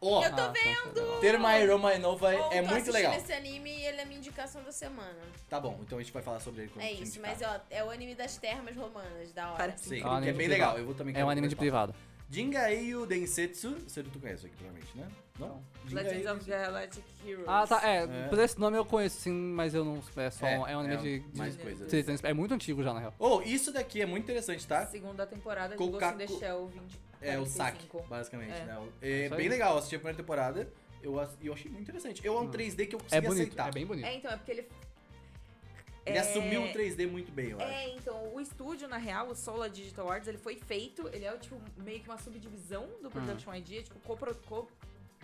Speaker 1: Ó,
Speaker 2: Eu tô
Speaker 4: Ah, vendo!
Speaker 1: Ter My Hero My Nova
Speaker 2: Bom,
Speaker 1: é
Speaker 2: tô
Speaker 1: muito
Speaker 2: assistindo
Speaker 1: legal.
Speaker 2: esse anime e ele é minha indicação da semana.
Speaker 1: Tá bom, então a gente vai falar sobre ele quando
Speaker 2: é
Speaker 1: a gente
Speaker 2: isso,
Speaker 1: indicar.
Speaker 2: mas ó, é o anime das termas romanas, da hora.
Speaker 3: Parece
Speaker 1: Sim,
Speaker 4: É
Speaker 1: que
Speaker 4: um anime
Speaker 1: é
Speaker 4: de
Speaker 1: bem
Speaker 4: privado.
Speaker 1: legal. Eu vou também
Speaker 4: É um anime de privado.
Speaker 1: Jingaeyo Densetsu. Seru, tu conhece aqui, provavelmente, né? Não?
Speaker 3: Legends
Speaker 1: Jingaeyo
Speaker 3: of Galactic Heroes.
Speaker 4: Ah, tá, é,
Speaker 1: É.
Speaker 4: Por esse nome eu conheço sim, mas eu não. É só. É, um anime de. de-
Speaker 1: Mais
Speaker 3: de-
Speaker 1: coisas.
Speaker 4: de- de- É muito antigo já, na real.
Speaker 1: Oh, isso daqui é muito interessante, tá?
Speaker 3: Segunda temporada de
Speaker 1: Kokaku-
Speaker 3: Ghost in the Shell 20.
Speaker 1: É o
Speaker 3: 45.
Speaker 1: saque, basicamente,
Speaker 3: É.
Speaker 1: né? É,
Speaker 4: Isso aí.
Speaker 1: bem legal, eu assisti a primeira temporada. Eu, ass- eu achei muito interessante. Eu é um
Speaker 4: Hum.
Speaker 1: 3D que eu consegui
Speaker 4: É bonito,
Speaker 1: aceitar.
Speaker 4: é bem bonito.
Speaker 3: É, então, é porque ele.
Speaker 1: Ele
Speaker 3: É-
Speaker 1: assumiu o 3D muito bem, eu acho.
Speaker 3: É, então, o estúdio, na real, o Sola Digital Arts, ele foi feito, ele é tipo meio que uma subdivisão
Speaker 4: Hum.
Speaker 3: do Production ID, é tipo copro. Co,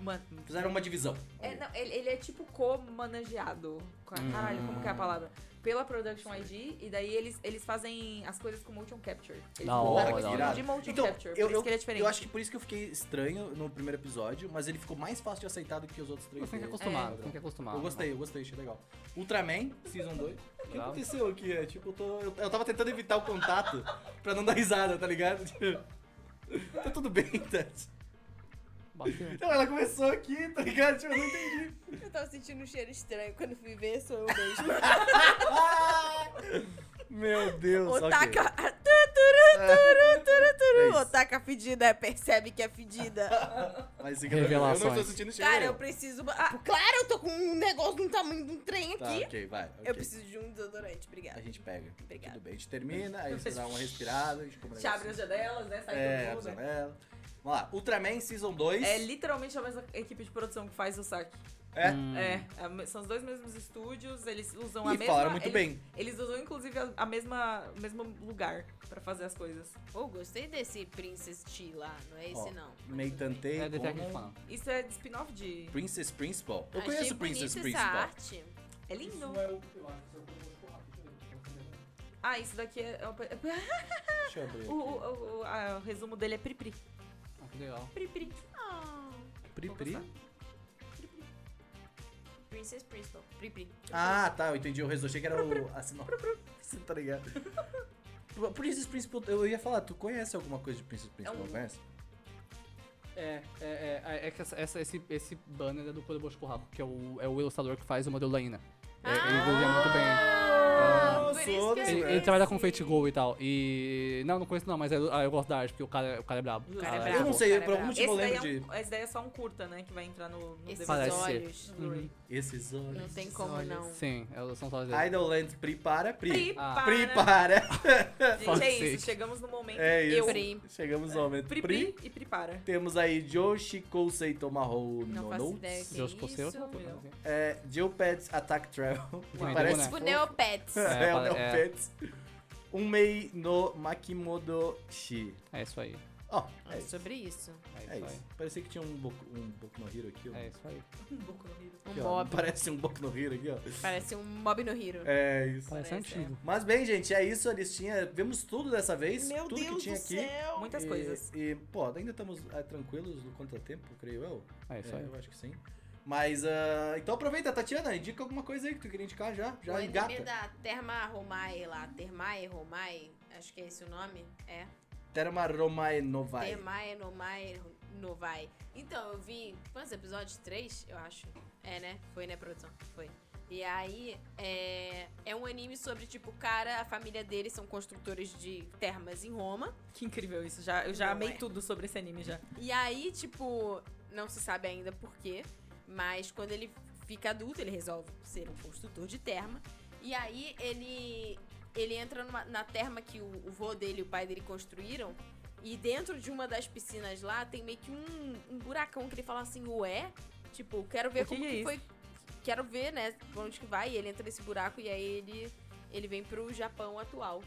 Speaker 3: man,
Speaker 1: Fizeram uma divisão.
Speaker 3: é, não, ele, ele é tipo co-manageado. Ca-
Speaker 4: Hum.
Speaker 3: Caralho, como que é a palavra? Pela Production ID, e daí eles, eles fazem as coisas com motion capture. Eles
Speaker 4: Da
Speaker 3: montaram
Speaker 4: hora,
Speaker 3: um
Speaker 4: da
Speaker 3: estúdio
Speaker 4: hora.
Speaker 3: de motion
Speaker 1: Então,
Speaker 3: capture,
Speaker 1: eu-
Speaker 3: por isso que ele é diferente.
Speaker 1: Eu acho que por isso que eu fiquei estranho no primeiro episódio, mas ele ficou mais fácil de aceitar do que os outros 3D.
Speaker 4: Você tem que acostumar,
Speaker 1: padrão.
Speaker 3: É.
Speaker 4: tem que acostumar.
Speaker 1: Eu gostei, eu gostei, achei legal. Ultraman, Season 2. O que
Speaker 4: Bravo.
Speaker 1: aconteceu aqui? É, tipo, eu, tô, eu, eu tava tentando evitar o contato pra não dar risada, tá ligado? Tipo, tá tudo bem, Tati.
Speaker 4: Bateu.
Speaker 1: Então ela começou aqui, tá ligado? Tipo, eu não entendi.
Speaker 2: Eu tava sentindo um cheiro estranho quando fui ver, sou eu mesmo.
Speaker 1: Meu Deus,
Speaker 2: Otaka.
Speaker 3: é
Speaker 1: ok.
Speaker 2: Ah, tu, turu, turu, turu,
Speaker 1: É
Speaker 2: turu.
Speaker 1: isso.
Speaker 2: Otaka fedida, percebe que é fedida.
Speaker 1: Mas fica tranquilo, Eu não
Speaker 4: Revelações.
Speaker 1: tô sentindo cheiro.
Speaker 2: Cara, eu preciso. Ah, claro, eu tô com um negócio do tamanho de um trem
Speaker 1: Tá,
Speaker 2: aqui.
Speaker 1: ok, vai. ok.
Speaker 2: Eu preciso de um desodorante,
Speaker 1: A
Speaker 2: obrigada.
Speaker 1: gente pega.
Speaker 2: Obrigada.
Speaker 1: Tudo bem, a gente termina, aí você dá uma respirada, a gente come um
Speaker 3: Te abre as
Speaker 1: negocinho.
Speaker 3: janelas, né? Sai
Speaker 1: É,
Speaker 3: todo
Speaker 1: abre a
Speaker 3: mundo.
Speaker 1: janela. Vamos lá, Ultraman Season 2.
Speaker 3: É literalmente a mesma equipe de produção que faz o saque.
Speaker 1: É.
Speaker 4: Hum.
Speaker 3: É, é me- são os dois mesmos estúdios, eles usam a
Speaker 1: E
Speaker 3: mesma. é
Speaker 1: falaram muito
Speaker 3: eles,
Speaker 1: bem.
Speaker 3: Eles usam inclusive a, a mesma, o mesmo lugar pra fazer as coisas.
Speaker 2: Oh, gostei desse Princess T lá, não é esse
Speaker 1: Ó,
Speaker 2: não. mas
Speaker 1: Meio
Speaker 2: tudo bem.
Speaker 1: tantei.
Speaker 4: É Detective
Speaker 1: como-
Speaker 4: Conan.
Speaker 3: Isso é de spin-off de.
Speaker 1: Princess Principal. Eu
Speaker 2: Achei
Speaker 1: conheço Princess
Speaker 2: bonita
Speaker 1: Principal.
Speaker 2: Essa arte.
Speaker 3: É lindo.
Speaker 1: é o.
Speaker 3: Ah, isso daqui é. é o-
Speaker 1: Deixa eu abrir.
Speaker 3: O, o- o- a- o resumo dele é Pripri.
Speaker 4: Ah, que legal.
Speaker 3: Pripri.
Speaker 2: Ah,
Speaker 1: Pri, pri.
Speaker 3: Vou gostar.
Speaker 5: Princess Principal.
Speaker 2: Pri, pri.
Speaker 1: Ah, tá, eu entendi o resto. Achei que era o. Assim, não. Você tá ligado? Princess Principal, eu ia falar, tu conhece alguma coisa de Princess Principal?
Speaker 2: um-
Speaker 1: Conhece?
Speaker 4: É, é, é, é que essa, essa- esse, esse banner é do Corobosco Curraco, que é o, é o ilustrador que faz o modelo da Ina. É, ele desenha muito bem.
Speaker 2: Ah,
Speaker 1: Ah,
Speaker 2: por isso
Speaker 1: foda-se,
Speaker 2: que eu
Speaker 4: Ele, ele
Speaker 2: conheci.
Speaker 4: trabalha com Fate Go e tal. E. Não, não conheço não, mas eu, ah, eu gosto da arte, porque o cara, o cara é brabo.
Speaker 3: O cara é
Speaker 4: Ah,
Speaker 3: brabo,
Speaker 1: eu não
Speaker 3: o
Speaker 1: sei,
Speaker 3: cara é
Speaker 1: por algum
Speaker 3: brabo.
Speaker 1: motivo eu
Speaker 3: Esse daí
Speaker 1: lembro
Speaker 3: é um- Esse daí é só um curta, né? Que vai entrar no, no
Speaker 2: Esses
Speaker 4: Parece ser.
Speaker 2: olhos.
Speaker 3: Blu-ray.
Speaker 1: Uhum. Esses olhos.
Speaker 2: Não tem como não.
Speaker 4: Sim, é- são só as dele.
Speaker 1: Idolland, Pri para, Pri.
Speaker 4: Ah.
Speaker 1: Pri
Speaker 3: Prepara.
Speaker 1: para.
Speaker 3: Gente, é
Speaker 4: Fuck
Speaker 3: isso.
Speaker 4: sake.
Speaker 3: Chegamos no momento.
Speaker 1: É isso.
Speaker 3: Eu.
Speaker 2: Pri.
Speaker 1: Chegamos ao momento.
Speaker 3: Pri,
Speaker 1: Pri.
Speaker 3: pri e prepara.
Speaker 1: Temos aí Joshiko Seitomaho
Speaker 2: Não faço
Speaker 1: no
Speaker 2: ideia que é
Speaker 4: Josh Cosseu.
Speaker 2: isso.
Speaker 1: É, Jill Pets Attack Travel. que
Speaker 4: Uau.
Speaker 1: parece
Speaker 4: Boné.
Speaker 2: Tipo
Speaker 1: fofo.
Speaker 2: Neopets.
Speaker 1: Né? É,
Speaker 4: É,
Speaker 1: o Neo
Speaker 4: é.
Speaker 1: Pets. Umei no Makimodo-shi.
Speaker 4: É isso aí.
Speaker 1: Ó, é
Speaker 2: É
Speaker 1: isso.
Speaker 2: sobre isso.
Speaker 4: É
Speaker 1: É
Speaker 4: isso aí.
Speaker 1: isso. Parecia que tinha um Boku, um Boku no Hero aqui, ó.
Speaker 4: É isso aí.
Speaker 2: Um
Speaker 1: Aqui, ó.
Speaker 2: mob.
Speaker 1: Parece um Boku no Hero aqui, ó.
Speaker 2: Parece um mob no Hero.
Speaker 1: É isso.
Speaker 4: Parece
Speaker 3: Parece,
Speaker 4: antigo.
Speaker 1: Mas bem, gente, é isso. A listinha. Vemos tudo dessa vez.
Speaker 5: Meu
Speaker 1: tudo
Speaker 5: Deus
Speaker 1: que tinha
Speaker 5: do
Speaker 1: aqui. É.
Speaker 5: céu!
Speaker 3: Muitas
Speaker 1: E-
Speaker 3: coisas.
Speaker 1: E, pô, ainda estamos ah, tranquilos no contratempo, creio eu.
Speaker 4: É isso
Speaker 1: É,
Speaker 4: aí.
Speaker 1: Eu acho que sim. Mas, ah, então aproveita, Tatiana, indica alguma coisa aí que tu queria indicar já. Já
Speaker 2: o
Speaker 1: engata.
Speaker 2: anime da Terma Romai lá. Termae Romai. Acho que é esse o nome. É.
Speaker 1: Terma Romae Novae.
Speaker 2: Termae Romai Novai. Então, eu vi quantos episódios? Três, eu acho. É, né? Foi, né, produção? Foi. E aí, é, é um anime sobre, tipo, o cara, a família dele são construtores de termas em Roma.
Speaker 3: Que incrível isso. Já, eu já
Speaker 2: Não
Speaker 3: amei
Speaker 2: é.
Speaker 3: tudo sobre esse anime já.
Speaker 2: E aí, tipo, não se sabe ainda por quê, mas quando ele fica adulto, ele resolve ser um construtor de terma. E aí ele ele entra numa- na terma que o, o vô dele e o pai dele construíram. E dentro de uma das piscinas lá tem meio que um, um buracão que ele fala assim, ué? Tipo, quero ver
Speaker 3: O que
Speaker 2: como
Speaker 3: que é
Speaker 2: que
Speaker 3: isso?
Speaker 2: foi. Quero ver, né, pra onde que vai. E ele entra nesse buraco e aí ele, ele vem pro Japão atual.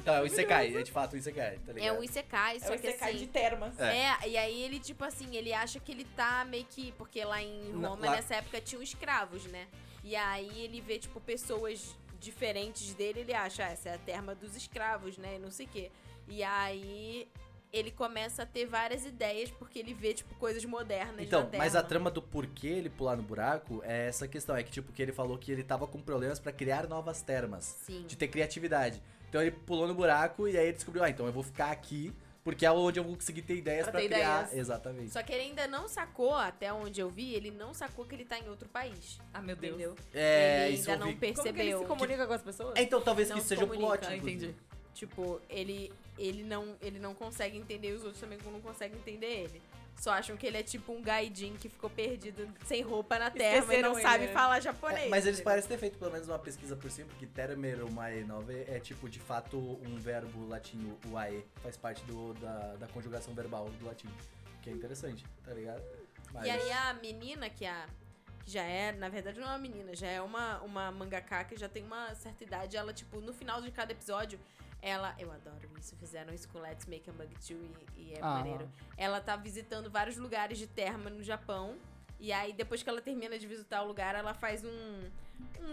Speaker 1: Então, é o Isekai, é de fato o Isekai, tá ligado?
Speaker 2: É um Isekai, só
Speaker 3: é o
Speaker 2: que
Speaker 3: Isekai
Speaker 2: assim.
Speaker 3: de termas.
Speaker 2: É. e aí ele, tipo assim, ele acha que ele tá meio que. Porque lá em
Speaker 1: Na-
Speaker 2: Roma,
Speaker 1: lá-
Speaker 2: nessa época, tinham escravos, né? E aí ele vê, tipo, pessoas diferentes dele, ele acha, "Ah, essa é a terma dos escravos, né? E não sei o quê. E aí ele começa a ter várias ideias, porque ele vê, tipo, coisas modernas na
Speaker 1: Então,
Speaker 2: terra.
Speaker 1: mas a trama do porquê ele pular no buraco é essa questão. É que, tipo, que ele falou que ele tava com problemas pra criar novas termas.
Speaker 2: Sim.
Speaker 1: de ter criatividade. Então ele pulou no buraco e aí ele descobriu, ah, então eu vou ficar aqui, porque é onde eu vou conseguir ter ideias
Speaker 2: Pra
Speaker 1: pra
Speaker 2: ter
Speaker 1: criar.
Speaker 2: ideias.
Speaker 1: Exatamente.
Speaker 2: Só que ele ainda não sacou, até onde eu vi, ele não sacou que ele tá em outro país.
Speaker 3: Ah, meu Deus.
Speaker 2: Entendeu?
Speaker 1: É,
Speaker 2: ele
Speaker 1: isso
Speaker 2: ainda
Speaker 1: eu vi.
Speaker 2: não percebeu.
Speaker 3: Como que ele se comunica com as pessoas?
Speaker 1: É, Então talvez
Speaker 2: não
Speaker 1: que isso
Speaker 2: se
Speaker 1: seja o
Speaker 2: comunica.
Speaker 1: plot.
Speaker 3: Ah,
Speaker 1: inclusive.
Speaker 3: entendi.
Speaker 2: Tipo, ele, ele, não, ele não consegue entender e os outros também não conseguem entender ele. Só acham que ele é tipo um gaidin que ficou perdido sem roupa na terra e
Speaker 3: Esqueceram
Speaker 2: não
Speaker 3: ele,
Speaker 2: sabe
Speaker 3: né?
Speaker 2: falar japonês.
Speaker 1: É, mas eles
Speaker 2: entendeu?
Speaker 1: parecem ter feito pelo menos uma pesquisa por cima, porque termero mae nove é tipo de fato um verbo latino, o ae, faz parte do, da, da conjugação verbal do latim, que é interessante, tá ligado? Mas-
Speaker 2: E aí a menina, que a. Que já é, na verdade, não é uma menina, já é uma, uma mangaka que já tem uma certa idade. Ela, tipo, no final de cada episódio, ela. Eu adoro isso, fizeram isso com Let's Make a Mug 2 e, e é
Speaker 4: Ah.
Speaker 2: maneiro. Ela tá visitando vários lugares de terma no Japão. E aí, depois que ela termina de visitar o lugar, ela faz um,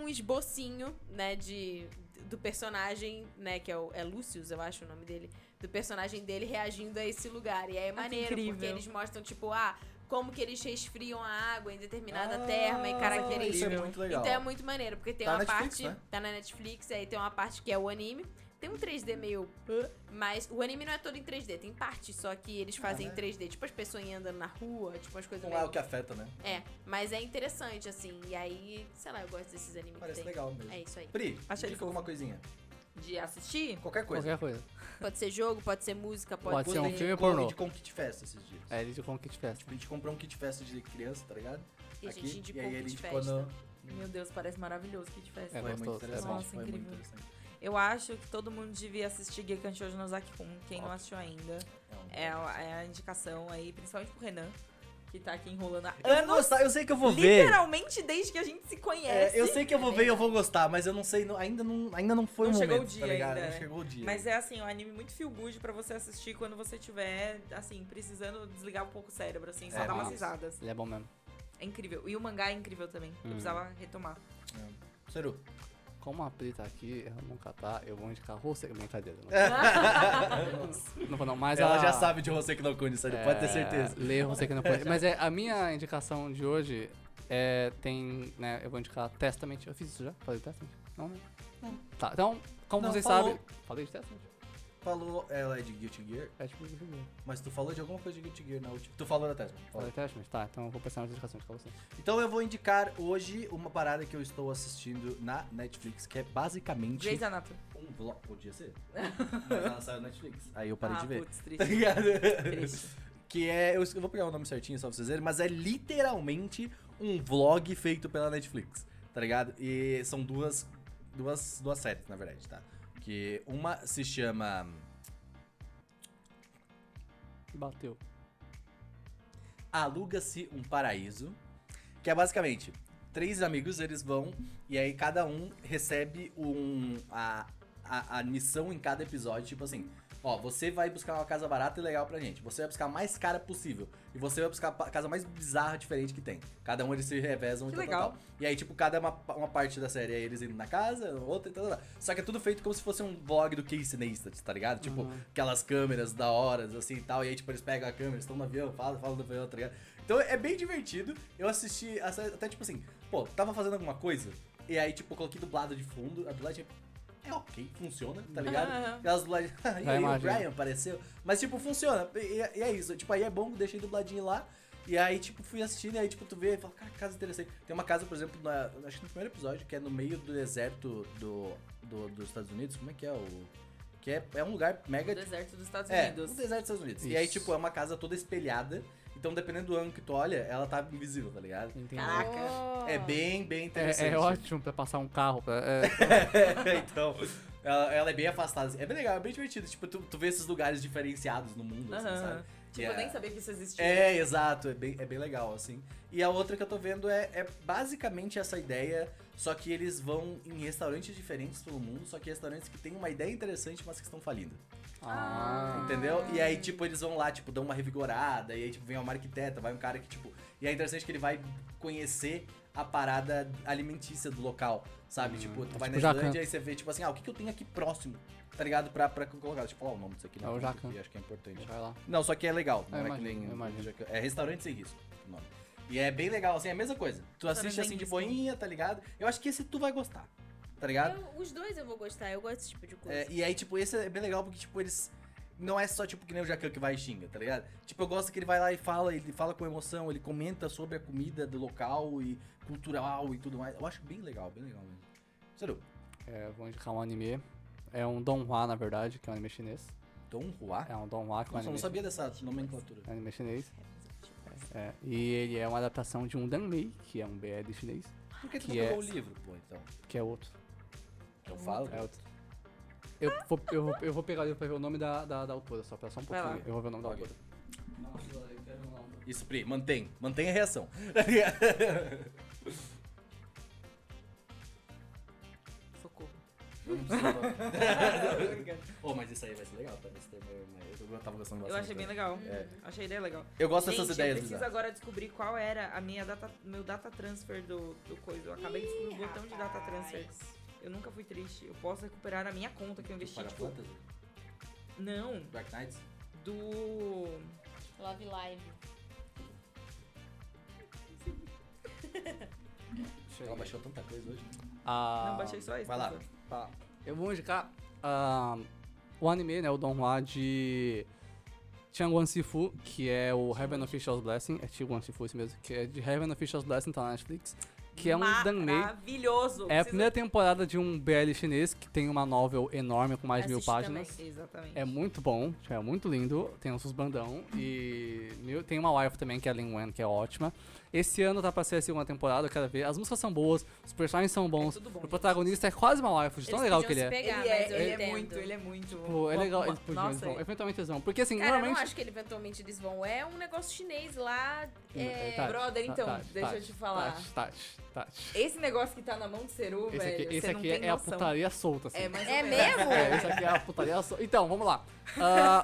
Speaker 2: um esbocinho, né, de, do personagem, né, que é, o, é Lucius, eu acho o nome dele, do personagem dele reagindo a esse lugar. E aí é maneiro, porque
Speaker 3: incrível.
Speaker 2: eles mostram, tipo, ah, como que eles resfriam a água em determinada
Speaker 1: Ah,
Speaker 2: terma e
Speaker 1: Isso é
Speaker 2: característica.
Speaker 1: muito legal.
Speaker 2: Então é muito maneiro, porque tem
Speaker 1: Tá
Speaker 2: uma
Speaker 1: na Netflix,
Speaker 2: parte.
Speaker 1: né?
Speaker 2: Tá na Netflix, aí tem uma parte que é o anime. Tem um 3D meio. "Hã?", Mas o anime não é todo em 3D, tem parte só que eles fazem
Speaker 1: né?
Speaker 2: em 3D. Tipo as pessoas andando na rua, tipo as coisas
Speaker 1: Não é o
Speaker 2: meio.
Speaker 1: que afeta, né?
Speaker 2: É, mas é interessante, assim. E aí, sei lá, eu gosto desses animes
Speaker 1: Parece
Speaker 2: que tem.
Speaker 1: legal mesmo.
Speaker 2: É isso aí.
Speaker 1: Pri,
Speaker 3: Achei
Speaker 1: Achei
Speaker 3: ele
Speaker 1: indica
Speaker 3: fofo.
Speaker 1: alguma coisinha.
Speaker 3: De assistir?
Speaker 1: Qualquer coisa.
Speaker 4: Qualquer coisa.
Speaker 2: Pode ser jogo, pode ser música, pode,
Speaker 4: Pode ser um
Speaker 1: Gostei.
Speaker 4: filme
Speaker 1: A
Speaker 4: pornô.
Speaker 1: gente com um kit festa esses dias.
Speaker 4: É, ele de como que tivesse.
Speaker 1: Tipo, a gente comprou um kit festa de criança, tá ligado?
Speaker 2: E a gente indicou
Speaker 1: e aí
Speaker 2: um
Speaker 1: ele
Speaker 2: kit
Speaker 1: indicou
Speaker 2: festa.
Speaker 1: no...
Speaker 3: Meu Deus, parece maravilhoso que tivesse.
Speaker 4: É,
Speaker 1: foi
Speaker 4: gostoso,
Speaker 1: muito interessante,
Speaker 4: é bom.
Speaker 1: foi
Speaker 3: Nossa,
Speaker 1: muito
Speaker 3: incrível.
Speaker 1: interessante.
Speaker 3: Eu acho que todo mundo devia assistir Gekan Shoujo no Zakikun, quem não assistiu ainda.
Speaker 1: É um-
Speaker 3: É, a- é a indicação aí, principalmente pro Renan, que tá aqui enrolando há
Speaker 1: um Eu
Speaker 2: É.
Speaker 1: vou
Speaker 3: anos.
Speaker 1: gostar, eu sei que eu vou ver.
Speaker 3: Literalmente desde que a gente se
Speaker 1: É,
Speaker 3: conhece.
Speaker 2: assim
Speaker 1: eu sei que eu vou ver e eu vou gostar, mas eu não sei, não- ainda, não, ainda não foi
Speaker 3: Não
Speaker 1: o
Speaker 3: chegou
Speaker 1: momento,
Speaker 3: o
Speaker 1: tá
Speaker 3: dia
Speaker 1: ligado?
Speaker 3: ainda,
Speaker 1: não
Speaker 3: né?
Speaker 1: chegou o dia.
Speaker 3: Mas é assim, um anime muito feel good pra você assistir quando você tiver, assim, precisando desligar um pouco o cérebro, assim, só
Speaker 1: É,
Speaker 3: dar umas
Speaker 1: isso.
Speaker 3: risadas.
Speaker 4: Ele é bom mesmo.
Speaker 3: É incrível. E o mangá é incrível também. Eu
Speaker 4: Hum.
Speaker 3: precisava retomar.
Speaker 1: Seru.
Speaker 4: Como a Pri tá aqui, ela nunca tá, eu vou indicar você. Brincadeira. Não, não vou não, mas É,
Speaker 1: ela
Speaker 4: a-
Speaker 1: já sabe de você que não conhece, Seru, pode ter certeza.
Speaker 4: Ler você que não pode. Mas é, a minha indicação de hoje é, tem, né, eu vou indicar Testament. Eu fiz isso já? Falei de Testament? Não, né? Tá, então, como
Speaker 1: Não,
Speaker 4: vocês
Speaker 1: falou.
Speaker 4: sabem... Falei de Testament?
Speaker 1: Falou, ela é de Guilty Gear,
Speaker 4: É tipo... Falei
Speaker 1: mas tu falou de alguma coisa de Guilty Gear na última. Tu falou da Tesla.
Speaker 4: de Testament? Tá, então eu vou pensar nas indicações pra vocês.
Speaker 1: Então eu vou indicar hoje uma parada que eu estou assistindo na Netflix, que é basicamente
Speaker 3: Grey's Anatomy.
Speaker 1: um vlog. Podia ser. Mas ela saiu na Netflix. Aí eu parei
Speaker 3: ah,
Speaker 1: de ver.
Speaker 3: putz,
Speaker 1: Tá
Speaker 3: triste.
Speaker 1: ligado?
Speaker 3: triste.
Speaker 1: Que é. Eu vou pegar o nome certinho só pra vocês verem, mas é literalmente um vlog feito pela Netflix, tá ligado? E são duas. Duas, duas séries, na verdade, tá? Que uma se chama.
Speaker 4: Bateu.
Speaker 1: Aluga-se um Paraíso, que é basicamente três amigos, eles vão e aí cada um recebe um a, a, a missão em cada episódio, tipo assim, ó, você vai buscar uma casa barata e legal pra gente, você vai buscar a mais cara possível e você vai buscar a pa- casa mais bizarra diferente que tem. Cada um eles se revezam
Speaker 3: Que
Speaker 1: e tal, tal,
Speaker 3: legal.
Speaker 1: tal. E aí tipo cada uma, uma parte da série é eles indo na casa, outra e tal, tal, tal. Só que é tudo feito como se fosse um vlog do Casey Neistat, tá ligado? Tipo,
Speaker 4: Uhum.
Speaker 1: aquelas câmeras da horas assim e tal, e aí tipo eles pegam a câmera, estão no avião, falam, falam do avião, tá ligado? Então é bem divertido. Eu assisti a série- até tipo assim, pô, tava fazendo alguma coisa, e aí tipo, coloquei dublado de fundo, a dublagem é ok, funciona, tá ligado?
Speaker 3: Aham.
Speaker 1: Aquelas dublagens. e
Speaker 4: Já
Speaker 1: aí o
Speaker 4: imagino.
Speaker 1: Brian apareceu. Mas tipo, funciona. E, e- e é isso. Tipo, aí é bom, deixei dubladinho lá. E aí, tipo, fui assistindo, e aí, tipo, tu vê e fala, cara, que casa interessante. Tem uma casa, por exemplo, na- acho que no primeiro episódio, que é no meio do deserto do, do- dos Estados Unidos. Como é que é o. Que é, é um lugar mega,
Speaker 2: O deserto dos Estados
Speaker 1: é,
Speaker 2: Unidos.
Speaker 1: o deserto dos Estados Unidos. E aí,
Speaker 4: Isso.
Speaker 1: tipo, é uma casa toda espelhada. Então, dependendo do ângulo que tu olha, ela tá invisível, tá ligado?
Speaker 4: Entendi.
Speaker 1: É
Speaker 2: Oh.
Speaker 1: bem, bem interessante.
Speaker 4: É, é ótimo pra passar um carro. pra- é-
Speaker 1: então, ela, ela é bem afastada. assim. É bem legal, é bem divertido. Tipo, tu, tu vê esses lugares diferenciados no mundo, assim,
Speaker 3: Aham.
Speaker 1: sabe?
Speaker 3: Tipo,
Speaker 1: Yeah.
Speaker 3: eu nem sabia que isso existia.
Speaker 1: É, exato, é bem, é bem legal, assim. E a outra que eu tô vendo é, é basicamente essa ideia, só que eles vão em restaurantes diferentes pelo mundo, só que restaurantes que têm uma ideia interessante, mas que estão falindo.
Speaker 4: Ah.
Speaker 1: Entendeu? E aí, tipo, eles vão lá, tipo, dão uma revigorada, e aí, tipo, vem uma arquiteta, vai um cara que, tipo. E é interessante que ele vai conhecer a parada alimentícia do local, sabe?
Speaker 4: Hum,
Speaker 1: tipo, tu
Speaker 4: é
Speaker 1: vai na
Speaker 4: tipo Jacan.
Speaker 1: Islândia e aí você vê, tipo assim, ah, o que, que eu tenho aqui próximo, tá ligado? Pra, pra colocar. Tipo, ó, o nome disso aqui, né?
Speaker 4: É o Jacan.
Speaker 1: Aqui, Acho que é importante.
Speaker 4: Vai lá.
Speaker 1: Não, só que é legal, não
Speaker 4: Eu
Speaker 1: é
Speaker 4: imagino,
Speaker 1: que
Speaker 4: eu
Speaker 1: nem.
Speaker 4: imagino.
Speaker 1: Jacan. É restaurante sem risco, o nome. E é bem legal, assim, é a mesma coisa. Tu
Speaker 3: Restaurante
Speaker 1: assiste
Speaker 3: sem
Speaker 1: assim de
Speaker 3: risco.
Speaker 1: boinha, tá ligado? Eu acho que esse tu vai gostar, tá ligado?
Speaker 5: Eu- os dois eu vou gostar, eu gosto desse tipo de coisa.
Speaker 1: É, e aí, tipo, esse é bem legal porque, tipo, eles. Não é só, tipo, que nem o Jacan que vai e xinga, tá ligado? Tipo, eu gosto que ele vai lá e fala, ele fala com emoção, ele comenta sobre a comida do local e cultural e tudo mais. Eu acho bem legal, bem legal mesmo. Sério,
Speaker 4: É, eu vou indicar um anime. É um Donghua, na verdade, que é um anime chinês.
Speaker 1: Don Juá?
Speaker 4: É um Donghua, que é
Speaker 1: Nossa,
Speaker 4: um
Speaker 1: eu
Speaker 4: anime,
Speaker 1: não sabia dessa nomenclatura.
Speaker 4: é um anime chinês. É, e ele é uma adaptação de um Danmei, que é um BL chinês,
Speaker 1: Por que tu
Speaker 4: Que
Speaker 1: não
Speaker 4: é-
Speaker 1: pegou o livro, pô, então?
Speaker 4: que é outro.
Speaker 1: Eu falo.
Speaker 4: É outro. Eu vou, eu, vou, eu vou pegar ali pra ver o nome da, da, da autora, só pra só um
Speaker 3: Vai
Speaker 4: pouquinho.
Speaker 3: lá.
Speaker 4: Eu vou ver o nome da
Speaker 1: Ok.
Speaker 4: autora.
Speaker 1: Isso, Pri, mantém. Mantém a reação.
Speaker 3: Socorro.
Speaker 1: Pô, mas isso aí vai ser legal, tá? Esse tema é mais- Eu tava gostando bastante.
Speaker 3: Eu achei bem
Speaker 1: né?
Speaker 3: legal.
Speaker 1: É.
Speaker 3: Achei a ideia legal.
Speaker 1: Eu gosto
Speaker 3: Gente,
Speaker 1: dessas
Speaker 3: eu
Speaker 1: ideias
Speaker 3: preciso
Speaker 1: bizarras.
Speaker 3: agora descobrir qual era a minha data, meu data transfer do, do coisa. Eu acabei de descobrir o botão de data transfer. Eu nunca fui triste. Eu posso recuperar a minha conta que eu investi,
Speaker 1: Final
Speaker 3: tipo...
Speaker 1: Fantasy?
Speaker 3: Não,
Speaker 1: Dark Knights?
Speaker 3: do...
Speaker 2: Love Live.
Speaker 1: Ela baixou tanta coisa hoje. né?
Speaker 4: Ah,
Speaker 3: Não, baixei só isso.
Speaker 1: vai lá.
Speaker 3: pessoal.
Speaker 4: Tá. Eu vou indicar ah, o anime, né? O Donghua de Changwon Sifu, que é o Heaven Official's Blessing. É Changwon Sifu isso mesmo, que é de Heaven Official's Blessing, tá na Netflix. Que é um Danmei.
Speaker 3: Maravilhoso.
Speaker 4: É a
Speaker 3: Preciso-
Speaker 4: primeira temporada de um BL chinês que tem uma novel enorme com mais de mil
Speaker 2: Assisti também.
Speaker 4: páginas.
Speaker 3: Exatamente.
Speaker 4: É muito bom, tipo, é muito lindo. Tem uns bandão e meu- tem uma wife também que é a Lin Wen, que é ótima. Esse ano tá pra ser a segunda temporada, eu quero ver. As músicas são boas, os personagens são bons.
Speaker 3: É tudo bom,
Speaker 4: o protagonista é quase uma wife, de tão
Speaker 2: Eles
Speaker 4: legal
Speaker 2: podiam
Speaker 4: que ele
Speaker 2: se
Speaker 4: é.
Speaker 2: pegar,
Speaker 3: ele
Speaker 2: mas
Speaker 3: é,
Speaker 2: eu
Speaker 3: ele é
Speaker 2: entendo.
Speaker 3: muito, ele é muito.
Speaker 4: Tipo, é legal,
Speaker 3: Uma-
Speaker 4: eles podiam, eles
Speaker 3: Nossa, é.
Speaker 4: vão. Eventualmente eles vão. Porque assim,
Speaker 5: Cara, eu não
Speaker 4: normalmente.
Speaker 5: acho que ele, eventualmente eles vão. É um negócio chinês lá. É...
Speaker 4: Tati,
Speaker 3: brother, então,
Speaker 4: Tati,
Speaker 3: deixa eu
Speaker 4: Tati,
Speaker 3: te falar.
Speaker 4: Tati, Tati, Tati.
Speaker 3: esse negócio que tá na mão do Seru,
Speaker 4: Esse
Speaker 3: velho,
Speaker 4: aqui,
Speaker 3: você
Speaker 4: esse
Speaker 3: não
Speaker 4: aqui
Speaker 3: tem
Speaker 4: é, a
Speaker 3: noção.
Speaker 4: putaria solta, assim.
Speaker 3: É, mais ou
Speaker 5: É
Speaker 3: menos.
Speaker 5: mesmo?
Speaker 4: É, isso aqui é a putaria só. Então, vamos lá. Ah,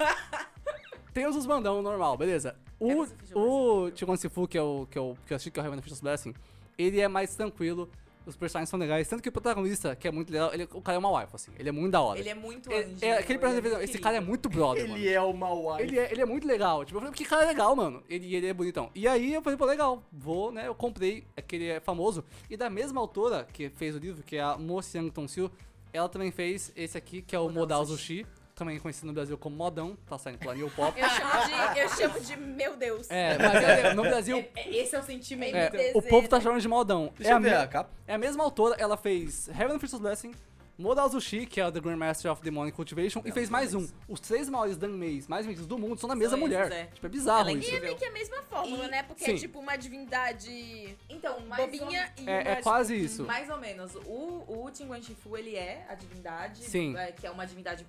Speaker 4: tem os bandão normal, beleza.
Speaker 2: Heaven
Speaker 4: O,
Speaker 2: of Official
Speaker 3: um.
Speaker 4: o Chigon Sifu, que é o que, é o, que eu assisti que é o Heaven of Official Blessing, ele é assim, mais tranquilo. Os personagens são legais. Tanto que o protagonista, que é muito legal, ele- o cara é uma wife, assim. Ele é muito da hora.
Speaker 3: Ele é muito
Speaker 4: É-
Speaker 3: anjo.
Speaker 4: é aquele personagem que esse cara é muito brother, mano.
Speaker 1: Ele é o Mauai.
Speaker 4: Ele é, ele é muito legal. Tipo, eu falei, que cara legal, mano. Ele, ele é bonitão. E aí eu falei, pô, legal, vou, né? Eu comprei aquele é famoso. E da mesma autora que fez o livro, que é a Mo Seung Tong Sil, ela também fez esse aqui, que é o Modal Sushi. Também conhecido no Brasil como Modão, tá saindo pela New Pop.
Speaker 5: Eu chamo de, eu chamo de meu Deus.
Speaker 4: É, mas é, no Brasil,
Speaker 5: Esse é o sentimento.
Speaker 4: é, o povo tá chamando de Modão.
Speaker 1: Deixa
Speaker 4: é
Speaker 1: eu
Speaker 4: a
Speaker 1: ver
Speaker 4: me-
Speaker 1: a capa.
Speaker 4: é a mesma autora, ela fez Heaven First Blessing, Modal Zushi, que é o The Grandmaster of Demonic Cultivation, e fez
Speaker 3: é
Speaker 4: mais um. Os três maiores danmeis mais vendidos do mundo são da mesma
Speaker 3: eles,
Speaker 4: mulher.
Speaker 3: é.
Speaker 4: Tipo, é bizarro
Speaker 3: Ela é
Speaker 4: isso.
Speaker 5: E é meio que a mesma fórmula,
Speaker 3: E-
Speaker 5: né? Porque
Speaker 4: Sim.
Speaker 5: é tipo uma divindade
Speaker 3: Então, mais
Speaker 5: bobinha e
Speaker 4: É,
Speaker 5: uma...
Speaker 4: é quase isso.
Speaker 3: Mais ou menos. O, o Tinguan Shifu, ele é a divindade.
Speaker 4: Sim.
Speaker 3: é, que é uma divindade.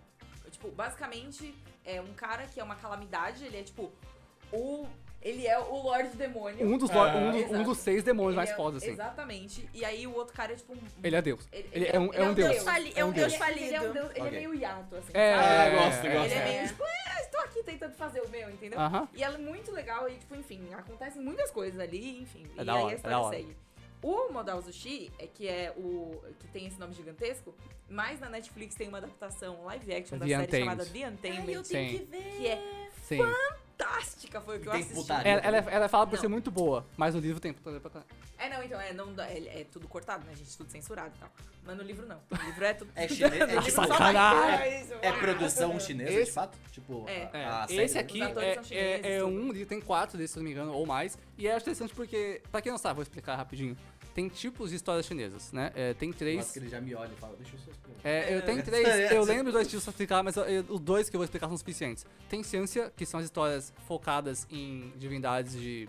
Speaker 3: Tipo, basicamente, é um cara que é uma calamidade. Ele é tipo. O. Ele é o Lorde Demônio.
Speaker 4: Um dos,
Speaker 1: Ah,
Speaker 4: lo- um dos- um
Speaker 3: exato.
Speaker 4: dos seis demônios
Speaker 3: Ele
Speaker 4: mais
Speaker 3: é-
Speaker 4: fodas, assim.
Speaker 3: Exatamente. E aí o outro cara é tipo um.
Speaker 4: Ele é Deus.
Speaker 3: Ele,
Speaker 4: Ele é um- é um deus.
Speaker 5: fali- é um
Speaker 3: Ele
Speaker 5: deus
Speaker 3: Ele é, um
Speaker 5: falido.
Speaker 3: deus, ele é
Speaker 1: Ok.
Speaker 3: meio hiato, assim.
Speaker 4: É,
Speaker 3: sabe?
Speaker 1: Ah, gosto, gosto.
Speaker 3: Ele é
Speaker 5: É.
Speaker 3: meio tipo, é, estou aqui tentando fazer o meu, entendeu?
Speaker 4: Aham.
Speaker 3: E ela é muito legal e, tipo, enfim, acontecem muitas coisas ali, enfim.
Speaker 4: É
Speaker 3: e
Speaker 4: da hora,
Speaker 3: aí
Speaker 4: é
Speaker 3: a
Speaker 4: da
Speaker 3: história
Speaker 4: hora.
Speaker 3: segue. O Modal Zushi, é que é o. que tem esse nome gigantesco, mas na Netflix tem uma adaptação live action da
Speaker 4: Um The
Speaker 3: série
Speaker 4: Untamed.
Speaker 3: chamada The
Speaker 5: Ai, eu
Speaker 3: Untamed,
Speaker 5: tenho
Speaker 4: Sim.
Speaker 5: que ver.
Speaker 3: que é
Speaker 4: Sim.
Speaker 3: fantástica, foi o que eu
Speaker 1: Tem
Speaker 3: assisti.
Speaker 1: putaria.
Speaker 4: Ela, é, ela, ela fala por
Speaker 3: Não.
Speaker 4: ser muito boa, mas no livro tem. putaria pra caralho.
Speaker 3: É, não, então, é, não, dá- é, é tudo cortado, né, gente? Tudo censurado e tal. Mas no livro não. No livro é tudo.
Speaker 1: É chinês? É,
Speaker 4: Que
Speaker 1: tipo,
Speaker 4: sacanagem!
Speaker 1: é produção chinesa,
Speaker 4: Esse-
Speaker 1: de fato? Tipo,
Speaker 3: né? É.
Speaker 1: a,
Speaker 4: É,
Speaker 1: a série
Speaker 4: esse aqui
Speaker 3: Os atores
Speaker 4: é,
Speaker 3: são chineses,
Speaker 4: é- é
Speaker 3: tudo.
Speaker 4: um livro, tem quatro desses, se não me engano, ou mais. E é interessante porque, pra quem não sabe, vou explicar rapidinho. Tem tipos de histórias chinesas, né? É, tem
Speaker 1: Nossa,
Speaker 4: três.
Speaker 1: que ele já me olha e fala, deixa eu só explicar.
Speaker 4: É, eu tenho três.
Speaker 3: tipo
Speaker 4: Eu lembro dois tipos pra explicar, mas eu- eu- os dois que eu vou explicar são suficientes. Tem ciência, que são as histórias focadas em divindades de,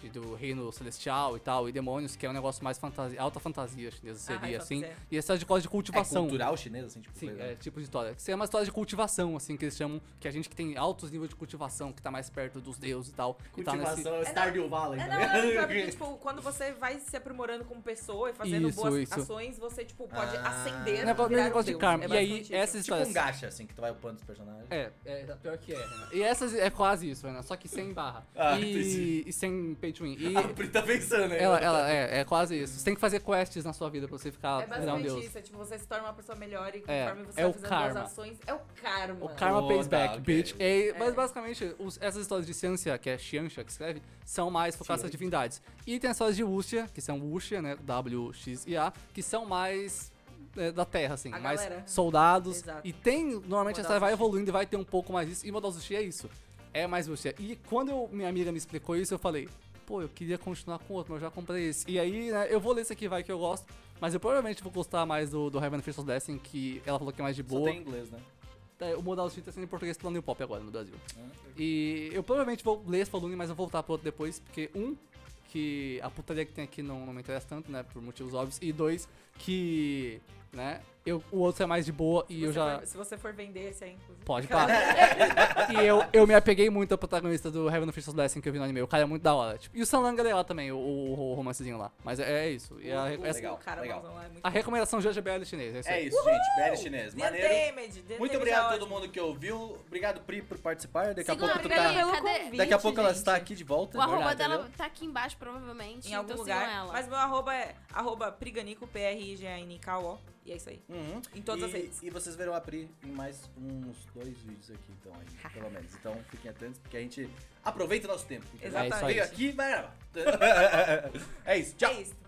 Speaker 4: de- do reino celestial e tal, e demônios, que é um negócio mais fantasia, alta fantasia chinesa
Speaker 3: Ah,
Speaker 4: seria,
Speaker 3: então,
Speaker 4: assim.
Speaker 3: é.
Speaker 4: E essas de coisa de
Speaker 1: É
Speaker 4: cultivação.
Speaker 1: cultural chinesa, assim, tipo,
Speaker 4: Sim,
Speaker 1: coisa-
Speaker 4: é tipo de história. Que é uma história de cultivação, assim, que eles chamam. Que a gente que tem altos níveis de cultivação, que tá mais perto dos deuses e tal. e tá nesse-
Speaker 1: Cultivação é o Stardew Valley.
Speaker 3: É,
Speaker 1: tá
Speaker 3: não, é,
Speaker 1: ligado?
Speaker 3: pior porque, tipo, quando você vai se aprimorando como pessoa e fazendo
Speaker 4: Isso,
Speaker 3: boas
Speaker 4: isso.
Speaker 3: ações, você, tipo, pode
Speaker 1: Ah.
Speaker 3: acender,
Speaker 1: É
Speaker 4: um negócio-
Speaker 3: virar um
Speaker 4: negócio de
Speaker 3: deus.
Speaker 4: karma.
Speaker 3: É
Speaker 4: e aí,
Speaker 3: basicamente isso.
Speaker 4: essas
Speaker 1: Tipo
Speaker 4: histórias.
Speaker 1: um gacha, assim, que tu vai upando os personagens.
Speaker 4: É, é, pior que é, Renan. E essas é quase isso, Renan, só que sem barra.
Speaker 1: Ah,
Speaker 4: e,
Speaker 1: entendi.
Speaker 4: e sem Ah, pay to win. E
Speaker 1: A Pri tá pensando, né?
Speaker 4: ela, ela é, é quase isso. Você tem que fazer quests na sua vida pra você ficar virar
Speaker 3: É
Speaker 4: um
Speaker 3: basicamente
Speaker 4: deus.
Speaker 3: isso, é tipo, você se torna uma pessoa melhor e
Speaker 4: É,
Speaker 3: conforme você
Speaker 4: é o
Speaker 3: vai fazendo
Speaker 4: karma.
Speaker 3: boas ações, é o karma.
Speaker 4: O karma
Speaker 1: Oh,
Speaker 4: pays
Speaker 1: tá,
Speaker 4: back,
Speaker 1: ok.
Speaker 4: bitch. E-
Speaker 3: É.
Speaker 4: Mas basicamente, os- essas histórias de ciência, que é Xianxia que escreve, são mais focadas nas
Speaker 1: Ciência.
Speaker 4: divindades. E tem as histórias de Wuxia, que são Wuxia, né? W, X e A, que são mais é, da terra, assim.
Speaker 3: A
Speaker 4: mais
Speaker 3: galera.
Speaker 4: soldados.
Speaker 3: Exato.
Speaker 4: E tem, normalmente, a
Speaker 3: Modal
Speaker 4: história vai
Speaker 3: Sushi.
Speaker 4: evoluindo e vai ter um pouco mais isso. E Modal Sushi é isso. É mais Wuxia. E quando eu- minha amiga me explicou isso, eu falei, pô, eu queria continuar com outro, mas eu já comprei esse. E aí, né, eu vou ler esse aqui, vai, que eu gosto. Mas eu provavelmente vou gostar mais do, do Heaven Crystal Blessing, que ela falou que é mais de
Speaker 1: Só
Speaker 4: boa.
Speaker 1: tem inglês, né?
Speaker 4: Tá, O modal sushi tá sendo em português pela New Pop agora no Brasil. E eu provavelmente vou ler esse volume, mas vou voltar pro outro depois, porque um, que a putaria que tem aqui não, não me interessa tanto, né? Por motivos óbvios. E dois, que. né? Eu, o outro é mais de boa e
Speaker 3: Se
Speaker 4: eu
Speaker 3: você
Speaker 4: já.
Speaker 3: for- se você for vender esse aí, inclusive.
Speaker 4: Pode pá. e eu, eu me apeguei muito ao protagonista do Heaven of Crystal Blessing que eu vi no anime. O cara é muito da hora. Tipo, e o Sanlanga é legal também, o, o- o romancezinho lá. Mas é, é isso. E a,
Speaker 3: O-
Speaker 4: essa-
Speaker 1: legal,
Speaker 3: o cara
Speaker 1: legal.
Speaker 3: mauzão lá é muito
Speaker 4: a recomendação de GBL chinês. É isso.
Speaker 1: É
Speaker 4: aí.
Speaker 1: isso, gente. Belo chinês.
Speaker 3: The
Speaker 1: Maneiro.
Speaker 3: Untamed, The Untamed
Speaker 1: Muito
Speaker 3: é
Speaker 1: obrigado a
Speaker 3: ótimo.
Speaker 1: todo mundo que ouviu. Obrigado, Pri, por participar. Daqui a
Speaker 2: Sigam
Speaker 1: pouco
Speaker 2: a
Speaker 1: tu
Speaker 2: Pri aí,
Speaker 1: tá.
Speaker 2: cadê?
Speaker 3: convite,
Speaker 1: Daqui a pouco ela
Speaker 3: gente.
Speaker 1: está aqui de volta.
Speaker 2: O arroba
Speaker 1: verdade,
Speaker 2: dela
Speaker 1: entendeu?
Speaker 2: tá aqui embaixo, provavelmente.
Speaker 3: Em algum
Speaker 2: então sigam
Speaker 3: lugar.
Speaker 2: ela.
Speaker 3: Mas meu arroba é arroba priganico, P-R-I-G-A-N-K-O. E é isso aí.
Speaker 1: Uhum.
Speaker 3: Em todas
Speaker 1: e,
Speaker 3: as redes.
Speaker 1: E vocês verão a Pri em mais uns dois vídeos aqui, então,
Speaker 3: Ah.
Speaker 1: aí, pelo menos. Então fiquem atentos, porque a gente aproveita o nosso tempo. Então, entendeu?
Speaker 3: Exatamente.
Speaker 1: Veio aqui, vai gravar. É isso, tchau.
Speaker 3: É isso.